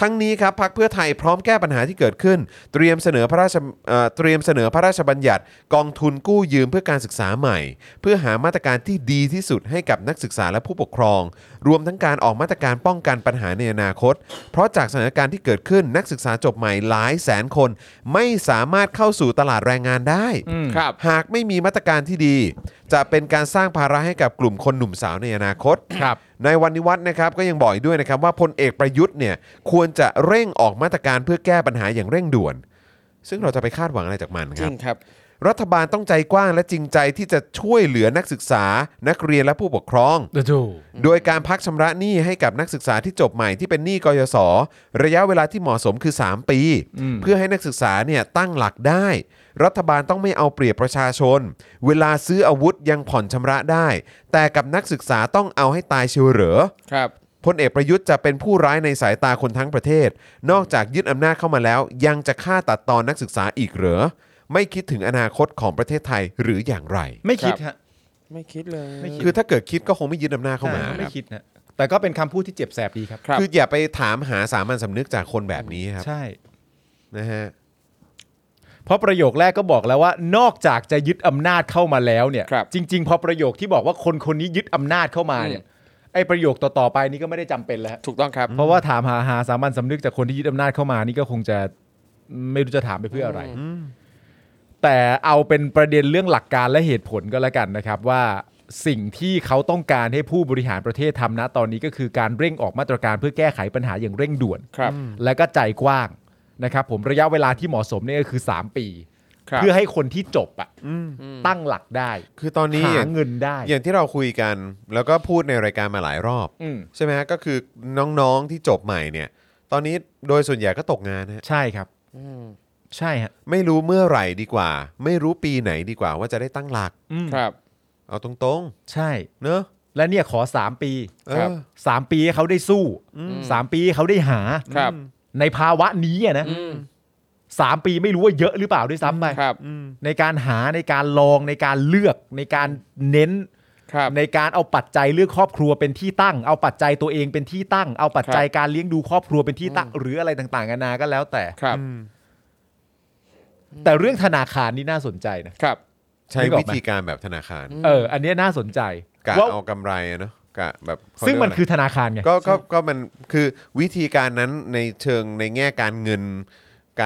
S2: ทั้งนี้ครับพักเพื่อไทยพร้อมแก้ปัญหาที่เกิดขึ้น เตรียมเสนอพระราชเอ่อเตรียมเสนอพระราชบัญญัติ กองทุนกู้ยืมเพื่อการศึกษาใหม่ เพื่อหามาตรการที่ดีที่สุดให้กับนักศึกษาและผู้ปกครอง รวมทั้งการออกมาตรการป้องกันปัญหาในอนาคต เพราะจากสถานการณ์ที่เกิดขึ้นนักศึกษาจบใหม่หลายแสนคน ไม่สามารถเข้าสู่ตลาดแรงงานได้
S5: ครับ
S2: หากไม่มีมาตรการที่ดี จะเป็นการสร้างภาระให้กับกลุ่มคนหนุ่มสาวในอนาคต
S3: ครับ
S2: ในวันนิวัฒน์นะครับก็ยังบอกอีกด้วยนะครับว่าพลเอกประยุทธ์เนี่ยควรจะเร่งออกมาตรการเพื่อแก้ปัญหาอย่างเร่งด่วน ซึ่งเราจะไปคาดหวังอะไรจากมัน
S5: จ
S2: ค
S5: ริ
S2: รับ
S5: งครับ
S2: รัฐบาลต้องใจกว้างและจริงใจที่จะช่วยเหลือนักศึกษา นักเรียนและผู้ปกครอง โดยการพักชำระหนี้ให้กับนักศึกษาที่จบใหม่ที่เป็นหนี้กยศระยะเวลาที่เหมาะสมคือ 3 ปี
S3: อืม
S2: เพื่อให้นักศึกษาเนี่ยตั้งหลักได้ รัฐบาลต้องไม่เอาเปรียบประชาชน เวลาซื้ออาวุธยังผ่อนชำระได้ แต่กับนักศึกษาต้องเอาให้ตายเชียวเหรอ
S5: ครับ
S2: พลเอกประยุทธ์จะเป็นผู้ร้ายในสายตาคนทั้งประเทศ นอกจากยึดอำนาจเข้ามาแล้ว ยังจะฆ่าตัดตอนนักศึกษาอีกเหรอ ไม่คิดถึงอนาคตของประเทศไทยหรืออย่างไร
S3: ไม่คิดฮะ
S5: ไม่คิดเลย
S3: ไม่ด
S2: คือถ้าเกิดคิดก็คงไม่ยึดอำนาจเข้ามา
S3: ใช่
S2: ค
S3: ไม่
S2: รับ
S3: คิดนะแต่ก็เป็นคำพูดที่เจ็บแสบดีครับ
S5: ครับ
S2: คืออย่าไปถามหาสามัญสำนึกจากคนแบบนี้ครับ
S3: ใช่
S2: นะฮะ
S3: เพราะประโยคแรกก็บอกแล้วว่า นอกจากจะยึดอำนาจเข้ามาแล้วเนี่ย
S5: ครับ
S3: จริง ๆ พอประโยคที่บอกว่าคนคนนี้ยึดอำนาจเข้ามาเนี่ย ไอ้ประโยคต่อๆไปนี่ก็ไม่ได้จำเป็นแล้ว
S5: ถูกต้องครับ
S3: เพราะว่าถามหาหาสามัญสำนึกจากคนที่ยึดอำนาจเข้ามานี่ก็คงจะไม่รู้จะถามไปเพื่ออะไร แต่เอาเป็นประเด็นเรื่องหลักการและเหตุผลก็แล้วกันนะครับว่าสิ่งที่เขาต้องการให้ผู้บริหารประเทศทำนะตอนนี้ก็คือการเร่งออกมาตรการเพื่อแก้ไขปัญหาอย่างเร่งด่วน
S5: ครับ
S3: และก็ใจกว้างนะครับผมระยะเวลาที่เหมาะสมเนี่ยก็คือ 3 ปี
S5: ครับ
S3: เพื่อให้คนที่จบอะ
S2: อืม
S3: ตั้งหลักได้
S2: คือตอนนี้
S3: หา
S2: อย่าง
S3: เงินได้
S2: อย่างที่เราคุยกัน แล้วก็พูดในรายการมาหลายรอบ
S3: อืม
S2: ใช่ไหมฮะก็คือน้องๆที่จบใหม่เนี่ย ตอนนี้โดยส่วนใหญ่ก็ตกงานฮะ
S3: ใช่ครับใช่ฮะ
S2: ไม่รู้เมื่อไหร่ดีกว่า ไม่รู้ปีไหนดีกว่า ว่าจะได้ตั้งหลัก
S3: อืม
S5: ครับ
S2: เอาตรง
S3: ใช่
S2: ๆ เนอะ
S3: และเนี่ยขอ 3 ปี
S2: เอ
S5: ครับ
S2: อ
S3: 3 ปีให้เขาได้สู้ 3 ปีให้เขาได้หา
S5: ครับ
S3: ในภาวะนี้อะนะ
S5: อืม
S3: สามปีไม่รู้ว่าเยอะหรือเปล่าด้วยซ้ำไป
S5: ครับ
S3: ในการหาในการลองในการเลือกในการเน้น
S5: ครับ
S3: ในการเอาปัจจัยเรื่องครอบครัวเป็นที่ตั้ง เอาปัจจัยตัวเองเป็นที่ตั้ง เอาปัจจัยการเลี้ยงดูครอบครัวเป็นที่ตั้ง หรืออะไรต่างๆนานาก็แล้วแต่
S5: ครับ
S3: แต่เรื่องธนาคารนี่น่าสนใจนะ
S5: ครับ
S2: ใช้
S3: นึกออก
S2: วิ
S3: ไหม
S2: ธีการแบบธนาคาร
S3: เออ อันเนี้ยน่าสนใจ
S2: กะ
S3: ว่า
S2: เอากำไรอะเนาะกะแบบเขา
S3: ซึ่งมัน
S2: เรี
S3: คื
S2: ย
S3: อธนาคารไง
S2: กว่าะไรก็ก็ก็มันคือวิธีการนั้นในเชิงในแง่การเงิน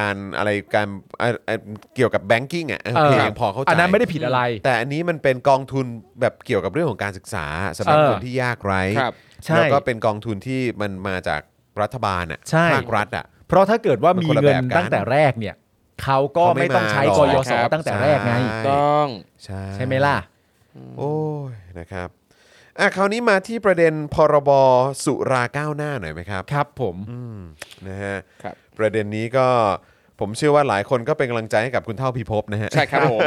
S2: การอะไรการอ่ะอ่ะเกี่ยวกับแบงกิ้งอ่ะเออ
S3: เออ
S2: โอเคยังพอเข้าใจ
S3: อันนั้นไม่ได้ผิดอะไร
S2: แต่อันนี้มันเป็นกองทุนแบบเกี่ยวกับเรื่องของการศึกษาสำหรับ
S3: เออ
S2: คนที่ยากไร้
S5: ครับ
S3: ใช่
S2: แล้วก็เป็นกองทุนที่มันมาจากรัฐบาลอ่ะ
S3: ใช่
S2: ภาครัฐอ่ะ
S3: เพราะถ้าเกิดว่ามี
S2: มันคนละ
S3: เงิ
S2: แบ
S3: น
S2: บกัน
S3: ตั้งแต่แรกเนี่ยเขาก็
S2: เขาไม่
S3: ไม่ต้องใช้
S2: มาห
S3: ก
S2: รอก
S3: ยศ
S5: ครับ
S3: ตั้งแต่แรกไง
S2: ใช่
S5: ต้อง
S2: ใช่
S3: ใช่ไหมล่ะ
S2: โอ้ยนะครับอ่ะคราวนี้มาที่ประเด็นพรบสุราก้าวหน้าหน่อยไหมครับ
S3: ครับผม
S2: อืมนะฮะ
S5: ครับ
S2: ประเด็นนี้ก็ผมเชื่อว่าหลายคนก็เป็นกำลังใจให้กับคุณเท่าพิภพนะฮะ
S5: ใช่ครับผม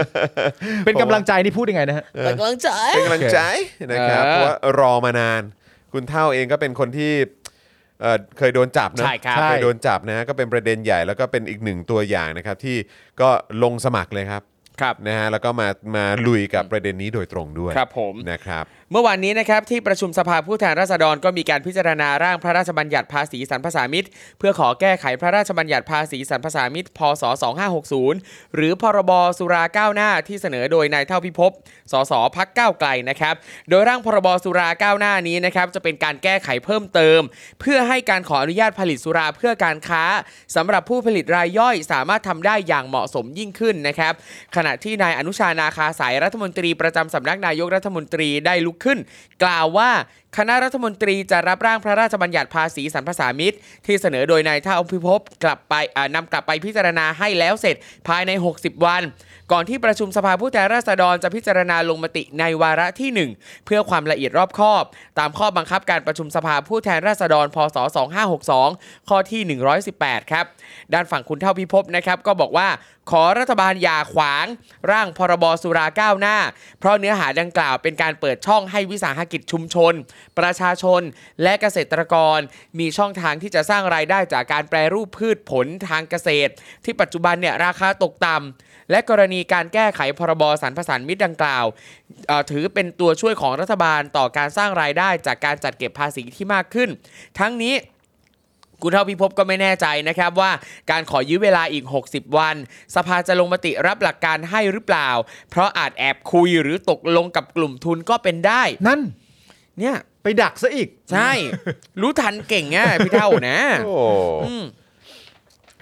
S3: เป็นกำลังใจนี่พูดยังไงนะฮะ
S6: แต่กำลังใจ
S2: เป็นกำลังใจนะครับ
S5: เออ
S2: เพราะว่ารอมานาน คุณเท่าเองก็เป็นคนที่เอ่อเคยโดนจับนะ
S1: ใช่ครับ
S2: เคยโดนจับนะก็เป็นประเด็นใหญ่แล้วก็เป็นอีกหนึ่งตัวอย่างนะครับที่ก็ลงสมัครเลยครับ
S5: ครับ
S2: นะฮะแล้วก็มามาลุยกับประเด็นนี้โดยตรงด้วย
S5: ครับผม
S2: นะครับ
S5: เมื่อวานนี้นะครับที่ประชุมสภาผู้แทนราษฎรก็มีการพิจารณาร่างพระราชบัญญัติภาษีสรรพสามิตเพื่อขอแก้ไขพระราชบัญญัติภาษีสรรพสามิตพศ 2560 หรือพรบสุราก้าวหน้าที่เสนอโดยนายเท่าพิภพสสพักก้าวไกลนะครับโดยร่างพรบสุราก้าวหน้านี้นะครับจะเป็นการแก้ไขเพิ่มเติม เพื่อให้การขออนุญาตผลิตสุราเพื่อการค้าสำหรับผู้ผลิตรายย่อยสามารถทำได้อย่างเหมาะสมยิ่งขึ้นนะครับขณะ ณะที่นายอนุชานาคาสายรัฐมนตรีประจำสำนักนายกรัฐมนตรีได้ลุกขึ้น กล่าวว่าคณะรัฐมนตรีจะรับร่างพระราชบัญญัติภาษีสรรพสามิตที่เสนอโดยนายท่าอภิภพกลับไปอ่านำกลับไปพิจารณาให้แล้วเสร็จภายใน 60 วัน ก่อนที่ประชุมสภาผู้แทนราษฎรจะพิจารณาลงมติในวาระที่หนึ่งเพื่อความละเอียดรอบคอบ ตามข้อบังคับการประชุมสภาผู้แทนราษฎร พศ 2562 ข้อที่ 118 ครับ ด้านฝั่งคุณเท่าพิภพนะครับก็บอกว่าขอรัฐบาลอย่าขวาง ร่างพรบสุราก้าวหน้า เพราะเนื้อหาดังกล่าวเป็นการเปิดช่องให้วิสาหกิจชุมชน ประชาชน และเกษตรกร มีช่องทางที่จะสร้างรายได้จากการแปรรูปพืชผลทางเกษตร ที่ปัจจุบันเนี่ยราคาตกต่ำและกรณีการแก้ไขพรบสรรพสานมิตรดังกล่าวเอ่อถือเป็นตัวช่วยของรัฐบาลต่อการสร้างรายได้จากการจัดเก็บภาษีที่มากขึ้น ทั้งนี้ คุณเท่าพิภพก็ไม่แน่ใจนะครับว่าการขอยื้อเวลาอีก 60 วัน สภาจะลงมติรับหลักการให้หรือเปล่า เพราะอาจแอบคุยหรือตกลงกับกลุ่มทุนก็เป็นได้
S3: นั่น
S5: เนี่ย
S3: ไปดักซะอีก
S5: ใช่ รู้ทันเก่งอ่ะพี่เท่านะ
S2: โอ้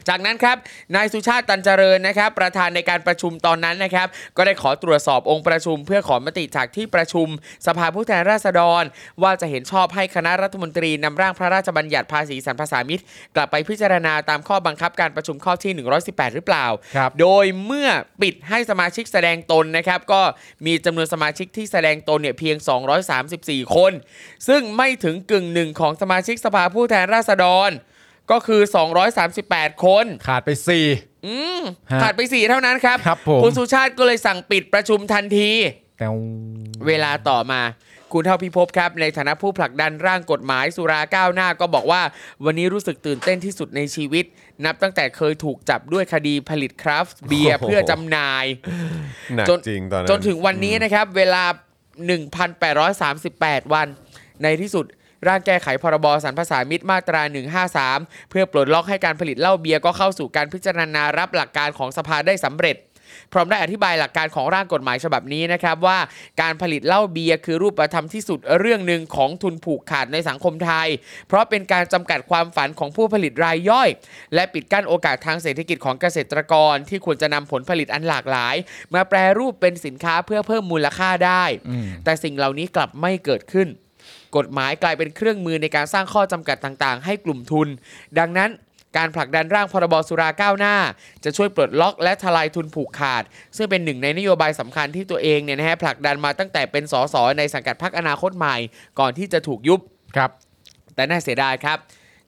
S5: จากนั้นครับ นายสุชาติตันเจริญนะครับ ประธานในการประชุมตอนนั้นนะครับ ก็ได้ขอตรวจสอบองค์ประชุม เพื่อขอมติจากที่ประชุม สภาผู้แทนราษฎร ว่าจะเห็นชอบให้คณะรัฐมนตรีนำร่างพระราชบัญญัติภาษีสรรพสามิตกลับไปพิจารณาตามข้อบังคับการประชุมข้อที่ 118 หรือเปล่า
S3: ครับ
S5: โดยเมื่อปิดให้สมาชิกแสดงตนนะครับ ก็มีจำนวนสมาชิกที่แสดงตนเนี่ยเพียง 234 คน ซึ่งไม่ถึงกึ่งหนึ่งของสมาชิกสภาผู้แทนราษฎร ก็คือ 238 คน
S3: ขาดไปสี่
S5: อืม
S3: ฮะ
S5: ขาดไปสี่เท่านั้นครับ
S3: ครับผม
S5: คุณสุชาติก็เลยสั่งปิดประชุมทันที
S3: แต่ว
S5: เวลาต่อมา คุณเท่าพิภพครับ ในฐานะผู้ผลักดันร่างกฎหมายสุราก้าวหน้าก็บอกว่า วันนี้รู้สึกตื่นเต้นที่สุดในชีวิต นับตั้งแต่เคยถูกจับด้วยคดีผลิตคราฟต์เบียร์เพื่อจำหน่าย
S2: หนัก
S5: จน
S2: จริงตอนนั้น
S5: จนถึงวันนี้นะครับ เวลา 1,838 วัน ในที่สุด ร่างแก้ไขพรบสรรพสามิตมาตรา 153 เพื่อปลดล็อกให้การผลิตเหล้าเบียร์ก็เข้าสู่การพิจารณารับหลักการของสภาได้สำเร็จ พร้อมได้อธิบายหลักการของร่างกฎหมายฉบับนี้นะครับ ว่าการผลิตเหล้าเบียร์คือรูปธรรมที่สุดเรื่องหนึ่งของทุนผูกขาดในสังคมไทย เพราะเป็นการจำกัดความฝันของผู้ผลิตรายย่อย และปิดกั้นโอกาสทางเศรษฐกิจของเกษตรกร ที่ควรจะนำผลผลิตอันหลากหลาย มาแปรรูปเป็นสินค้าเพื่อเพิ่มมูลค่าได้ แต่สิ่งเหล่านี้กลับไม่เกิดขึ้น กฎหมายกลายเป็นเครื่องมือในการสร้างข้อจำกัดต่างๆ ให้กลุ่มทุน ดังนั้นการผลักดันร่างพรบสุราก้าวหน้า จะช่วยปลดล็อกและทลายทุนผูกขาด ซึ่งเป็นหนึ่งในนโยบายสำคัญที่ตัวเองเนี่ยนะฮะผลักดันมาตั้งแต่เป็นสสในสังกัดพรรคอนาคตใหม่ ก่อนที่จะถูกยุบ
S3: ครับ
S5: แต่น่าเสียดายครับ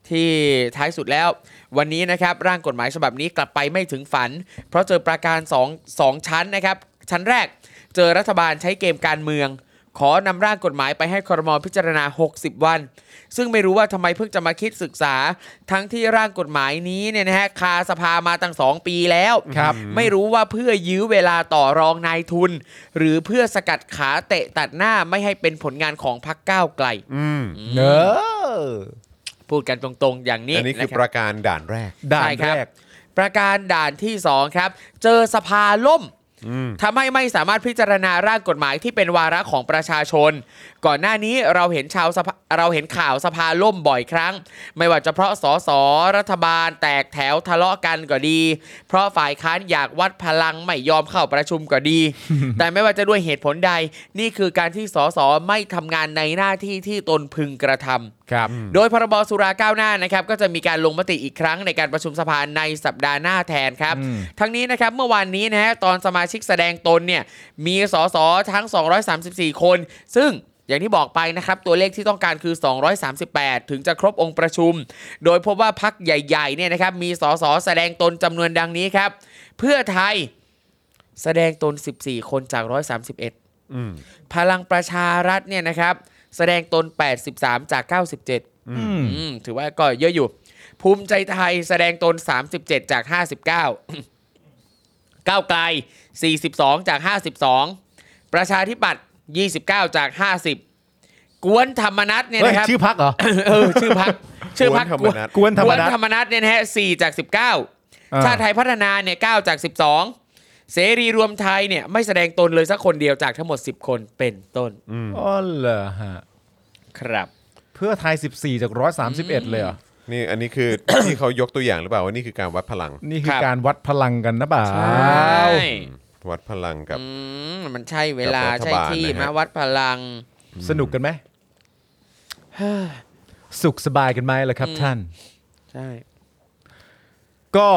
S5: ที่ท้ายสุดแล้ว วันนี้นะครับ ร่างกฎหมายฉบับนี้กลับไปไม่ถึงฝัน เพราะเจอประการ2งชั้นนะครับ ชั้นแรก เจอรัฐบาลใช้เกมการเมือง ขอนำร่างกฎหมายไปให้ครมพิจารณา 60 วัน ซึ่งไม่รู้ว่าทำไมเพิ่งจะมาคิดศึกษา ทั้งที่ร่างกฎหมายนี้เนี่ยนะฮะคาสภามาตั้ง 2 ปีแล้ว
S3: ครับ
S5: ไม่รู้ว่าเพื่อยื้อเวลาต่อรองนายทุน หรือเพื่อสกัดขาเตะตัดหน้าไม่ให้เป็นผลงานของพรรคก้าวไกล
S2: อืม
S3: เนอะ
S5: พูดกันตรงๆอย่างนี้
S2: อันนี้คือป
S5: นะครับ
S2: ระการด่านแรก
S3: ด่าน
S5: ใช่ครับ
S3: แรก
S5: ประการด่านที่ 2 ครับ เจอสภาล่ม
S2: อืม
S5: ทำให้ไม่สามารถพิจารณาร่างกฎหมายที่เป็นวาระของประชาชน ก่อนหน้านี้เราเห็นชาวสภาเราเห็นข่าวสภาล่มบ่อยครั้ง ไม่ว่าจะเพราะสสรัฐบาล แตกแถวทะเลาะกันก็ดี เพราะฝ่ายค้านอยากวัดพลังไม่ยอมเข้าประชุมก็ดี แต่ไม่ว่าจะด้วยเหตุผลใด นี่คือการที่สสไม่ทำงานในหน้าที่ที่ตนพึงกระทำ
S3: ครับ
S5: โดยพรบสุราก้าวหน้านะครับก็จะมีการลงมติอีกครั้งในการประชุมสภาในสัปดาห์หน้าแทนครับ
S3: อืม
S5: ทั้งนี้นะครับเมื่อวานนี้นะฮะตอนสมาชิกแสดงตนเนี่ยมีสสทั้ง 234 คน ซึ่งอย่างที่บอกไปนะครับตัวเลขที่ต้องการคือ 238 ถึงจะครบองค์ประชุม โดยพบว่าพักใหญ่ๆเนี่ยนะครับมีสสแสดงตนจำนวนดังนี้ครับ เพื่อไทยแสดงตน 14 คนจาก 131
S2: อืม
S5: พลังประชารัฐเนี่ยนะครับแสดงตน 83 จาก 97
S3: อืม
S5: อืมถือว่าก็เยอะอยู่ ภูมิใจไทยแสดงตน 37 จาก 59 ก้าวไกล 42 จาก 52 ประชาธิปัตย์29 จาก 50 กวนธรรมนัตเนี่ย
S3: เฮ้ย
S5: นะครับ
S3: ชื่อพักเหรอ
S5: เออชื่อพักชื่อพัก
S2: กวนธรรมนัส
S5: กวน
S3: กวนธรรมนัฐ
S5: ธรรมนัตเนี่ยนะฮะ4จาก
S3: อ่า
S5: 19 ชาติไทยพัฒนาเนี่ย9จาก 12 เสรีรวมไทยเนี่ยไม่แสดงตนเลยสักคนเดียวจากทั้งหมด 10 คนเป็นต้น
S3: อ๋อเหรอฮะ
S5: ครับ
S3: เพื่อไทย 14 จาก 131 เลยเหรอ
S2: นี่อันนี้คือ ที่เขายกตัวอย่างหรือเปล่าว่านี่คือการวัดพลัง
S3: นี่คื
S5: ค
S3: อ
S5: รับ
S3: การวัดพลังกันนะเปล่า
S5: ใช่
S2: วัดพลังกับ
S5: อืมมันใช่เวลา
S2: กับรัฐ
S5: ใช่
S2: บาล
S5: ที่
S2: นะฮะ
S5: มาวัดพลัง
S3: สนุกกันไหมสุขสบายกันไหมล่ะครับ ท่าน
S5: ใช่
S3: ก็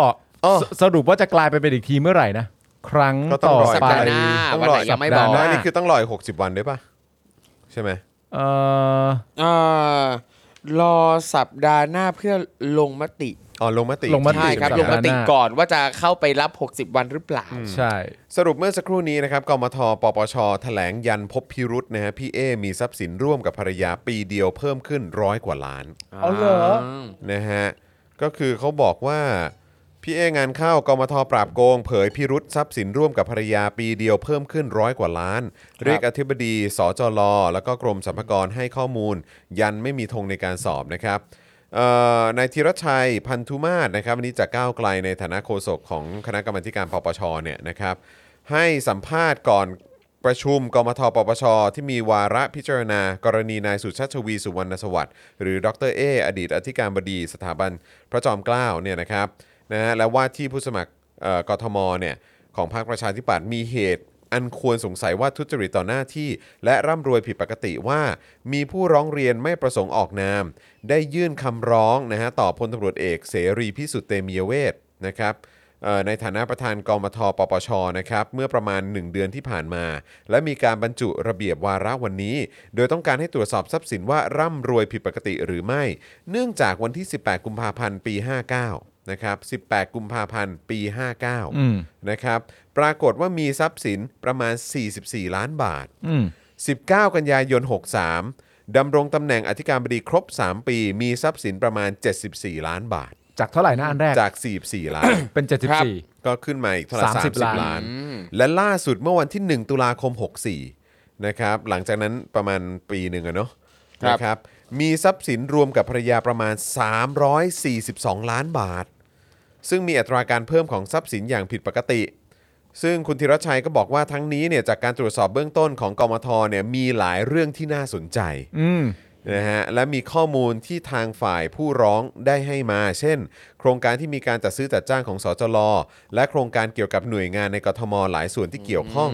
S2: อ้อ
S3: สสรุปว่าจะกลายไปเป็นอีกทีเมื่อไหร่นะ ครั้ง
S2: ก็ต้อง
S3: ต่
S2: ร
S3: อ
S2: ออีก
S3: ไป
S5: สัปดาห์หน้า
S2: ต้อง
S5: วัน
S2: รอ
S5: ไหน
S2: อีก
S5: ยังไม่
S3: สัป
S5: บ
S3: ดา
S5: อ
S3: ห์
S5: ก
S3: ห
S2: อันนี้คือต้องรออีก60 วันด้วยป่ะ ใช่ไหม
S3: เอ่อ
S5: เอ่อรอสัปดาห์หน้าเพื่อลงมติ
S2: อ๋อลงมติ
S3: ลงม
S5: ใช่
S3: ติ
S5: ครับ
S3: สัป
S5: ลง
S3: ดาห์
S5: มติ
S3: หน้า
S5: ก่อนว่าจะเข้าไปรับ 60 วันหรือเปล่า
S3: ใช่
S2: สรุปเมื่อสักครู่นี้นะครับกมทปปชแถลงยันพบพิรุษนะฮะพี่เอมีทรัพย์สินร่วมกับภรรยาปีเดียวเพิ่มขึ้นร้อยกว่าล้าน
S3: เอาเหรอ
S2: นะฮะ ก็คือเขาบอกว่าพี่เองานเข้ากมทปราบโกง เผยพิรุษทรัพย์สินร่วมกับภรรยาปีเดียวเพิ่มขึ้นร้อยกว่าล้าน เรียกอธิบดีสจลแล้วก็กรมสรรพากรให้ข้อมูล ยันไม่มีธงในการสอบนะครับเอ่อนายธีรชัยพันธุมาศนะครับวันนี้จากก้าวไกลในฐานะโฆษกของคณะกรรมาธิการปปชเนี่ยนะครับ ให้สัมภาษณ์ก่อน ประชุมกมทปปช ที่มีวาระพิจารณา กรณีนายสุชาติชวีสุวรรณสวัสดิ์หรือดรเออดีตอธิการบดีสถาบันพระจอมเกล้าเนี่ยนะครับนะฮะและว่าที่ผู้สมัครเอ่อกทมเนี่ยของพรรคประชาธิปัตย์มีเหตุ อันควรสงสัยว่าทุจริตต่อหน้าที่ และร่ำรวยผิดปกติว่า มีผู้ร้องเรียนไม่ประสงค์ออกนาม ได้ยื่นคำร้องนะฮะต่อพลตำรวจเอกเสรีพิสุทธิ์เตมียเวทนะครับ เอ่อในฐานะประธานกมทปปชนะครับเมื่อประมาณ 1 เดือนที่ผ่านมา และมีการบรรจุระเบียบวาระวันนี้ โดยต้องการให้ตรวจสอบทรัพย์สินว่าร่ำรวยผิดปกติหรือไม่ เนื่องจากวันที่ 18 กุมภาพันธ์ปี 59นะครับ18 กุมภาพันธ์ปี
S3: อืม
S2: 59นะครับปรากฏว่ามีทรัพย์สินประมาณ 44 ล้านบาท
S3: อืม
S2: 19 กันยายน 63ดำรงตำแหน่งอธิการบดีครบ 3 ปี มีทรัพย์สินประมาณ 74 ล้านบาท
S3: จากเท่าไหร่นะอันแรก
S2: จาก 44 ล้าน
S3: เป็น
S5: ครับ
S3: 74
S2: ก็ขึ้นมาอีกเท่าไหร่
S3: 30
S2: 30 ล้าน และล่าสุดเมื่อวันที่ 1 ตุลาคม 64 นะครับ หลังจากนั้นประมาณปีหนึ่งอะเนาะ
S5: ครับ
S2: นะครับ มีทรัพย์สินรวมกับภรรยาประมาณ 342 ล้านบาท ซึ่งมีอัตราการเพิ่มของทรัพย์สินอย่างผิดปกติ ซึ่งคุณธีรชัยก็บอกว่าทั้งนี้เนี่ยจากการตรวจสอบเบื้องต้นของกมทเนี่ยมีหลายเรื่องที่น่าสนใจ
S3: อืม
S2: นะฮะและมีข้อมูลที่ทางฝ่ายผู้ร้องได้ให้มา เช่น โครงการที่มีการจัดซื้อจัดจ้างของสจลและโครงการเกี่ยวกับหน่วยงานในกทมหลายส่วนที่เกี่ยวข้อง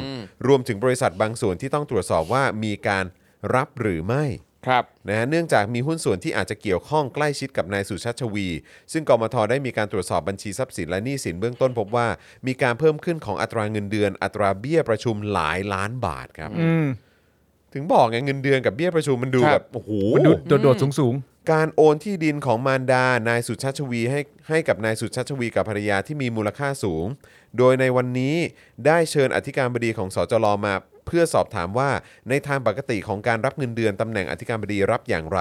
S2: รวมถึงบริษัทบางส่วนที่ต้องตรวจสอบว่ามีการรับหรือไม่
S5: ครับ
S2: นะฮะเนื่องจากมีหุ้นส่วนที่อาจจะเกี่ยวข้องใกล้ชิดกับนายสุชาติชวี ซึ่งกมทได้มีการตรวจสอบบัญชีทรัพย์สินและหนี้สินเบื้องต้นพบว่า มีการเพิ่มขึ้นของอัตราเงินเดือน อัตราเบี้ยประชุมหลายล้านบาทครับ
S3: อืม
S2: ถึงบอกไงเงินเดือนกับเบี้ยประชุมมันดู
S5: ครับ
S2: แบบโอ้โห
S3: มันดูโดดๆสูง
S2: การโอนที่ดินของมารดา นายสุชาติชวีให้ให้กับนายสุชาติชวีกับภรรยาที่มีมูลค่าสูง โดยในวันนี้ได้เชิญอธิการบดีของสจลมา เพื่อสอบถามว่าในทางปกติของการรับเงินเดือนตำแหน่งอธิการบดีรับอย่างไร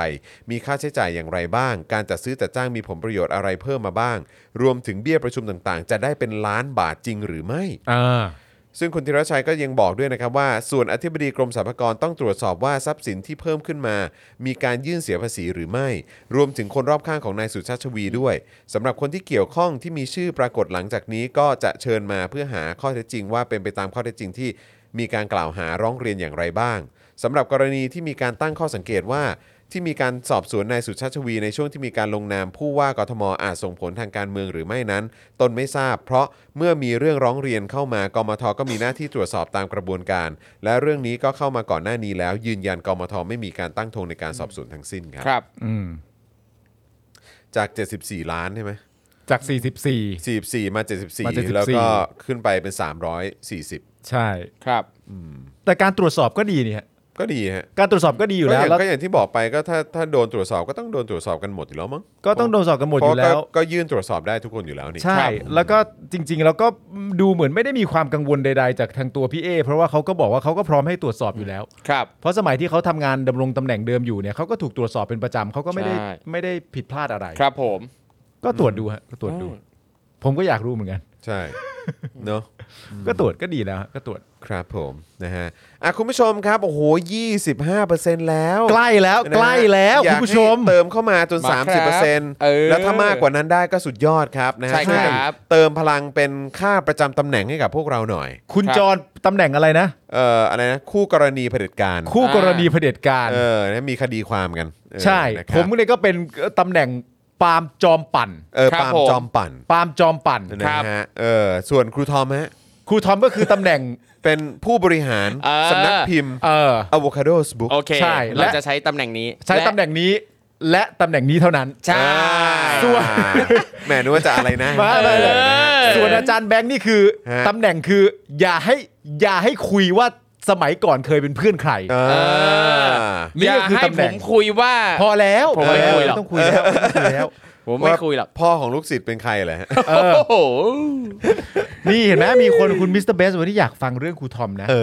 S2: มีค่าใช้จ่ายอย่างไรบ้าง การจัดซื้อจัดจ้างมีผลประโยชน์อะไรเพิ่มมาบ้าง รวมถึงเบี้ยประชุมต่างๆ จะได้เป็นล้านบาทจริงหรือไม่
S3: ๆอ่า
S2: ซึ่งคุณธีรชัยก็ยังบอกด้วยนะครับว่า ส่วนอธิบดีกรมสรรพากรต้องตรวจสอบว่าทรัพย์สินที่เพิ่มขึ้นมา มีการยื่นเสียภาษีหรือไม่ รวมถึงคนรอบข้างของนายสุชาติชวีด้วยสำหรับคนที่เกี่ยวข้องที่มีชื่อปรากฏหลังจากนี้ก็จะเชิญมาเพื่อหาข้อเท็จจริงว่าเป็นไปตามข้อเท็จจริงที่มีการกล่าวหาร้องเรียนอย่างไรบ้างสำหรับกรณีที่มีการตั้งข้อสังเกตว่า ที่มีการสอบสวนนายสุชาติชวีในช่วงที่มีการลงนามผู้ว่ากทมอาจส่งผลทางการเมืองหรือไม่นั้น ตนไม่ทราบ เพราะเมื่อมีเรื่องร้องเรียนเข้ามากมทก็มีหน้าที่ตรวจสอบตามกระบวนการ และเรื่องนี้ก็เข้ามาก่อนหน้านี้แล้ว ยืนยันกมทไม่มีการตั้งธงในการสอบสวนทั้งสิ้นครับ
S5: ครับ
S3: อืม
S2: จาก 74 ล้านใช่ไหม
S3: จาก
S2: 44 มา
S3: มา
S2: 74
S3: 74
S2: แล้วก็ขึ้นไปเป็น 340
S3: 44 ใช่
S5: ครับ
S3: แต่การตรวจสอบก็ดีเนี่ย
S2: ก็ดีฮะ
S3: การตรวจสอบก็ดีอยู่
S2: ก็
S3: แล้
S2: อ
S3: ว
S2: ย่าง
S3: แล้ว
S2: ก็อย่างที่บอกไปก็ถ้าถ้าโดนตรวจสอบก็ต้องโดนตรวจสอบกันหมดอยู่แล้วมั้ง
S3: ก็ต้องโดนสอบกันหมด
S2: เพ
S3: อ
S2: ราะ
S3: ยู่แล้ว
S2: ก็ก็ยื่นตรวจสอบได้ทุกคนอยู่แล้วนี่
S3: ใช่ แล้วก็จริง ๆ แล้วก็ดูเหมือนไม่ได้มีความกังวลใด ๆ จากทางตัวพี่เอ เพราะว่าเขาก็บอกว่าเขาก็พร้อมให้ตรวจสอบอยู่แล้ว
S5: ครับ
S3: เพราะสมัยที่เขาทำงานดำรงตำแหน่งเดิมอยู่เนี่ยเขาก็ถูกตรวจสอบเป็นประจำเขาก็ไม่ได้
S5: ใช่
S3: ไม่ได้ผิดพลาดอะไร
S5: ครับผม
S3: ก็ตรวจดูฮะก็ตรวจดู ผมก็อยากรู้เหมือนกัน
S2: ใช่เนาะ
S3: ก็ตรวจก็ดีแล้วฮะก็ตรวจ
S2: ครับผมนะฮะอ่ะคุณผู้ชมครับ โอ้โห 25%แล้ว
S3: ใกล้แล้ว
S2: นะฮะ
S3: ใกล้แล้ว
S2: อยา
S3: คุ
S2: ก
S3: ณผู้
S2: ให้
S3: ชม
S2: เติมเข้ามาจน
S5: มาครับเอ
S2: 30%
S5: อ
S2: แล้วถ้ามากกว่านั้นได้ก็สุดยอดครับนะฮะ
S5: ใช่ครับ
S2: วยกันเติมพลังเป็นค่าประจำตำแหน่งให้กับพวกเราหน่อย
S3: คุณ
S5: ครับ
S3: จรตำแหน่งอะไรนะ
S2: เอ่ออะไรนะ คู่กรณีเผด็จการ
S3: คู่กรณีเผด็จการ
S2: เออนะมีคดีความกันเออ
S3: ใช่
S2: นะครับ
S3: ผมเนี่ยก็เป็นตำแหน่งปาล์มจอมปั่น
S2: เออ
S5: ครับ
S2: ปาล์ม
S5: ผม
S2: จอมปั่น
S3: ปาล์มจอมปั่น
S2: นะฮะเออส่วนครูทอมฮะ
S3: ครูทอมก็คือตำแหน่ง
S2: เป็นผู้บริหาร
S5: เออ
S2: สำนักพิมพ์
S3: เออ
S2: Avocados Book
S5: โอเค
S3: ใช่และ
S5: เราจะใช้ตำแหน่งนี้
S3: ใช้ตำแหน่งนี้และตำแหน่งนี้เท่านั้น
S5: ใช่
S3: ส่วน
S2: แหมนึกว่าจะอะไรนะ
S3: มาอะไร
S2: เอ
S3: เลย
S2: อ
S3: ส่วนอาจารย์แบงค์นี่คือ
S2: ฮะ
S3: ตำแหน่งคือ อย่าให้อย่าให้คุยว่าสมัยก่อนเคยเป็นเพื่อนใคร
S2: เออ
S5: อย่าให้ผมคุยว่า
S3: พอแล้ว
S5: ผมไม่
S3: พอแล้
S5: คุยหรอก
S3: วต้องคุยแล้วไม่ต้องคุยแล้ว
S5: ผมไม่คุยหรอก
S2: พ่อของลูกศิษย์เป็นใครเหรอฮะ
S5: โอ้โห
S3: นี่เห็นไหมมีคนคุณมิสเตอร์เบสวันนี้อยากฟังเรื่องครูทอมนะ
S2: เอ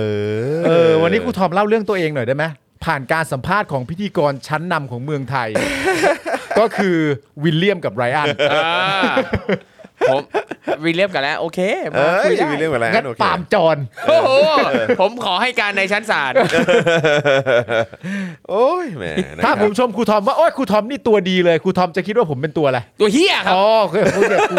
S3: เออวันนี้ครูทอมเล่าเรื่องตัวเองหน่อยได้ไหมผ่านการสัมภาษณ์ของพิธีกรชั้นนำของเมืองไทย ก็คือวิลเลียมกับไรอัน
S5: อ่าผมวิลเลียมกันแล้ว โอเค
S2: เอ
S5: มา
S2: อ
S5: คุย
S2: ยังมี
S5: ได้
S2: เรื่องอะไร
S3: งั้น
S2: โอเค
S3: ปาล์มจอน
S5: โอ้โหผมขอให้การในชั้นศาล
S2: โอ้ยแหมนะค
S3: ถ้า
S2: รับ
S3: ผมชมครูทอมว่าโอ้ยครูทอมนี่ตัวดีเลยครูทอมจะคิดว่าผมเป็นตัวอะไร
S5: ตัวเฮียครับ
S3: อ๋อเคยพูดเนี่ยกู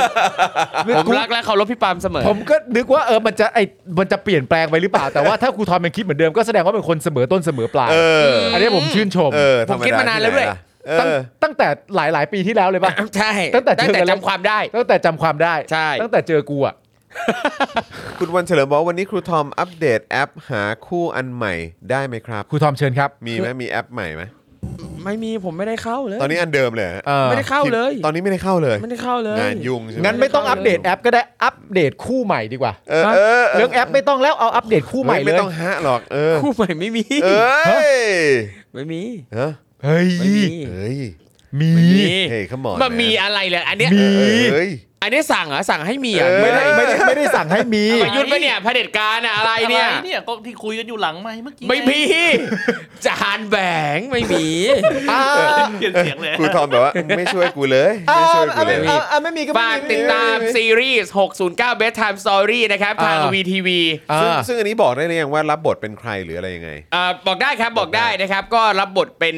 S5: ผมรักและเคารพพี่ปาล์มเสมอ
S3: ผมก็นึกว่าเออมันจะไอ้มันจะเปลี่ยนแปลงไปหรือเปล่า แต่ว่าถ้าครูทอมยังคิดเหมือนเดิมก็แสดงว่าเป็นคนเสมอต้นเสมอปลาย
S2: เออ
S3: อันนี้ผมชื่นชม
S2: เออ
S5: ผมคิดมานานแล้วด้วย
S2: เอ
S3: ตั้ง
S2: อ
S3: ตั้งแต่หลายหลายๆปีที่แล้วเลยป่ะ
S5: ใช่
S3: ตั้งแต่เจอกัน
S5: จำความได้
S3: ตั้งแต่จำความได้
S5: ใช่
S3: ตั้งแต่เจอกูอ่ะ
S2: คุณวันเฉลิมบอกว่าวันนี้ครูทอมอัปเดตแอปหาคู่อันใหม่ได้ไหมครับ
S3: ครูทอมเชิญครับ
S2: มีไหมมีแอปใหม่ไหม
S5: ไม่มีผมไม่ได้เข้าเลย
S2: ตอนนี้อันเดิมเลยฮะ
S3: เออ
S5: ไม่ได้เข้าเลย
S2: ตอนนี้ไม่ได้เข้าเลย
S5: ไม่ได้เข้าเลย
S2: งานยุ่งใช่ไหม
S3: งั้นไม่ต้องอัปเดตแอปก็ได้อัปเดตคู่ใหม่ดีกว่า
S2: เออเออ
S3: เรื่องแอปไม่ต้องแล้วเอาอัปเดตคู่ใหม่
S2: เฮ้ย
S3: เล
S2: ไม่
S3: ย
S2: ต้องฮะหรอกเออ
S5: คู่ใหม่ไม่มี
S2: เอ้ย
S5: ไม่มี
S2: ฮะ
S3: เฮ้ย
S5: ไม่มี
S2: เฮ้ย
S3: มี
S5: ไม่มี
S2: เฮ้ยขมอน
S5: มันมีอะไรเลยอันเนี้ย
S2: เอ้ย
S5: อันเนี้ยสั่งเหรอสั่งให้มีเหรอ
S2: เออ
S3: ไม่ได้ไม่ได้ไม่ได้สั่งให้มี
S5: ประยุทธ์ปะเนี่ยเผด็จการอะอะไรเนี่ย
S4: อะไรเนี่ยก็ที่คุยกันอยู่หลังไม่เมื่อกี้
S5: ไม่ มีจานแบงไม่มี
S4: เปลี่ยนเสียงเลย
S2: ครูทอมแบบว่าไม่ช่วยกูเลยไม่ช่วยกูเลย
S3: อ่ะอ่ะไม่มีก็ไม่
S5: ฝาก
S3: มี
S5: ติดตามซีรีส์ 609 Bedtime Story นะครับ ทาง
S3: อ่า
S5: VTV
S3: อ่า
S2: ซึ่งซึ่งอันนี้บอกได้หรือยังว่ารับบทเป็นใครหรืออะไรยังไง
S5: เอ่อบอกได้ครับ บอกได้นะครับ ก็รับบทเป็น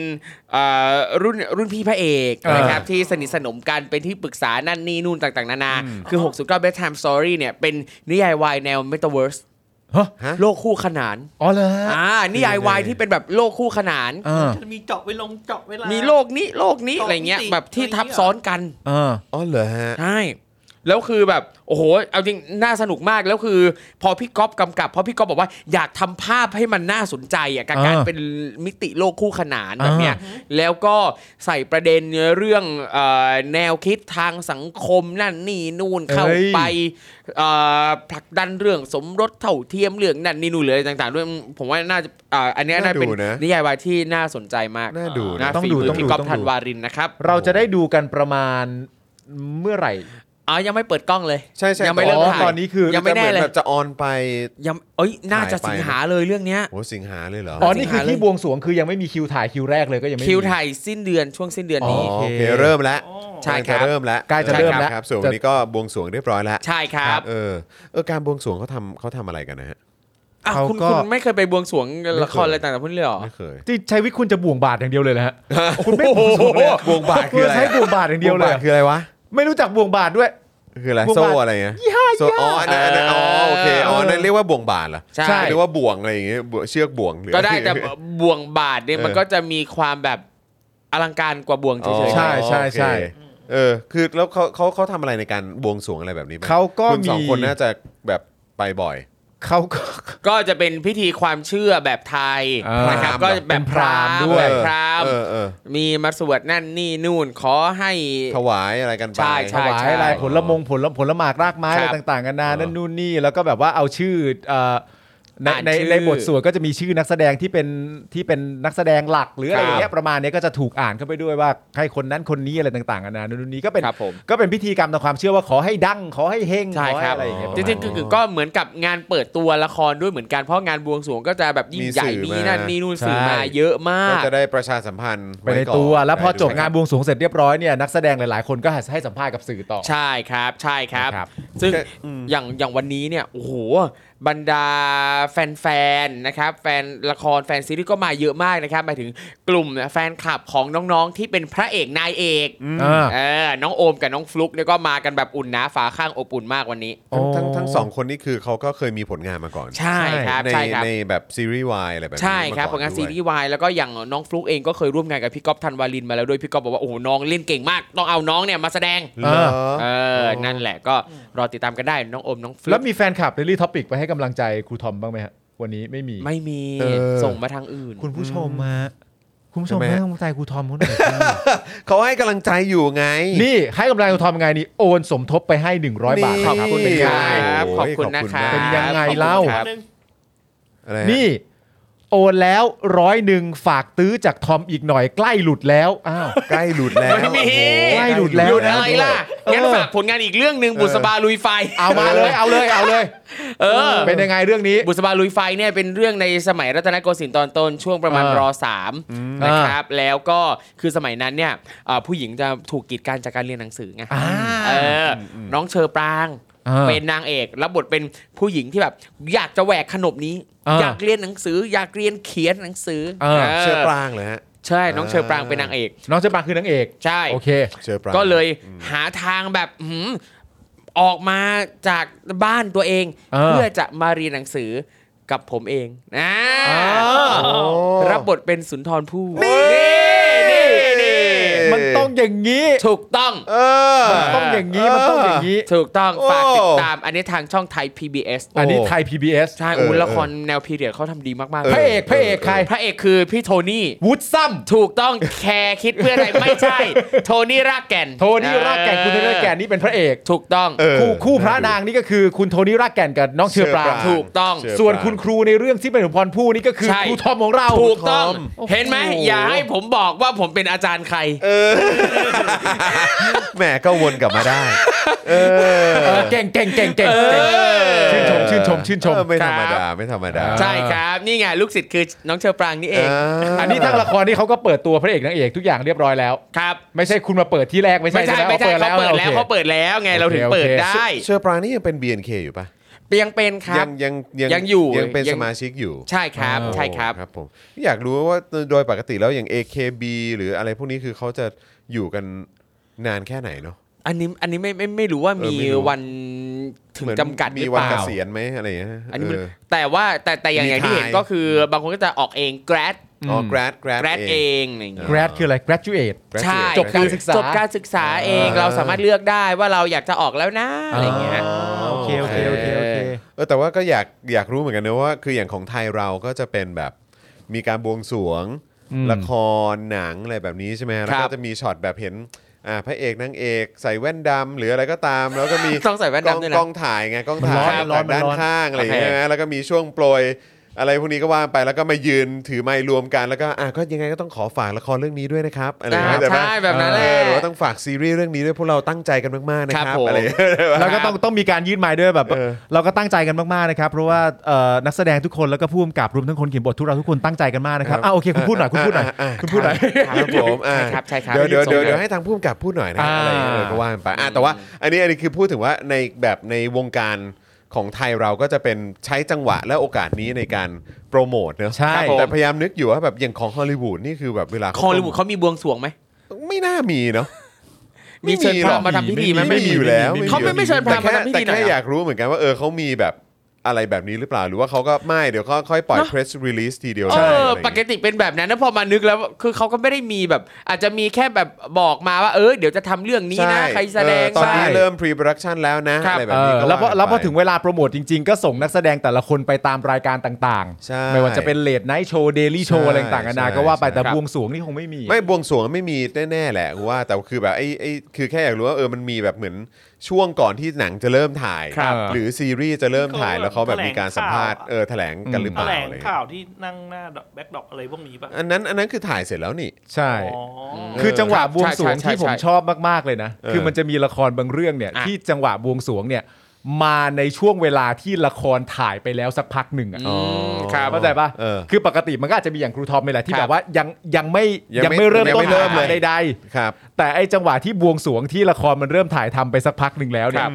S5: เอ่อรุ่นรุ่นพี่พระเอก
S3: อ่าน
S5: นะครับ ที่สนิทสนมกันเป็นที่ปรึกษานั่นนี่นู่นต่างๆ นานา คือ 609 Bedtime Story เนี่ย เป็นนิยายวายแนว Metaverse
S3: ฮะ
S2: ฮะ
S5: โลกคู่ขนาน
S3: อ๋อเหรอฮะ
S5: อ่านิยายวายที่เป็นแบบโลกคู่ขนาน
S3: อ่า
S4: จะมีเจาะไปลงเจาะเวลา
S5: มีโลกนี้โลกนี้
S4: สอง
S5: อะไรเงี้ย
S4: สี่
S5: แบบที่
S4: อะไรเงี้ย
S5: ทับซ้อนกัน
S3: อ่า
S2: อ๋อเหรอฮะ
S5: ใช่ แล้วคือแบบ โอ้โห เอาจริง น่าสนุกมาก แล้วคือ พอพี่ก๊อฟกำกับ เพราะพี่ก๊อฟบอกว่าอยากทำภาพให้มันน่าสนใจอ่ะกับการ
S3: อ่า
S5: เป็นมิติโลกคู่ขนานแบบเนี้ย แล้วก็ใส่ประเด็นเรื่องเอ่อแนวคิดทางสังคมนั่นนี่นู่นเข้า
S3: เฮ้ย
S5: ไปเอ่อผลักดันเรื่องสมรสเท่าเทียมเรื่องนั่นนี่นู่นเลยต่าง ๆ ด้วย ผมว่าน่าจะอ่าอันเนี้ยน่าเป็น
S2: น่าดูนะ
S5: นิยายวายที่น่าสนใจมาก
S2: น่าดู
S5: นะ
S2: นะ
S3: ต้อง
S5: ฝี
S3: ดู
S5: มือ
S3: ต้อง
S5: พี่
S3: ดู
S5: ก๊อฟ
S3: ต้องดู
S5: ธันวารินนะครับ
S3: เราจะได้ดูกันประมาณเมื่อไหร่
S5: อ๋อยังไม่เปิดกล้องเลย
S2: ใช่ใช่
S5: ยังไม่เริ่มถ่าย
S3: ตอนนี้คือ
S5: ยังไม่แน่เลย
S2: จะหอบบจะออนไป
S5: ยังเอ้ย น่าจะ
S2: หายไป
S5: สิงหาเลยเรื่องเนี้ย
S2: โหสิงหาเลยเหรอ
S3: อ๋อ
S5: จริงๆ
S3: นี่คื
S5: หา
S3: อ
S5: เลย
S3: ที่บวงสรวงคือยังไม่มีคิวถ่ายคิวแรกเลยก็ยังไม่มี
S5: คิวถ่ายสิ้นเดือนช่วงสิ้นเดือน
S2: อ๋อ
S5: นี้
S2: โอเคเริ่มแล้ว
S4: โอ้
S5: ใช่ครับ
S2: กำลังจะเริ่มแล้ว
S3: ใกล้จะเริ่มแล้ว
S2: ครับส่วนวันนี้ก็บวงสรวงเรียบร้อยแล้ว
S5: ใช่ครับ
S2: เออเออการบวงสรวงเขาทำเขาทำอะไรกันนะฮะ
S5: อ่ะ
S3: เขา
S5: คุณ
S3: ก็
S5: คุณไม่เคยไปบวงสรวงละคร
S2: ไม่เคย
S5: อะไรต่างๆพวกนี้เลยเหรอ
S2: ไม่เคย
S3: ที่ชัยวิทย์คุณจะบ่วงบาทอย่างเดียวเลยนะฮะคุณไม่บ่วงสรวงเลยอะ
S2: บ่วงบาทคืออะไรอะ
S3: ณใช้บ่วงบาทอย่างเดียวเลย
S2: บ่งบา
S3: อะ
S2: ทคืออะไรวะ
S3: ไม่รู้จักบ่วงบาทด้วย
S2: คืออะไร
S3: บ่วงบาท
S2: โซ่อะไรเงี้ยโซ่อ๋ออันนั้นอันนั้นอ๋อโอเคอ๋อ
S3: เออ
S2: นั่นเรียกว่าบ่วงบาทเหรอ
S5: ใช่
S2: เรียกว่าบ่วงอะไรอย่างเงี้ยบ่วงเชือกบ่วงหรือ
S5: ก็ได้แต่บ่วงบาทเนี่ย
S2: เออ
S5: มันก็จะมีความแบบอลังการกว่าบ่วงเฉย
S3: ใช่
S5: ๆ
S3: ใช่
S2: โอเคเออ คือแล้วเขาเขาเขาทำอะไรในการบวงสรวงอะไรแบบนี้บ้าง
S3: เขาก็
S2: คุณสอง
S3: มี
S2: คนน่าจะแบบไปบ่อย
S3: เขาก็
S5: ก็จะเป็นพิธีความเชื่อแบบไทย
S3: อ่าน
S5: นะครับ
S2: พ
S5: ก็
S2: ราหมณ์
S5: แบบพราหมณ์
S3: ด้วย
S5: แบบพราหมณ์
S2: เออเออ
S5: มีมาสวดนั่นนี่นู่นขอให้
S2: ถวายอะไรกันไป
S5: ใช่
S3: ถ
S5: ใช่
S3: วายอะไรผลมงผลผลหมากรากไม้
S5: ครั
S3: อะ
S5: บ
S3: ไรต่างๆกันานา
S2: เออ
S3: นั่นนู่นนี่แล้วก็แบบว่าเอาชื่อเอ่อใน
S5: อ่าน
S3: ใน
S5: ชื่อ
S3: ในบทสวดก็จะมีชื่อนักแสดงที่เป็นที่เป็นนักแสดงหลัก หรืออะไรอย่างเงี้ยประมาณเนี้ยก็จะถูกอ่านเข้าไปด้วยว่าให้คนนั้นคนนี้อะไรต่างๆกันานานั่นนู่นนี่ก็เป็น
S5: ครับผม
S3: ก็เป็นพิธีกรรมตามความเชื่อว่าขอให้ดังขอให้เฮงข
S5: ใช่
S3: อ
S5: ค
S3: ให้
S5: รับ
S3: อะไรอย่างเงี้ย
S5: จริงๆ
S3: ประมาณ
S5: คือก็เหมือนกับงานเปิดตัวละครด้วยเหมือนกันเพราะงานบวงสรวงก็จะแบบยิ่งใหญ่
S2: มีสื่อ
S5: มี
S2: มา
S5: นั่นนี่นู่นสื่อมา
S3: ใช่
S5: เยอะมา
S2: ก็
S5: ก
S2: จะได้ประชาสัมพันธ์
S3: ไปใน
S2: ก่อ
S3: ตัวแล้วพอจบงาน
S2: ใช่
S3: บวงสรวงเสร็จเรียบร้อยเนี่ยนักแสดงหลายๆ คนก็ให้สัมภาษณ์กับสื่อต่อ
S5: ใช่ครับใช่ครับ
S3: ครับ
S5: ซึ่ง
S2: แค่อืม
S5: อย่างอย่างวันนี้เนี่ยโอ้โห บรรดาแฟนๆนะครับแฟนละครแฟนซีรีส์ก็มาเยอะมากนะครับหมายถึงกลุ่มแฟนคลับของน้องๆที่เป็นพระเอกนายเอก
S3: อ่า
S5: เออน้องโอมกับน้องฟลุ๊กเนี่ยก็มากันแบบอุ่นหนาฝาข้างอบอุ่นมากวันนี้
S2: ทั้งทั้งทั้งสองคนนี่คือเขาก็เคยมีผลงานมาก่อน
S5: ใช่ครับ
S2: ใน
S5: ใช่ครับ
S2: ในแบบซีรีส์วายอะไรแบบนี้
S5: ใช่ครับ
S2: ม
S5: ผ
S2: ก่อ
S5: ลงาน
S2: ด้วย
S5: ซีรีส์วายแล้วก็อย่างน้องฟลุกเองก็เคยร่วมงานกับพี่ก๊อฟธันวาลินมาแล้วด้วยพี่ก๊อฟบอกว่าโอ้โหน้องเล่นเก่งมาก ต้องเอาน้องเนี่ยมาแสดง
S2: เหรอ
S5: เออ นั่นแหละก็รอติดตามกันได้น้องโอมน้องฟลุ
S3: แล้
S5: ก
S3: วมีแฟนคลับเรลี่ท็อปิกไปให้กำลังใจครูทอมบ้างไหมฮะวันนี้ไม่มี
S5: ไม่มี
S3: เออ
S5: ส่งมาทางอื่น
S3: คุณผู้ชมมาคุณผู้ชม
S2: ใช่ไหม
S3: ให้กำลังใจครูทอมเขาหน่อยสิ
S2: เขาให้กำลังใจอยู่ไง
S3: นี่ให้กำลังใจครูทอมยังไงนี่โอนสมทบไปให้ 100 บาท
S2: นี่
S5: ข
S3: ค
S5: อบ
S3: รับ
S5: คุณ
S2: เป็น
S5: ค
S2: ไง
S5: รับ
S2: โอ้ย
S5: ขอบคุณ
S2: ขอบคุณ
S5: นะ
S2: มาก
S5: ครับ
S3: เป็นยังไง
S5: ขอบคุณ
S3: เล่า
S5: ครับ
S4: หนึ่ง
S2: อะไรฮะ
S3: นี่โอนแล้วร้อยหนึ่งฝากตื้อจากทอมอีกหน่อยใกล้หลุดแล้วอ้าว
S2: ใกล้หลุดแล้ว
S5: ไม่มี
S2: โอ้โ
S3: ใกล้หลุดแล้ว
S5: หยุด
S2: ด้
S5: อะไร
S2: วย
S5: ล่ะ
S3: เออ
S5: งั้นฝากผลงานอีกเรื่องหนึ่ง
S2: เออ
S5: บุษบาลุยไฟ
S3: เอามาเลยเอาเลยเอาเลย
S5: เออ
S3: เป็นยังไงเรื่องนี้
S5: บุษบาลุยไฟเนี่ยเป็นเรื่องในสมัยรัตนโกสินทร์ตอนต้นช่วงประมาณ
S3: อ่าร ร
S5: สามนะครับ แล้วก็คือสมัยนั้นเนี่ยเอ่อผู้หญิงจะถูกกีดกันจากการเรียนหนังสือไง
S3: อ่า
S5: เอออน้องเชอปราง
S3: อ่า
S5: เป็นนางเอกรับบทเป็นผู้หญิงที่แบบอยากจะแหวกขนบนี้
S3: อ่า
S5: อยากเรียนหนังสือ อยากเรียนเขียนหนังสือ
S3: อ่า
S5: เออ
S2: เชือปรางเลยฮะ
S5: ใช่น้องเชอปรางเป็นนางเอก
S3: น้องเจปาคือนางเอก
S5: ใช่
S3: โอเค
S2: เชือปราง
S5: ก็เลยหาทางแบบหืมออกมาจากบ้านตัวเอง
S3: เออ
S5: เพื่อจะมาเรียนหนังสือกับผมเองนะรับบทเป็นสุนทรภู่นี่นี่นี่
S3: มันต้องอย่างนี้
S5: ถูกต้อง
S2: เออ
S3: มันต้องอย่างนี้มันต้องอย่างนี้
S5: ถูกต้อง
S2: โอ้
S5: ฝากติดตามอันนี้ทางช่องไทย PBS
S3: อันนี้ไทย PBS
S5: ใช่อู้
S2: เออ
S5: ละครแนวพีเรียดเขาทำดีมากๆ
S2: เออ
S3: พระเอกพระเอกใคร
S5: พระเอกคือพี่โทนี่
S3: วูดซัม
S5: ถูกต้องแคร์คิดเพื่ออะไรไม่ ใช่ โทนี่รากแก่น
S3: โทนี่รากแก่นคุณโทนี่รากแก่นนี่เป็นพระเอก
S5: ถูกต้อง
S2: เออ
S3: คู่คู่พระนางนี่ก็คือคุณโทนี่รากแก่นกับน้องเชอปราง
S5: ถูกต้อง
S2: เชืปราง
S3: ส่วนคุณครูในเรื่องที่เป็นสมพรผู้นี่ก็คือ
S5: ใช่
S3: ครูทอมของเรา
S5: ถูกต้อง
S2: ทอม
S5: เห็นไหมอย่าให้ผมบอกว่าผมเป็นอาจารย์ใคร
S2: เออแหมก็วนกลับมาได้ เออ
S3: เออเก่งเก่งเก่งเก่งเก่ง ชื่นชมชื่นชมชื่นชม
S2: เออไม่ธรรม
S5: ครั
S2: ดา
S5: บ
S2: ไม่ธรรมดา
S5: ใช่ครับ นี่ไงลูกศิษย์คือน้องเชอปรางนี่เอง
S2: า
S3: อันนี้ทางละครนี่เขาก็เปิดตัวพระเอกนางเอกทุกอย่างเรียบร้อยแล้ว
S5: ครับ
S3: ไม่ใช่คุณมาเปิดที่แรกไม่ใช่
S5: ไม่ใช่
S3: ใช่ไห
S5: ไม่ใช่
S3: ม
S5: เขาเปิดแล้ว
S3: โอค
S5: เขาเปิดแล้วไงเราถึง
S3: โอเค
S5: เปิดได้
S2: เชือปรางนี่ยังเป็น BNK อยู่ปะ
S5: เปียงเป็นครั
S2: ยั
S5: บ
S2: งยังยัง
S5: ยังอยู่
S2: ยังเป็น
S5: ยัง
S2: สมาชิกอยู่
S5: ใช่ครับใช่ครับ
S2: ครับผมอยากรู้ว่าโดยปกติแล้วอย่าง AKB หรืออะไรพวกนี้คือเขาจะอยู่กันนานแค่ไหนเนาะ
S5: อันนี้อันนี้ไม่ไม่ไม่รู้ว่า
S2: เออ
S5: มี
S2: ไม่รู้
S5: วันถึง
S2: เหมือน
S5: จำกัดห
S2: มี
S5: รือ
S2: วั
S5: เป
S2: นเก
S5: ล่า
S2: ษียณไหมอะไรอย่างเงี้ย
S5: อันนี้มัน
S2: เออ
S5: แต่ว่าแต่แต่อย่าง
S2: มี
S5: อย่างที่เห็น
S2: ทาย
S5: ก็คือบางคนก็จะออกเอง grad
S3: อืม
S2: อ๋อ grad grad
S5: grad เองอะไรอย่างเงี้ย
S3: grad คืออะไร graduate
S2: grad
S5: ใช่
S2: grad
S3: จบการศึกษา
S5: จบการศึกษาเอง
S2: อ่า
S5: เราสามารถเลือกได้ว่าเราอยากจะออกแล้วนะอะไรอย่างเงี้ย
S3: อ๋อโอเคโอเคโอเคโอเค
S2: เออแต่ว่าก็อยากอยากรู้เหมือนกันนะว่า คืออย่างของไทยเราก็จะเป็นแบบมีการบวงสรวง
S3: อืม
S2: ละครหนังอะไรแบบนี้ใช่ไหมแล้ว
S5: ครั
S2: ก็
S5: บ
S2: จะมีช็อตแบบเห็นอ่าพระเอกนางเอก ใส่แว่นดำหรืออะไรก็ตาม แล้วก็มี
S5: ต้องใส่แว่น
S2: กล้อง
S5: ดำด้วย
S2: ก
S5: นะ
S2: ล้องถ่ายไงกล้องถ่าย
S3: มันร้อน
S2: จากด้าน
S3: มันร้อน
S2: ข้างอะไรอย่างเงี้ย
S5: โอเค
S2: นะแล้วก็มีช่วงโปรยอะไรพวกนี้ก็ว่าไปแล้วก็มายืนถือไมค์รวมกันแล้วก็อ่ะก็ยังไงก็ต้องขอฝากละครเรื่องนี้ด้วยนะครับอะไรอย่างเงี้ย
S5: อ่า
S2: แต่ว่า
S5: ใช่แบบนั้นแห
S2: เอ
S5: ละ
S2: อหรือว่าต้องฝากซีรีส์เรื่องนี้ด้วยพวกเราตั้งใจกันมากๆนะค
S5: ครั
S2: รับบ
S5: ผม
S2: อะไรอย่างเงี้ย
S3: แล้วก็ต้องต้องมีการยื่นไม้ด้วยแบบ
S2: เออ
S3: เราก็ตั้งใจกันมากๆนะครับ เพราะว่าเอ่อนักแสดงทุกคนแล้วก็ผู้กำกับรวมทั้งคนเขียนบททุกเราทุกคนตั้งใจกันมากนะครับอ่ะโอเคคุณพูดหน่อยคุณพูดหน่อยคุณพูดหน่อย
S2: ครับผมอ่า
S5: ใช่ครับใช่ครับ
S2: เดี๋ยวเดี๋ยว
S5: รีบส่ง
S2: เดี๋ยวเดี๋ยว
S5: เลย
S2: ให้ทางผู้กำกับพูดหน่อยนะ
S3: อ่า
S2: อะไรเออก็ว่าไปอ่ะแต่ว่าอันนี้อันนี้คือพูดถึงว่าในแบบในวงการของไทยเราก็จะเป็นใช้จังหวะและโอกาสนี้ในการโปรโมทเนอะ
S3: ใช่
S5: ครับผม
S2: แต่พยายามนึกอยู่ว่าแบบอย่างของฮอลลีวูดนี่คือแบบเวลา
S5: ฮอลลีวูดเขามีบวงสรวงไหม
S2: ไม่น่ามีเนาะ
S5: มีเชิญพระมาทำพิธีไหม
S2: ไม่มีอยู่แล้ว
S3: ไม่มี
S5: เขาไม่ไม่เชิญพ
S2: แต่
S5: ระมา
S2: แค่
S5: ทำพิ
S2: แต่
S5: ธีหน่อ
S2: แค่
S5: ย
S2: อ
S5: เหรอ
S2: ยากรู้เหมือนกันว่าเออเขามีแบบอะไรแบบนี้หรือเปล่าหรือว่าเขาก็ไม่เดี๋ยวเขาค่อยปล่อย
S5: เนอะ
S2: press release ทีเดียว
S5: เอ
S2: ได้
S5: อ
S2: อะไรอย่าง
S5: ปก
S2: เงี้ย
S5: ติเป็นแบบนั้นนะพอมานึกแล้วคือเขาก็ไม่ได้มีแบบ อาจจะมีแค่แบบบอกมาว่าเออเดี๋ยวจะทำเรื่องนี้นะ
S2: ช่
S5: ใครแสดง
S2: เออตอนนี้
S5: บ้าง
S2: เริ่ม pre production แล้วนะ
S5: ครับ
S2: อะไรแบ
S3: เอบ
S2: นี้
S3: อ
S2: ก็
S3: แล้วพอ
S2: ว่ากันไป
S3: แล้วพอถึงเวลาโปรโมทจริง ๆ ก็ส่งนักแสดงแต่ละคนไปตามรายการต่าง
S2: ใช่
S3: ๆ ไม่ว่าจะเป็นเลดไนท์โชว์เดลี่โช
S2: ใช่
S3: ว์อะไรต่างๆนานา
S2: ใช่
S3: ก็ว่าไป
S2: ใช่
S3: แต่
S5: ครับ
S3: บวงสรวงนี่คงไม่มี
S2: ไม่บวงสรวงไม่มีแน่ ๆ แหละกูว่าแต่คือแบบไอ้ไอ้คือแค่อยากรู้ว่าเออมันมีแบบเหมือนช่วงก่อนที่หนังจะเริ่มถ่าย
S3: ครับ
S2: หรือซีรีส์จะเริ่มถ่าย
S4: เขา
S2: แล้วเขาแบบมีการสัมภาษณ์
S4: แถลง
S2: เออแถ
S4: ข่าว
S2: ลงกันหรือเป
S4: แถ
S2: ล่า
S4: ลง
S2: อะไร
S4: ข่าวที่นั่งหน้าแบ็คดอกอะไรพวกนี้ป่ะ
S2: อันนั้นอันนั้นคือถ่ายเสร็จแล้วนี่
S3: ใช่
S4: อ๋ออ
S3: คือจังหวะบวงสรวง
S5: ใช่ใช่
S3: ที่ผม
S5: ใช่
S3: ชอบมาก ๆ เลยนะ
S2: เออ
S3: คือมันจะมีละครบางเรื่องเนี่ย
S5: อ่ะ
S3: ที่จังหวะบวงสรวงเนี่ยมาในช่วงเวลาที่ละครถ่ายไปแล้วสักพักหนึ่งอ่ะ
S5: อืมครับ
S3: เข้าใจปะ
S2: เออ
S3: คือปกติมันก็อาจจะมีอย่างครูทอมนี่แหละที่
S5: ค
S3: แบ
S5: รับบ
S3: ว่ายังยังไม่
S2: ยัง
S3: ยัง
S2: ไม่
S3: ไม่เริ่ม
S2: ยัง
S3: ต้
S2: ไม่
S3: น
S2: เริ่มเลย
S3: ถ่ายใด
S2: ครับ
S3: ๆแต่ไอ้จังหวะที่บวงสรวงที่ละครมันเริ่มถ่ายทำไปสักพักหนึ่งแล้วเนี่
S5: ครั
S3: ย
S5: บ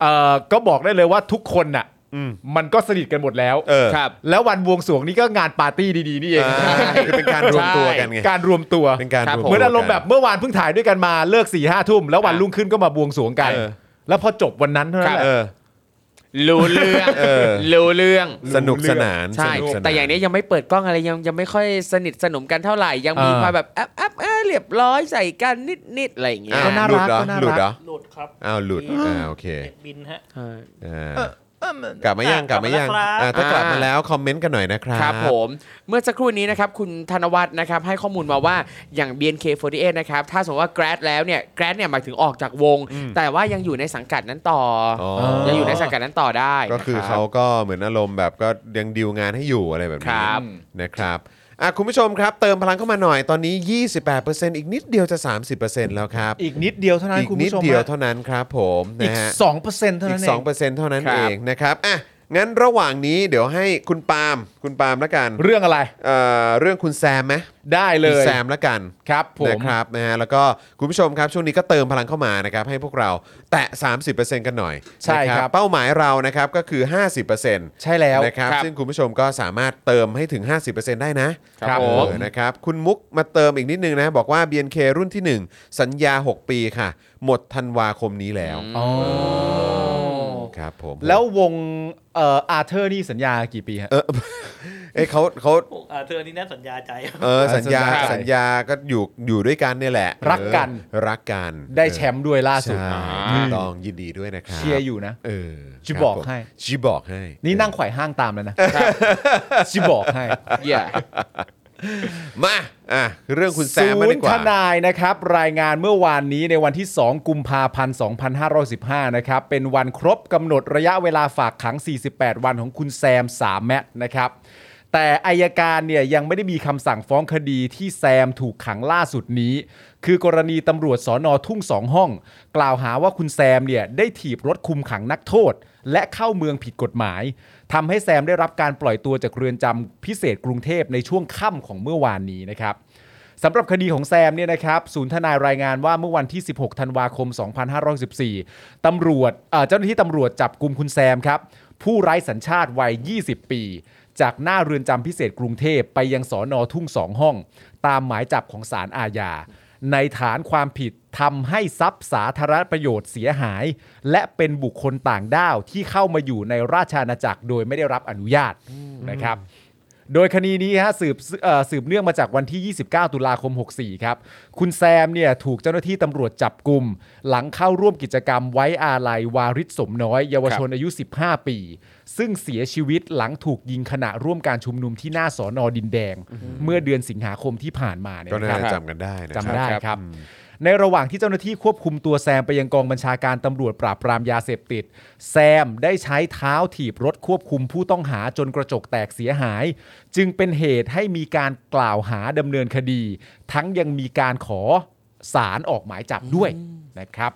S3: เอ่อก็บอกได้เลยว่าทุกคนน่ะ
S2: อืม
S3: มันก็สนิทกันหมดแล้ว
S2: เออ
S5: ครับ
S3: แล้ววันบวงสรวงนี้ก็งานปาร์ตี้ดีๆนี่เอง
S2: อ่าคือเป็นการรวมตัวกันไง
S3: การรวมตัว
S2: เป็นการ
S5: ครับ
S2: รวมตัว
S3: เหมือนอารมณ์แบบ
S2: กั
S3: เมื่อวานเพิ่งถ่ายด้วยกันมาเลิก4ี่ห้าทุ่มแล้ววันรุ่งขึ้นก็มาบวงสรวงกัน
S2: เออ
S3: แล้วพอจบวันนั้นเท่านั้นแหละ
S2: เออ
S5: รู้เรื่อง
S2: เออ
S5: รู้เรื่อง
S2: สนุกสนาน
S5: ใช่
S2: สนุกสน
S5: แต่อย่างนี้ยังไม่เปิดกล้องอะไรยังยังไม่ค่อยสนิทสนมกันเท่าไหร่ ยังมี
S3: อ่า
S5: ความแบบแอบแอบเออเรียบร้อยใส่กันนิดนิดๆอะไรอย่างเงี้ย
S2: อ้าว
S3: ก็น่ารัก
S2: หลุดเหอ
S3: ก็น่า
S2: ห
S3: รัก
S2: ลุดเหรอ
S4: หลุดครับ
S2: อ้าวหลุดอ่าโอเค
S4: เน็ตบินฮะ
S5: ใช่
S2: อ่ากลับมายังกลับมายังอ่าถ้ากลับมาแล้วคอมเมนต์กันหน่อยนะครับ
S5: ครับผม เมื่อสักครู่นี้นะครับ คุณธนวัฒน์นะครับ ให้ข้อมูลมาว่าอย่าง BNK48 นะครับ ถ้าสมมติว่า grad แล้วเนี่ย grad เนี่ยหมายถึงออกจากวง
S2: อืม
S5: แต่ว่ายังอยู่ในสังกัดนั้นต่อ
S2: อ๋
S5: อ
S2: อ
S3: ยั
S5: ยังอยู่ในสังกัดนั้นต่อได้
S2: ก็คือ
S5: นะรับ
S2: เขาก็เหมือนอารมณ์แบบก็ยังดีลงานให้อยู่อะไรแบบ
S5: ค
S2: นี้
S5: รับ
S2: นะครับอ่ะคุณผู้ชมครับเติมพลังเข้ามาหน่อยตอนนี้ 28%อีกนิดเดียวจะ 30%แล้วครับ
S3: อีกนิดเดียวเท่านั้น
S2: อีก
S3: คุณ
S2: นิด
S3: ผู้ชม
S2: เดียว
S3: ฮะ
S2: เท่านั้นครับผม
S3: อี
S2: นะ
S3: ก
S2: ฮะ
S3: สองเปอร์เซ็นต์เท่า
S2: อี
S3: นั้
S2: ก
S3: นเอง
S2: 2%เท่านั้น
S5: ครั
S2: เอบ งนะครับอ่ะงั้นระหว่างนี้เดี๋ยวให้คุณปาล์มคุณปาล์มละกัน
S3: เรื่องอะไร
S2: เอ่อเรื่องคุณแซมไหม
S3: ได้เล
S2: คุณ
S3: ย
S2: แซมละกัน
S3: ครับผม
S2: นะครับนะฮะแล้วก็คุณผู้ชมครับช่วงนี้ก็เติมพลังเข้ามานะครับให้พวกเราแตะ 30%กันหน่อย
S3: ใช่ครับ
S2: นะเป้าหมายเรานะครับก็คือ 50%น
S3: ใช่แล้ว
S2: ะครับซึ่งคุณผู้ชมก็สามารถเติมให้ถึง 50%ได้นะครับ เออ
S3: ผม
S2: นะครับคุณมุกมาเติมอีกนิดนึงนะบอกว่า BNK รุ่นที่หนึ่งสัญญา 6 ปีค่ะ หมดธันวาคมนี้แล้ว
S3: อ๋อ
S2: ครับผม
S3: แล้ววงเอ่ออาร์เธอร์นี่สัญญากี่ปีฮะ
S2: เออเอ้ยเขาเขา
S4: โอ้อ่าเธออนนี้น่าสัญญาใจ
S2: เออสัญญา
S3: ใช่
S2: สัญญาก็อยู่อยู่ด้วยกันเนี่ยแหละ
S3: รักกัน
S2: เออรักกัน
S3: ได้แชมป์ด้วยล่าสุด
S2: ใช่ถูกต้องยินดีด้วยนะครับ
S3: เชียร์อยู่นะ
S2: เออ
S3: จิบอก
S2: ครับผม
S3: ให้
S2: จิบอกให้
S3: นี่นั่งไขว่ห้างตามแล้วนะชิบอกให้
S5: เหี้ย
S2: มาอ่ะเรื่องคุณแซมมาดีก
S3: ศู
S2: ว่า
S3: นย์ทนายนะครับรายงานเมื่อวานนี้ในวันที่ 2 กุมภาพันธ์ 2515 นะครับเป็นวันครบกำหนดระยะเวลาฝากขัง 48 วันของคุณแซมสามแมตช์นะครับ แต่อายการเนี่ยยังไม่ได้มีคำสั่งฟ้องคดีที่แซมถูกขังล่าสุดนี้ คือกรณีตำรวจสอนอทุ่งสองห้อง กล่าวหาว่าคุณแซมเนี่ยได้ถีบรถคุมขังนักโทษ และเข้าเมืองผิดกฎหมายทำให้แซมได้รับการปล่อยตัวจากเรือนจำพิเศษกรุงเทพในช่วงค่ำของเมื่อวานนี้นะครับ สำหรับคดีของแซมเนี่ยนะครับศูนย์ทนายรายงานว่าเมื่อวันที่ 16 ธันวาคม 2514ตำรวจเอ่อเจ้าหน้าที่ตำรวจจับกลุ่มคุณแซมครับ ผู้ไร้สัญชาติวัย 20 ปี จากหน้าเรือนจำพิเศษกรุงเทพไปยังสอนอทุ่งสองห้อง ตามหมายจับของศาลอาญา ในฐานความผิดทำให้ทรัพย์สาธารณประโยชน์เสียหาย และเป็นบุคคลต่างด้าวที่เข้ามาอยู่ในราชอาณาจักรโดยไม่ได้รับอนุญาตนะครับ โดยคดีนี้ฮะสืบเอ่อสืบเนื่องมาจากวันที่ 29 ตุลาคม 64 ครับ คุณแซมเนี่ยถูกเจ้าหน้าที่ตำรวจจับกลุ่ม หลังเข้าร่วมกิจกรรมไว้อาลัยวาริศสมน้อย เยาวชนอายุ 15 ปี ซึ่งเสียชีวิตหลังถูกยิงขณะร่วมการชุมนุมที่หน้าสอนอดินแดง เมื่อเดือนสิงหาคมที่ผ่านมาเนี่ย
S2: ก็
S3: นะ
S2: น่า
S3: ครับ
S2: จะจำกันได้นะค
S3: จำ
S2: รับ
S3: ได้ครับ ในระหว่างที่เจ้าหน้าที่ควบคุมตัวแซมไปยังกองบัญชาการตำรวจปราบปรามยาเสพติด แซมได้ใช้เท้าถีบรถควบคุมผู้ต้องหาจนกระจกแตกเสียหาย จึงเป็นเหตุให้มีการกล่าวหาดำเนินคดี ทั้งยังมีการขอสารออกหมายจับด้วยนะครับ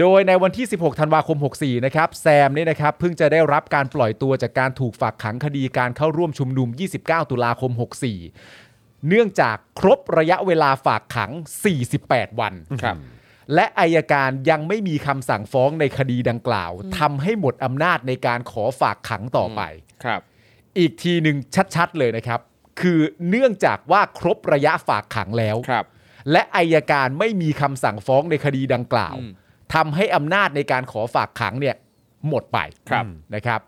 S3: โดยในวันที่ 16 ธันวาคม 64 นะครับ แซมเนี่ยนะครับเพิ่งจะได้รับการปล่อยตัวจากการถูกฝากขังคดีการเข้าร่วมชุมนุม 29 ตุลาคม 64 เนื่องจากครบระยะเวลาฝากขัง 48 วัน
S5: ครับ
S3: และอายการยังไม่มีคำสั่งฟ้องในคดีดังกล่าวทำให้หมดอำนาจในการขอฝากขังต่อไป
S5: ครับ
S3: อีกทีหนึ่งชัดๆ เลยนะครับ คือเนื่องจากว่าครบระยะฝากขังแล้ว
S5: ครับ
S3: และอายการไม่มีคำสั่งฟ้องในคดีดังกล่าว
S5: อืม
S3: ทำให้อำนาจในการขอฝากขังเนี่ยหมดไป
S5: ครับ
S3: นะครับ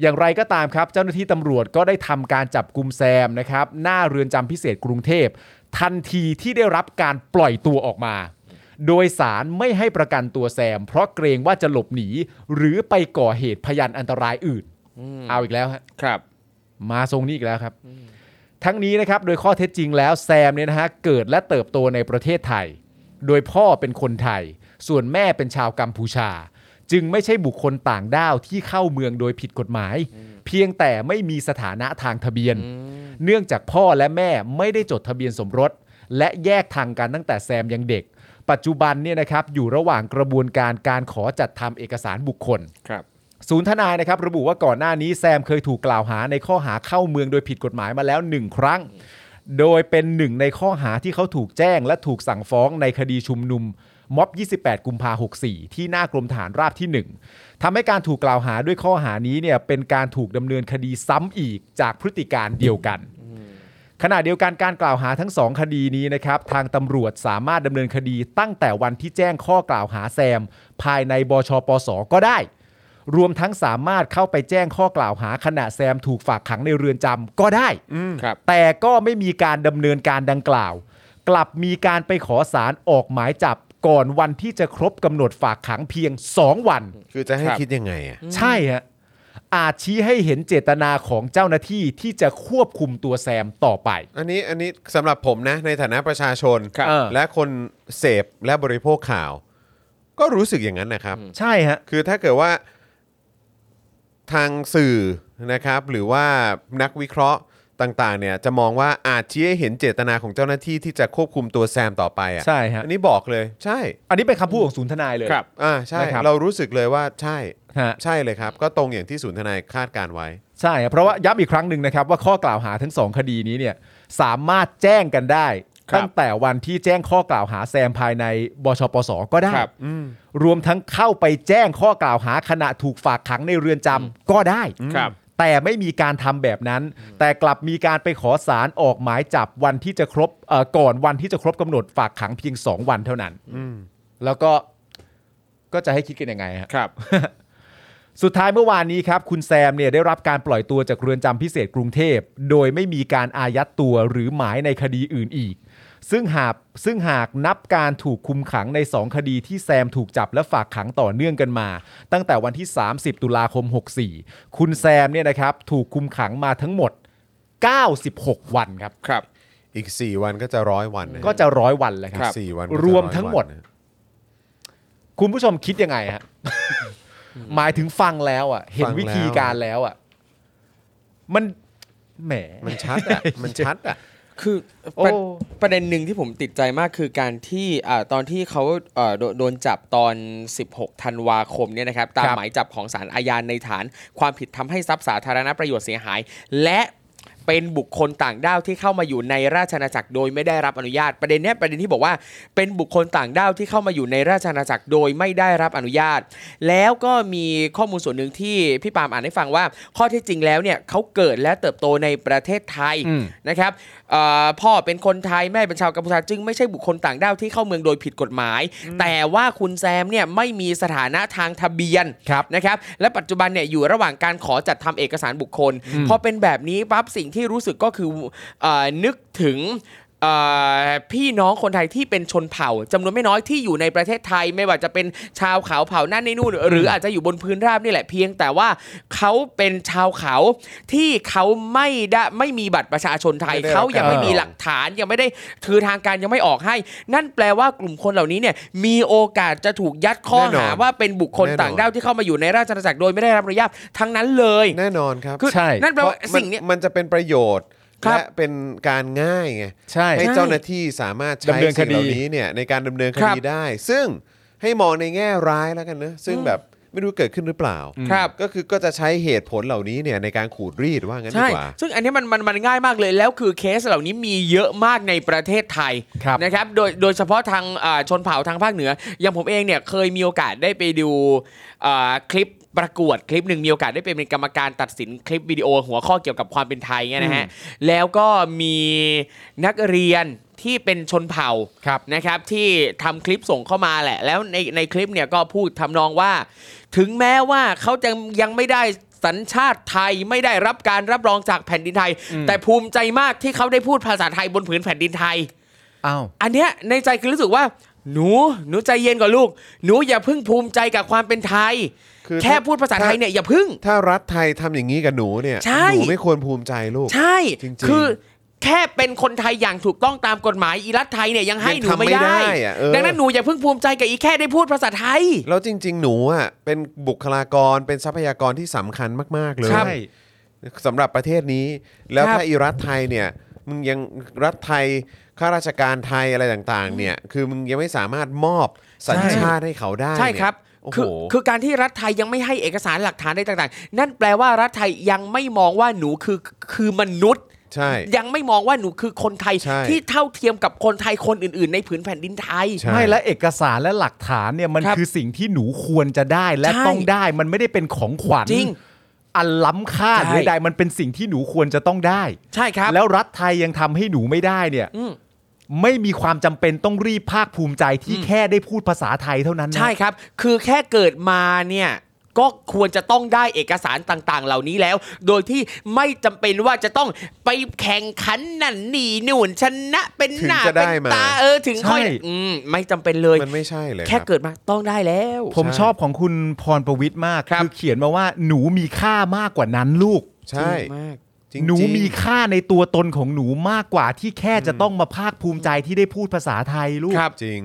S3: อย่างไรก็ตามครับ เจ้าหน้าที่ตำรวจก็ได้ทำการจับกลุ่มแซมนะครับ หน้าเรือนจำพิเศษกรุงเทพ ทันทีที่ได้รับการปล่อยตัวออกมา โดยสารไม่ให้ประกันตัวแซม เพราะเกรงว่าจะหลบหนี หรือไปก่อเหตุพยานอันตรายอื่น
S5: อืม
S3: เอาอีกแล้วฮะ
S5: ครับ
S3: มาทรงนี้อีกแล้วครับ ทั้งนี้นะครับโดยข้อเท็จจริงแล้วแซมเนี่ยนะฮะเกิดและเติบโตในประเทศไทย โดยพ่อเป็นคนไทย ส่วนแม่เป็นชาวกัมพูชา จึงไม่ใช่บุคคลต่างด้าวที่เข้าเมืองโดยผิดกฎหมาย เพียงแต่ไม่มีสถานะทางทะเบียน เนื่องจากพ่อและแม่ไม่ได้จดทะเบียนสมรส และแยกทางกันตั้งแต่แซมยังเด็ก ปัจจุบันเนี่ยนะครับอยู่ระหว่างกระบวนการการขอจัดทำเอกสารบุคคล
S5: ครับ
S3: ศูนย์ทนายนะครับระบุว่าก่อนหน้านี้แซมเคยถูกกล่าวหาในข้อหาเข้าเมืองโดยผิดกฎหมายมาแล้ว 1 ครั้ง โดยเป็นหนึ่งในข้อหาที่เขาถูกแจ้ง และถูกสั่งฟ้องในคดีชุมนุม ม็อบ 28 กุมภา64 ที่หน้ากรมฐานราบที่ 1ทำให้การถูกกล่าวหาด้วยข้อหานี้เนี่ยเป็นการถูกดำเนินคดีซ้ำอีกจากพฤติการเดียวกัน ขณะเดียวกันการกล่าวหาทั้งสองคดีนี้นะครับ ทางตำรวจสามารถดำเนินคดีตั้งแต่วันที่แจ้งข้อกล่าวหาแซม ภายในบชปสก็ได้ รวมทั้งสามารถเข้าไปแจ้งข้อกล่าวหาขณะแซมถูกฝากขังในเรือนจำก็ได้
S5: ครับ
S3: แต่ก็ไม่มีการดำเนินการดังกล่าว กลับมีการไปขอสารออกหมายจับก่อนวันที่จะครบกำหนดฝากขังเพียง 2 วัน
S2: คือจะให้
S5: ครับ
S2: คิดยังไงอ่ะ
S3: ใช่ฮะอาจชี้ให้เห็นเจตนาของเจ้าหน้าที่ที่จะควบคุมตัวแซมต่อไป
S2: อันนี้อันนี้สำหรับผมนะในฐานะประชาชน
S5: ครับ
S3: เออ
S2: และคนเสพและบริโภคข่าว ก็รู้สึกอย่างนั้นนะครับ
S3: ใช่ฮะ
S2: คือถ้าเกิดว่าทางสื่อนะครับ หรือว่านักวิเคราะห์ต่างๆ เนี่ยจะมองว่าอาจชี้ให้เห็นเจตนาของเจ้าหน้าที่ที่จะควบคุมตัวแซมต่อไปอ่ะ
S3: ใช่ฮะ
S2: อันนี้บอกเลย ใช่
S3: อันนี้เป็นคำพูดของศูนย์ทนายเลย
S5: ครับ
S2: อ่าใช่
S3: นะครับ
S2: เรารู้สึกเลยว่าใช่
S3: ฮะ
S2: ใช่เลยครับ ก็ตรงอย่างที่ศูนย์ทนายคาดการไว้
S3: ใช่ฮะเพราะว่าย้ำอีกครั้งหนึ่งนะครับ ว่าข้อกล่าวหาทั้งสองคดีนี้เนี่ยสามารถแจ้งกันได้
S5: ครับ
S3: ตั้งแต่วันที่แจ้งข้อกล่าวหาแซมภายในบชปสก็ได้
S5: ครับ
S3: รวมทั้งเข้าไปแจ้งข้อกล่าวหาขณะถูกฝากขังในเรือนจำก็ได้
S5: ครับ
S3: แต่ไม่มีการทำแบบนั้น แต่กลับมีการไปขอสารออกหมายจับวันที่จะครบเอ่อก่อนวันที่จะครบกำหนดฝากขังเพียง 2 วันเท่านั้นแล้วก็ก็จะให้คิดกันยังไงฮะ
S5: ครับ
S3: สุดท้ายเมื่อวานนี้ครับ คุณแซมเนี่ยได้รับการปล่อยตัวจากเรือนจำพิเศษกรุงเทพ โดยไม่มีการอายัดตัวหรือหมายในคดีอื่นอีก ซึ่งหากซึ่งหากนับการถูกคุมขังใน 2 คดีที่แซมถูกจับและฝากขังต่อเนื่องกันมา ตั้งแต่วันที่ 30 ตุลาคม 64 คุณแซมเนี่ยนะครับถูกคุมขังมาทั้งหมด 96 วันครับ
S5: ครับ
S2: อีก 4 วันก็จะร้อยวันนฮ
S3: ก็จะร้อยวันแล้วค
S2: อี
S3: รับ
S2: กสี่วันก็จะ
S3: รวม
S2: อยน
S3: ทั้งหมด
S2: นะ
S3: คุณผู้ชมคิดยังไง ฮะ หมายถึงฟังแล้วอ่ะ เห็นวิธีการแล้วอ่ะ มันแหม
S2: มันชัดอ่ะมันชัดอ่ะ
S5: คือ
S3: โอ้
S5: ประประเด็นหนึ่งที่ผมติดใจมากคือการที่อ่าตอนที่เขาเอ่อโดนโดนจับตอน 16 ธันวาคมเนี่ยนะครับตาม
S3: ครับ
S5: หมายจับของสารอาญาในฐาน ความผิดทำให้ทรัพย์สาธารณประโยชน์เสียหาย และเป็นบุคคลต่างด้าวที่เข้ามาอยู่ในราชอาณาจักรโดยไม่ได้รับอนุญาต ประเด็นเนี้ยประเด็นที่บอกว่าเป็นบุคคลต่างด้าวที่เข้ามาอยู่ในราชอาณาจักรโดยไม่ได้รับอนุญาต แล้วก็มีข้อมูลส่วนหนึ่งที่พี่ปาล์มอ่านให้ฟังว่า ข้อเท็จจริงแล้วเนี่ยเขาเกิดและเติบโตในประเทศไทย
S3: อืม
S5: นะครับเอ่อพ่อเป็นคนไทยแม่เป็นชาวกัมพูชาจึงไม่ใช่บุคคลต่างด้าวที่เข้าเมืองโดยผิดกฎหมาย แต่ว่าคุณแซมเนี่ยไม่มีสถานะทางทะเบียน
S3: ครับ
S5: นะครับและปัจจุบันเนี่ยอยู่ระหว่างการขอจัดทำเอกสารบุคคล พอเป็นแบบนี้ปั๊บสิ่งที่รู้สึกก็คือเออนึกถึงเอ่อพี่น้องคนไทยที่เป็นชนเผ่าจำนวนไม่น้อยที่อยู่ในประเทศไทย ไม่ว่าจะเป็นชาวเขาเผ่านั่นนี่นู่นหรืออาจจะอยู่บนพื้นราบนี่แหละเพียง แต่ว่าเขาเป็นชาวเขาที่เขาไม่ได้ไม่มีบัตรประชาชนไทย
S2: ไม่ได้รับ
S5: เขายังไม่
S2: การ
S5: มีหลัก ฐานยังไม่ได้คือทางการยังไม่ออกให้ นั่นแปลว่ากลุ่มคนเหล่านี้เนี่ยมีโอกาสจะถูกยัดข้อ
S2: แน่นอ
S5: หานว่าเป็นบุคคล
S2: แน่นอน
S5: ต่างด้าวที่เข้ามาอยู่ในราชอาณาจักรโดยไม่ได้รับอนุญาตทั้งนั้นเลย
S2: แน่นอนครับ
S5: คือ
S3: ใช่
S5: นั่นแปลว่า
S2: เพระมัน
S5: สิ่งเนี้ย
S2: มันจะเป็นประโยชน์
S5: ครับ
S2: และเป็นการง่ายไง
S3: ใช่
S2: ให้เจ้าหน้าที่สามารถใช้
S3: ดำเนินค
S2: สิ่ง
S3: ดี
S2: เหล่านี้เนี่ยในการดำเนินค
S5: ครั
S2: ดี
S5: บ
S2: ได้ ซึ่งให้มองในแง่ร้ายแล้วกันนะซึ่งแบบไม่รู้เกิดขึ้นหรือเปล่า
S5: ครับ
S2: ก็คือก็จะใช้เหตุผลเหล่านี้เนี่ยในการขูดรีดว่างั้นดี
S5: ใช่
S2: กว่า
S5: ซึ่งอันนี้มันมันมันง่ายมากเลย แล้วคือเคสเหล่านี้มีเยอะมากในประเทศไทย
S3: ครับ
S5: นะครับ โดยโดยเฉพาะทางอ่าชนเผ่าทางภาคเหนือ อย่างผมเองเนี่ยเคยมีโอกาสได้ไปดูอ่าคลิปประกวดคลิปหนึ่งมีโอกาสได้ไปเป็นกรรมการตัดสินคลิปวิดีโอหัวข้อเกี่ยวกับความเป็นไทยเนี่ยนะฮะ แล้วก็มีนักเรียนที่เป็นชนเผ่า
S3: ครับ
S5: นะครับที่ทำคลิปส่งเข้ามาแหละ แล้วในในคลิปเนี่ยก็พูดทำนองว่า ถึงแม้ว่าเขาจะยังไม่ได้สัญชาติไทยไม่ได้รับการรับรองจากแผ่นดินไทย แต่ภูมิใจมากที่เขาได้พูดภาษาไทยบนผืนแผ่นดินไทย
S3: อ้าว
S5: อันเนี้ยในใจคือรู้สึกว่าหนูหนูใจเย็นก่อนลูก หนูอย่าเพึ่งภูมิใจกับความเป็นไทย
S2: คือ
S5: แค่พูดภาษาไทยเนี่ยอย่าเพึ่ง
S2: ถ้ารัฐไทยทำอย่างนี้กับหนูเนี่ย
S5: ใช่
S2: หนูไม่ควรภูมิใจลูก
S5: ใช่
S2: จริงๆ
S5: คือแค่เป็นคนไทยอย่างถูกต้องตามกฎหมายอีรัฐไทยเนี่ยยังให้หนู
S2: ยังทำ
S5: ไม่ได้
S2: อะเออ
S5: ดังนั้นหนูอย่าเพิ่งภูมิใจกับอีแค่ได้พูดภาษาไทย
S2: แล้วจริง ๆ หนูอ่ะเป็นบุคลากรเป็นทรัพยากรที่สำคัญมาก ๆ เลย
S3: ใช่
S2: สำหรับประเทศนี้แล้ว
S5: ครับ
S2: ถ้าอีรัฐไทยเนี่ยมึงยังรัฐไทยข้าราชการไทยอะไรต่างๆ เนี่ย คือมึงยังไม่สามารถมอบสัญชาติให้เขาได้
S5: ใช่ครับ
S2: เนี่ยโอ้โห
S5: คือคือการที่รัฐไทยยังไม่ให้เอกสารหลักฐานใดต่าง ๆ นั่นแปลว่ารัฐไทยยังไม่มองว่าหนูคือคือมนุษย์
S2: ใช่
S5: ยังไม่มองว่าหนูคือคนไทย
S2: ใช่
S5: ที่เท่าเทียมกับคนไทยคนอื่น ๆ ในผืนแผ่นดินไทย
S2: ใช่
S3: ไม่และเอกสารและหลักฐานเนี่ยมัน
S5: ครับ
S3: คือสิ่งที่หนูควรจะได้และ
S5: ใช่
S3: ต้องได้มันไม่ได้เป็นของขวัญ
S5: จริง
S3: อันล้ำค่า
S5: ใช่
S3: หรือใดมันเป็นสิ่งที่หนูควรจะต้องได้
S5: ใช่ครับ
S3: แล้วรัฐไทยยังทำให้หนูไม่ได้เนี่ย
S5: อืม
S3: ไม่มีความจำเป็นต้องรีบภาคภูมิใจที่แค่ได้พูดภาษาไทยเท่านั้นนะ
S5: ใช่ครับ คือแค่เกิดมาเนี่ย ก็ควรจะต้องได้เอกสารต่างๆ เหล่านี้แล้ว โดยที่ไม่จำเป็นว่าจะต้องไปแข่งขันนั่นนี่นู่นชนะเป็น
S2: ถึง
S5: หน้า
S2: จะได้
S5: เป็น
S2: มา
S5: ตาเออถึงค่อย
S3: ใช่
S5: อืมไม่จำเป็นเลย
S2: มันไม่ใช่เลย
S5: แค่
S2: รับ
S5: เกิดมาต้องได้แล้ว
S3: ผม
S2: ใช่
S3: ชอบของคุณพรประวิทย์มาก
S5: ครับ
S3: เขียนมาว่าหนูมีค่ามากกว่านั้นลูก
S2: ใช่
S5: มาก
S2: จริงๆ
S3: หนูมีค่าในตัวตนของหนูมากกว่าที่แค่จะต้องมาภาคภูมิใจที่ได้พูดภาษาไทยลูก
S2: จริง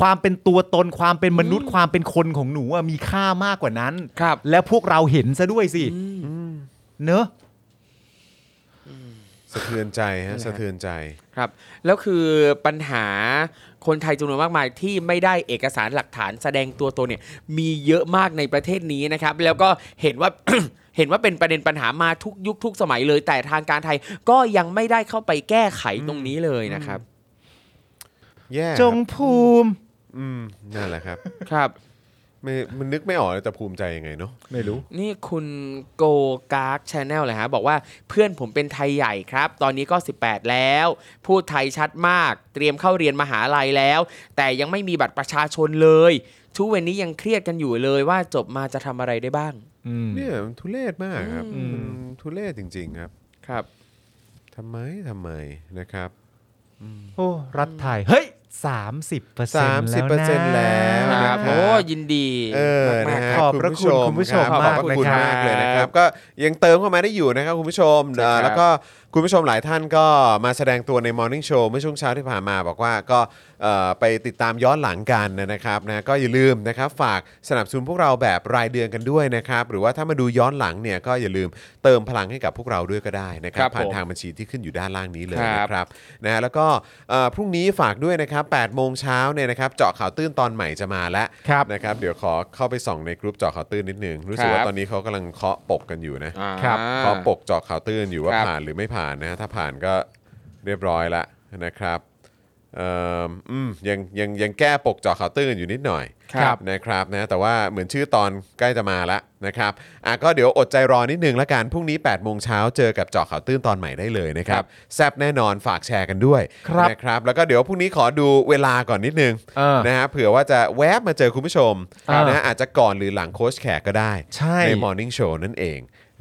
S3: ความเป็นตัวตนความเป็นมนุษย์ความเป็นคนของหนูอะมีค่ามากกว่านั้น
S5: ครับ
S3: และพวกเราเห็นซะด้วยสิเนอะ
S2: สะเทือนใจฮะสะเทือนใจ
S5: ครับ แล้วคือปัญหาคนไทยจำนวนมากมายที่ไม่ได้เอกสารหลักฐานแสดงตัวตนเนี่ยมีเยอะมากในประเทศนี้นะครับ แล้วก็เห็นว่า เห็นว่าเป็นประเด็นปัญหามาทุกยุคทุกสมัยเลย แต่ทางการไทยก็ยังไม่ได้เข้าไปแก้ไขตรงนี้เลยนะครับ
S2: แย่
S3: จงภูมิ
S2: อืมนั่นแหละครับ
S5: ครับ
S2: ไม่มันนึกไม่ออกเลยแต่ภูมิใจยังไงเนาะ
S3: ไม่รู้
S5: นี่คุณโกกา c h ช n แนลเลยฮะ บอกว่าเพื่อนผมเป็นไทยใหญ่ครับ ตอนนี้ก็ 18 แล้ว พูดไทยชัดมาก เตรียมเข้าเรียนมหาลัยแล้ว แต่ยังไม่มีบัตรประชาชนเลย ทุกวันนี้ยังเครียดกันอยู่เลยว่าจบมาจะทำอะไรได้บ้าง
S2: เนี่ยมันทุเลศมากครับ
S3: อืม
S2: มันทุเลศจริง ๆ ครับ
S5: ครับ
S2: ทำไมทำไมนะครับ
S3: โอ้ รัฐไทย เฮ้ยสามสิบเปอร์เซ็นต์แล้ว
S2: 30%
S3: นะ
S2: แล้ว
S5: ค
S2: ครั
S5: รั
S2: บบ โอ้
S5: โอ้ ยินดี
S2: เออนะ
S5: มากๆ
S2: ฮะ
S3: ขอบพระคุณคุณผู้ชม
S2: รับ
S3: มาก
S2: ขอบพระคุณ
S3: นะครับ
S2: มากเลยนะครับ ก็ยังเติมเข้ามาได้อยู่นะครับคุณผู้ชม
S5: ใช่ครับ
S2: เอ่อแล้วก็คุณผู้ชมหลายท่านก็มาแสดงตัวใน Morning Show เมื่อช่วงเช้าที่ผ่านมาบอกว่าก็เอ่อไปติดตามย้อนหลังกันนะครับนะก็อย่าลืมนะครับฝากสนับสนุนพวกเราแบบรายเดือนกันด้วยนะครับ หรือว่าถ้ามาดูย้อนหลังเนี่ยก็อย่าลืมเติมพลังให้กับพวกเราด้วยก็ได้นะครับ
S5: ครับผม
S2: ผ่านทางบัญชีที่ขึ้นอยู่ด้านล่างนี้เลย
S5: ครับ
S2: นะครับ นะฮะแล้วก็เอ่อพรุ่งนี้ฝากด้วยนะครับ8โมงเช้าเนี่ยนะครับเจาะข่าวตื้นตอนใหม่จะมาแล้ว
S3: ครับ
S2: นะครับเดี๋ยวขอเข้าไปส่องในกลุ่มเจาะข่าวตื้นนิดหนึงรู้สึกว่า
S5: ครับ
S2: ตอนนี้เขากำลังเคาะปกกันอยู่นะ
S5: อ่า
S3: ครับ
S2: เคาะปกเจาะข่าวตื้นอยู่ว่า
S5: ครับ
S2: ผ่านหรือไม่ผ่านนะฮะถ้าผ่านก็เรียบร้อยละนะครับเอิ่มอืมยังยังยังแก้ปกเจาะข่าวตื้นอยู่นิดหน่อย
S5: ครับ
S2: นะครับนะแต่ว่าเหมือนชื่อตอนใกล้จะมาแล้วนะครับอ่ะก็เดี๋ยวอดใจรอนิดนึงละกันพรุ่งนี้8ปดโมงเช้าเจอกับเจาะข่าวตื้นตอนใหม่ได้เลยนะครับแซบแน่นอนฝากแชร์กันด้วย
S3: ครับ
S2: นะครับแล้วก็เดี๋ยวพรุ่งนี้ขอดูเวลาก่อนนิดนึง
S3: เออ
S2: นะฮะเผื่อว่าจะแวบมาเจอคุณผู้ชม
S3: ครับ
S2: นะฮะอาจจะก่อนหรือหลังโค้ชแขกก็ได้
S3: ใช่
S2: ใน Morning Show นั่นเอง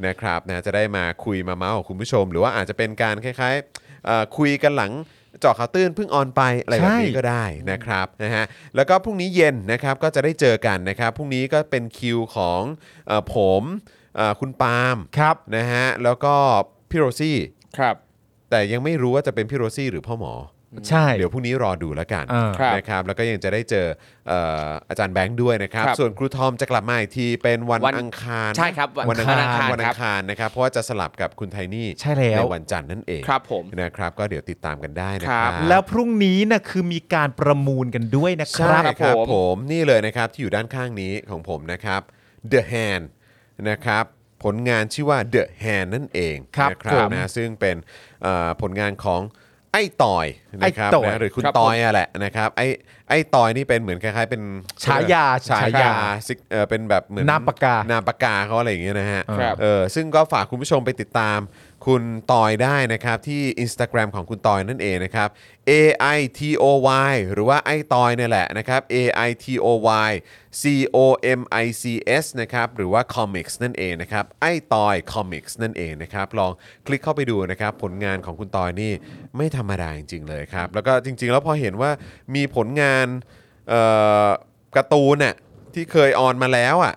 S2: นะครับนะจะได้มาคุยมาเมาส์กับคุณผู้ชม หรือว่าอาจจะเป็นการคล้ายๆเอ่อคุยกันหลังเจอข่าวตื้นเพิ่งออนไปอะไรแบบนี้
S3: ใช่
S2: ก็ได้นะครับนะฮะแล้วก็พรุ่งนี้เย็นนะครับก็จะได้เจอกันนะครับพรุ่งนี้ก็เป็นคิวของเออผมเอ่อคุณปาล์ม
S3: ครับ
S2: นะฮะแล้วก็พี่โรซี่
S5: ครับ
S2: แต่ยังไม่รู้ว่าจะเป็นพี่โรซี่หรือพ่อหมอ
S3: ใช่
S2: เดี๋ยวพรุ่งนี้รอดูแล้วกัน
S3: อ่า
S5: ครับ
S2: นะครับแล้วก็ยังจะได้เจอเอ่ออาจารย์แบงค์ด้วยนะครับ
S5: ครับ
S2: ส่วนครูทอมจะกลับมาอีกทีเป็นวัน
S5: วัน
S2: อังคาร
S5: ใช่ครับวัน
S2: วันอังคาร
S5: อังคาร
S2: วัน
S5: ค
S2: อั
S5: รับ
S2: งคารนะครับเพราะว่าจะสลับกับคุณไทนี่
S3: ใช่แล้ว
S2: ในวันจันทร์นั่นเอง
S5: ครับผม
S2: นะครับก็เดี๋ยวติดตามกันได้นะค
S5: ครั
S2: รับบ
S3: แล้วพรุ่งนี้นะคือมีการประมูลกันด้วยนะค
S2: ใช่
S3: รับ
S2: ครับ
S5: ผม
S2: ผมนี่เลยนะครับที่อยู่ด้านข้างนี้ของผมนะครับ The Hand นะครับผลงานชื่อว่า The Hand นั่นเอง
S3: ครับ
S2: นะ
S3: ผม
S2: นะซึ่งเป็นเอ่อผลงานของไอ้ต่อยนะครับ
S3: ไอ้ต่อย
S2: นะหรือคุณ
S5: ครับ
S2: ต่อย
S5: ผม
S2: เนี่ยแหละนะครับไอ้ไอ้ตอยนี่เป็นเหมือนคล้ายๆ เป็น
S3: ฉายา
S2: ฉา
S3: ฉาย
S2: าย
S3: า
S2: ซิกเออเป็นแบบเหมือน
S3: นามปากกาน
S2: ามปากกาเขาอะไรอย่างเงี้ยนะฮะ
S5: ครับ
S2: เออซึ่งก็ฝากคุณผู้ชมไปติดตามคุณตอยได้นะครับ ที่ Instagram ของคุณตอยนั่นเองนะครับ A I T O Y หรือว่าไอ้ตอยเนี่ยแหละนะครับ A I T O Y C O M I C S นะครับหรือว่า Comics นั่นเองนะครับไอ้ตอย Comics นั่นเองนะครับลองคลิกเข้าไปดูนะครับผลงานของคุณตอยนี่ไม่ธรรมดาจริง ๆ เลยครับ แล้วก็จริง ๆ แล้วพอเห็นว่ามีผลงาน เอ่อการ์ตูนน่ะที่เคยออนมาแล้วอ่ะ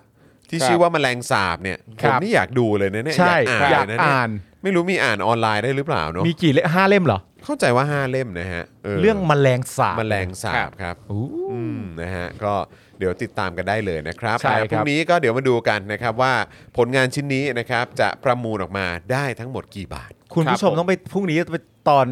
S2: ที่
S5: ครับ
S2: ชื่อว่าแมลงสาบเนี่ยผ
S3: ครั
S2: ม
S3: บ
S2: นี่อยากดูเลยนะเนี่ย
S3: ใช่
S2: อ
S3: อาย
S2: ยาก กอ่านเลยนะ
S3: อ่า
S2: เนี่ย
S3: น
S2: ไม่รู้มีอ่านออนไลน์ได้หรือเปล่าเนาะ
S3: มีกี่เล่มห้าเล่มเหรอ
S2: เข้าใจว่า 5 เล่มนะฮะ
S3: เรื่องแมลงสาบ
S2: แมลงสาบครับอืมนะฮะก็เดี๋ยวติดตามกันได้เลยนะครับ
S3: ใช่ครับ
S2: นะพรุ่งนี้ก็เดี๋ยวมาดูกันนะครับว่าผลงานชิ้นนี้นะครับจะประมูลออกมาได้ทั้งหมดกี่บาท
S3: คุณผู้ชม
S5: ครับผม
S3: ต้องไปพรุ่งนี้ไปตอน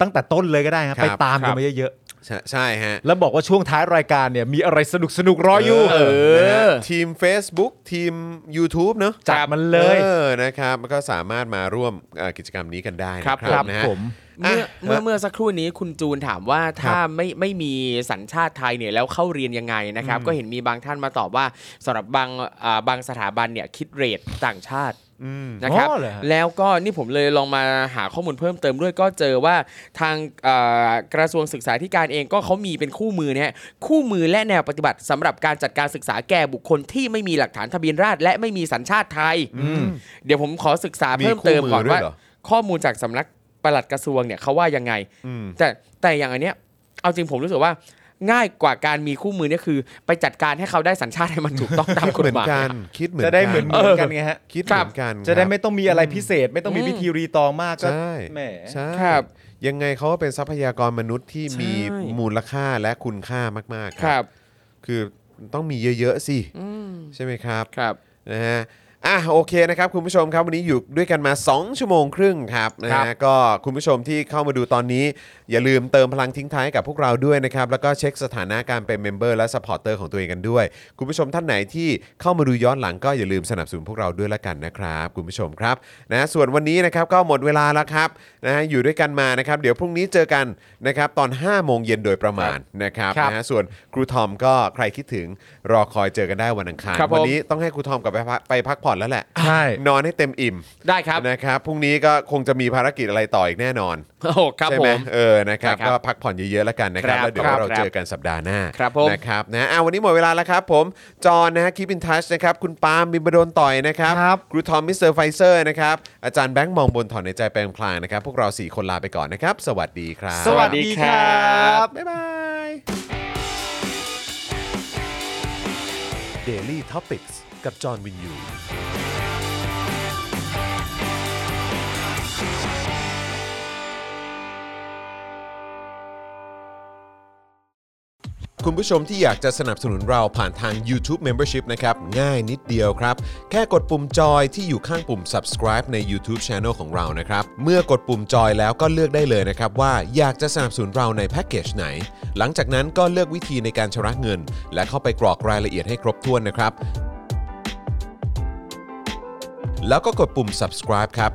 S3: ตั้งแต่ต้นเลยก็ได้ครับ
S2: ครับ
S3: ไปตาม
S5: ครั
S3: กัน
S5: บ
S3: มาเยอะ
S2: ใช่ใช่ฮะ
S3: แล้วบอกว่าช่วงท้ายรายการเนี่ยมีอะไรสนุกสนุกๆรออยู่
S2: เออนะฮะ
S5: เออ
S2: ทีม Facebook ทีม YouTube เนอะ
S3: จัดมันเลย
S2: ออนะครับก็สามารถมาร่วมเอ่อกิจกรรมนี้กันได้นะครับ
S3: ครับ
S2: นะฮะ
S3: ผม
S2: อ่ะ
S5: เมื่อเมื่อเมื่อสักครู่นี้คุณจูนถามว่าถ้าไม่ไม่มีสัญชาติไทยเนี่ยแล้วเข้าเรียนยังไงนะครับ ก็เห็นมีบางท่านมาตอบว่าสำหรับบางอ่าบางสถาบันเนี่ยคิดเรทต่างชาติ
S2: อืม
S5: นะครับ
S3: อ๋อเหรอฮะ
S5: แล้วก็นี่ผมเลยลองมาหาข้อมูลเพิ่มเติมด้วยก็เจอว่าทางอ่ากระทรวงศึกษาธิการเองก็เขามีเป็นคู่มือเนี่ยคู่มือและแนวปฏิบัติสำหรับการจัดการศึกษาแก่บุคคลที่ไม่มีหลักฐานทะเบียนราษฎร์และไม่มีสัญชาติไทย เดี๋ยวผมขอศึกษาเพิ่มเติมก่อน
S2: มีคู่มือด้วย
S5: ว่า
S2: เหรอ
S5: ข้อมูลจากสำนักปลัดกระทรวงเนี่ยเขาว่ายังไง
S2: อืม
S5: แต่แต่อย่างอันเนี้ยเอาจริงผมรู้สึกว่าง่ายกว่าการมีคู่มือเนี่ยคือ ไปจัดการให้เขาได้สัญชาติให้มันถูกต้องตาม
S2: คิด
S5: กฎ
S2: เหมือ
S5: ห
S2: น
S5: มาย
S2: กันคิดเหมือน
S3: จะ
S2: น
S3: ได้เหมือนเหมือนกันไงฮะ
S2: คิดเห
S5: ครั
S2: มื
S5: บ
S2: อนกัน
S3: จะ
S2: ค
S3: ได้
S2: รับ
S3: ไม่ต้องมีอะไรพิเศษ ไม่ต้องมีพิธีรีตองมากก็
S2: ใช่
S3: แหม
S2: ใช่
S5: ครับ
S2: ยังไงเขาก็เป็นทรัพยากรมนุษย์ที่มีมูลค่าและคุณค่ามากๆ
S5: ครับ
S2: คือต้องมีเยอะ ๆ สิ ใช่ไหมครับ
S5: ครับ
S2: นะฮะ อ่ะโอเคนะครับคุณผู้ชมครับวันนี้อยู่ด้วยกันมา 2 ชั่วโมงครึ่งครับนะ
S5: ครั
S2: ฮะ
S5: บ
S2: ก็คุณผู้ชมที่เข้ามาดูตอนนี้ อย่าลืมเติมพลังทิ้งท้ายให้กับพวกเราด้วยนะครับ แล้วก็เช็คสถานะการเป็นเมมเบอร์และสปอร์เตอร์ของตัวเองกันด้วย คุณผู้ชมท่านไหนที่เข้ามาดูย้อนหลังก็อย่าลืมสนับสนุนพวกเราด้วยละกันนะครับคุณผู้ชมครับนะส่วนวันนี้นะครับก็หมดเวลาแล้วครับนะฮะอยู่ด้วยกันมานะครับเดี๋ยวพรุ่งนี้เจอกันนะครับตอน5โมงเย็นโดยประมาณนะครับ
S5: ครับ
S2: นะฮะส่วนครูทอมก็ใครคิดถึงรอคอยเจอกันได้วันอังคาร
S5: ครับผม
S2: วันี้ ต้องให้ครูทอมกลับไปพักไปพักผ่อนแล้วแหละ
S3: ใช่
S2: นอนให้เต็มอิ่ม
S5: ได้ครับ
S2: นะครับพรุ่งนี้ก็คงจะมีภารกิจอะไรต่ออีกแน่นอน
S5: โอ้โหครับ
S2: ใช่
S5: ผ
S2: ไหม
S5: ม
S2: เออนะครับ
S5: ได้ครับ
S2: ก็พักผ่อนเยอะๆแล้วกันนะครับ
S5: ครับ
S2: แล้วเดี๋ยว
S5: ครับ
S2: เราเจอกันสัปดาห์หน้า
S5: ครับผม
S2: นะครับนะอ่ะวันนี้หมดเวลาแล้วครับ ผมจอห์นนะฮะคีปินทัชนะครับคุณปาล์มบิมบดนต่อยนะครับ
S3: ครับ
S2: ครูทอมมิสเตอร์ไฟเซอร์นะครับอาจารย์แบงค์มองบนถอนในใจแปลงพลางนะครับพวกเราสี่คนลาไปก่อนนะครับ สวัสดีครับ
S5: สวัสดีครับ
S2: บ๊ายบาย Daily Topics กับจอห์นวินยูคุณผู้ชมที่อยากจะสนับสนุนเราผ่านทาง YouTube Membership นะครับ ง่ายนิดเดียวครับ แค่กดปุ่มจอยที่อยู่ข้างปุ่ม subscribe ใน YouTube Channel ของเรานะครับ เมื่อกดปุ่มจอยแล้วก็เลือกได้เลยนะครับว่าอยากจะสนับสนุนเราในแพ็กเกจไหน หลังจากนั้นก็เลือกวิธีในการชำระเงิน และเข้าไปกรอกรายละเอียดให้ครบถ้วนนะครับ แล้วก็กดปุ่ม subscribe ครับ